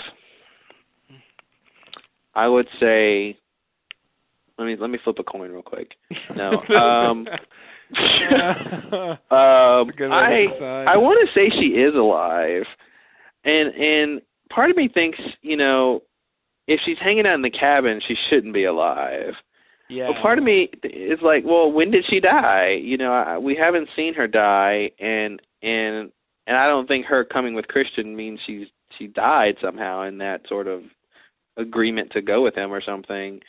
[SPEAKER 4] I would say. Let me let me flip a coin real quick. No, um,
[SPEAKER 2] Uh,
[SPEAKER 4] Um,
[SPEAKER 2] Good way
[SPEAKER 4] I
[SPEAKER 2] to decide.
[SPEAKER 4] I want to say she is alive, and and part of me thinks you know if she's hanging out in the cabin, she shouldn't be alive.
[SPEAKER 2] yeah.
[SPEAKER 4] But part of me is like, well, when did she die? You know, I, we haven't seen her die, and and and I don't think her coming with Christian means she's she died somehow in that sort of agreement to go with him or something.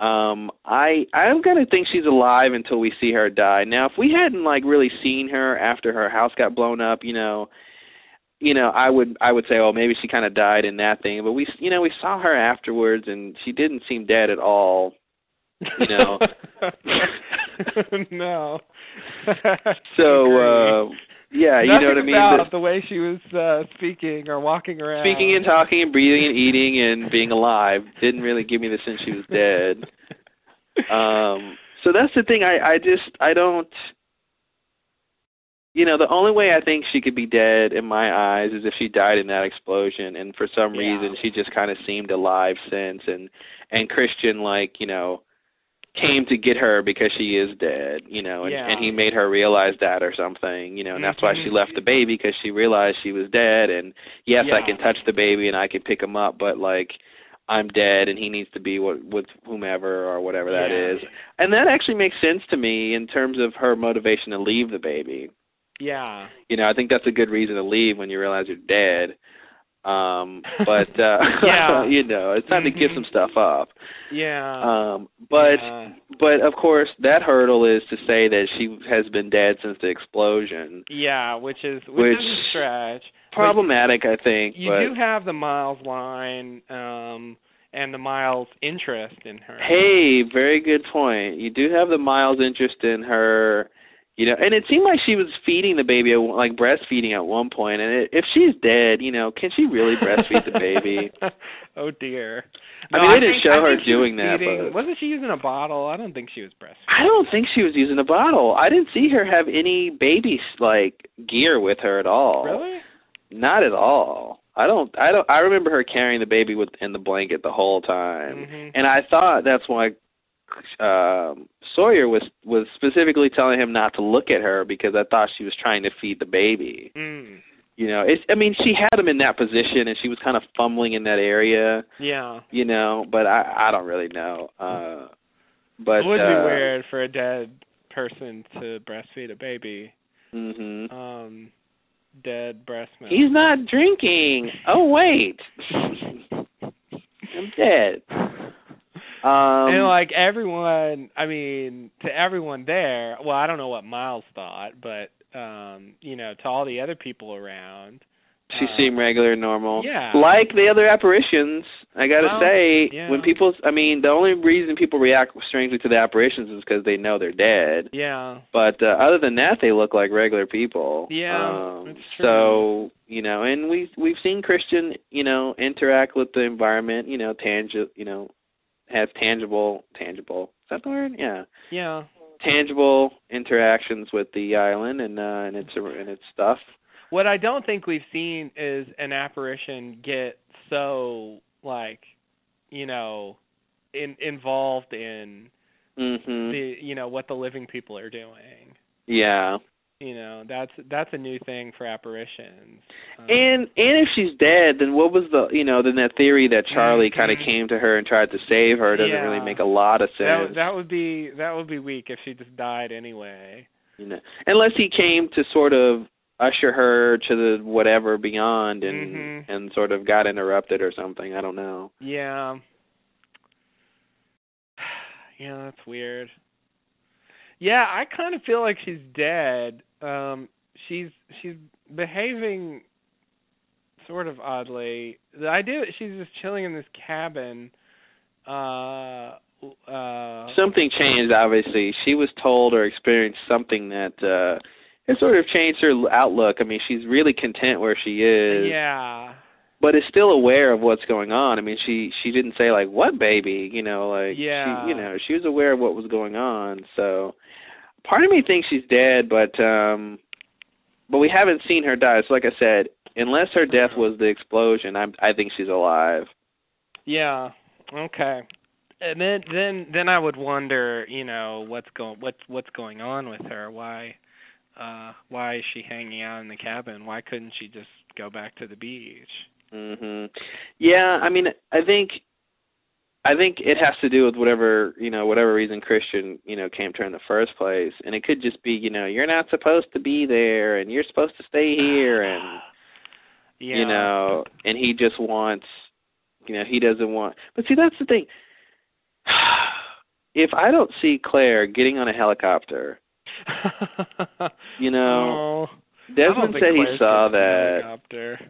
[SPEAKER 4] Um, I I'm gonna think she's alive until we see her die. Now, if we hadn't like really seen her after her house got blown up, you know, you know, I would I would say, oh, maybe she kind of died in that thing. But we, you know, we saw her afterwards, and she didn't seem dead at all. you know.
[SPEAKER 2] no.
[SPEAKER 4] So uh, yeah, you
[SPEAKER 2] Nothing
[SPEAKER 4] know what I mean.
[SPEAKER 2] About
[SPEAKER 4] But
[SPEAKER 2] the way she was uh, speaking or walking around.
[SPEAKER 4] speaking and talking and breathing and eating and being alive didn't really give me the sense she was dead. Um, so that's the thing. I I just I don't. You know, the only way I think she could be dead in my eyes is if she died in that explosion, and for some
[SPEAKER 2] Yeah.
[SPEAKER 4] reason she just kind of seemed alive since, and and Christian like you know came to get her because she is dead, you know, and,
[SPEAKER 2] Yeah.
[SPEAKER 4] and he made her realize that or something, you know, and that's why she
[SPEAKER 2] Mhm.
[SPEAKER 4] left the baby because she realized she was dead. And yes,
[SPEAKER 2] Yeah.
[SPEAKER 4] I can touch the baby and I can pick him up, but like I'm dead and he needs to be what, with whomever or whatever that
[SPEAKER 2] Yeah.
[SPEAKER 4] is. And that actually makes sense to me in terms of her motivation to leave the baby.
[SPEAKER 2] Yeah.
[SPEAKER 4] You know, I think that's a good reason to leave when you realize you're dead. Um, but uh,
[SPEAKER 2] Yeah.
[SPEAKER 4] you know, it's time to give
[SPEAKER 2] Mhm.
[SPEAKER 4] some stuff up.
[SPEAKER 2] Yeah.
[SPEAKER 4] Um, but
[SPEAKER 2] yeah.
[SPEAKER 4] but of course, that hurdle is to say that she has been dead since the explosion.
[SPEAKER 2] Yeah, which is which,
[SPEAKER 4] Which-
[SPEAKER 2] is a stretch.
[SPEAKER 4] Problematic, I think.
[SPEAKER 2] You
[SPEAKER 4] but
[SPEAKER 2] do have the Miles line um and the Miles interest in her.
[SPEAKER 4] hey, very good point. You do have the Miles interest in her, you know. And it seemed like she was feeding the baby, at one- like breastfeeding at one point. And it, if she's dead, you know, can she really breastfeed the baby?
[SPEAKER 2] oh dear.
[SPEAKER 4] I
[SPEAKER 2] No,
[SPEAKER 4] mean, they didn't
[SPEAKER 2] think-
[SPEAKER 4] show
[SPEAKER 2] I
[SPEAKER 4] her
[SPEAKER 2] think she was
[SPEAKER 4] doing that,
[SPEAKER 2] feeding-
[SPEAKER 4] but-
[SPEAKER 2] Wasn't she using a bottle? I don't think she was breastfeeding.
[SPEAKER 4] I don't think she was using a bottle. I didn't see her have any baby like gear with her at all.
[SPEAKER 2] Really?
[SPEAKER 4] Not at all. I don't. I don't. I remember her carrying the baby with in the blanket the whole time,
[SPEAKER 2] Mhm.
[SPEAKER 4] and I thought that's why um, Sawyer was was specifically telling him not to look at her because I thought she was trying to feed the baby.
[SPEAKER 2] Mm.
[SPEAKER 4] You know, it's. I mean, she had him in that position, and she was kind of fumbling in that area.
[SPEAKER 2] Yeah.
[SPEAKER 4] You know, but I I don't really know. Uh, but
[SPEAKER 2] it would
[SPEAKER 4] uh,
[SPEAKER 2] be weird for a dead person to breastfeed a baby.
[SPEAKER 4] hmm
[SPEAKER 2] Um dead breast milk.
[SPEAKER 4] He's not drinking. Oh wait, I'm dead. Um,
[SPEAKER 2] and like everyone i mean to everyone there well i don't know what miles thought but um you know to all the other people around
[SPEAKER 4] She
[SPEAKER 2] Uh,
[SPEAKER 4] seemed regular and normal.
[SPEAKER 2] yeah.
[SPEAKER 4] Like the other apparitions, I gotta
[SPEAKER 2] Uh, Well,
[SPEAKER 4] say,
[SPEAKER 2] yeah.
[SPEAKER 4] when people, I mean, the only reason people react strangely to the apparitions is because they know they're dead.
[SPEAKER 2] yeah
[SPEAKER 4] But uh, other than that, they look like regular people.
[SPEAKER 2] Yeah,
[SPEAKER 4] Um,
[SPEAKER 2] that's
[SPEAKER 4] So you know, and we we've seen Christian, you know, interact with the environment, you know, tangi you know, have tangible, tangible. Is that the word? Yeah,
[SPEAKER 2] yeah
[SPEAKER 4] tangible interactions with the island and uh, and its and its stuff.
[SPEAKER 2] what i don't think we've seen is an apparition get so like you know in involved in
[SPEAKER 4] hmm
[SPEAKER 2] the you know what the living people are doing
[SPEAKER 4] Yeah.
[SPEAKER 2] you know that's that's a new thing for apparitions Um,
[SPEAKER 4] And and if she's dead, then what was the you know then that theory that Charlie kind of
[SPEAKER 2] Mhm.
[SPEAKER 4] came to her and tried to save her doesn't
[SPEAKER 2] Yeah.
[SPEAKER 4] really make a lot of
[SPEAKER 2] that
[SPEAKER 4] sense.
[SPEAKER 2] would- that would be that would be weak if she just died anyway
[SPEAKER 4] you know, unless he came to sort of usher her to the whatever beyond and
[SPEAKER 2] Mhm.
[SPEAKER 4] and sort of got interrupted or something. I don't know.
[SPEAKER 2] Yeah. Yeah, that's weird. Yeah, I kind of feel like she's dead. Um she's she's behaving sort of oddly. The idea that she's just chilling in this cabin. Uh, uh,
[SPEAKER 4] Something changed, obviously. She was told or experienced something that uh, it sort of changed her outlook. I mean, she's really content where she is,
[SPEAKER 2] yeah.
[SPEAKER 4] but is still aware of what's going on. I mean, she she didn't say like what baby, you know, like
[SPEAKER 2] Yeah.
[SPEAKER 4] she, you know, she was aware of what was going on. So, part of me thinks she's dead, but um, but we haven't seen her die. So, like I said, unless her death was the explosion, I I think she's alive.
[SPEAKER 2] Yeah. Okay. And then then then I would wonder, you know, what's going what's what's going on with her? Why uh why is she hanging out in the cabin? Why couldn't she just go back to the beach?
[SPEAKER 4] hmm Yeah, I mean, I think, I think it has to do with whatever you know, whatever reason Christian you know came to her in the first place, and it could just be you know you're not supposed to be there, and you're supposed to stay here, and
[SPEAKER 2] yeah.
[SPEAKER 4] you know, and he just wants, you know, he doesn't want. But see, that's the thing. if I don't see Claire getting on a helicopter, you know,
[SPEAKER 2] no.
[SPEAKER 4] Desmond said he saw that.
[SPEAKER 2] Helicopter.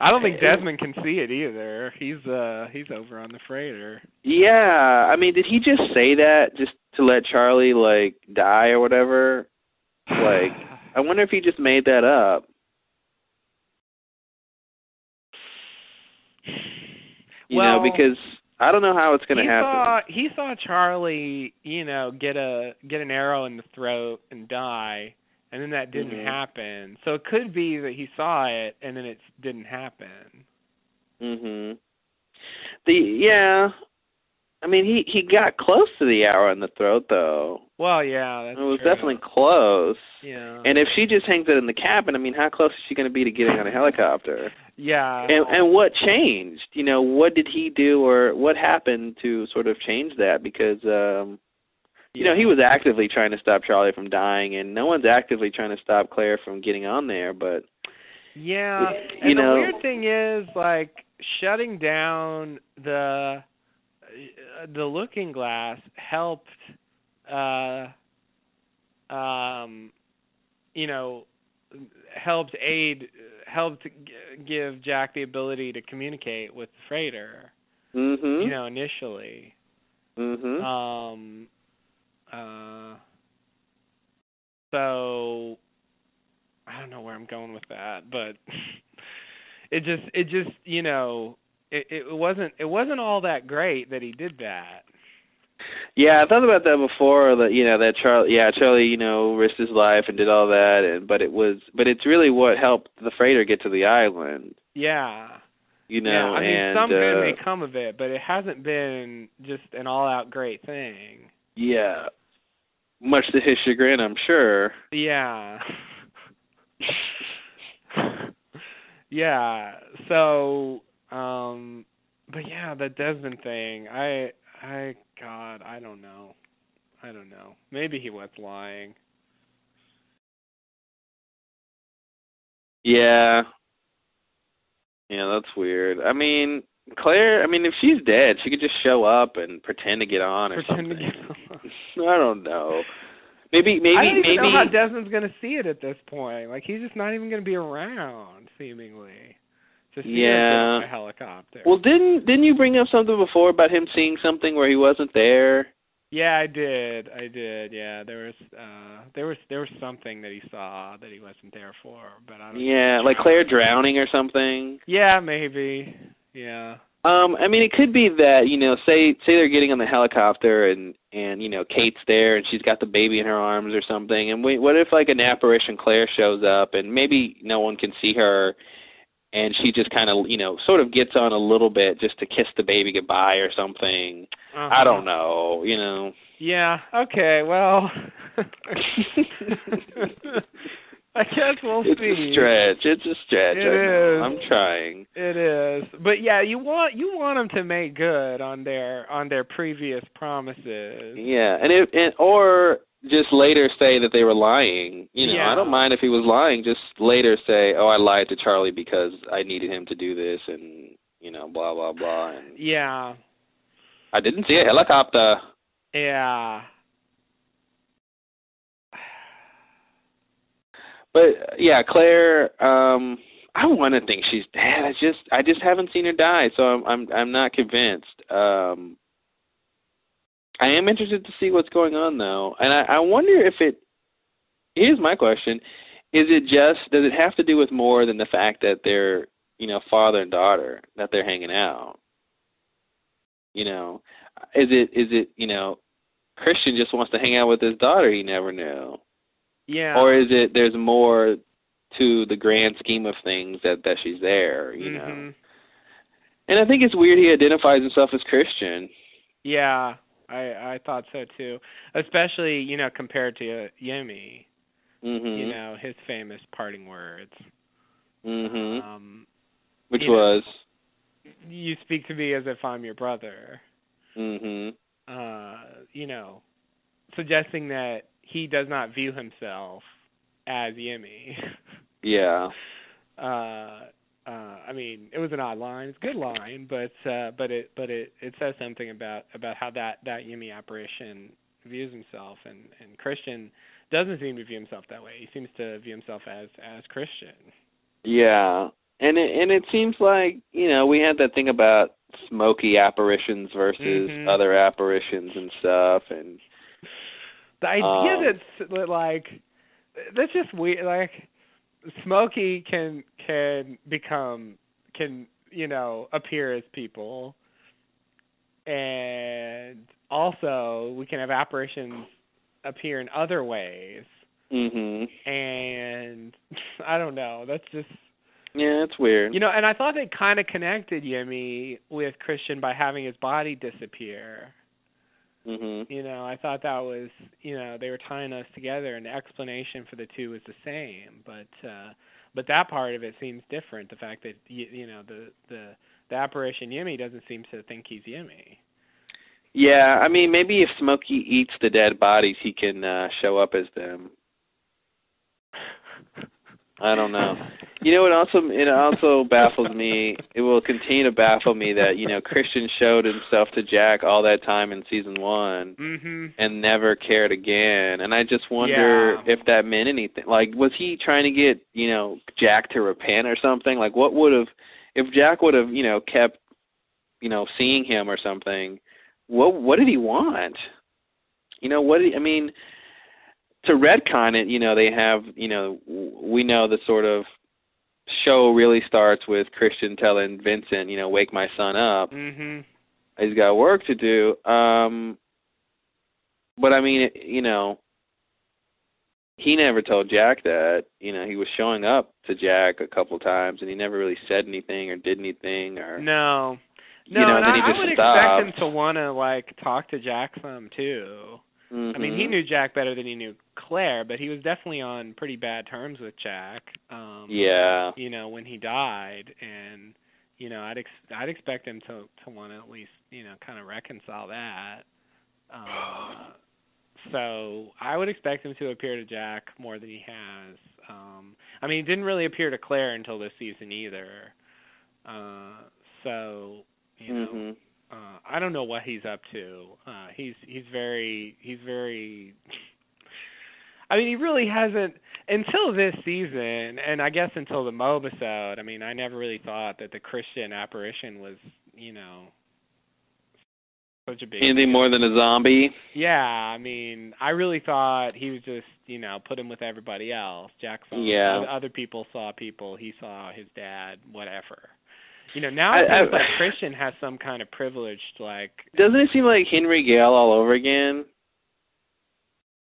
[SPEAKER 2] I don't think
[SPEAKER 4] Yeah.
[SPEAKER 2] Desmond can see it either. He's uh he's over on the freighter.
[SPEAKER 4] Yeah, I mean, did he just say that just to let Charlie like die or whatever? Like, I wonder if he just made that up. You know,
[SPEAKER 2] Well,
[SPEAKER 4] because I don't know how it's going to
[SPEAKER 2] he
[SPEAKER 4] happen.
[SPEAKER 2] Saw, he saw Charlie, you know, get a get an arrow in the throat and die, and then that didn't
[SPEAKER 4] Mhm.
[SPEAKER 2] happen. So it could be that he saw it and then it didn't happen.
[SPEAKER 4] Mhm. The yeah, I mean, he he got close to the arrow in the throat though.
[SPEAKER 2] Well, yeah,
[SPEAKER 4] It
[SPEAKER 2] that's
[SPEAKER 4] was
[SPEAKER 2] true.
[SPEAKER 4] definitely close.
[SPEAKER 2] yeah,
[SPEAKER 4] And if she just hangs it in the cabin, I mean, how close is she going to be to getting on a helicopter?
[SPEAKER 2] yeah,
[SPEAKER 4] and and what changed you know what did he do or what happened to sort of change that because um you know he was actively trying to stop charlie from dying and no one's actively trying to stop claire from getting on there but
[SPEAKER 2] yeah.
[SPEAKER 4] you
[SPEAKER 2] And
[SPEAKER 4] know-
[SPEAKER 2] the weird thing is, like, shutting down the uh, the Looking Glass helped, uh, um, you know, helped aid helped g- give Jack the ability to communicate with the freighter.
[SPEAKER 4] mhm
[SPEAKER 2] You know, initially.
[SPEAKER 4] mhm
[SPEAKER 2] Um,
[SPEAKER 4] Mm-hmm.
[SPEAKER 2] uh, so I don't know where I'm going with that, but it just it just you know it it wasn't it wasn't all that great that he did that.
[SPEAKER 4] yeah i thought about that before that you know that charlie yeah charlie you know risked his life and did all that and but it was but it's really what helped the freighter get to the island
[SPEAKER 2] Yeah.
[SPEAKER 4] you know
[SPEAKER 2] yeah, I mean
[SPEAKER 4] and
[SPEAKER 2] some good
[SPEAKER 4] uh,
[SPEAKER 2] may come of it, but it hasn't been just an all out great thing.
[SPEAKER 4] yeah much to his chagrin i'm sure
[SPEAKER 2] Yeah. yeah. So, um but yeah, the Desmond thing. I I god, I don't know. I don't know. Maybe he was lying.
[SPEAKER 4] Yeah. Yeah, that's weird. I mean, Claire, I mean, if she's dead, she could just show up and pretend to get on or
[SPEAKER 2] Pretend to
[SPEAKER 4] something.
[SPEAKER 2] get
[SPEAKER 4] I don't know. Maybe maybe
[SPEAKER 2] I don't even
[SPEAKER 4] maybe
[SPEAKER 2] know how Desmond's going to see it at this point. Like he's just not even going to be around seemingly. To see her
[SPEAKER 4] Yeah.
[SPEAKER 2] get on a helicopter.
[SPEAKER 4] Well, didn't didn't you bring up something before about him seeing something where he wasn't there?
[SPEAKER 2] Yeah, I did. I did. Yeah, there was uh there was there was something that he saw that he wasn't there for, but I don't
[SPEAKER 4] Yeah, like Claire drowning or something.
[SPEAKER 2] Yeah, maybe. Yeah.
[SPEAKER 4] Um, I mean, it could be that you know, say say they're getting on the helicopter and and you know Kate's there and she's got the baby in her arms or something. And we, what if like an apparition Claire shows up and maybe no one can see her, and she just kind of you know sort of gets on a little bit just to kiss the baby goodbye or something.
[SPEAKER 2] Uh-huh.
[SPEAKER 4] I don't know, you know.
[SPEAKER 2] Yeah. Okay. Well. I guess we'll
[SPEAKER 4] it's
[SPEAKER 2] see.
[SPEAKER 4] a stretch. It's a stretch.
[SPEAKER 2] It
[SPEAKER 4] I know.
[SPEAKER 2] is.
[SPEAKER 4] I'm trying.
[SPEAKER 2] It is. But yeah, you want you want them to make good on their on their previous promises.
[SPEAKER 4] Yeah, and it and or just later say that they were lying. You know,
[SPEAKER 2] Yeah.
[SPEAKER 4] I don't mind if he was lying. Just later say, "Oh, I lied to Charlie because I needed him to do this," and you know, blah blah blah. And
[SPEAKER 2] Yeah.
[SPEAKER 4] I didn't see a helicopter.
[SPEAKER 2] Yeah.
[SPEAKER 4] But yeah, Claire. Um, I want to think she's dead. I just I just haven't seen her die, so I'm I'm I'm not convinced. Um, I am interested to see what's going on though, and I, I wonder if it. Here's my question: Is it just does it have to do with more than the fact that they're you know father and daughter that they're hanging out? You know, is it is it you know Christian just wants to hang out with his daughter he never knew,
[SPEAKER 2] Yeah.
[SPEAKER 4] or is it there's more to the grand scheme of things that that she's there? You know,
[SPEAKER 2] Mhm.
[SPEAKER 4] and I think it's weird he identifies himself as Christian.
[SPEAKER 2] Yeah, I I thought so too. Especially you know compared to Yemi,
[SPEAKER 4] hmm
[SPEAKER 2] you know his famous parting words.
[SPEAKER 4] hmm
[SPEAKER 2] Um,
[SPEAKER 4] Which
[SPEAKER 2] you know.
[SPEAKER 4] was.
[SPEAKER 2] you speak to me as if I'm your brother.
[SPEAKER 4] hmm
[SPEAKER 2] Uh, you know, suggesting that he does not view himself as Yemi.
[SPEAKER 4] Yeah.
[SPEAKER 2] uh, uh, I mean, it was an odd line. It's a good line, but uh, but it but it it says something about about how that that Yumi apparition views himself, and and Christian doesn't seem to view himself that way. He seems to view himself as as Christian.
[SPEAKER 4] Yeah. And it and it seems like, you know, we had that thing about smoky apparitions versus
[SPEAKER 2] Mhm.
[SPEAKER 4] other apparitions and stuff and
[SPEAKER 2] The
[SPEAKER 4] Um,
[SPEAKER 2] idea that's that like that's just weird. Like Smokey can can become can you know appear as people, and also we can have apparitions appear in other ways.
[SPEAKER 4] mhm.
[SPEAKER 2] And I don't know. That's just
[SPEAKER 4] Yeah, it's weird.
[SPEAKER 2] you know. And I thought they kind of connected Yemi with Christian by having his body disappear
[SPEAKER 4] mhm.
[SPEAKER 2] you know i thought that was you know they were tying us together and the explanation for the two was the same but uh but that part of it seems different the fact that you, you know the the the apparition yimmy doesn't seem to think he's yimmy
[SPEAKER 4] Yeah, I mean maybe if Smokey eats the dead bodies he can uh show up as them. I don't know. You know what also it also baffles me it will continue to baffle me that, you know, Christian showed himself to Jack all that time in season one
[SPEAKER 2] mhm
[SPEAKER 4] and never cared again. And I just wonder
[SPEAKER 2] Yeah.
[SPEAKER 4] if that meant anything. Like, was he trying to get you know Jack to repent or something? Like, what would have if Jack would have you know kept you know seeing him or something? What what did he want? You know what? Did he, I mean, to redcon it, you know they have you know w- we know the sort of show really starts with Christian telling Vincent, you know, wake my son up
[SPEAKER 2] mhm
[SPEAKER 4] he's got work to do. Um, but I mean, you know, he never told Jack that. You know, he was showing up to Jack a couple times, and he never really said anything or did anything or.
[SPEAKER 2] no
[SPEAKER 4] You
[SPEAKER 2] no
[SPEAKER 4] know,
[SPEAKER 2] and
[SPEAKER 4] then he
[SPEAKER 2] I, I
[SPEAKER 4] just
[SPEAKER 2] would
[SPEAKER 4] stopped.
[SPEAKER 2] expect him to want to like talk to jack some too I mean, he
[SPEAKER 4] Mhm.
[SPEAKER 2] knew Jack better than he knew Claire, but he was definitely on pretty bad terms with Jack. Um
[SPEAKER 4] Yeah.
[SPEAKER 2] you know when he died and you know i'd ex- i'd expect him to to want to at least you know kind of reconcile that uh, so i would expect him to appear to jack more than he has um i mean he didn't really appear to claire until this season either uh so you know
[SPEAKER 4] Mhm.
[SPEAKER 2] uh I don't know what he's up to. Uh he's he's very he's very I mean he really hasn't until this season and I guess until the Mobisode, I mean I never really thought that the Christian apparition was, you know such a big
[SPEAKER 4] Anything more than a zombie?
[SPEAKER 2] Yeah, I mean I really thought he was just, you know, put him with everybody else. Jack saw
[SPEAKER 4] Yeah.
[SPEAKER 2] oth- other people saw people, he saw his dad, whatever. You know, now
[SPEAKER 4] I-
[SPEAKER 2] it seems
[SPEAKER 4] I-
[SPEAKER 2] like Christian has some kind of privileged like
[SPEAKER 4] Doesn't it seem like Henry Gale all over again?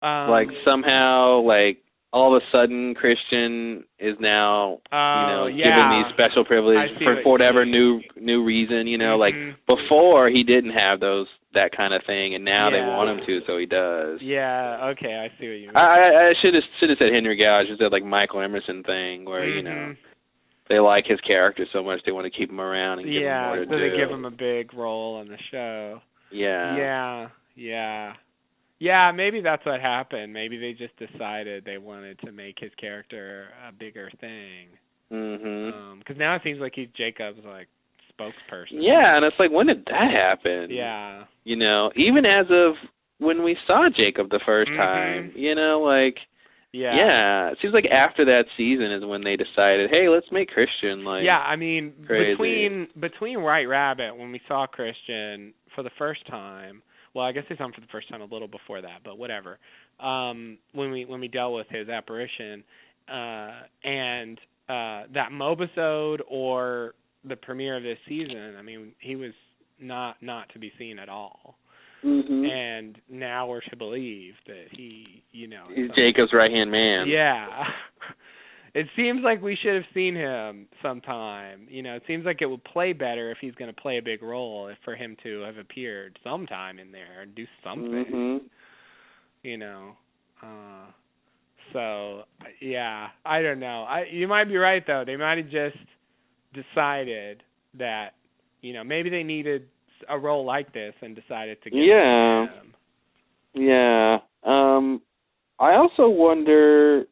[SPEAKER 2] Um,
[SPEAKER 4] like somehow, like all of a sudden, Christian is now you know
[SPEAKER 2] oh,
[SPEAKER 4] given
[SPEAKER 2] yeah.
[SPEAKER 4] these special privileges
[SPEAKER 2] I see
[SPEAKER 4] for,
[SPEAKER 2] what
[SPEAKER 4] for
[SPEAKER 2] you
[SPEAKER 4] whatever
[SPEAKER 2] mean.
[SPEAKER 4] new new reason. You know, like
[SPEAKER 2] Mhm.
[SPEAKER 4] before he didn't have those that kind of thing, and now they
[SPEAKER 2] Yeah.
[SPEAKER 4] want him to, so he does.
[SPEAKER 2] Yeah. Okay, I see what you mean.
[SPEAKER 4] I, I I should have should have said Henry Gow. I should have said like Michael Emerson thing, where you know
[SPEAKER 2] Mhm.
[SPEAKER 4] they like his character so much they want to keep him around and give him
[SPEAKER 2] Mm-hmm. Yeah.
[SPEAKER 4] more to
[SPEAKER 2] so they
[SPEAKER 4] do.
[SPEAKER 2] give him a big role on the show.
[SPEAKER 4] yeah,
[SPEAKER 2] Yeah. Yeah. Yeah, maybe that's what happened. Maybe they just decided they wanted to make his character a bigger thing.
[SPEAKER 4] hmm
[SPEAKER 2] Um, 'cause now it seems like he's Jacob's like spokesperson.
[SPEAKER 4] yeah, and it's like when did that happen?
[SPEAKER 2] Yeah.
[SPEAKER 4] you know, even as of when we saw Jacob the 1st
[SPEAKER 2] Mhm.
[SPEAKER 4] time, you know, like
[SPEAKER 2] Yeah.
[SPEAKER 4] Yeah, it seems like after that season is when they decided, hey, let's make Christian like.
[SPEAKER 2] yeah, I mean
[SPEAKER 4] crazy.
[SPEAKER 2] between between White Rabbit when we saw Christian for the first time. Well, I guess they saw him for the first time a little before that, but whatever. Um, when we when we dealt with his apparition, uh, and uh, that Mobisode or the premiere of this season, I mean, he was not not to be seen at all.
[SPEAKER 4] hmm
[SPEAKER 2] And now we're to believe that he, you know, is
[SPEAKER 4] He's
[SPEAKER 2] some-
[SPEAKER 4] Jacob's right hand man.
[SPEAKER 2] yeah. It seems like we should have seen him sometime. You know, it seems like it would play better if he's going to play a big role, if for him to have appeared sometime in there and do something.
[SPEAKER 4] hmm
[SPEAKER 2] You know, uh, so yeah, I don't know. I you might be right though. They might have just decided that you know maybe they needed a role like this and decided to get
[SPEAKER 4] Yeah.
[SPEAKER 2] him.
[SPEAKER 4] Yeah. Um I also wonder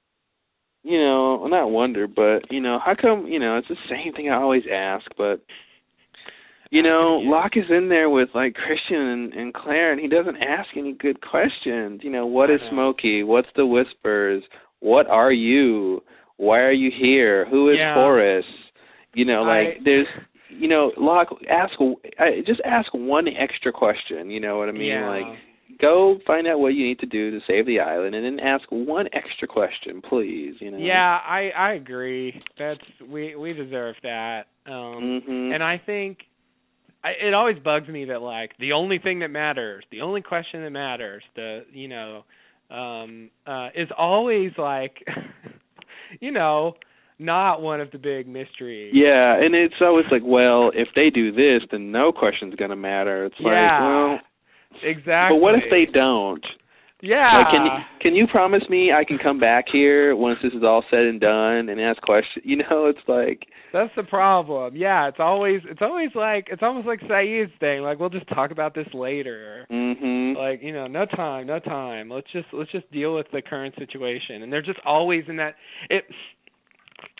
[SPEAKER 4] you know, well, not wonder, but you know, how come you know, it's the same thing I always ask, but you know,
[SPEAKER 2] Yeah.
[SPEAKER 4] Locke is in there with like Christian and, and Claire and he doesn't ask any good questions. You know, what
[SPEAKER 2] I
[SPEAKER 4] is
[SPEAKER 2] know.
[SPEAKER 4] Smokey? What's the whispers? What are you? Why are you here? Who is
[SPEAKER 2] Yeah.
[SPEAKER 4] Horace? You know, like
[SPEAKER 2] I-
[SPEAKER 4] there's you know, Locke ask I- just ask one extra question, you know what I mean?
[SPEAKER 2] yeah.
[SPEAKER 4] Like go find out what you need to do to save the island and then ask one extra question please you know
[SPEAKER 2] Yeah, I I agree. That's we we deserve that. Um
[SPEAKER 4] hmm
[SPEAKER 2] and I think I, it always bugs me that like the only thing that matters, the only question that matters, the you know, um uh is always like you know, not one of the big mysteries.
[SPEAKER 4] yeah and it's always like well if they do this then no question's going to matter it's
[SPEAKER 2] Yeah,
[SPEAKER 4] like well
[SPEAKER 2] exactly.
[SPEAKER 4] but what if they don't
[SPEAKER 2] Yeah.
[SPEAKER 4] like e- can can you promise me i can come back here once this is all said and done and ask questions you know it's like
[SPEAKER 2] That's the problem. Yeah, it's always it's always like it's almost like Saeed's thing, like we'll just talk about this later.
[SPEAKER 4] mhm
[SPEAKER 2] like you know no time no time let's just let's just deal with the current situation and they're just always in that it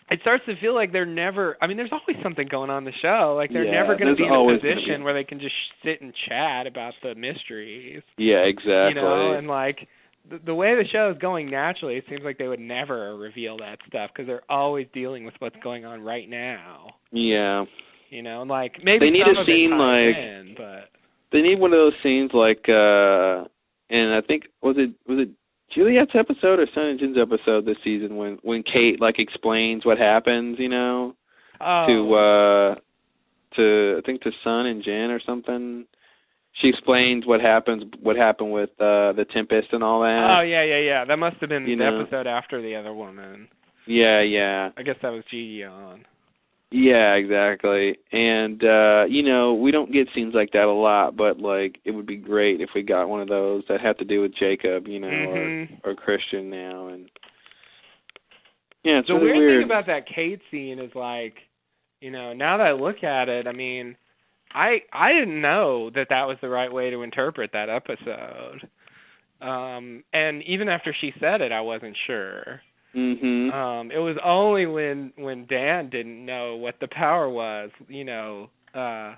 [SPEAKER 2] it starts to feel like they're never i mean there's always something going on in the show like they're
[SPEAKER 4] Yeah,
[SPEAKER 2] never going to
[SPEAKER 4] there's
[SPEAKER 2] be in a
[SPEAKER 4] always gonna
[SPEAKER 2] position
[SPEAKER 4] be.
[SPEAKER 2] where they can just sit and chat about the mysteries
[SPEAKER 4] yeah exactly
[SPEAKER 2] you know and like the, the way the show is going naturally it seems like they would never reveal that stuff because they're always dealing with what's going on right now
[SPEAKER 4] yeah
[SPEAKER 2] you know and like maybe
[SPEAKER 4] They need
[SPEAKER 2] some
[SPEAKER 4] a
[SPEAKER 2] of it
[SPEAKER 4] scene
[SPEAKER 2] ties
[SPEAKER 4] like-
[SPEAKER 2] in, but
[SPEAKER 4] they need one of those scenes like uh and I think was it was it Juliet's episode or Son and Jin's episode this season when when Kate like explains what happens, you know,
[SPEAKER 2] oh,
[SPEAKER 4] to uh to I think to Son and Jin or something. She explains what happens what happened with uh the Tempest and all that.
[SPEAKER 2] Oh yeah, yeah, yeah. That must have been
[SPEAKER 4] you
[SPEAKER 2] the
[SPEAKER 4] know.
[SPEAKER 2] episode after the other woman.
[SPEAKER 4] yeah, yeah.
[SPEAKER 2] I guess that was Gigi on.
[SPEAKER 4] Yeah, exactly. And uh, you know, we don't get scenes like that a lot, but like it would be great if we got one of those that have to do with Jacob, you know,
[SPEAKER 2] Mhm.
[SPEAKER 4] or or Christian now and Yeah, it's
[SPEAKER 2] the
[SPEAKER 4] really
[SPEAKER 2] weird,
[SPEAKER 4] weird
[SPEAKER 2] thing about that Kate scene is like, you know, now that I look at it, I mean, I I didn't know that that was the right way to interpret that episode. Um, and even after she said it, I wasn't sure.
[SPEAKER 4] Mhm.
[SPEAKER 2] Um, it was only when when Dan didn't know what the power was, you know, uh,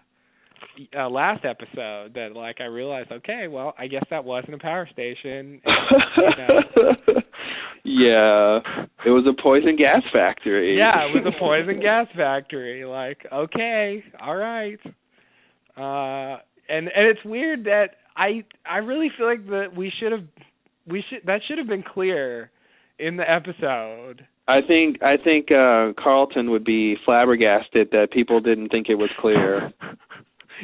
[SPEAKER 2] uh last episode that like I realized, okay, well, I guess that wasn't a power station.
[SPEAKER 4] mm-hmm.
[SPEAKER 2] Uh,
[SPEAKER 4] yeah. It was a poison gas factory.
[SPEAKER 2] yeah, it was a poison gas factory. Like, okay, all right. Uh and and it's weird that I I really feel like that we should have we should that should have been clear in the episode.
[SPEAKER 4] I think I think uh Carlton would be flabbergasted that people didn't think it was clear.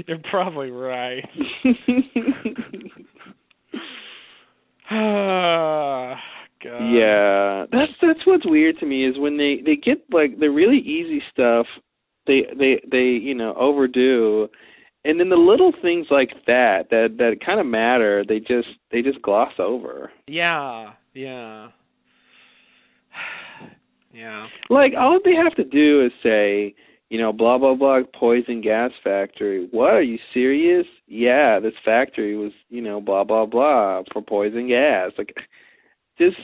[SPEAKER 2] You're probably right. God.
[SPEAKER 4] Yeah, that's that's what's weird to me is when they they get like the really easy stuff, they they they you know overdo, and then the little things like that that that kind of matter they just they just gloss over.
[SPEAKER 2] Yeah. Yeah. Yeah.
[SPEAKER 4] Like all they have to do is say you know blah blah blah poison gas factory. What are you serious? Yeah, this factory was you know blah blah blah for poison gas. Like just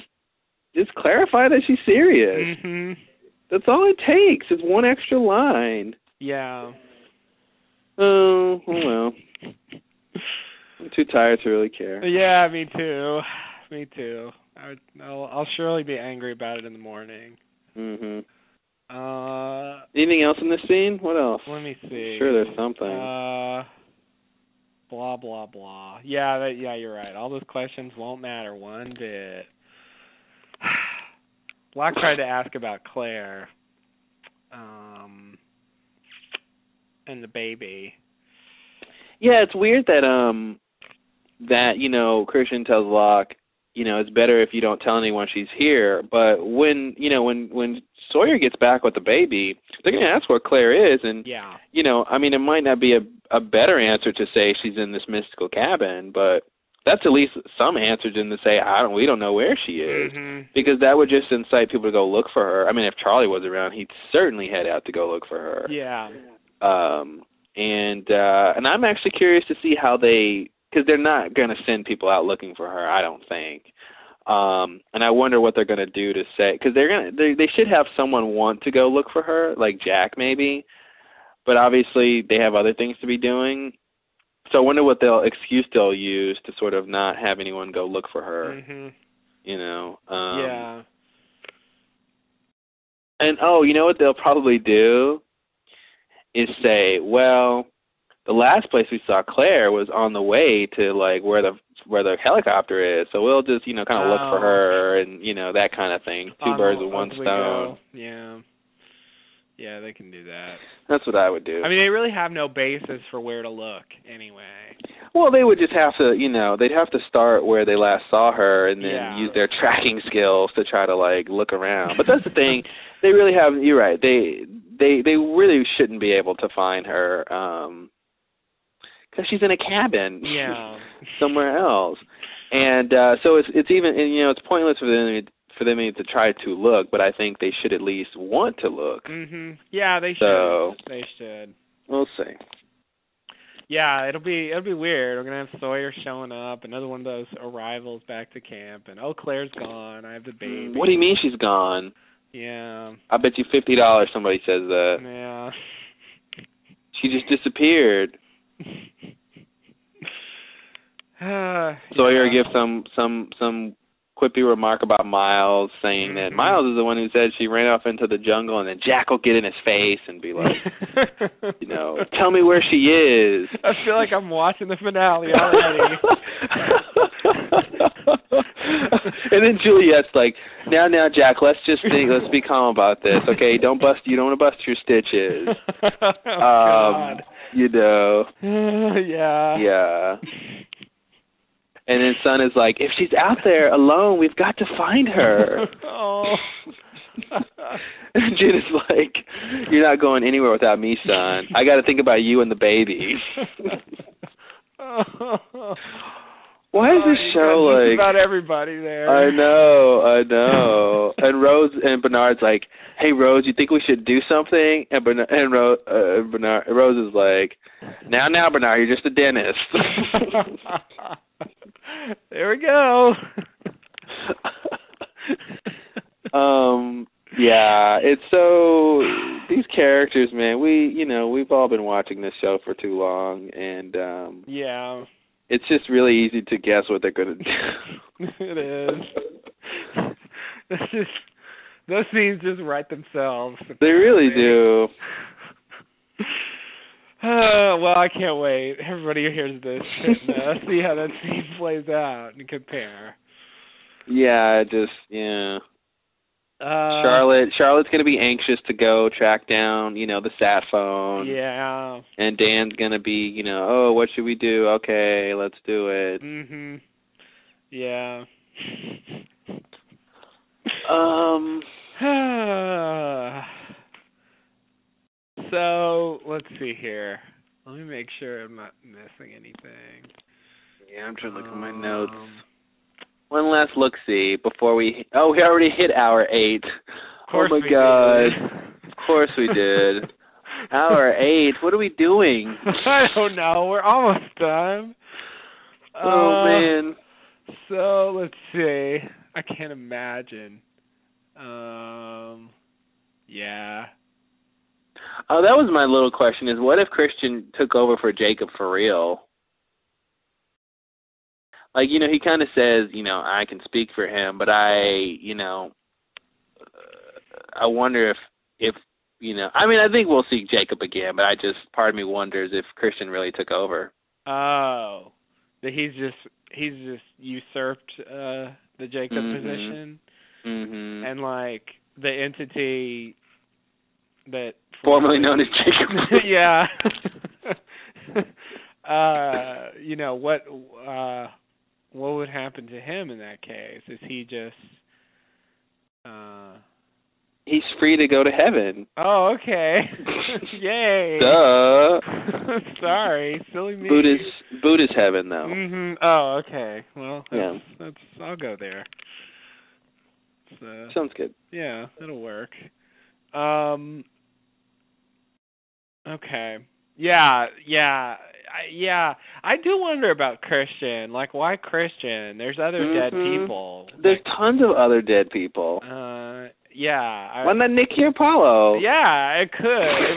[SPEAKER 4] just clarify that she's serious.
[SPEAKER 2] Mhm.
[SPEAKER 4] That's all it takes. It's one extra line.
[SPEAKER 2] Yeah.
[SPEAKER 4] Oh, oh well. I'm too tired to really care.
[SPEAKER 2] Yeah, me too. Me too. I would, I'll, I'll surely be angry about it in the morning.
[SPEAKER 4] hmm
[SPEAKER 2] Uh,
[SPEAKER 4] Anything else in this scene? What else?
[SPEAKER 2] let me see.
[SPEAKER 4] Sure, there's something.
[SPEAKER 2] Uh, blah blah blah. Yeah, that, yeah, you're right. All those questions won't matter one bit. Locke tried to ask about Claire, um, and the baby.
[SPEAKER 4] yeah, it's weird that um that you know Christian tells Locke, you know, it's better if you don't tell anyone she's here. But when you know when when Sawyer gets back with the baby, they're gonna ask where Claire is, and
[SPEAKER 2] Yeah,
[SPEAKER 4] you know, I mean, it might not be a a better answer to say she's in this mystical cabin, but that's at least some answer than to say I don't we don't know where she is.
[SPEAKER 2] Mhm.
[SPEAKER 4] Because that would just incite people to go look for her. I mean, if Charlie was around, he'd certainly head out to go look for her
[SPEAKER 2] yeah,
[SPEAKER 4] um and uh and i'm actually curious to see how they because they're not going to send people out looking for her i don't think um and i wonder what they're going to do to say because they're going to they, they should have someone want to go look for her like jack maybe but obviously they have other things to be doing so i wonder what they'll excuse they'll use to sort of not have anyone go look for her
[SPEAKER 2] hmm
[SPEAKER 4] you know um
[SPEAKER 2] yeah.
[SPEAKER 4] And oh, you know what they'll probably do is say, well, the last place we saw Claire was on the way to like where the where the helicopter is, so we'll just you know kind of look
[SPEAKER 2] Oh.
[SPEAKER 4] for her and you know that kind of thing. Two
[SPEAKER 2] On-
[SPEAKER 4] birds with
[SPEAKER 2] on
[SPEAKER 4] one
[SPEAKER 2] we
[SPEAKER 4] stone.
[SPEAKER 2] go. Yeah, yeah, they can do that.
[SPEAKER 4] That's what I would do.
[SPEAKER 2] I mean, they really have no basis for where to look anyway.
[SPEAKER 4] well, they would just have to you know they'd have to start where they last saw her and then
[SPEAKER 2] Yeah.
[SPEAKER 4] use their tracking skills to try to like look around. But that's the thing, they really have. You're right. They they they really shouldn't be able to find her. um because she's in a cabin.
[SPEAKER 2] Yeah.
[SPEAKER 4] somewhere else. And uh so it's it's even and, you know it's pointless for them for them to try to look, but I think they should at least want to look.
[SPEAKER 2] Mhm. Yeah, they should.
[SPEAKER 4] So-
[SPEAKER 2] They should.
[SPEAKER 4] We'll see.
[SPEAKER 2] Yeah, it'll be it'll be weird. We're gonna have Sawyer showing up, another one of those arrivals back to camp, and oh Claire's gone. I have the baby.
[SPEAKER 4] Mm. What do you mean she's gone?
[SPEAKER 2] Yeah.
[SPEAKER 4] I bet you fifty dollars somebody says that
[SPEAKER 2] Yeah.
[SPEAKER 4] she just disappeared.
[SPEAKER 2] Uh,
[SPEAKER 4] Sawyer
[SPEAKER 2] yeah.
[SPEAKER 4] gives some some some quippy remark about Miles, saying that
[SPEAKER 2] Mhm.
[SPEAKER 4] Miles is the one who said she ran off into the jungle, and then Jack will get in his face and be like, you know, tell me where she is.
[SPEAKER 2] I feel like I'm watching the finale already.
[SPEAKER 4] and then Juliet's like, "Now, now, Jack, let's just think. Let's be calm about this, okay? Don't bust. You don't want to bust your stitches.
[SPEAKER 2] oh,
[SPEAKER 4] um,
[SPEAKER 2] God.
[SPEAKER 4] you know,
[SPEAKER 2] yeah.
[SPEAKER 4] yeah." And then Son is like, "If she's out there alone, we've got to find her."
[SPEAKER 2] oh.
[SPEAKER 4] And June is like, "You're not going anywhere without me, son. I got to think about you and the baby." Why is
[SPEAKER 2] Oh,
[SPEAKER 4] this
[SPEAKER 2] you
[SPEAKER 4] show
[SPEAKER 2] got just
[SPEAKER 4] like?
[SPEAKER 2] about everybody there?
[SPEAKER 4] I know, I know. and Rose and Bernard's like, "Hey, Rose, you think we should do something?" And Bernard, and Rose, uh, Bernard, Rose is like, "Now, now, Bernard, you're just a dentist."
[SPEAKER 2] there we go.
[SPEAKER 4] um, yeah, it's so these characters, man. We, you know, we've all been watching this show for too long, and um
[SPEAKER 2] yeah,
[SPEAKER 4] it's just really easy to guess what they're gonna do.
[SPEAKER 2] it is. This is those scenes just write themselves.
[SPEAKER 4] they really do.
[SPEAKER 2] Uh, well, I can't wait. Everybody who hears this should uh, see how that scene plays out and compare.
[SPEAKER 4] Yeah, I just yeah.
[SPEAKER 2] Uh,
[SPEAKER 4] Charlotte Charlotte's gonna be anxious to go track down, you know, the sat phone.
[SPEAKER 2] Yeah.
[SPEAKER 4] And Dan's gonna be, you know, oh, what should we do? Okay, let's do it.
[SPEAKER 2] Mhm. Yeah. Mm.
[SPEAKER 4] Um
[SPEAKER 2] so let's see here. Let me make sure I'm not missing anything.
[SPEAKER 4] Yeah, I'm trying to look at my notes.
[SPEAKER 2] Um,
[SPEAKER 4] One last look see before we oh, we already hit hour eight.
[SPEAKER 2] Of course
[SPEAKER 4] oh my
[SPEAKER 2] we
[SPEAKER 4] god.
[SPEAKER 2] did.
[SPEAKER 4] Of course we did. hour eight. What are we doing?
[SPEAKER 2] I don't know. We're almost done.
[SPEAKER 4] Oh
[SPEAKER 2] Uh,
[SPEAKER 4] man.
[SPEAKER 2] So let's see. I can't imagine. Um. Yeah.
[SPEAKER 4] Oh, that was my little question is what if Christian took over for Jacob for real? like you know he kind of says you know I can speak for him, but I you know uh, I wonder if if you know I mean I think we'll see Jacob again, but I just part of me wonders if Christian really took over.
[SPEAKER 2] Oh, that he's just he's just usurped uh the Jacob
[SPEAKER 4] Mhm.
[SPEAKER 2] position
[SPEAKER 4] hmm
[SPEAKER 2] and like the entity that
[SPEAKER 4] Formerly known as Jacob.
[SPEAKER 2] yeah. uh, you know what? Uh, what would happen to him in that case? Is he just? Uh,
[SPEAKER 4] He's free to go to heaven.
[SPEAKER 2] oh, okay. Yay.
[SPEAKER 4] Duh.
[SPEAKER 2] Sorry, silly me.
[SPEAKER 4] Buddha's Buddha's heaven though.
[SPEAKER 2] Mhm. Oh, okay. Well, that's,
[SPEAKER 4] Yeah.
[SPEAKER 2] that's I'll go there. So,
[SPEAKER 4] Sounds good.
[SPEAKER 2] yeah, that'll work. Um. Okay. Yeah. Yeah. I, yeah. I do wonder about Christian. Like, why Christian? There's other dead
[SPEAKER 4] Mhm.
[SPEAKER 2] people.
[SPEAKER 4] There's tons of other dead people.
[SPEAKER 2] Like, uh. Yeah. I,
[SPEAKER 4] One that Nicky Apollo.
[SPEAKER 2] yeah. It could.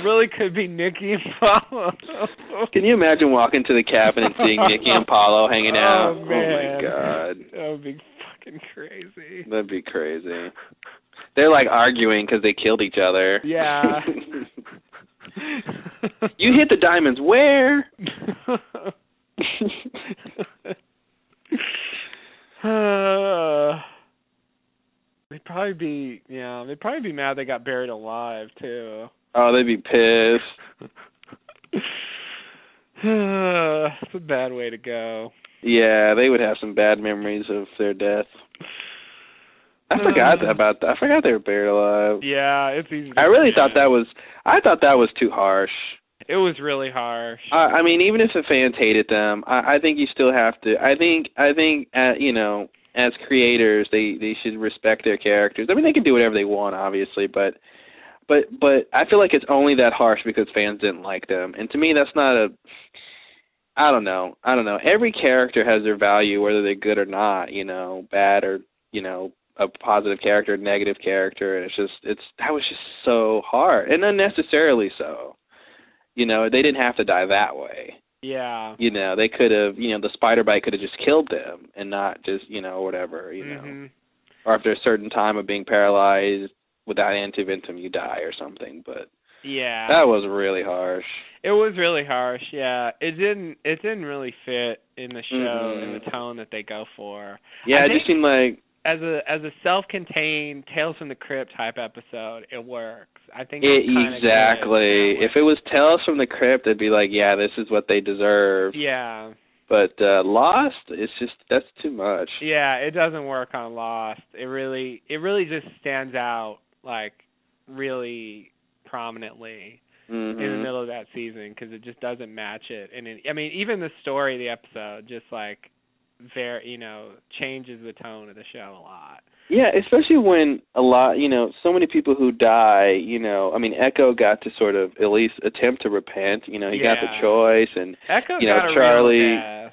[SPEAKER 2] It really could be Nikki and Paolo.
[SPEAKER 4] Can you imagine walking to the cabin and seeing Nicky and Apollo hanging out?
[SPEAKER 2] Oh,
[SPEAKER 4] my
[SPEAKER 2] man.
[SPEAKER 4] god.
[SPEAKER 2] That would be fucking crazy.
[SPEAKER 4] That'd be crazy. They're like arguing because they killed each other.
[SPEAKER 2] Yeah.
[SPEAKER 4] you hit the diamonds where?
[SPEAKER 2] uh, they'd probably be yeah, they'd probably be mad they got buried alive too.
[SPEAKER 4] oh, they'd be pissed.
[SPEAKER 2] it's a bad way to go.
[SPEAKER 4] Yeah, they would have some bad memories of their death. I forgot
[SPEAKER 2] Uh.
[SPEAKER 4] about that. I forgot they were buried alive.
[SPEAKER 2] Yeah, it's easy. to
[SPEAKER 4] Uh, I really thought
[SPEAKER 2] forget.
[SPEAKER 4] that was I thought that was too harsh.
[SPEAKER 2] it was really harsh.
[SPEAKER 4] I, I mean, even if the fans hated them, I, I think you still have to. I think I think uh, you know, as creators, they they should respect their characters. I mean, they can do whatever they want, obviously, but but but I feel like it's only that harsh because fans didn't like them, and to me, that's not a. I don't know. I don't know. Every character has their value, whether they're good or not. You know, bad or you know a positive character, negative character, and it's just it's that was just so hard and unnecessarily so. You know, they didn't have to die that way.
[SPEAKER 2] yeah.
[SPEAKER 4] You know, they could have, you know, the spider bite could have just killed them and not just, you know, whatever, you know.
[SPEAKER 2] Mhm.
[SPEAKER 4] Or after a certain time of being paralyzed without antiventum, you die or something. But
[SPEAKER 2] Yeah.
[SPEAKER 4] that was really harsh.
[SPEAKER 2] It was really harsh, yeah. It didn't it didn't really fit in the show in
[SPEAKER 4] Mhm.
[SPEAKER 2] the tone that they go for.
[SPEAKER 4] Yeah,
[SPEAKER 2] I
[SPEAKER 4] it just
[SPEAKER 2] think-
[SPEAKER 4] seemed like,
[SPEAKER 2] As a as a self contained Tales from the Crypt type episode, it works. I think
[SPEAKER 4] it,
[SPEAKER 2] it's kinda good
[SPEAKER 4] exactly.
[SPEAKER 2] that
[SPEAKER 4] If
[SPEAKER 2] way.
[SPEAKER 4] it was Tales from the Crypt, it'd be like, yeah, this is what they deserve.
[SPEAKER 2] Yeah.
[SPEAKER 4] But uh Lost, it's just, that's too much.
[SPEAKER 2] Yeah, it doesn't work on Lost. It really it really just stands out like really prominently
[SPEAKER 4] hmm
[SPEAKER 2] in the middle of that season because it just doesn't match it. And it, I mean, even the story of the episode just like very you know changes the tone of the show a lot.
[SPEAKER 4] Yeah, especially when a lot, you know, so many people who die, you know, I mean, Echo got to sort of at least attempt to repent. You know, he got the
[SPEAKER 2] Yeah.
[SPEAKER 4] choice, and
[SPEAKER 2] Echo
[SPEAKER 4] You know,
[SPEAKER 2] got a
[SPEAKER 4] Charlie-
[SPEAKER 2] real death.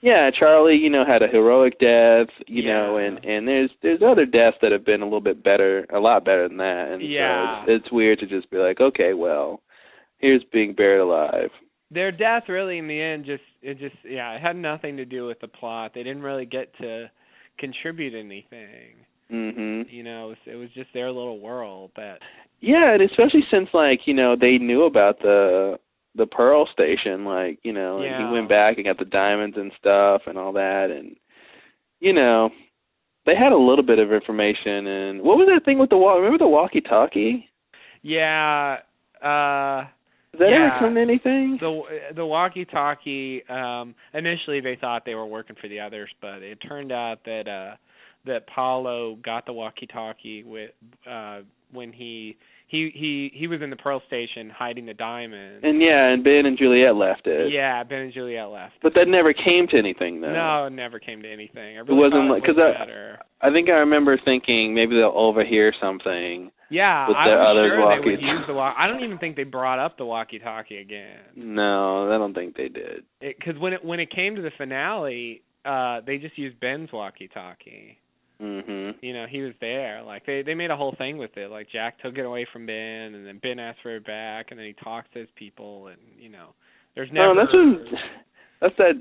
[SPEAKER 4] yeah, Charlie, you know, had a heroic death. You know,
[SPEAKER 2] Yeah.
[SPEAKER 4] and and there's there's other deaths that have been a little bit better, a lot better than that. And
[SPEAKER 2] Yeah.
[SPEAKER 4] so it's, it's weird to just be like, okay, well, here's being buried alive.
[SPEAKER 2] Their death really in the end just it just yeah it had nothing to do with the plot. They didn't really get to contribute anything.
[SPEAKER 4] hmm
[SPEAKER 2] You know, it was, it was just their little world that
[SPEAKER 4] Yeah, and especially since like you know they knew about the the Pearl Station, like you know, and
[SPEAKER 2] Yeah.
[SPEAKER 4] he went back and got the diamonds and stuff and all that, and you know, they had a little bit of information. And what was that thing with the wall? Remember the walkie-talkie?
[SPEAKER 2] yeah uh
[SPEAKER 4] Did that
[SPEAKER 2] Yeah.
[SPEAKER 4] ever come to anything?
[SPEAKER 2] the the walkie-talkie um initially they thought they were working for the others but it turned out that uh that Paulo got the walkie-talkie with uh when he he he he was in the pearl station hiding the diamond
[SPEAKER 4] and yeah, and Ben and Juliet left it.
[SPEAKER 2] yeah Ben and Juliet left
[SPEAKER 4] But that never came to anything though.
[SPEAKER 2] no it never came to anything I really
[SPEAKER 4] wasn't
[SPEAKER 2] thought
[SPEAKER 4] like-
[SPEAKER 2] it
[SPEAKER 4] 'cause
[SPEAKER 2] was
[SPEAKER 4] I-
[SPEAKER 2] better
[SPEAKER 4] I think I remember thinking maybe they'll overhear something.
[SPEAKER 2] yeah
[SPEAKER 4] with
[SPEAKER 2] I
[SPEAKER 4] the
[SPEAKER 2] was
[SPEAKER 4] others
[SPEAKER 2] sure they would
[SPEAKER 4] walkie-
[SPEAKER 2] use the wa- I don't even think they brought up the walkie-talkie again
[SPEAKER 4] No, I don't think they did.
[SPEAKER 2] because when it when it came to the finale uh they just used Ben's walkie-talkie
[SPEAKER 4] Mhm.
[SPEAKER 2] you know he was there like they they made a whole thing with it like jack took it away from ben and then ben asked for it back and then he talked to his people and you know there's never
[SPEAKER 4] No, that's what, that's that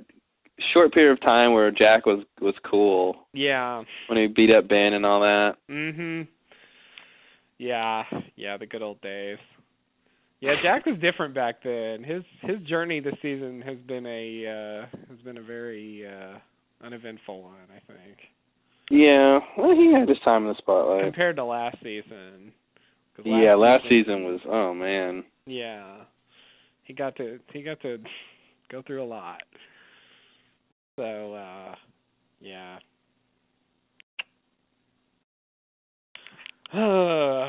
[SPEAKER 4] short period of time where Jack was was cool
[SPEAKER 2] Yeah.
[SPEAKER 4] when he beat up Ben and all that.
[SPEAKER 2] Mhm. Yeah. Yeah, the good old days. Yeah, Jack was different back then. His his journey this season has been a uh has been a very uh uneventful one, I think.
[SPEAKER 4] Yeah, well, he had his time in the spotlight.
[SPEAKER 2] Compared to last season. 'Cause
[SPEAKER 4] yeah, last season was oh man.
[SPEAKER 2] Yeah. He got to he got to go through a lot. So uh yeah.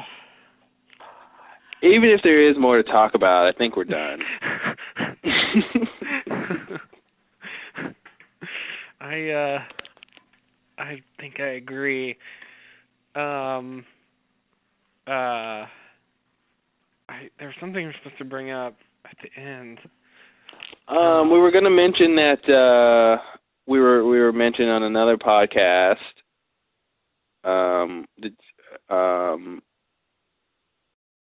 [SPEAKER 2] Uh,
[SPEAKER 4] Even if there is more to talk about, I think we're done.
[SPEAKER 2] I uh I think I agree. Um uh I there's something we're supposed to bring up at the end.
[SPEAKER 4] um, we were going to mention that uh, we were we were mentioned on another podcast. Um, that, um,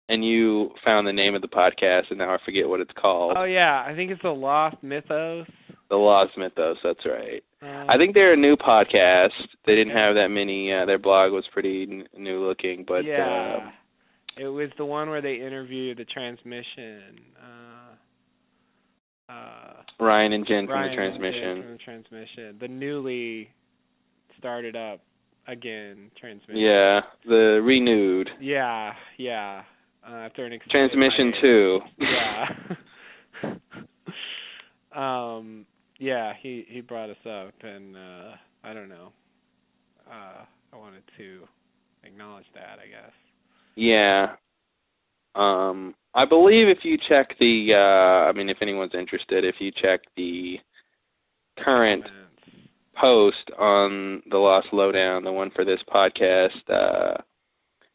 [SPEAKER 4] and you found the name of the podcast, and now I forget what it's called.
[SPEAKER 2] Oh yeah, I think it's the Lost Mythos.
[SPEAKER 4] The Lost Mythos. That's right.
[SPEAKER 2] Um,
[SPEAKER 4] I think they're a new podcast. They didn't have that many. Uh, their blog was pretty n- new looking, but
[SPEAKER 2] yeah,
[SPEAKER 4] um,
[SPEAKER 2] it was the one where they interview the transmission. Uh, uh,
[SPEAKER 4] Ryan and Jen from
[SPEAKER 2] Ryan
[SPEAKER 4] the
[SPEAKER 2] and
[SPEAKER 4] transmission.
[SPEAKER 2] Jay From the transmission, the newly started up again transmission.
[SPEAKER 4] Yeah, the renewed
[SPEAKER 2] Yeah, yeah. Uh, after an extended
[SPEAKER 4] transmission
[SPEAKER 2] hiatus.
[SPEAKER 4] two.
[SPEAKER 2] Yeah. um. Yeah. He he brought us up, and uh I don't know. Uh, I wanted to acknowledge that. I guess.
[SPEAKER 4] yeah. Um, I believe if you check the, uh, I mean, if anyone's interested, if you check the current
[SPEAKER 2] Comments.
[SPEAKER 4] post on the Lost Lowdown, the one for this podcast, uh,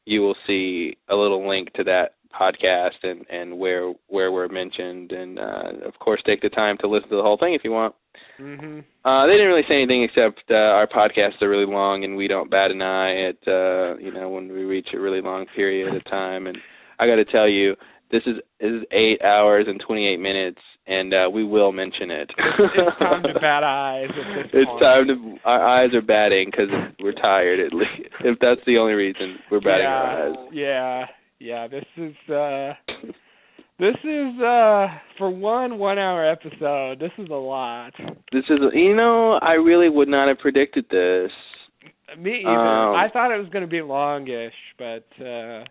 [SPEAKER 4] you will see a little link to that podcast and, and where where we're mentioned. And uh, of course, take the time to listen to the whole thing if you want.
[SPEAKER 2] Mhm.
[SPEAKER 4] Uh, they didn't really say anything except uh, our podcasts are really long and we don't bat an eye at uh, you know when we reach a really long period of time. And I got to tell you, this is this is eight hours and twenty eight minutes, and uh, we will mention it.
[SPEAKER 2] it's time to bat eyes at this
[SPEAKER 4] It's
[SPEAKER 2] point.
[SPEAKER 4] time to our eyes are batting because we're tired. At least if that's the only reason we're batting
[SPEAKER 2] yeah,
[SPEAKER 4] our eyes.
[SPEAKER 2] Yeah, yeah. This is uh this is uh for one one hour episode, this is a lot.
[SPEAKER 4] This is you know I really would not have predicted this.
[SPEAKER 2] Me either.
[SPEAKER 4] Um,
[SPEAKER 2] I thought it was gonna be longish, but uh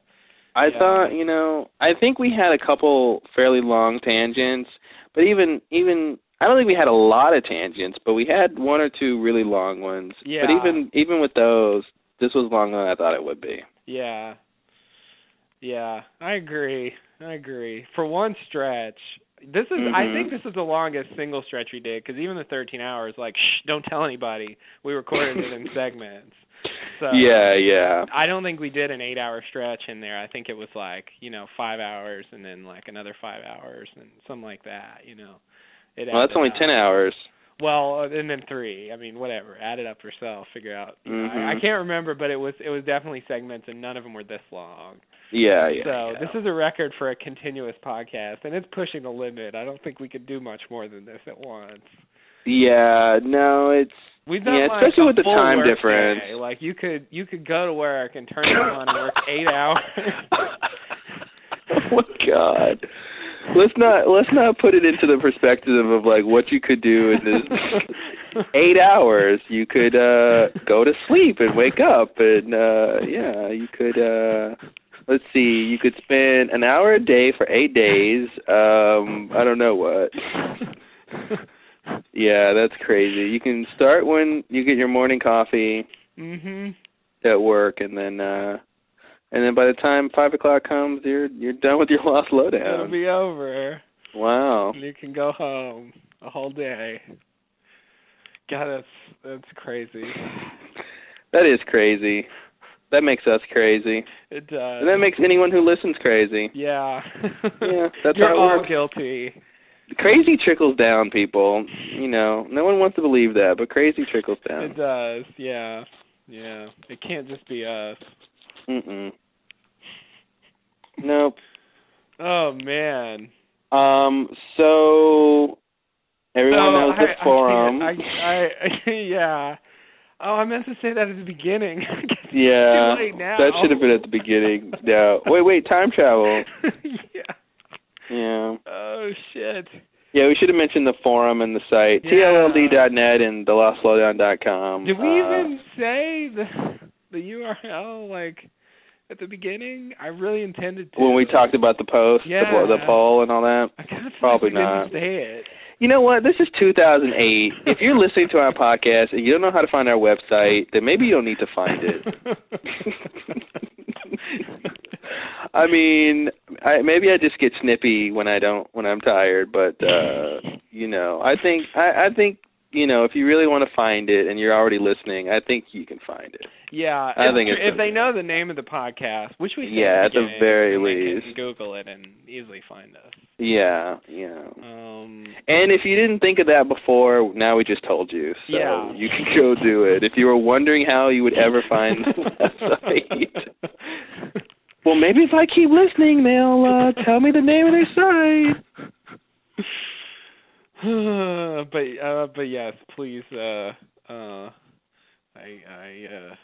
[SPEAKER 4] I
[SPEAKER 2] Yeah.
[SPEAKER 4] thought, you know, I think we had a couple fairly long tangents, but even even I don't think we had a lot of tangents, but we had one or two really long ones. But
[SPEAKER 2] Yeah.
[SPEAKER 4] even even with those, this was longer than I thought it would be.
[SPEAKER 2] yeah. Yeah, I agree. I agree. For one stretch, this is I
[SPEAKER 4] Mhm.
[SPEAKER 2] think this is the longest single stretch we did cuz even the 13 hours like shh, don't tell anybody. We recorded it in segments. So
[SPEAKER 4] yeah, yeah.
[SPEAKER 2] I don't think we did an eight hour stretch in there. I think it was like, you know, five hours and then like another five hours and something like that, you know. It
[SPEAKER 4] Well, that's
[SPEAKER 2] added
[SPEAKER 4] only
[SPEAKER 2] up.
[SPEAKER 4] ten hours.
[SPEAKER 2] Well, and then three. I mean, whatever. Add it up yourself. Figure out. you know, I, I
[SPEAKER 4] Mhm.
[SPEAKER 2] can't remember, but it was it was definitely segments, and none of them were this long.
[SPEAKER 4] Yeah, yeah.
[SPEAKER 2] so
[SPEAKER 4] yeah.
[SPEAKER 2] this is a record for a continuous podcast, and it's pushing the limit. I don't think we could do much more than this at once.
[SPEAKER 4] Yeah, no, it's
[SPEAKER 2] We've done
[SPEAKER 4] Yeah,
[SPEAKER 2] like
[SPEAKER 4] especially
[SPEAKER 2] a
[SPEAKER 4] with the
[SPEAKER 2] full
[SPEAKER 4] time
[SPEAKER 2] work
[SPEAKER 4] difference.
[SPEAKER 2] day. Like you could you could go to work and turn it on and work eight hours.
[SPEAKER 4] oh my god. Let's not let's not put it into the perspective of like what you could do in this eight hours. You could uh go to sleep and wake up and uh yeah, you could uh let's see, you could spend an hour a day for eight days. Um I don't know what. Yeah, that's crazy. You can start when you get your morning coffee
[SPEAKER 2] mhm.
[SPEAKER 4] at work and then uh and then by the time five o'clock comes you're you're done with your lost
[SPEAKER 2] It'll
[SPEAKER 4] lowdown.
[SPEAKER 2] be over.
[SPEAKER 4] wow.
[SPEAKER 2] And you can go home a whole day. God, that's that's crazy.
[SPEAKER 4] That is crazy. That makes us crazy.
[SPEAKER 2] It does.
[SPEAKER 4] And that makes anyone who listens crazy.
[SPEAKER 2] yeah.
[SPEAKER 4] Yeah, that's
[SPEAKER 2] You're
[SPEAKER 4] how it
[SPEAKER 2] all
[SPEAKER 4] works.
[SPEAKER 2] guilty.
[SPEAKER 4] Crazy trickles down people, you know. No one wants to believe that, but crazy trickles
[SPEAKER 2] It
[SPEAKER 4] down.
[SPEAKER 2] does. Yeah. Yeah. It can't just be us.
[SPEAKER 4] Mm-mm. Nope.
[SPEAKER 2] Oh man.
[SPEAKER 4] Um so Everyone
[SPEAKER 2] Oh,
[SPEAKER 4] knows the
[SPEAKER 2] I- I
[SPEAKER 4] forum.
[SPEAKER 2] can't- I, I, yeah. Oh, I meant to say that at the beginning. I guess it's too
[SPEAKER 4] yeah,
[SPEAKER 2] late now.
[SPEAKER 4] that should have been at the beginning. no, wait, wait, time travel.
[SPEAKER 2] yeah.
[SPEAKER 4] Yeah,
[SPEAKER 2] Oh shit.
[SPEAKER 4] yeah, we should have mentioned the forum and the site,
[SPEAKER 2] Yeah.
[SPEAKER 4] tld.net and thelostslowdown.com.
[SPEAKER 2] Did we
[SPEAKER 4] Uh,
[SPEAKER 2] even say the the URL like at the beginning? I really intended to.
[SPEAKER 4] when we talked about the post, the, po- the
[SPEAKER 2] Yeah.
[SPEAKER 4] poll, and all that?
[SPEAKER 2] I kind of
[SPEAKER 4] Probably
[SPEAKER 2] we
[SPEAKER 4] not.
[SPEAKER 2] Didn't say it.
[SPEAKER 4] You know what? This is 2008. if you're listening to our podcast and you don't know how to find our website, then maybe you don't need to find it. I mean, I, maybe I just get snippy when I don't when I'm tired, but uh, you know, I think I, I think you know if you really want to find it and you're already listening, I think you can find it.
[SPEAKER 2] yeah,
[SPEAKER 4] I
[SPEAKER 2] if,
[SPEAKER 4] think it's
[SPEAKER 2] if
[SPEAKER 4] a-
[SPEAKER 2] they know the name of the podcast, which we said
[SPEAKER 4] Yeah, at the
[SPEAKER 2] beginning,
[SPEAKER 4] very
[SPEAKER 2] they
[SPEAKER 4] least.
[SPEAKER 2] can Google it and easily find us.
[SPEAKER 4] Yeah, yeah.
[SPEAKER 2] Um,
[SPEAKER 4] And if you didn't think of that before, now we just told you, so
[SPEAKER 2] Yeah.
[SPEAKER 4] you can go do it. If you were wondering how you would ever find the website, well, maybe if I keep listening, they'll uh, tell me the name of their site.
[SPEAKER 2] but uh, but yes, please. Uh, uh, I I uh,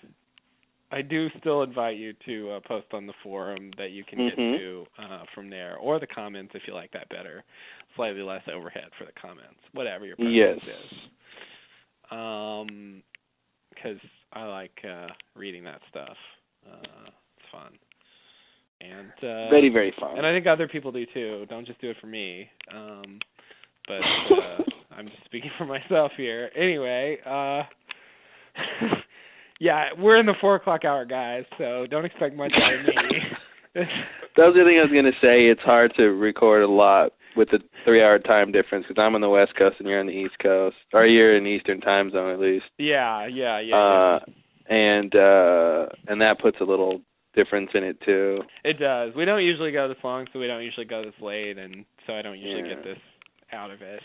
[SPEAKER 2] I do still invite you to uh, post on the forum that you can
[SPEAKER 4] Mhm.
[SPEAKER 2] get to uh, from there, or the comments if you like that better. Slightly less overhead for the comments, whatever your preference
[SPEAKER 4] Yes.
[SPEAKER 2] is. Um, because I like uh, reading that stuff. Uh, it's fun. And uh,
[SPEAKER 4] Very, very fun.
[SPEAKER 2] and I think other people do too. Don't just do it for me. Um, but uh, I'm just speaking for myself here. Anyway, uh, yeah, we're in the four o'clock hour, guys. So don't expect much out of me.
[SPEAKER 4] That was the other thing I was going to say. It's hard to record a lot with the three-hour time difference because I'm on the West Coast and you're on the East Coast, or you're in Eastern Time Zone at least,
[SPEAKER 2] yeah, yeah, yeah.
[SPEAKER 4] Uh,
[SPEAKER 2] yeah.
[SPEAKER 4] and uh and that puts a little difference in it too.
[SPEAKER 2] It does. We don't usually go this long, so we don't usually go this late, and so I don't usually
[SPEAKER 4] Yeah.
[SPEAKER 2] get this out of it.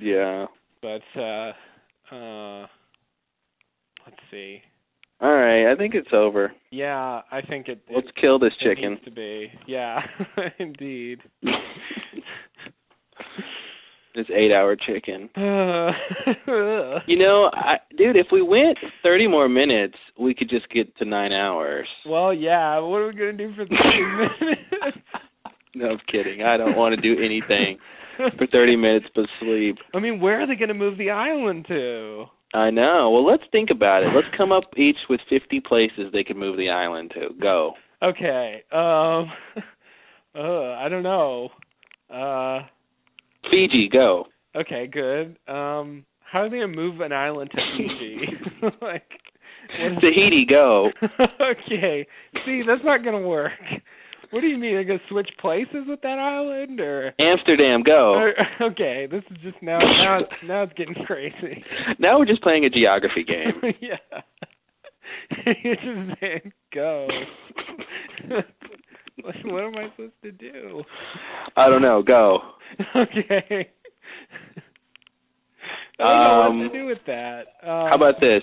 [SPEAKER 4] Yeah.
[SPEAKER 2] But uh, uh, let's see.
[SPEAKER 4] All right, I think it's over.
[SPEAKER 2] Yeah, I think it. it
[SPEAKER 4] Let's kill this
[SPEAKER 2] It
[SPEAKER 4] chicken.
[SPEAKER 2] needs to be. Yeah, indeed.
[SPEAKER 4] This eight-hour chicken.
[SPEAKER 2] Uh,
[SPEAKER 4] You know, I, dude, if we went 30 more minutes, we could just get to nine hours.
[SPEAKER 2] well, yeah. What are we gonna do for thirty minutes?
[SPEAKER 4] No, I'm kidding. I don't want to do anything for 30 minutes but sleep.
[SPEAKER 2] I mean, where are they gonna move the island to?
[SPEAKER 4] I know. Well, let's think about it. Let's come up each with 50 places they could move the island to. Go.
[SPEAKER 2] Okay. Um. Uh, I don't know. Uh.
[SPEAKER 4] Fiji, go.
[SPEAKER 2] Okay. Good. Um. How are they gonna move an island to Fiji? like. what-
[SPEAKER 4] Tahiti, go.
[SPEAKER 2] okay. See, that's not gonna work. What do you mean? They're gonna switch places with that island, or?
[SPEAKER 4] Amsterdam, go.
[SPEAKER 2] or- okay, this is just now. Now it's now it's getting crazy.
[SPEAKER 4] Now we're just playing a geography game.
[SPEAKER 2] yeah. You're just saying go. like, what am I supposed to do?
[SPEAKER 4] I don't know, go.
[SPEAKER 2] Okay. I don't know
[SPEAKER 4] Um,
[SPEAKER 2] what to do with that. Um,
[SPEAKER 4] How about this?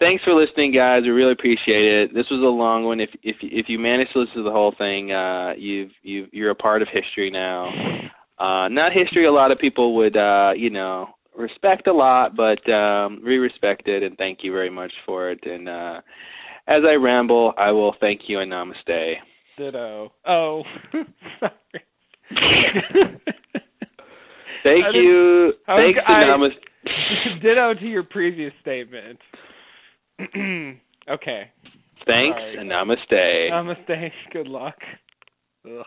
[SPEAKER 4] Thanks for listening, guys. We really appreciate it. This was a long one. If if if you managed to listen to the whole thing, uh, you've you have you're a part of history now. Uh, not history. A lot of people would uh, you know respect a lot, but um, we respect it, and thank you very much for it. And uh, as I ramble, I will thank you and namaste.
[SPEAKER 2] Ditto. Oh, sorry.
[SPEAKER 4] Thank
[SPEAKER 2] I didn't-
[SPEAKER 4] you.
[SPEAKER 2] I was-
[SPEAKER 4] Thanks
[SPEAKER 2] I-
[SPEAKER 4] and namaste.
[SPEAKER 2] Ditto to your previous statement. okay.
[SPEAKER 4] Thanks
[SPEAKER 2] sorry.
[SPEAKER 4] and namaste.
[SPEAKER 2] Uh, Namaste. Good luck. Ugh.